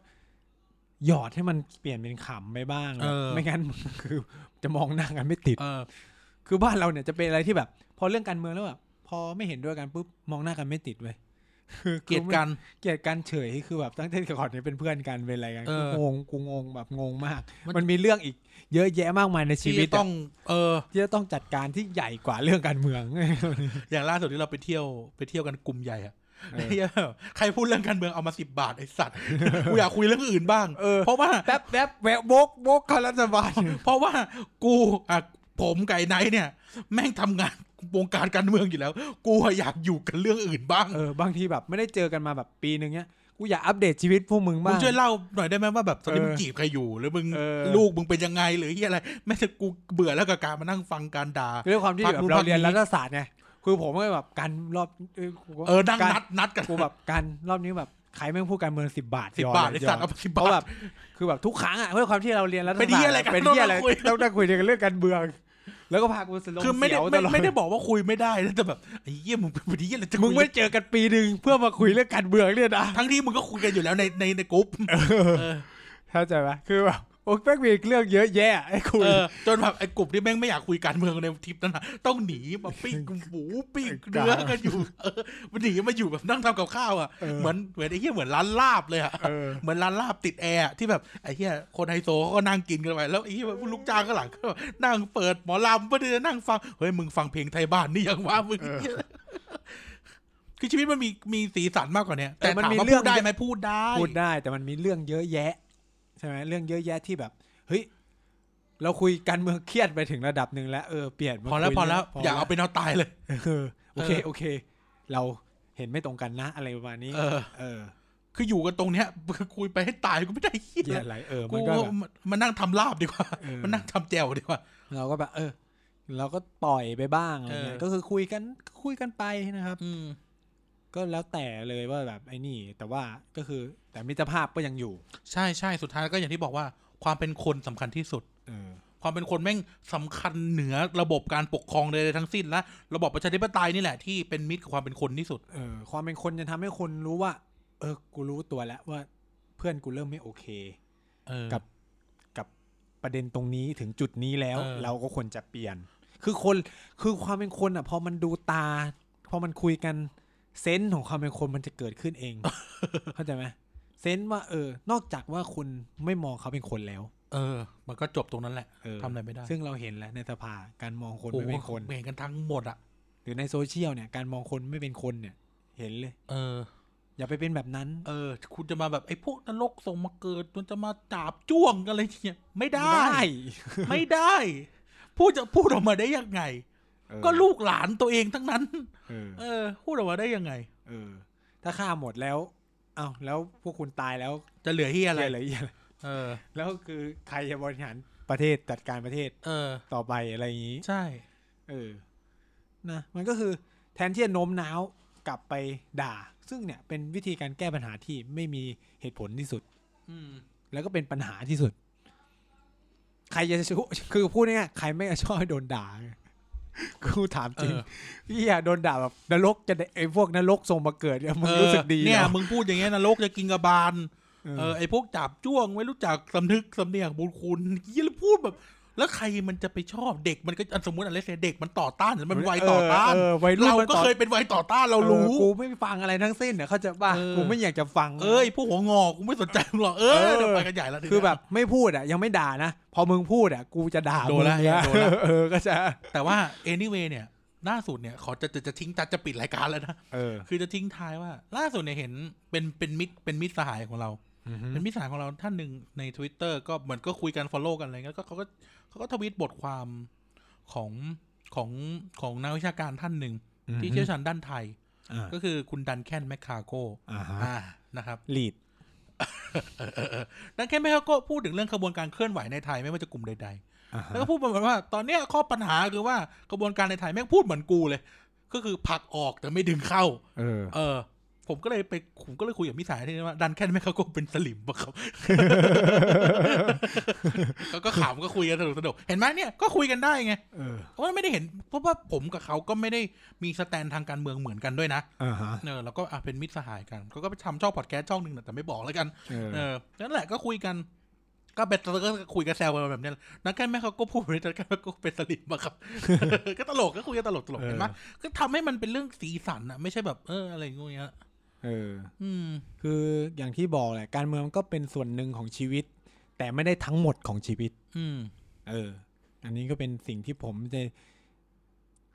S1: หยอดให้มันเปลี่ยนเป็นขำไปบ้าง
S2: เออ
S1: ไม่งั้น <laughs> คือจะมองหน้ากันไม่ติด
S2: เออ
S1: คือบ้านเราเนี่ยจะเป็นอะไรที่แบบ พอเรื่องการเมืองแล้วแบบพอไม่เห็นด้วยกันปุ๊บมองหน้ากันไม่ติดเว้ย <laughs> คือ
S2: เกลียดกัน
S1: เกลียดกันเฉยคือแบบตั้งแต่ก่อนเนี่ยเป็นเพื่อนกันเป็นอะไรกัน
S2: เอ
S1: กู
S2: อง
S1: งกูงงแบบงงมาก
S2: มัน
S1: มันมีเรื่องอีก เยอะแยะมากมายในชี
S2: ที่
S1: วิต
S2: จะต้อง เออ
S1: ที่จะต้องจัดการที่ใหญ่กว่าเรื่องการเมือง <laughs>
S2: อย่างล่าสุดที่เราไปเที่ยวไปเที่ยวกันกลุ่มใหญ่อะ
S1: เออ
S2: เหี้ยใครพูดเรื่องการเมืองเอามาสิบบาทไอ
S1: <laughs>
S2: สัตว์ กูอยากคุยเรื่องอื่นบ้าง
S1: เออ
S2: เพราะว่า
S1: แป๊บแป๊บแวะบกบกข้ารัฐบาล
S2: เพราะว่ากูอ่ะผมไก่ไนท์เนี่ย แม่งทำงานวงการการเมืองอยู่แล้ว กูอะอยากอยู่กันเรื่องอื่นบ้าง
S1: เออบางทีแบบไม่ได้เจอกันมาแบบปีหนึ่งเนี้ยกูอยากอัปเดตชีวิตพวกมึง
S2: มึ
S1: บ้าง ง
S2: ช่วยเล่าหน่อยได้ไหมว่าแบบตอนนี้
S1: เออ
S2: มึงจีบใครอยู่หรือมึง
S1: เออ
S2: ลูกมึงเป็นยังไงหรือเหียอะไรแม่งจะกูเบื่อแล้วกับการมานั่งฟังการด่า
S1: คือด้วยความที่
S2: ฝาก
S1: แบบ
S2: ดู
S1: เรา
S2: ภาคนี้
S1: เรียนรัฐศาสตร์ไงคือผมก็แบบการรอบเออกูก็
S2: เออนั่ง
S1: การ
S2: นัดนัดกัน
S1: กูแบบการรอบนี้แบบใครแม่งพูดการเมืองสิบบาท
S2: สิบ
S1: ยม
S2: บาทไอ
S1: ม
S2: ยสัตว์เอาไปสิบ
S1: เพราะ
S2: บา
S1: แบ
S2: ท
S1: บคือแบบทุกครั้งอ่ะด้วยความที่เราเรียนรัฐศาสต
S2: เป็น
S1: ร์
S2: เหี้ยอะไรกัน
S1: เป็นเหียอะไร
S2: ต้องมาคุย
S1: ต้องนั่งคุยกันเรื่องการเมือง แล้วก็พากูสลง
S2: คือไม่ได้
S1: เสียวตลอ
S2: ไม่ไม่ได้บอกว่าคุยไม่ได้นะแต่แบบไอ้เยี่ยมึงเป็นคนที่อะไรจะคุย
S1: มึงไม่เจอกันปีหนึ่งเพื่อมาคุยเรื่องการเมืองเนี่ยนะ
S2: ทั้งที่มึงก็คุยกันอยู่แล้วในในในกลุ่มเออ
S1: เข้าใจไหมคือแบบโอ้ยแม่งมีเรื่องเยอะแยะไอ้คุย
S2: เออจนแบบไอ้กลุ่มที่แม่งไม่อยากคุยการเมืองในทริปนั้นนะต้องหนีมาปิ้งหมูปิ้งเนื้อกันอยู่เออมันหนีมาอยู่แบบนั่งทำกับข้าวอ่ะ
S1: เออ
S2: เหมือนเหมือนไอ้เหี้ยเหมือนร้านลาบเลยอ่ะ
S1: เออ
S2: เหมือนร้านลาบติดแอร์อะที่แบบไอ้เหี้ยคนไฮโซเขาก็นั่งกินกันไปแล้วไอ้เหี้ยลูกจ้างก็หลังก็นั่งเปิดหมอลำเพื่อที่จะนั่งฟังเฮ้ยมึงฟังเพลงไทยบ้านนี่ยังว่ามึง
S1: เออ
S2: คือชีวิตมันมีมีสีสันมากกว่าเนี้ย
S1: แต่
S2: แต่
S1: มัน
S2: ถาม
S1: มี
S2: ว่า
S1: เรื่
S2: พู
S1: อง
S2: ดได้ไหมพูดได้
S1: พูดได้แต่มันมีเรื่องเยอะแยะ ใช่ไหมเรื่องเยอะแยะที่แบบเฮ้ยเราคุยการเมืองเครียดไปถึงระดับหนึ่งแล้วเออเปลี่ยนมา
S2: พอแล้ว
S1: คุย
S2: พอแล้ว
S1: รื่ง
S2: อย่าเอาเป็นเอาตายเลย
S1: เออโอเค
S2: เออ
S1: โอเค เราเห็นไม่ตรงกันนะอะไรประมาณนี้
S2: เออ
S1: เออ
S2: คืออยู่กันตรงเนี้ย <laughs> คุยไปให้ตายกูไม่ได้เหี้ย
S1: เหี้ยอะไรเออ
S2: กู
S1: มันก็แบบ
S2: มันนั่งทำลาบดีกว่า
S1: เออ
S2: มันนั่งทำแจ่วดีกว่า
S1: เราก็แบบ เออ เราก็ปล่อยไปบ้างอะไรเงี้ย
S2: เออ
S1: ก็คือคุยกันคุยกันไปนะครับ
S2: อืม
S1: ก็แล้วแต่เลยว่าแบบไอ้นี่ แต่ว่าก็คือแต่มิตรภาพก็ยังอยู่
S2: ใช่ใช่สุดท้ายก็อย่างที่บอกว่า ความเป็นคนสำคัญที่สุด
S1: เออ
S2: ความเป็นคนแม่งสำคัญเหนือระบบการปกครองใดๆทั้งสิ้นและระบบประชาธิปไตยนี่แหละที่เป็นมิตรกับความเป็นคนที่สุด
S1: เออความเป็นคนจะทำให้คนรู้ว่า เออ กูรู้ตัวแล้วว่าเพื่อนกูเริ่มไม่โอเค
S2: เออ
S1: กับ กับประเด็นตรงนี้ถึงจุดนี้แล้ว
S2: เออ
S1: เราก็ควรจะเปลี่ยน คือคนคือความเป็นคนอ่ะ พอมันดูตา พอมันคุยกันเซนส์ของความเป็นคนมันจะเกิดขึ้นเอง
S2: <laughs>
S1: เข้าใจไหมเซนส์ว่า เออ นอกจากว่าคุณไม่มองเขาเป็นคนแล้ว
S2: เออ มันก็จบตรงนั้นแหละ
S1: เออ
S2: ทำอะไรไม่ได้
S1: ซึ่งเราเห็นแล้วในสภาการมองคน
S2: โอ้
S1: ไม่
S2: โห
S1: เป็นคน
S2: แบ่งกันทั้งหมดอ่ะ
S1: หรือในโซเชียลเนี่ย การมองคนไม่เป็นคนเนี่ย เห็นเลย
S2: เออ
S1: อย่าไปเป็นแบบนั้น
S2: เออ คุณจะมาแบบไอ้พวกนรกส่งมาเกิดมันจะมาจาบจ้วงอะไรเนี่ยไม่ได้ <laughs> ไม่ได้ พูดจะพูดออกมาได้ยังไง
S1: เออ
S2: ก็ลูกหลานตัวเองทั้งนั้น
S1: เออ
S2: เออ พูดออกมาได้ยังไง
S1: เออ ถ้าฆ่าหมดแล้วอ้าวแล้วพวกคุณตายแล้ว
S2: จะเหลือเฮียอะไร
S1: เหี้ยเหลือเหี้ยอะไร <laughs>
S2: เออ
S1: แล้วคือใครจะบริหารประเทศจัดการประเทศ
S2: เออ
S1: ต่อไปอะไรอย่างนี้
S2: ใช่
S1: เออ นะ มันก็คือแทนที่จะโน้มน้าวกลับไปด่า ซึ่งเนี่ยเป็นวิธีการแก้ปัญหาที่ไม่มีเหตุผลที่สุด
S2: อืม
S1: แล้วก็เป็นปัญหาที่สุด ใครจะชวยคือพูดง่ายๆใครไม่ชอบให้โดนด่ากูถามจริง
S2: เออ
S1: พี่อยากโดนด่าแบบนรกจะได้ไอ้พวกนรกส่งมาเกิดเนี่ยมึงรู้สึกดี
S2: เออ
S1: ห
S2: เนี่ย
S1: รอ
S2: มึงพูดอย่างเงี้ยนรกจะกินกระบาล
S1: เออ
S2: เออไอพวกจับจ้วงไม่รู้จักสำนึกสำเนียงบุญคุณยี่แล้วพูดแบบ แล้วใครมันจะไปชอบเด็กมันก็อ่ะสมมติอะไรเสียเด็กมันต่อต้านมันเป็นวัยต่อต้าน
S1: เออวัยรุ่น
S2: เรา
S1: มัน
S2: ก็
S1: ต่อ
S2: เคยเป็นวัยต่อต้านเรารู้
S1: ออกูไม่ฟังอะไรทั้งสิ้นเนี่ยเขาใจะว่า
S2: เออ
S1: กูไม่อยากจะฟัง
S2: เอ้ยพวกหัวงอกกูไม่สนใจมึงหรอกเอ
S1: เอ
S2: อ
S1: อ
S2: เดี๋ยวไปกันใหญ่แล้วทีเนี้ย
S1: คือแบบไม่พูดอ่ะ ยังไม่ด่านะพอมึงพูดอ่ะ กูจะด่า
S2: โดนละ
S1: มึง
S2: โดนละ
S1: เออก็จะ
S2: แต่ว่า anyway เนี่ยล่าสุดเนี่ยขอจะจะจะทิ้งจะจะปิดรายการแล้วนะ <laughs>
S1: เออ
S2: คือจะทิ้งท้ายว่า ล่าสุดเนี่ยเห็นเป็นเป็นมิตรเป็นมิตรสหายของเรา
S1: อือฮึ
S2: เป็นมิตรสหายของเราท่านหนึ่งใน Twitter ก็เหมือนก็คุยกัน follow กันอะไรเงี้ยก็เขาก็เขาก็ทวีตบทความของของของนักวิชาการท่านหนึ่ง ที่เชี่ยวชาญด้านไทย
S1: อ่า
S2: ก็คือคุณดันแคนแมคคาโก
S1: อ่าฮะ
S2: อ่านะครับ
S1: ลีด
S2: ดันแคนแมคคาโกพูดถึงเรื่องขบวนการเคลื่อนไหวในไทยไม่ว่าจะกลุ่มใดๆ
S1: อ่าฮะ
S2: แล้วก็พูดประมาณว่าตอนเนี้ยข้อปัญหาคือว่ากระบวนการในไทยแม่งพูดเหมือนกูเลย ก็คือผลักออกแต่ไม่ดึงเข้า
S1: เออ
S2: เออ ผมก็เลยไปผมก็เลยคุยกับมิสายที่นี่ว่าดันแค่นไหม่เขาก็เป็นสลิมปะครับ ก็ <laughs> ก็ขำก็คุยกันสนุกสนุกเห็นไหมเนี่ยก็คุยกันได้ไง
S1: เออ
S2: เพราะว่าไม่ได้เห็นเพราะว่าผมกับเขาก็ไม่ได้มีสแตนทางการเมืองเหมือนกันด้วยนะ
S1: อ่าฮะ
S2: เออแล้วก็อ่ะเป็นมิตรสหายกันเขาก็ไปทำช่องพอดแคสต์ช่องหนึ่งน่ะแต่ไม่บอกแล้วกัน
S1: เออ
S2: เออนั่นแหละก็คุยกัน ก็เป็นก็คุยกันแซวกันแบบเนี้ยแหละนักการแม่เขาก็พูดไปนักการแม่ก็เป็นสลิมอะครับ <laughs> ก็ตลกก็คุยกันตลกตลก
S1: เออ
S2: เห็นไหมก็ทำให้มันเป็นเรื่องสีสันอะไม่ใช่แบบเอออะไรอย่างเงี้ย
S1: เออ
S2: อืม
S1: คืออย่างที่บอกแหละการเมืองมันก็เป็นส่วนหนึ่งของชีวิต แต่ไม่ได้ทั้งหมดของชีวิต
S2: อืม
S1: เออ อันนี้ก็เป็นสิ่งที่ผมจะ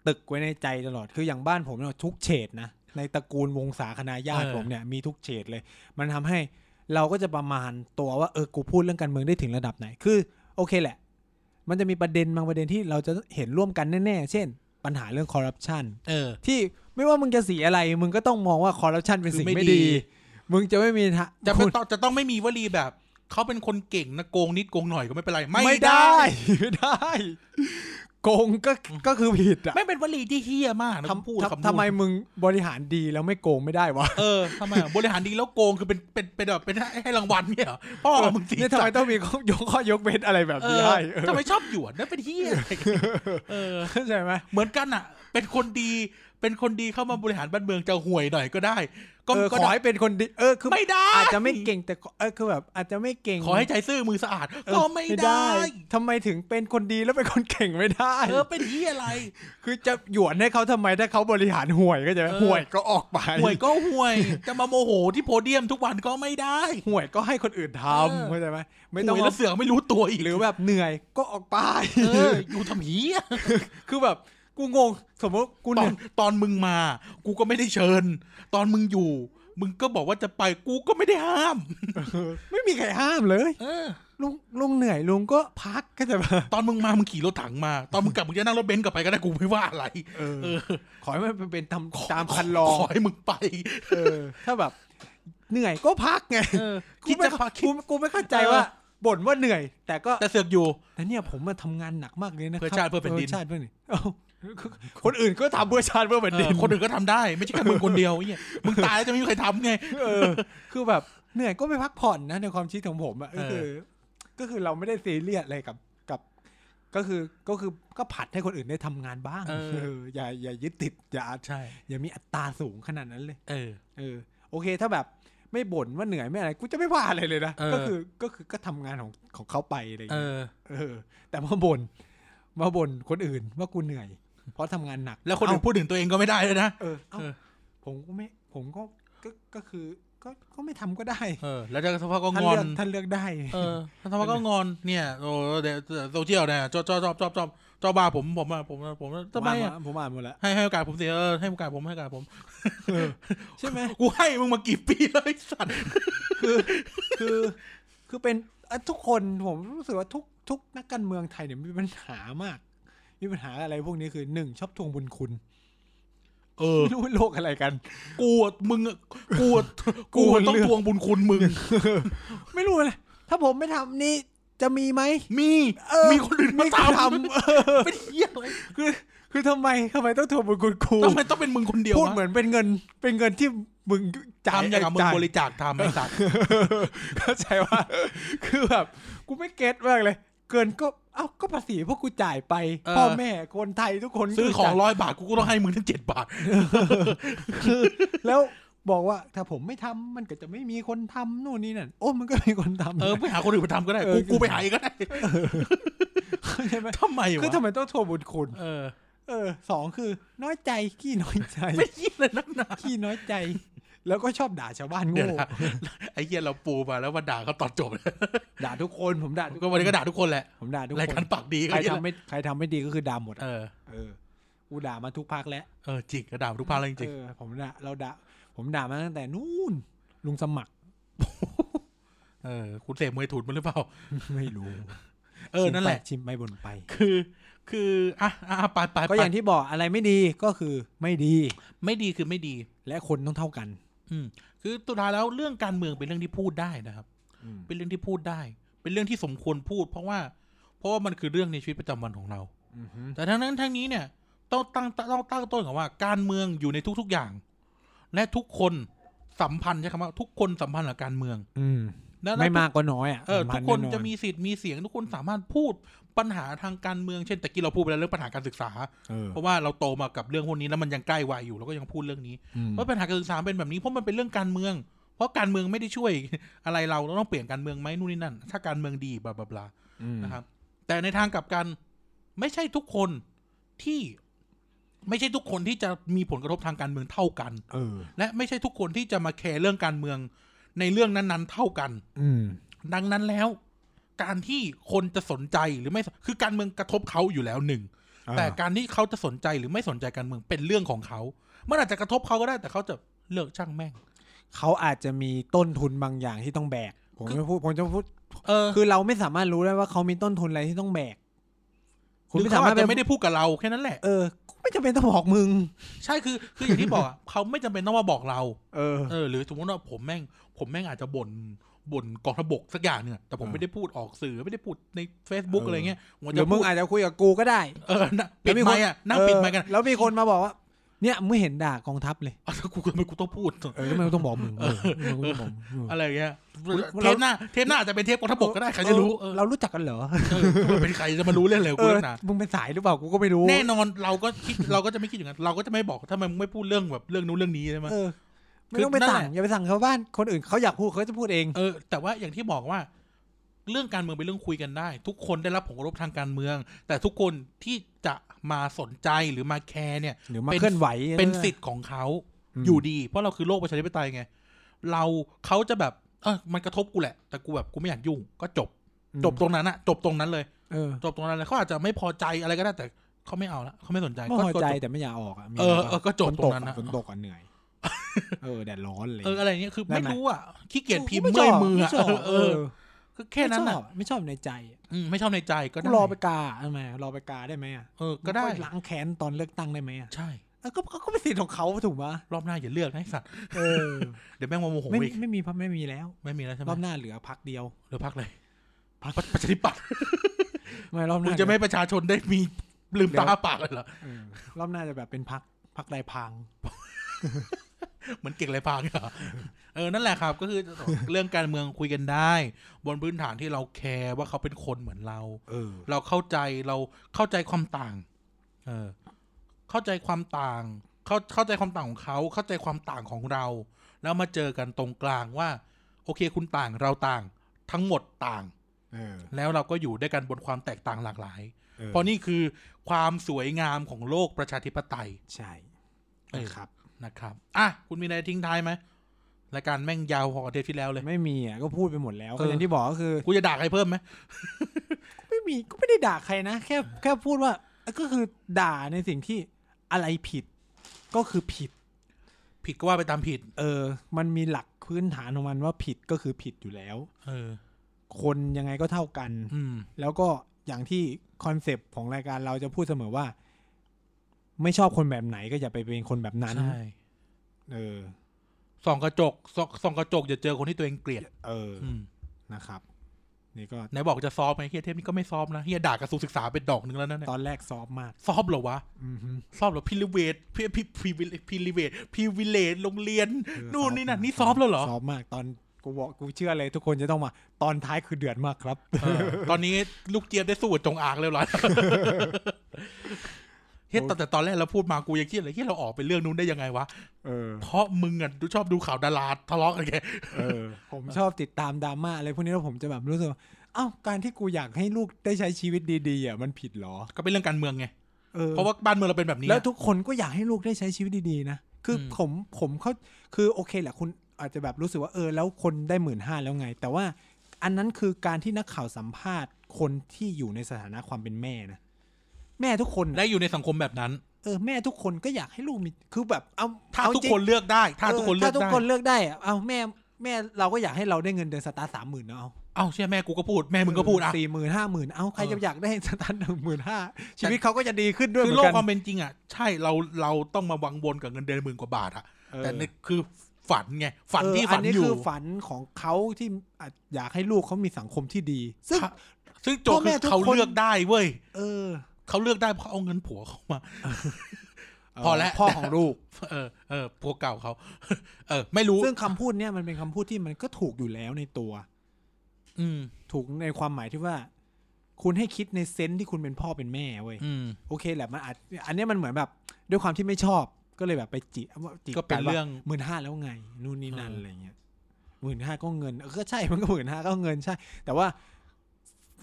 S1: ตึกไว้ในใจตลอด คืออย่างบ้านผมเนี่ยทุกเฉดนะ ในตระกูลวงศาคณะญาติ
S2: เออ
S1: ผมเนี่ยมีทุกเฉดเลย มันทำให้เราก็จะประมาณตัวว่าเออกูพูดเรื่องการเมืองได้ถึงระดับไหน คือโอเคแหละ มันจะมีประเด็นบางประเด็นที่เราจะเห็นร่วมกันแน่ๆ เช่น ปัญหาเรื่องคอร์รัปชัน
S2: เออ
S1: ที่ไม่ว่ามึงจะสีอะไร มึงก็ต้องมองว่าคอร์รัปชันเป็นสิ่ง
S2: คือไม่
S1: ไม่
S2: ดี
S1: ดี มึงจะไม่มีทาง
S2: จะเป็น
S1: คุณ
S2: ต้องจะต้องไม่มีวลีแบบ เขาเป็นคนเก่งนะโกงนิดโกงหน่อยก็ไม่เป็นไร ไม่
S1: ไม่
S2: ได้
S1: ได้ ไม่ได้ <laughs> โกงก็ก็คือผิดอะ
S2: ไม่เป็นวลีที่เฮี้ยมากนะ
S1: ทำ
S2: คำพูด
S1: ทำ
S2: คำ
S1: ทำไม
S2: นู้น
S1: มึงบริหารดีแล้วไม่โกงไม่ได้วะ
S2: เออทำไมอะบริหารดีแล้วโกงคือเป็นเป็นเป็นแบบเป็นให้ให้รางวัลเนี่ยเหรอพ่อมึงสี
S1: เนี่ยทำไมต้องมีข้อยกข้อยกเว้นอะไรแบบ
S2: เอ
S1: นี้
S2: อ
S1: ให้เออ
S2: ทำไมชอบหยวนนะเป็นเฮี้ยอะไรกันเออ
S1: เข้าใจไหม
S2: เหมือนกันอ่ะ เป็นคนดี เป็นคนดีเข้ามาบริหารบ้านเมืองจะห่วยหน่อยก็ได้ ก็
S1: เออ
S2: ก็
S1: ขอให้เป็นคนดีเออคือ
S2: ไม่ได้
S1: อาจจะไม่เก่งแต่ก็เออคือแบบ อาจจะไม่เก่ง
S2: ขอให้ใจซื่อมือสะอาด
S1: เออ
S2: ก็ไม่ได้
S1: ทำไมถึงเป็นคนดีแล้วเป็นคนเก่งไม่ได้
S2: เออเป็นที่อะไร
S1: คือจะหยวนให้เขาทำไมถ้าเขาบริหารห่วยก็จะ
S2: เออ
S1: ห่วยก็ออกไป
S2: ห่วยก็ห่วย จะมาโมโหที่โพเดียมทุกวันก็ไม่ได้
S1: ห่วยก็ให้คนอื่น
S2: เออ
S1: ทำเข้าใจไหมไม่ต้อง
S2: ห่วยแล้วเสือกไม่รู้ตัวอีก
S1: หรือแบบเหนื่อยก็ออกไป
S2: เออ อยู่ทำหีย
S1: คือแบบกูงงสมมติกู
S2: ตอ
S1: เนี่
S2: น
S1: ย
S2: ตอนมึงมา กูก็ไม่ได้เชิญ ตอนมึงอยู่ มึงก็บอกว่าจะไปกูก็ไม่ได้ห้าม
S1: เออไม่มีใครห้ามเลย
S2: เออ
S1: ลุงลุงเหนื่อยลุงก็พักก็จะมา
S2: ตอนมึงมามึงขี่รถถังมา ตอนมึงกลับมึงจะนั่งรถเบนซ์กลับไปก็ได้กูไม่ว่าอะไร เออ
S1: ขอให้มันเป็นตามตามคันลอง
S2: ขอให้มึงไป
S1: เออถ้าแบบ เหนื่อยก็พักไง
S2: เออ
S1: กู
S2: คิด
S1: ไม่
S2: จะพักคิ
S1: กู
S2: ด
S1: กูไม่เข้าใจ
S2: เออ
S1: ว่าบ่นว่าเหนื่อย แต่ก็
S2: แต่เสือกอยู่
S1: แต่เนี่ยผมมาทำงานหนักมากเลยนะค
S2: เพื่
S1: รั
S2: อชาติเพื่อแผ่นดิน
S1: ชาติเพื่อนี่ <laughs> เอ้า <laughs> คนอื่นก็ทำเพื่อชาติเพื่อแผ่นดิน
S2: เออคนอื่นก็ทำได้ ไม่ใช่แค่มึงคนเดียวไอ้
S1: <laughs>
S2: เนี่ยมึงตายแล้วจะไม่มีใครทำไง
S1: เออคือแบบเหนื่อยก็ไม่พักผ่อนนะในความคิดของผมอะ
S2: เออ
S1: ก็คือก็คือเราไม่ได้ซีเรียสอะไรกับกับ ก็คือก็คือก็ผัดให้คนอื่นได้ทำงานบ้าง
S2: เออ
S1: เอออย่าอย่ายึดติดอย่า
S2: ใช่
S1: อย่ามีอัตราสูงขนาดนั้นเลย
S2: เออ
S1: เออโอเคถ้าแบบไม่บ่นว่าเหนื่อยไม่อะไรกูจะไม่ว่าอะไรเลยนะ
S2: เออ
S1: ก็คือก็คือก็ทำงานของของเขาไปอะไรอย่าง
S2: เอ
S1: เงี้ย
S2: อ
S1: เออ แต่มาบ่นมาบ่นคนอื่นว่ากูเหนื่อย เพราะทำงานหนัก
S2: แล้วคนอื่นพูดถึงตัวเองก็ไม่ได้เลยนะ
S1: เออเอ้า
S2: เออ
S1: ผมก็ไม่ผมก็ก็ก็คือก็ก็ไม่ทำก็ได้
S2: เออ แล้วเจ้าสภาพก็
S1: ท่าน
S2: งอ
S1: เลือ
S2: น
S1: กท่านเลือกได้
S2: เออแล้วทำไมก็งอน เนี่ยโอ้เดี๋ยวโซเชียลเนี่ยจอบจอบจอบจอบจอบจอบ้าผมผมอะผมผมทำไมอะ
S1: ผมอ่านหมดแล้ว
S2: ให้ให้โอกาสผมสิเออให้โอกาสผมให้โอกาสผม
S1: ใช่ไหม
S2: กูให้มึงมากี่ปีแล้วไอ้สัตว์
S1: คือคือคือเป็นเอ่อทุกคนผมรู้สึกว่าทุกทุกนักการเมืองไทยเนี่ยมีปัญหามาก มีปัญหาอะไรพวกนี้คือหนึ่งชอบทวงบุญคุณ
S2: เออ
S1: ไม่รู้ว่าโลกอะไรกัน
S2: กูอะมึงอะกูอะกูอะต้องทวงบุญคุณมึง
S1: ไม่รู้เลยถ้าผมไม่ทำนี่จะมีไหม
S2: มี
S1: เออ
S2: มีคนอื่นมา
S1: ไม่
S2: ท
S1: ทำเออ
S2: ำไม่ได้เหี้ยเลย
S1: คือคือทำไมทำไมต้องทวงบุญคุณครู
S2: ทำไมต้องเป็นมึงคนเดียว
S1: พูด
S2: วะ
S1: เหมือนเป็นเงินเป็นเงินที่มึงจ่าย
S2: ทำอย่างกับมึง
S1: จ่าย
S2: บริจาคทำไอ้สัตว์
S1: เข้าใจว่า คือแบบกูไม่เก็ตมากเลย เกินก็เอ้าก็ภาษีพวกกูจ่ายไป
S2: เออ
S1: พ่อแม่คนไทยทุกคน
S2: ซื้อ
S1: คื
S2: ของ
S1: จ่าย
S2: ร้อยบาทกูก็ต้องให้มึงทั้งเจ็ดบาท
S1: คือแล้วบอกว่าถ้าผมไม่ทำมันก็จะไม่มีคนทำนู่นนี่นั่นโอ้มันก็มีคนทำ
S2: เออไปหาคนอื่นมาทำก็ได้
S1: เออ
S2: กูกูไปหาเองก็ได้
S1: ใช่ไหม
S2: ทำไมวะ
S1: คือทำไมต้องโทรบุญคุณ
S2: เออ
S1: เออสองคือ น้อยใจขี้น้อยใจ
S2: ไม่ยี่เลยนักหนา
S1: ขี้น้อยใจ แล้วก็ชอบด่าชาวบ้าน
S2: เดี๋ยว
S1: โง่
S2: นะไอ้เหี้ยเราปูมาแล้วมาด่าเขาตอนจบ
S1: <laughs>
S2: เลย
S1: ด่าทุกคนผมด่าทุก
S2: ก็วันนี้ก็ด่าทุกคนแหละ
S1: ผมด่าทุก
S2: ราย
S1: ค
S2: การ
S1: น
S2: ปากดีก็
S1: ใคร
S2: เหี้ย
S1: ทำไม่ใครทำไม่ดีก็คือด่าหมดอะ
S2: เออ
S1: เออกูด่ามาทุกภาคแล้ว
S2: เออจริงก็ด่าทุกภาคเลยจริง
S1: เออผมด่าเราด่าผมด่ามาตั้งแต่นู่นลุงสมัคร <laughs>
S2: เออคุณเสพมวยถูดมันหรือเปล่า
S1: ไม่รู้
S2: เออนั่นแหละ
S1: ชิมไปชิมไปบ่นไป
S2: คือ คืออ่ะอ่ะอ่ะไปไป
S1: ก็
S2: ไป
S1: อย่างที่บอกอะไรไม่ดีก็คือไม่ดี
S2: ไม่ดีคือไม่ดี
S1: และคนต้องเท่ากัน
S2: อืมคือตุลายแล้วเรื่องการเมืองเป็นเรื่องที่พูดได้นะครับ เป็นเรื่องที่พูดได้ เป็นเรื่องที่สมควรพูด เพราะว่า เพราะว่ามันคือเรื่องในชีวิตประจำวันของเรา
S1: อือฮึ
S2: แต่ทั้งนั้นทั้งนี้เนี่ยต้องตั้งต้องตั้งต้นกับว่าการเมืองอยู่ในทุกๆอย่าง และทุกคนสัมพันธ์ใช้คำว่าทุกคนสัมพันธ์กับการเมือง
S1: อืม
S2: และ
S1: ไม่มากก็น้อยอ่ะ
S2: เออ
S1: สำ
S2: ทุ
S1: รัญ
S2: กคน
S1: แอ
S2: จะมีสิทธิ์มีเสียงทุกคนสามารถพูดปัญหาทางการเมืองเช่นตะกี้เราพูดไปแล้วเรื่องปัญหาการศึกษา
S1: เออ
S2: เพราะว่าเราโตมากับเรื่องพวกนี้แล้วมันยังใกล้วัยอยู่เราก็ยังพูดเรื่องนี้
S1: อืม
S2: ว่าปัญหาการศึกษาเป็นแบบนี้เพราะมันเป็นเรื่องการเมือง เพราะการเมืองไม่ได้ช่วย <laughs> อะไรเราเราต้องเปลี่ยนการเมืองไหมนู่นนี่นั่น ถ้าการเมืองดีบลาบลาบลา
S1: อืม
S2: นะครับแต่ในทางกลับกันไม่ใช่ทุกคนที่ไม่ใช่ทุกคนที่จะมีผลกระทบทางการเมืองเท่ากัน
S1: เออ
S2: และไม่ใช่ทุกคนที่จะมาแคร์เรื่องการเมืองในเรื่องนั้นๆ เท่ากัน
S1: อืม
S2: ดังนั้นแล้ว การที่คนจะสนใจหรือไม่สคือการเมืองกระทบเขาอยู่แล้วหนึ่ง
S1: อ่า
S2: แต่การที่เขาจะสนใจหรือไม่สนใจการเมืองเป็นเรื่องของเขามันอาจจะกระทบเขาก็ได้แต่เขาจะเลิกช่างแม่ง
S1: เขาอาจจะมีต้นทุนบางอย่างที่ต้องแบก ผม
S2: คือ
S1: ไม่พูดผมจะพูด
S2: เออ
S1: คือเราไม่สามารถรู้ได้ว่าเขามีต้นทุนอะไรที่ต้องแบก คุณ
S2: หรื
S1: ไม่
S2: อเขา
S1: สามาร
S2: อา
S1: ถ
S2: จจะไม่ได้พูดกับเราแค่นั้นแหละ
S1: เออกูไม่จำเป็นต้องบอกมึง
S2: ใช่คือคืออย่างที่บอกอะ <coughs> เขาไม่จำเป็นต้องมาบอกเรา
S1: เออ
S2: เออหรือสมมติว่าผมแม่งผมแม่งอาจจะบ่นบ่นกองทพบกสักอย่างเนี่ยแต่ผม
S1: เออ
S2: ไม่ได้พูดออกสื่อไม่ได้พูดใน Facebook
S1: เอออ
S2: อะไรเงี้ยผม
S1: หรื
S2: จะ
S1: อมึ
S2: พู
S1: ง
S2: ด
S1: อาจจะคุยกับกูก็ได้
S2: เออนะปิด
S1: แล้ว
S2: ไม
S1: คน
S2: ค์อ่ะนั่งปิดไมค์กัน
S1: เออแล้วมีคนมาบอกว่า เนี่ยมึงไม่เห็นด่ากองทัพเลย
S2: อ้าวแล้วกูก็ไม่กูต้องพูด <laughs>
S1: เออทำไมกูต้องบอกมึงเออทำไมกูต้องบอกมึงเออ
S2: อะไรเงี้ย
S1: เรา
S2: เทปหน้าเทปหน้าอาจจะเป็นเทปกองทพบกก็ได้ใครจะรู้เออ
S1: เรารู้จักกันเหรอ
S2: เออมันเป็นใครจะมารู้เรื่องอะไรกับ
S1: เอ
S2: กู
S1: อ
S2: นักหนา
S1: มึงเป็นสายหรือเปล่ากูก็ไม่รู้
S2: แน่นอนเราก็คิดเราก็จะไม่คิดอย่างนั้นเราก็จะไม่บอกทำไมมึงไม่พูดเรื่องแบบเรื่องนู้นเรื่องนี้ใช่ไหม
S1: เออไม่
S2: คือ
S1: ต้องไป
S2: นั่น
S1: สั่ง
S2: แหละ
S1: อย่าไปสั่งเขาบ้านคนอื่นเขาอยากพูดเขาจะพูดเอง
S2: เออแต่ว่าอย่างที่บอกว่า เรื่องการเมืองเป็นเรื่องคุยกันได้ ทุกคนได้รับผลกระทบทางการเมือง แต่ทุกคนที่จะมาสนใจหรือมาแคร์เนี่ย
S1: หรือมา
S2: เป็น
S1: เคลื่อนไหว
S2: เป็นสิทธิ์ของเขา
S1: ม
S2: อยู่ดี เพราะเราคือโลกประชาธิปไตยไง เราเขาจะแบบเออมันกระทบกูแหละ แต่กูแบบกูไม่อยากยุ่ง ก็จบ
S1: อืม
S2: จบตรงนั้นอะจบตรงนั้นเลย
S1: เออ
S2: จบตรงนั้นเลยเขาอาจจะไม่พอใจอะไรก็ได้แต่เขาไม่เอาละเขาไม่สนใจ
S1: ไม่พอ
S2: ก็
S1: ใจ
S2: จบ
S1: แต่ไม่อยากออกอะมี
S2: เออเออก็จบ
S1: ฝน
S2: ตร
S1: ต
S2: ง
S1: ก
S2: นั้
S1: อะ
S2: นนะ
S1: ฝนตกอ่ะเหนื่อย เออแดดร้อนเลย
S2: เอออะไรอย่างเงี้ยคือ
S1: ได้
S2: ไม่
S1: ไหม
S2: รู้อะขี้เกียจพิม
S1: ไ
S2: พ์เมื่อยมือ
S1: ไม่
S2: อะ
S1: ชบ
S2: เออคือแค่นั้น
S1: ไม่ช
S2: อะ
S1: อบไม่ชอบในใจ
S2: อืมไม่ชอบในใจก็
S1: กู
S2: ได้
S1: รอไปกาทำไมรอไปกาได้ไหมอะ
S2: เออก็ได้
S1: มึงล้างแค้นตอนเลือกตั้งได้ไหมอะ
S2: ใช่
S1: เออก็ก็ก็เป็นสิทธิ์ของเขาถูกปะ
S2: รอบหน้าอย่าเลือกนะไอ้สัตว์
S1: เออ
S2: เดี๋ยวแม่งมาโมโห
S1: ไม่
S2: อีก
S1: ไม่มีพักไม่มีแล้ว
S2: ไม่มีแล้วใช่ไหม
S1: รอบหน้าเหลือพักเดียว
S2: หรือพักเลย
S1: พรรค
S2: ประชาธิปัตย์
S1: ไม่รอบห
S2: มึง
S1: น้า
S2: จะไม่ให้ประชาชนได้มีลืมตาอ้าปากเลยเหรอ
S1: เออรอบหน้าจะแบบเป็นพักพักลายพราง
S2: เหมือนเก่งไรพรางเหรอเออนั่นแหละครับ ก็คือเรื่องการเมืองคุยกันได้ บนพื้นฐานที่เราแคร์ว่าเขาเป็นคนเหมือนเรา
S1: เออ
S2: เราเข้าใจเราเข้าใจความต่าง เออ เข้าใจความต่าง เข้าเข้าใจความต่างของเขา เข้าใจความต่างของเรา แล้วมาเจอกันตรงกลางว่า โอเคคุณต่างเราต่าง ทั้งหมดต่าง
S1: เออ
S2: แล้วเราก็อยู่ด้วยกันบนความแตกต่างหลากหลาย
S1: เออ
S2: เพราะนี่คือความสวยงามของโลกประชาธิปไตย
S1: ใช่
S2: เออ
S1: ครับ
S2: นะครับ อ่ะ คุณมีอะไรทิ้งท้ายไหมรายการแม่งยาวพอเทปที่แล้วเลย
S1: ไม่มีอ่ะก็พูดไปหมดแล้ว
S2: เออ
S1: ก็อย่างที่บอกก็คือ
S2: กูจะด่าใครเพิ่มไหม
S1: ไม่มีก็ไม่ได้ด่าใครนะ แค่แค่พูดว่าก็คือด่าในสิ่งที่อะไรผิด ก็คือผิด
S2: ผิดก็ว่าไปตามผิด
S1: เออ มันมีหลักพื้นฐานของมันว่าผิดก็คือผิดอยู่แล้ว
S2: เออ
S1: คนยังไงก็เท่ากัน
S2: อืม
S1: แล้วก็อย่างที่คอนเซปต์ของรายการเราจะพูดเสมอว่า ไม่ชอบคนแบบไหนก็อย่าไปเป็นคนแบบนั้น
S2: ใช่
S1: เออ
S2: ส่องกระจกส่องส่องกระจกอย่าเจอคนที่ตัวเองเกลียด
S1: เอออ
S2: อืม
S1: นะครับ นี่ก็
S2: ไหนบอกจะซ้อมไงเฮียเทปนี้ก็ไม่ซ้อมนะเฮียด่ากระทรวงศึกษาเป็นดอกหนึ่งแล้วนะเนี่ย
S1: ตอนแรกซอฟต์มาก
S2: ซ้อมเหรอวะ
S1: อือฮึ
S2: ซ้อมเหรอพิลิเวตพี่พี่พิวิพิลิเวตพิวิเลตโรงเรียน
S1: เออ
S2: นู่นนี่นั่
S1: ซ้อ
S2: น
S1: ม
S2: นี่ซ้อมแล้วเหรอ
S1: ซอฟต์มาก ตอนกูบอกกูเชื่อเลยทุกคนจะต้องมา ตอนท้ายคือเดือดมากครับ
S2: เออตอนนี้ลูกเจี๊ยบได้สู้กับจงอางเรียบ
S1: <laughs>
S2: ร้อยแล้วหรอเฮียแต่แต่ตอนแรกเราพูดมากูยังคิดเลยเฮียเราออกไปเรื่องนู้นได้ยังไงวะ
S1: เออ
S2: เพราะมึงอ่ะดูชอบดูข่าวดาราทะเลาะกันไง
S1: เออ ผมชอบติดตามดราม่าอะไรพวกนี้แล้วผมจะแบบรู้สึกว่าเอ้าการที่กูอยากให้ลูกได้ใช้ชีวิตดีๆอ่ะมันผิดเหรอ
S2: ก็เป็นเรื่องการเมืองไง
S1: เออ
S2: เพราะว่าบ้านเมืองเราเป็นแบบนี้
S1: แล้วทุกคนก็อยากให้ลูกได้ใช้ชีวิตดีๆนะ คืออ
S2: ม
S1: ผมผมเขาคือโอเคแหละคุณอาจจะแบบรู้สึกว่าเออ แล้วคนได้หมื่นห้าแล้วไง แต่ว่าอันนั้นคือการที่นักข่าวสัมภาษณ์ คนที่อยู่ในสถานะความเป็นแม่นะ แม่ทุกคนน่ะ
S2: และอยู่ในสังคมแบบนั้น
S1: เออแม่ทุกคนก็อยากให้ลูกมีคือแบบเอา
S2: ถ้า
S1: เอ
S2: ทุก
S1: จริง
S2: คนเลือกได้ ถ้าทุกคน
S1: เออ
S2: เลือ
S1: ถ้าก ทุก
S2: ได้
S1: คนเลือกได้อะเอาแม่แม่เราก็อยากให้เราได้เงินเดือนสตาร์สามหมื่นเนาะเอา
S2: เอ้าเชื่อแม่กูก็พูดแม่มึงก็พูดอ่ะ
S1: สี่หมื่นห้าหมื่นเอ้าใคร
S2: เออ
S1: จะอยากได้ <laughs> สตันหนึ่งหมื่นห้าชีวิตเขาก็จะดีขึ้นด้วยเห
S2: คือ
S1: มือ
S2: โล
S1: น
S2: ก
S1: กัน
S2: ความเป็นจริงอ่ะ ใช่เราเราต้องมาวังวนกับเงินเดือนหมื่นกว่าบาทอ่ะ
S1: เออ
S2: แต่นี่คือฝันไง ฝัน
S1: เออ
S2: ที่ฝัน
S1: นี้
S2: อยู่
S1: คือฝันของเขาที่อ่ะอยากให้ลูกเขามีสังคมที่ดี ซึ่ง
S2: ครับ ซึ่งโจท
S1: พ่
S2: ย์
S1: อแม่
S2: คื
S1: ทุก
S2: อเขา
S1: คน
S2: เลือกได้เว้ย
S1: เออ
S2: เขาเลือกได้เพราะเอาเงินผัวเขามา
S1: เ
S2: พอแล้ว
S1: พ่อข
S2: <laughs>
S1: องลูก
S2: เออเออผัวเก่าเขา เออ ไม่รู้
S1: ซึ่งคำพูดเนี่ยมันเป็นคำพูดที่มันก็ถูกอยู่แล้วในตัว
S2: อืม
S1: ถูกในความหมายที่ว่า คุณให้คิดในเซนส์ที่คุณเป็นพ่อเป็นแม่เว้ย
S2: อืม
S1: โอเคแหละมันอาจอันเนี้ยมันเหมือนแบบ ด้วยความที่ไม่ชอบก็เลยแบบไปจีว่าจี
S2: ก็เป็นเรื่อง
S1: หมื่นห้า15,000แล้วไง นู่นนี่นั่นอะไรเงี้ยหมื่นห้าก็เงินเออก็ใช่มันก็หมื่นห้าก็เงินใช่ แต่ว่า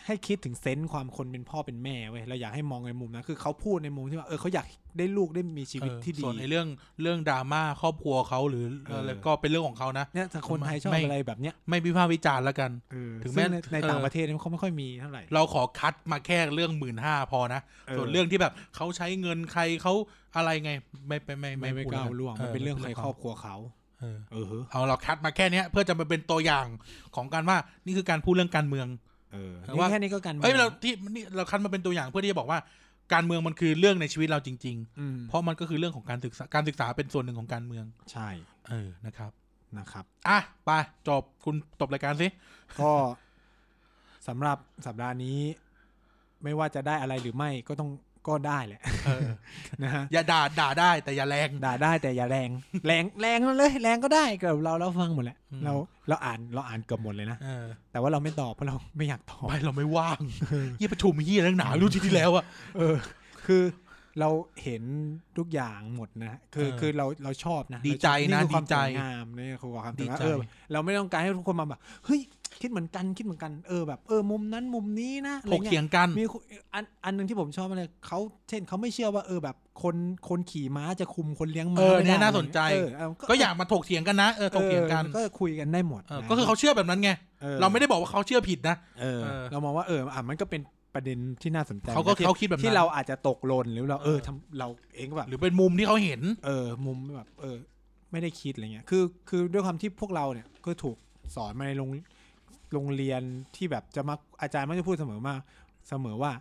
S1: ให้คิดถึงเซนส์ความคนเป็นพ่อเป็นแม่เว้ยเราอยากให้มองในมุมนะคือเขาพูดในมุมที่ว่าเออเขาอยากได้ลูกได้มีชีวิต
S2: เออ
S1: ที่ดี
S2: ส่วนในเรื่องเรื่องดราม่าครอบครัวเขาหรือ
S1: เอออ
S2: แล้วก็เป็นเรื่องของเขานะ
S1: เนี่ยถ้าคนไทยชอบ
S2: ไม่
S1: อะไรแบบเนี้ย
S2: ไม่พิพากษ์วิจารณ์แล้วกัน
S1: เออ
S2: ถึงแม้
S1: ซึ่ในต่าง
S2: เออ
S1: ประเทศเนี่ยเขาไม่ค่อยมีเท่าไหร่
S2: เราขอคัดมาแค่เรื่องหมื่นห้าพอนะ ส่วนเรื่องที่แบบเขาใช้เงินใครเขาอะไรไง ไม่ไม่ไม่
S1: ไม่ไม่
S2: พูด
S1: ก้าวล่วงมันเป็นเรื่องในครอบ
S2: เ
S1: ครัวเขา
S2: เออ
S1: เออฮะ
S2: เอาเราคัดมาแค่เนี้ยเพื่อจะมาเป็นตัวอย่างของการว่านี่คือการพูดเรื่องการเมือง
S1: เออ
S2: แต่
S1: นี่
S2: ว่า
S1: แค่นี้ก็กัน
S2: เอ้ยเราที่นี่เราคัดมาเป็นตัวอย่างเพื่อที่จะบอกว่า การเมืองมันคือเรื่องในชีวิตเราจริง
S1: อืม
S2: ๆ เพราะมันก็คือเรื่องของการศึกษาการศึกษาเป็นส่วนหนึ่งของการเมือง
S1: ใช่
S2: เออนะครับ
S1: นะครับ
S2: อ่ะไปจบคุณจบรายการสิ
S1: ก็สำหรับสัปดาห์นี้ ไม่ว่าจะได้อะไรหรือไม่ก็ต้องก็ได้แหละ
S2: เอ <laughs> อ
S1: นะฮะ
S2: อย่าด่าด่าได้แต่อย่าแรง
S1: ด่าได้แต่อย่าแรง แรงแรงเลย แรงก็ได้เกือบเราเราฟังหมดแหละ
S2: อืม
S1: เราเราอ่านเราอ่านเกือบหมดเลยนะ
S2: เออ
S1: แต่ว่าเราไม่ตอบเพราะเรา <laughs> ไม่อยากตอบ
S2: ไม่เราไม่ว่างเยี่ยประชุมเยี่ยเรื่องหนารู้ที่ที่แล้วอะ
S1: เออ คือเราเห็นทุกอย่างหมดนะคือ
S2: เออ
S1: คือเราเราชอบนะ
S2: ดีใจนะ
S1: คือความ
S2: ดีใจ
S1: สวยงามนี่คือความ
S2: ดี
S1: แต่ว่า
S2: ใจ
S1: เออเราไม่ต้องการให้ทุกคนมาแบบเฮ้ยคิดเหมือนกันคิดเหมือนกันเออแบบเออมุมนั้นมุมนี้นะอะไร
S2: ถก
S1: เงี้ย
S2: เถียงกัน
S1: มีคนอันอันหนึ่งที่ผมชอบมากเลยเขาเช่นเขาไม่เชื่อว่าเออแบบคนคนขี่ม้าจะคุมคนเลี้ยงม้า
S2: เออ
S1: ไม่ได้
S2: เนี่ยน่าสนใจ
S1: เออเ
S2: ก็อยากมาถกเถียงกันนะเออถกเถียงกัน
S1: ออก็คุยกันได้หมด
S2: เออ
S1: นะ
S2: ก็คือเขาเชื่อแบบนั้นไง
S1: ออ
S2: เราไม่ได้บอกว่าเขาเชื่อผิดนะ
S1: เออ
S2: เออ
S1: เรามองว่าเอออ่ะมันก็เป็นประเด็นที่น่าสนใจ
S2: เขาก็
S1: ที่
S2: เขาคิดแบบนั้
S1: ที่
S2: น
S1: เราอาจจะตกหล่นหรือเราเออ
S2: เออ
S1: ทำเราเองก็แบบ
S2: หรือเป็นมุมที่เขาเห็น
S1: เออมุมแบบเออ ไม่ได้คิดอะไรเงี้ยคือคือด้วยความที่พวกเราเนี่ยก็ถูกสอนมาในโรงโรงเรียนที่แบบจะมาอาจารย์มักจะพูดเสมอมาเสมอว่า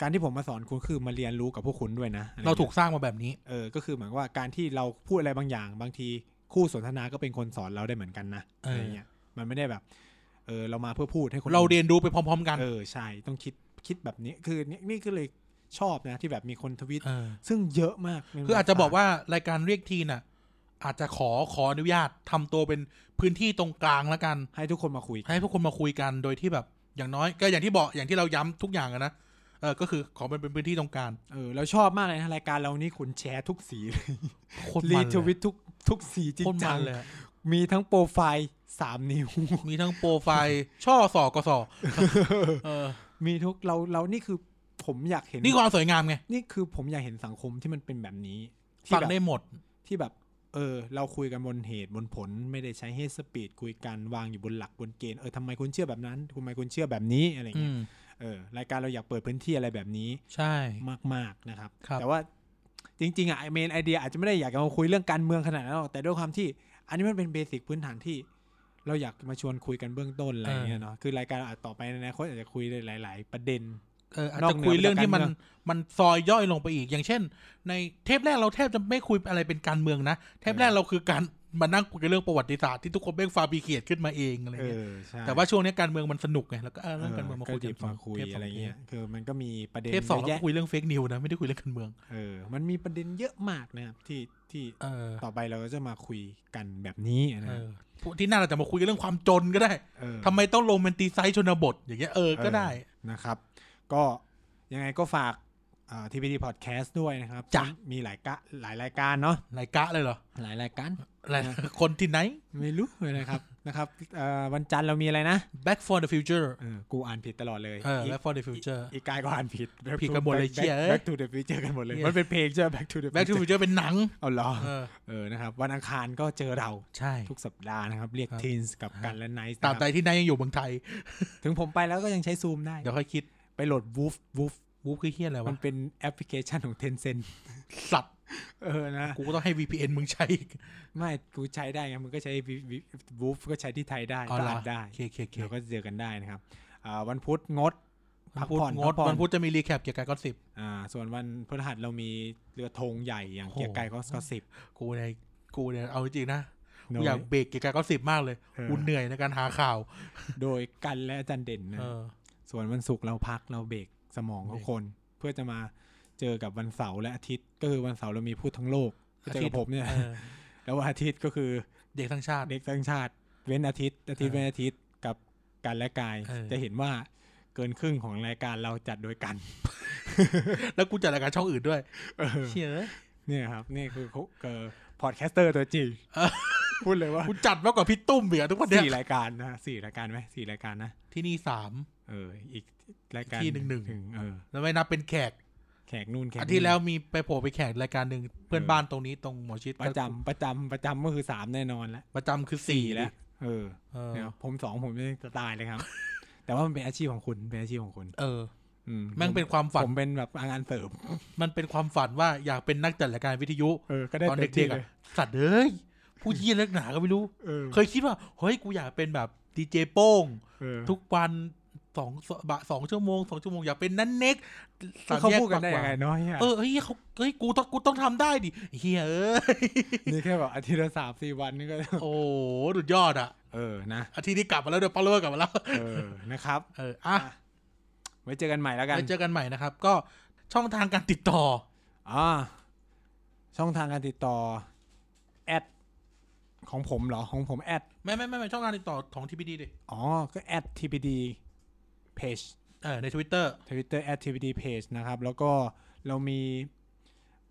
S1: การที่ผมมาสอนคุณคือมาเรียนรู้กับพวกคุณด้วยนะอะไร
S2: เรา
S1: เงี้ย
S2: ถูกสร้างมาแบบนี้
S1: เออ ก็คือเหมือนว่าการที่เราพูดอะไรบางอย่าง บางทีคู่สนทนาก็เป็นคนสอนเราได้เหมือนกันนะ
S2: เอออ
S1: อะไรเงี้ย มันไม่ได้แบบ เออ เรามาเพื่อพูดให้คน
S2: เรา
S1: อื่
S2: เรียนรู้ไปพร้อม ๆ กัน
S1: นเออ ใช่ ต้องคิด คิดแบบนี้ คือนี่นี่ก็เลยชอบนะ ที่แบบมีคนทวิต
S2: เออ
S1: ซึ่งเยอะมาก
S2: คืออาจจะบอกว่ารายการเรียกทีน่ะ อาจจะขอขออนุญาตทำตัวเป็นพื้นที่ตรงกลางแล้วกัน
S1: ให้ทุกคนมาคุยกัน
S2: ให้พวกคนมาคุยกันโดยที่แบบ อย่างน้อยก็อย่างที่บอกอย่างที่เราย้ำทุกอย่างอะนะเออก็คือขอเป็นเป็นพื้นที่ตรงกลาง
S1: เออเราชอบมากเลยนะรายการเรานี่คุณแชร์ทุกสีเลย
S2: โคตร
S1: รี
S2: มัน
S1: ท
S2: เลย
S1: วิตทุกทุกสีจริ
S2: โค
S1: ง
S2: ตร
S1: จั
S2: มั
S1: ง
S2: นเลยอะ
S1: มีทั้งโปรไฟล์สามนิ้ว <laughs>
S2: มีทั้งโปรไฟล์ช่อสอกสอ <laughs> เออ
S1: มีทุกเราเรานี่คือผมอยากเห็น
S2: นี่ความสวยงามไง
S1: นี่คือผมอยากเห็นสังคมที่มันเป็นแบบนี้ที่
S2: ฟัง
S1: แบบ
S2: ได้หมด
S1: ที่แบบ เออ เราคุยกันบนเหตุบนผลไม่ได้ใช้เฮสปีดคุยกันวางอยู่บนหลักบนเกณฑ์เออทำไมคุณเชื่อแบบนั้นทำไมคุณเชื่อแบบนี้อะไร
S2: อื
S1: เงี้ย
S2: ม
S1: เออรายการเราอยากเปิดพื้นที่อะไรแบบนี้
S2: ใช่
S1: มากๆนะครับ
S2: ครับ
S1: แต่ว่าจริง ๆอ่ะเมนไอเดียอาจจะไม่ได้อยากจะมาคุยเรื่องการเมืองขนาดนั้นหรอกแต่ด้วยความที่ อันนี้มันเป็นเบสิกพื้นฐานที่ เราอยากมาชวนคุยกันเบื้องต้นอะไรเงี้ยเนาะคือรายการเราอาจต่อไปในอนาคตอาจจะคุยหลาย ๆ ประเด็น
S2: เอออาจ
S1: นอก
S2: จะ
S1: เหนือ
S2: คุยเรื่องที่มัน
S1: ไปจากการเมือง
S2: มันซอยย่อยลงไปอีก อย่างเช่น ในเทปแรกเราแทบจะไม่คุยอะไรเป็นการเมืองนะเทป
S1: เออ
S2: แรกเราคือการมานั่งคุยกันเรื่องประวัติศาสตร์ที่ทุกคนเบ่งฟาบีเขียดขึ้นมาเองอะไร
S1: เอ
S2: เงี้ย
S1: อใช่
S2: แต่ว่าช่วงนี้การเมืองมันสนุกไงแล้วก็เอาเรื่อง
S1: เออ
S2: การเมืองมา
S1: ก็
S2: คุย
S1: ห
S2: กั
S1: ยิ
S2: น
S1: บมาคุย
S2: ทปสง
S1: อะไรเงี้ยคือมันก็มีประเด็น
S2: เทปสอง
S1: เย
S2: เรา
S1: อะ
S2: ก็
S1: แยะ
S2: คุยเรื่องเฟกนิวนะไม่ได้คุยเรื่องการเมือง
S1: เออมันมีประเด็นเยอะมากนะครับที่ที่
S2: เออ
S1: ต่อไปเราก็จะมาคุยกันแบบนี้นะ
S2: เอ
S1: ครับ
S2: อพวกที่หน่าเราจะมาคุยกันเรื่องความจนก็ได้
S1: เออ
S2: ทำไมต้องโรแมนติไซส์ชนบท อย่างเงี้ยเออก็ได้
S1: นะครับ ก็ยังไงก็ฝากทีพีดีพอดแคสต์ด้วยนะครับ
S2: จ้ะ
S1: มีหลายกะหลายรายการเนาะ
S2: ไหนกะเลยเห
S1: <laughs>
S2: รอ
S1: หลายรายการ
S2: อะไร
S1: เออ
S2: คนที่ไหน
S1: ไม่รู้เลยนะครับ <laughs> นะครับเอ่อวันจันทร์เรามีอะไรนะ
S2: Back for the Future
S1: เออกูอ่านผิดตลอดเลย
S2: เออ
S1: อี
S2: Back for the Future
S1: อีกกายก็อ่านผิด Back
S2: ผิดกัน
S1: to-
S2: หมดเลย
S1: Back-
S2: เชี่ยเอ้ย
S1: Back to the future กันหมดเลย
S2: เนี่ย
S1: มันเป็นเพลงใช่ไหม Back to the
S2: Back to the
S1: Future
S2: Future เป็นหนัง
S1: เอาเหรอ
S2: เออ
S1: เออ นะครับ วันอังคารก็เจอเรา
S2: ใช่
S1: ทุกสัปดาห์นะครับ เรียก
S2: ครับ
S1: ทีนส์กับกันและไนท์
S2: ตราบใดที่นายยังอยู่เมืองไทย
S1: ถึงผมไปแล้วก็ยังใช้ซูมได้
S2: เดี๋ยวค่อยคิด
S1: ไปโหลดวูฟวูฟ
S2: วูฟคือเฮี้ยอะไร
S1: มั
S2: วะ
S1: นเป็นแอปพลิเคชันของเทนเซน
S2: สัตว์
S1: เออนะ
S2: กูก็ต้องให้ VPN มึงใช้อีก
S1: ไม่กูใช้ได้ไงมึงก็ใช้วูฟก็ใช้ที่ไทยได้
S2: อ๋อ
S1: ก็
S2: เหร
S1: อั
S2: อ
S1: ดได้
S2: โอเคโอเคโอเค
S1: เดี๋ยวก็เจอกันได้นะครับอ่าวันพุธงดพั
S2: วัน
S1: ก
S2: พุธ
S1: ผ่อน
S2: ง
S1: พั
S2: ด
S1: กผ่อ
S2: วัน
S1: น
S2: พุธจะมีรีแคปเกี่ยวกับกอสิบ
S1: อ่าส่วนวันพฤหัสเรามีเรือธงใหญ่อย่าง
S2: โอ้โห
S1: เกียร์กายก็สิบ
S2: กูเนี่ยกูเนี่ยเอาจริงๆนะกูอยากเบรกเกี่ยวกับกอสิบมากเลยกูเหนื่อยในการหาข่าว
S1: โดยกันและอาจันเด่นนะ
S2: เออ
S1: ส่วนวันศุกร์เราพักเราเบรกสมองทุก
S2: เบรก
S1: คน เพื่อจะมาเจอกับวันเสาร์และอาทิตย์ ก็คือวันเสาร์เรามีพูดทั้งโลกก็เจอ
S2: อาทิ
S1: กับ
S2: ตย์
S1: ผมเนี่ย
S2: เออ
S1: แล้ววันอาทิตย์ก็คือ
S2: เด็กทั้งชาติ
S1: เด็กต่างชาติ เว้นอาทิตย์ อาทิตย์
S2: เออ
S1: เว้นอาทิตย์กับกันและกาย
S2: เออ
S1: จะเห็นว่าเกินครึ่งของรายการเราจัดโดยกัน
S2: แล้วกูจัดรายการช่องอื่นด้วย
S1: เออ
S2: เชี่ยเอ้ย
S1: เนี่ยครับ นี่คือเขาเอ่อพอดแคสเตอร์ตัวจริงพูดเลยว่า
S2: กูจัดมากกว่าพี่ตุ้มอีกอะทุกวันเนี่ย
S1: สี่รายการนะสี่รายการไหมสี่รายการนะ
S2: ที่นี่สาม
S1: เออ อีกรายการ
S2: ที่หนึ่งหนึ่ง
S1: เออ
S2: แล้วไม่นับเป็นแขก
S1: แขกนู่นแขก
S2: อา
S1: นี่
S2: ทิตย์แล้วมีไปโผล่ไปแขกรายการหนึ่งเพื่อน
S1: เออ
S2: บ้านตรงนี้ตรงหมอชิด
S1: ประจำประจำประจำก็คือสามแน่นอนแล้ว
S2: ประจำคือสี่
S1: สี่
S2: แล้
S1: แล้ว วเออ
S2: เออ
S1: เนี่ยผมสองผมยังจะตายเลยครับ <laughs> แต่ว่ามันเป็นอาชีพของคุณเป็นอาชีพของคุณ
S2: เออ
S1: อืม
S2: แม่งเป็นความ
S1: ผ
S2: ฝัน
S1: มเป็นแบบงานเสริม
S2: มันเป็นความฝันว่าอยากเป็นนักจัดรายการวิทยุ
S1: เออก็ได้
S2: ตอน
S1: ต็ม
S2: เด็
S1: ที่
S2: ก
S1: ล
S2: ๆอะ
S1: ย
S2: สัตว์เอ้ยผู้ยี่เล็กหนาก็ไม่
S1: <laughs>
S2: รู้
S1: เออ
S2: เคยคิดว่า เฮ้ย กูอยากเป็นแบบดีเจโป้ง
S1: เออ
S2: ทุกวันสองบะสองชั่วโมงสองชั่วโมงอยากเป็นนั่นเน็ก
S1: แล้วเขาพูดกันได้ยังไงเน้อย
S2: เออเฮ้ยเขาเฮ้ยกูต้องกูต้องทำได้ดิเฮียเอ้ย
S1: นี่แค่แบบอาทิตย์ละสามสี่วันนี่ก็
S2: โอ้โหสุดยอดอ่ะ
S1: เออนะ
S2: อาทิตย์นี้กลับมาแล้วเดี๋ยวปาเลอร์กลับมาแล้ว
S1: เออนะครับ
S2: เอออ่ะ
S1: ไว้เจอกันใหม่แล้วกัน
S2: ไว้เจอกันใหม่นะครับ ก็ช่องทางการติดต่อ
S1: อ่าช่องทางการติดต่อแอดของผมเหรอของผมแอด
S2: ไม่ไม่ไม่ไม่ช่องทางติดต่อของทีพีดีดิ
S1: อ๋อก็แอด tpd page
S2: เออในทวิตเตอร์
S1: ทวิตเตอร์ activity page นะครับ แล้วก็เรามี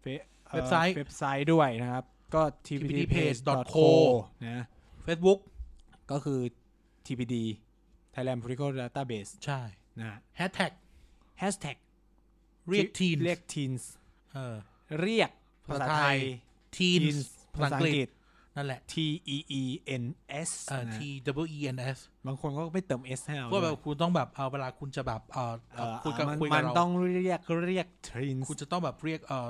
S1: เฟซอ่อ
S2: เว็บไซต์
S1: เว็บไซต์ด้วยนะครับ ก็ tpd page co
S2: co
S1: นะ
S2: เฟซบุ๊ก
S1: ก็คือ tpd Thailand Political Database
S2: ใช่
S1: นะ
S2: แฮชแท็ก
S1: แฮชแท็ก
S2: เรียกทีน
S1: เรียก teens
S2: เออ
S1: เรียก
S2: ภาษาไทย ทีน
S1: teens
S2: ภาษาอังกฤษ นั่นแหละ
S1: T E E N S
S2: เอ่อ
S1: นะ
S2: T W E N S
S1: บางคนก็ไม่เติม S ให้เรา
S2: ว่าแบ
S1: ด้
S2: บ
S1: ย
S2: คุณต้องแบบเอาเวลาคุณจะแบบเอ่อ
S1: เอ่อ
S2: คุยกับ
S1: มัน
S2: คุย
S1: มั
S2: กับ
S1: น
S2: เรา
S1: ต้องเรียกเรียก teens
S2: คุณจะต้องแบบเรียกเอ่อ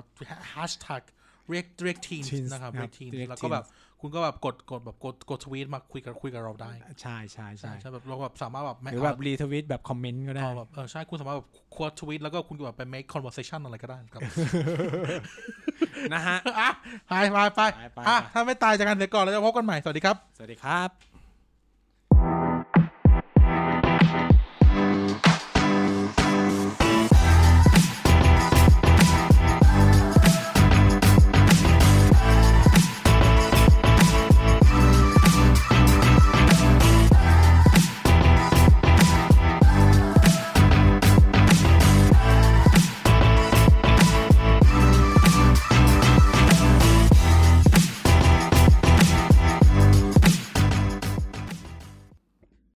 S2: แฮชแท็กเรียกเรียกทีน
S1: teens
S2: นะครับ
S1: ครั
S2: เรีย
S1: บ
S2: กทีน
S1: เรียก
S2: แล้วก็
S1: teens
S2: แบบคุณก็แบบกดกดแบบกดกดทวีตมาคุยกับคุยกับเราได้
S1: ใช่ใช่
S2: ใช่
S1: ใช่
S2: ใช่แบบเราแบบสามารถแบบ
S1: หรือแบบรีทวิตแบบคอมเมนต์ก็ได้
S2: เอาแบบเออใช่คุณสามารถแบบควัดทวีตแล้วก็คุณก็แบบไป make conversation อะไรก็ได้
S1: <laughs>
S2: ครับ
S1: นะฮะ
S2: อ่ะไปไปไป
S1: ไปไป
S2: <laughs> อ่ะถ้าไม่ตายจากกันเดี๋ยวก่อนเราจะพบกันใหม่สวัสดีครับ
S1: สวัสดีครับ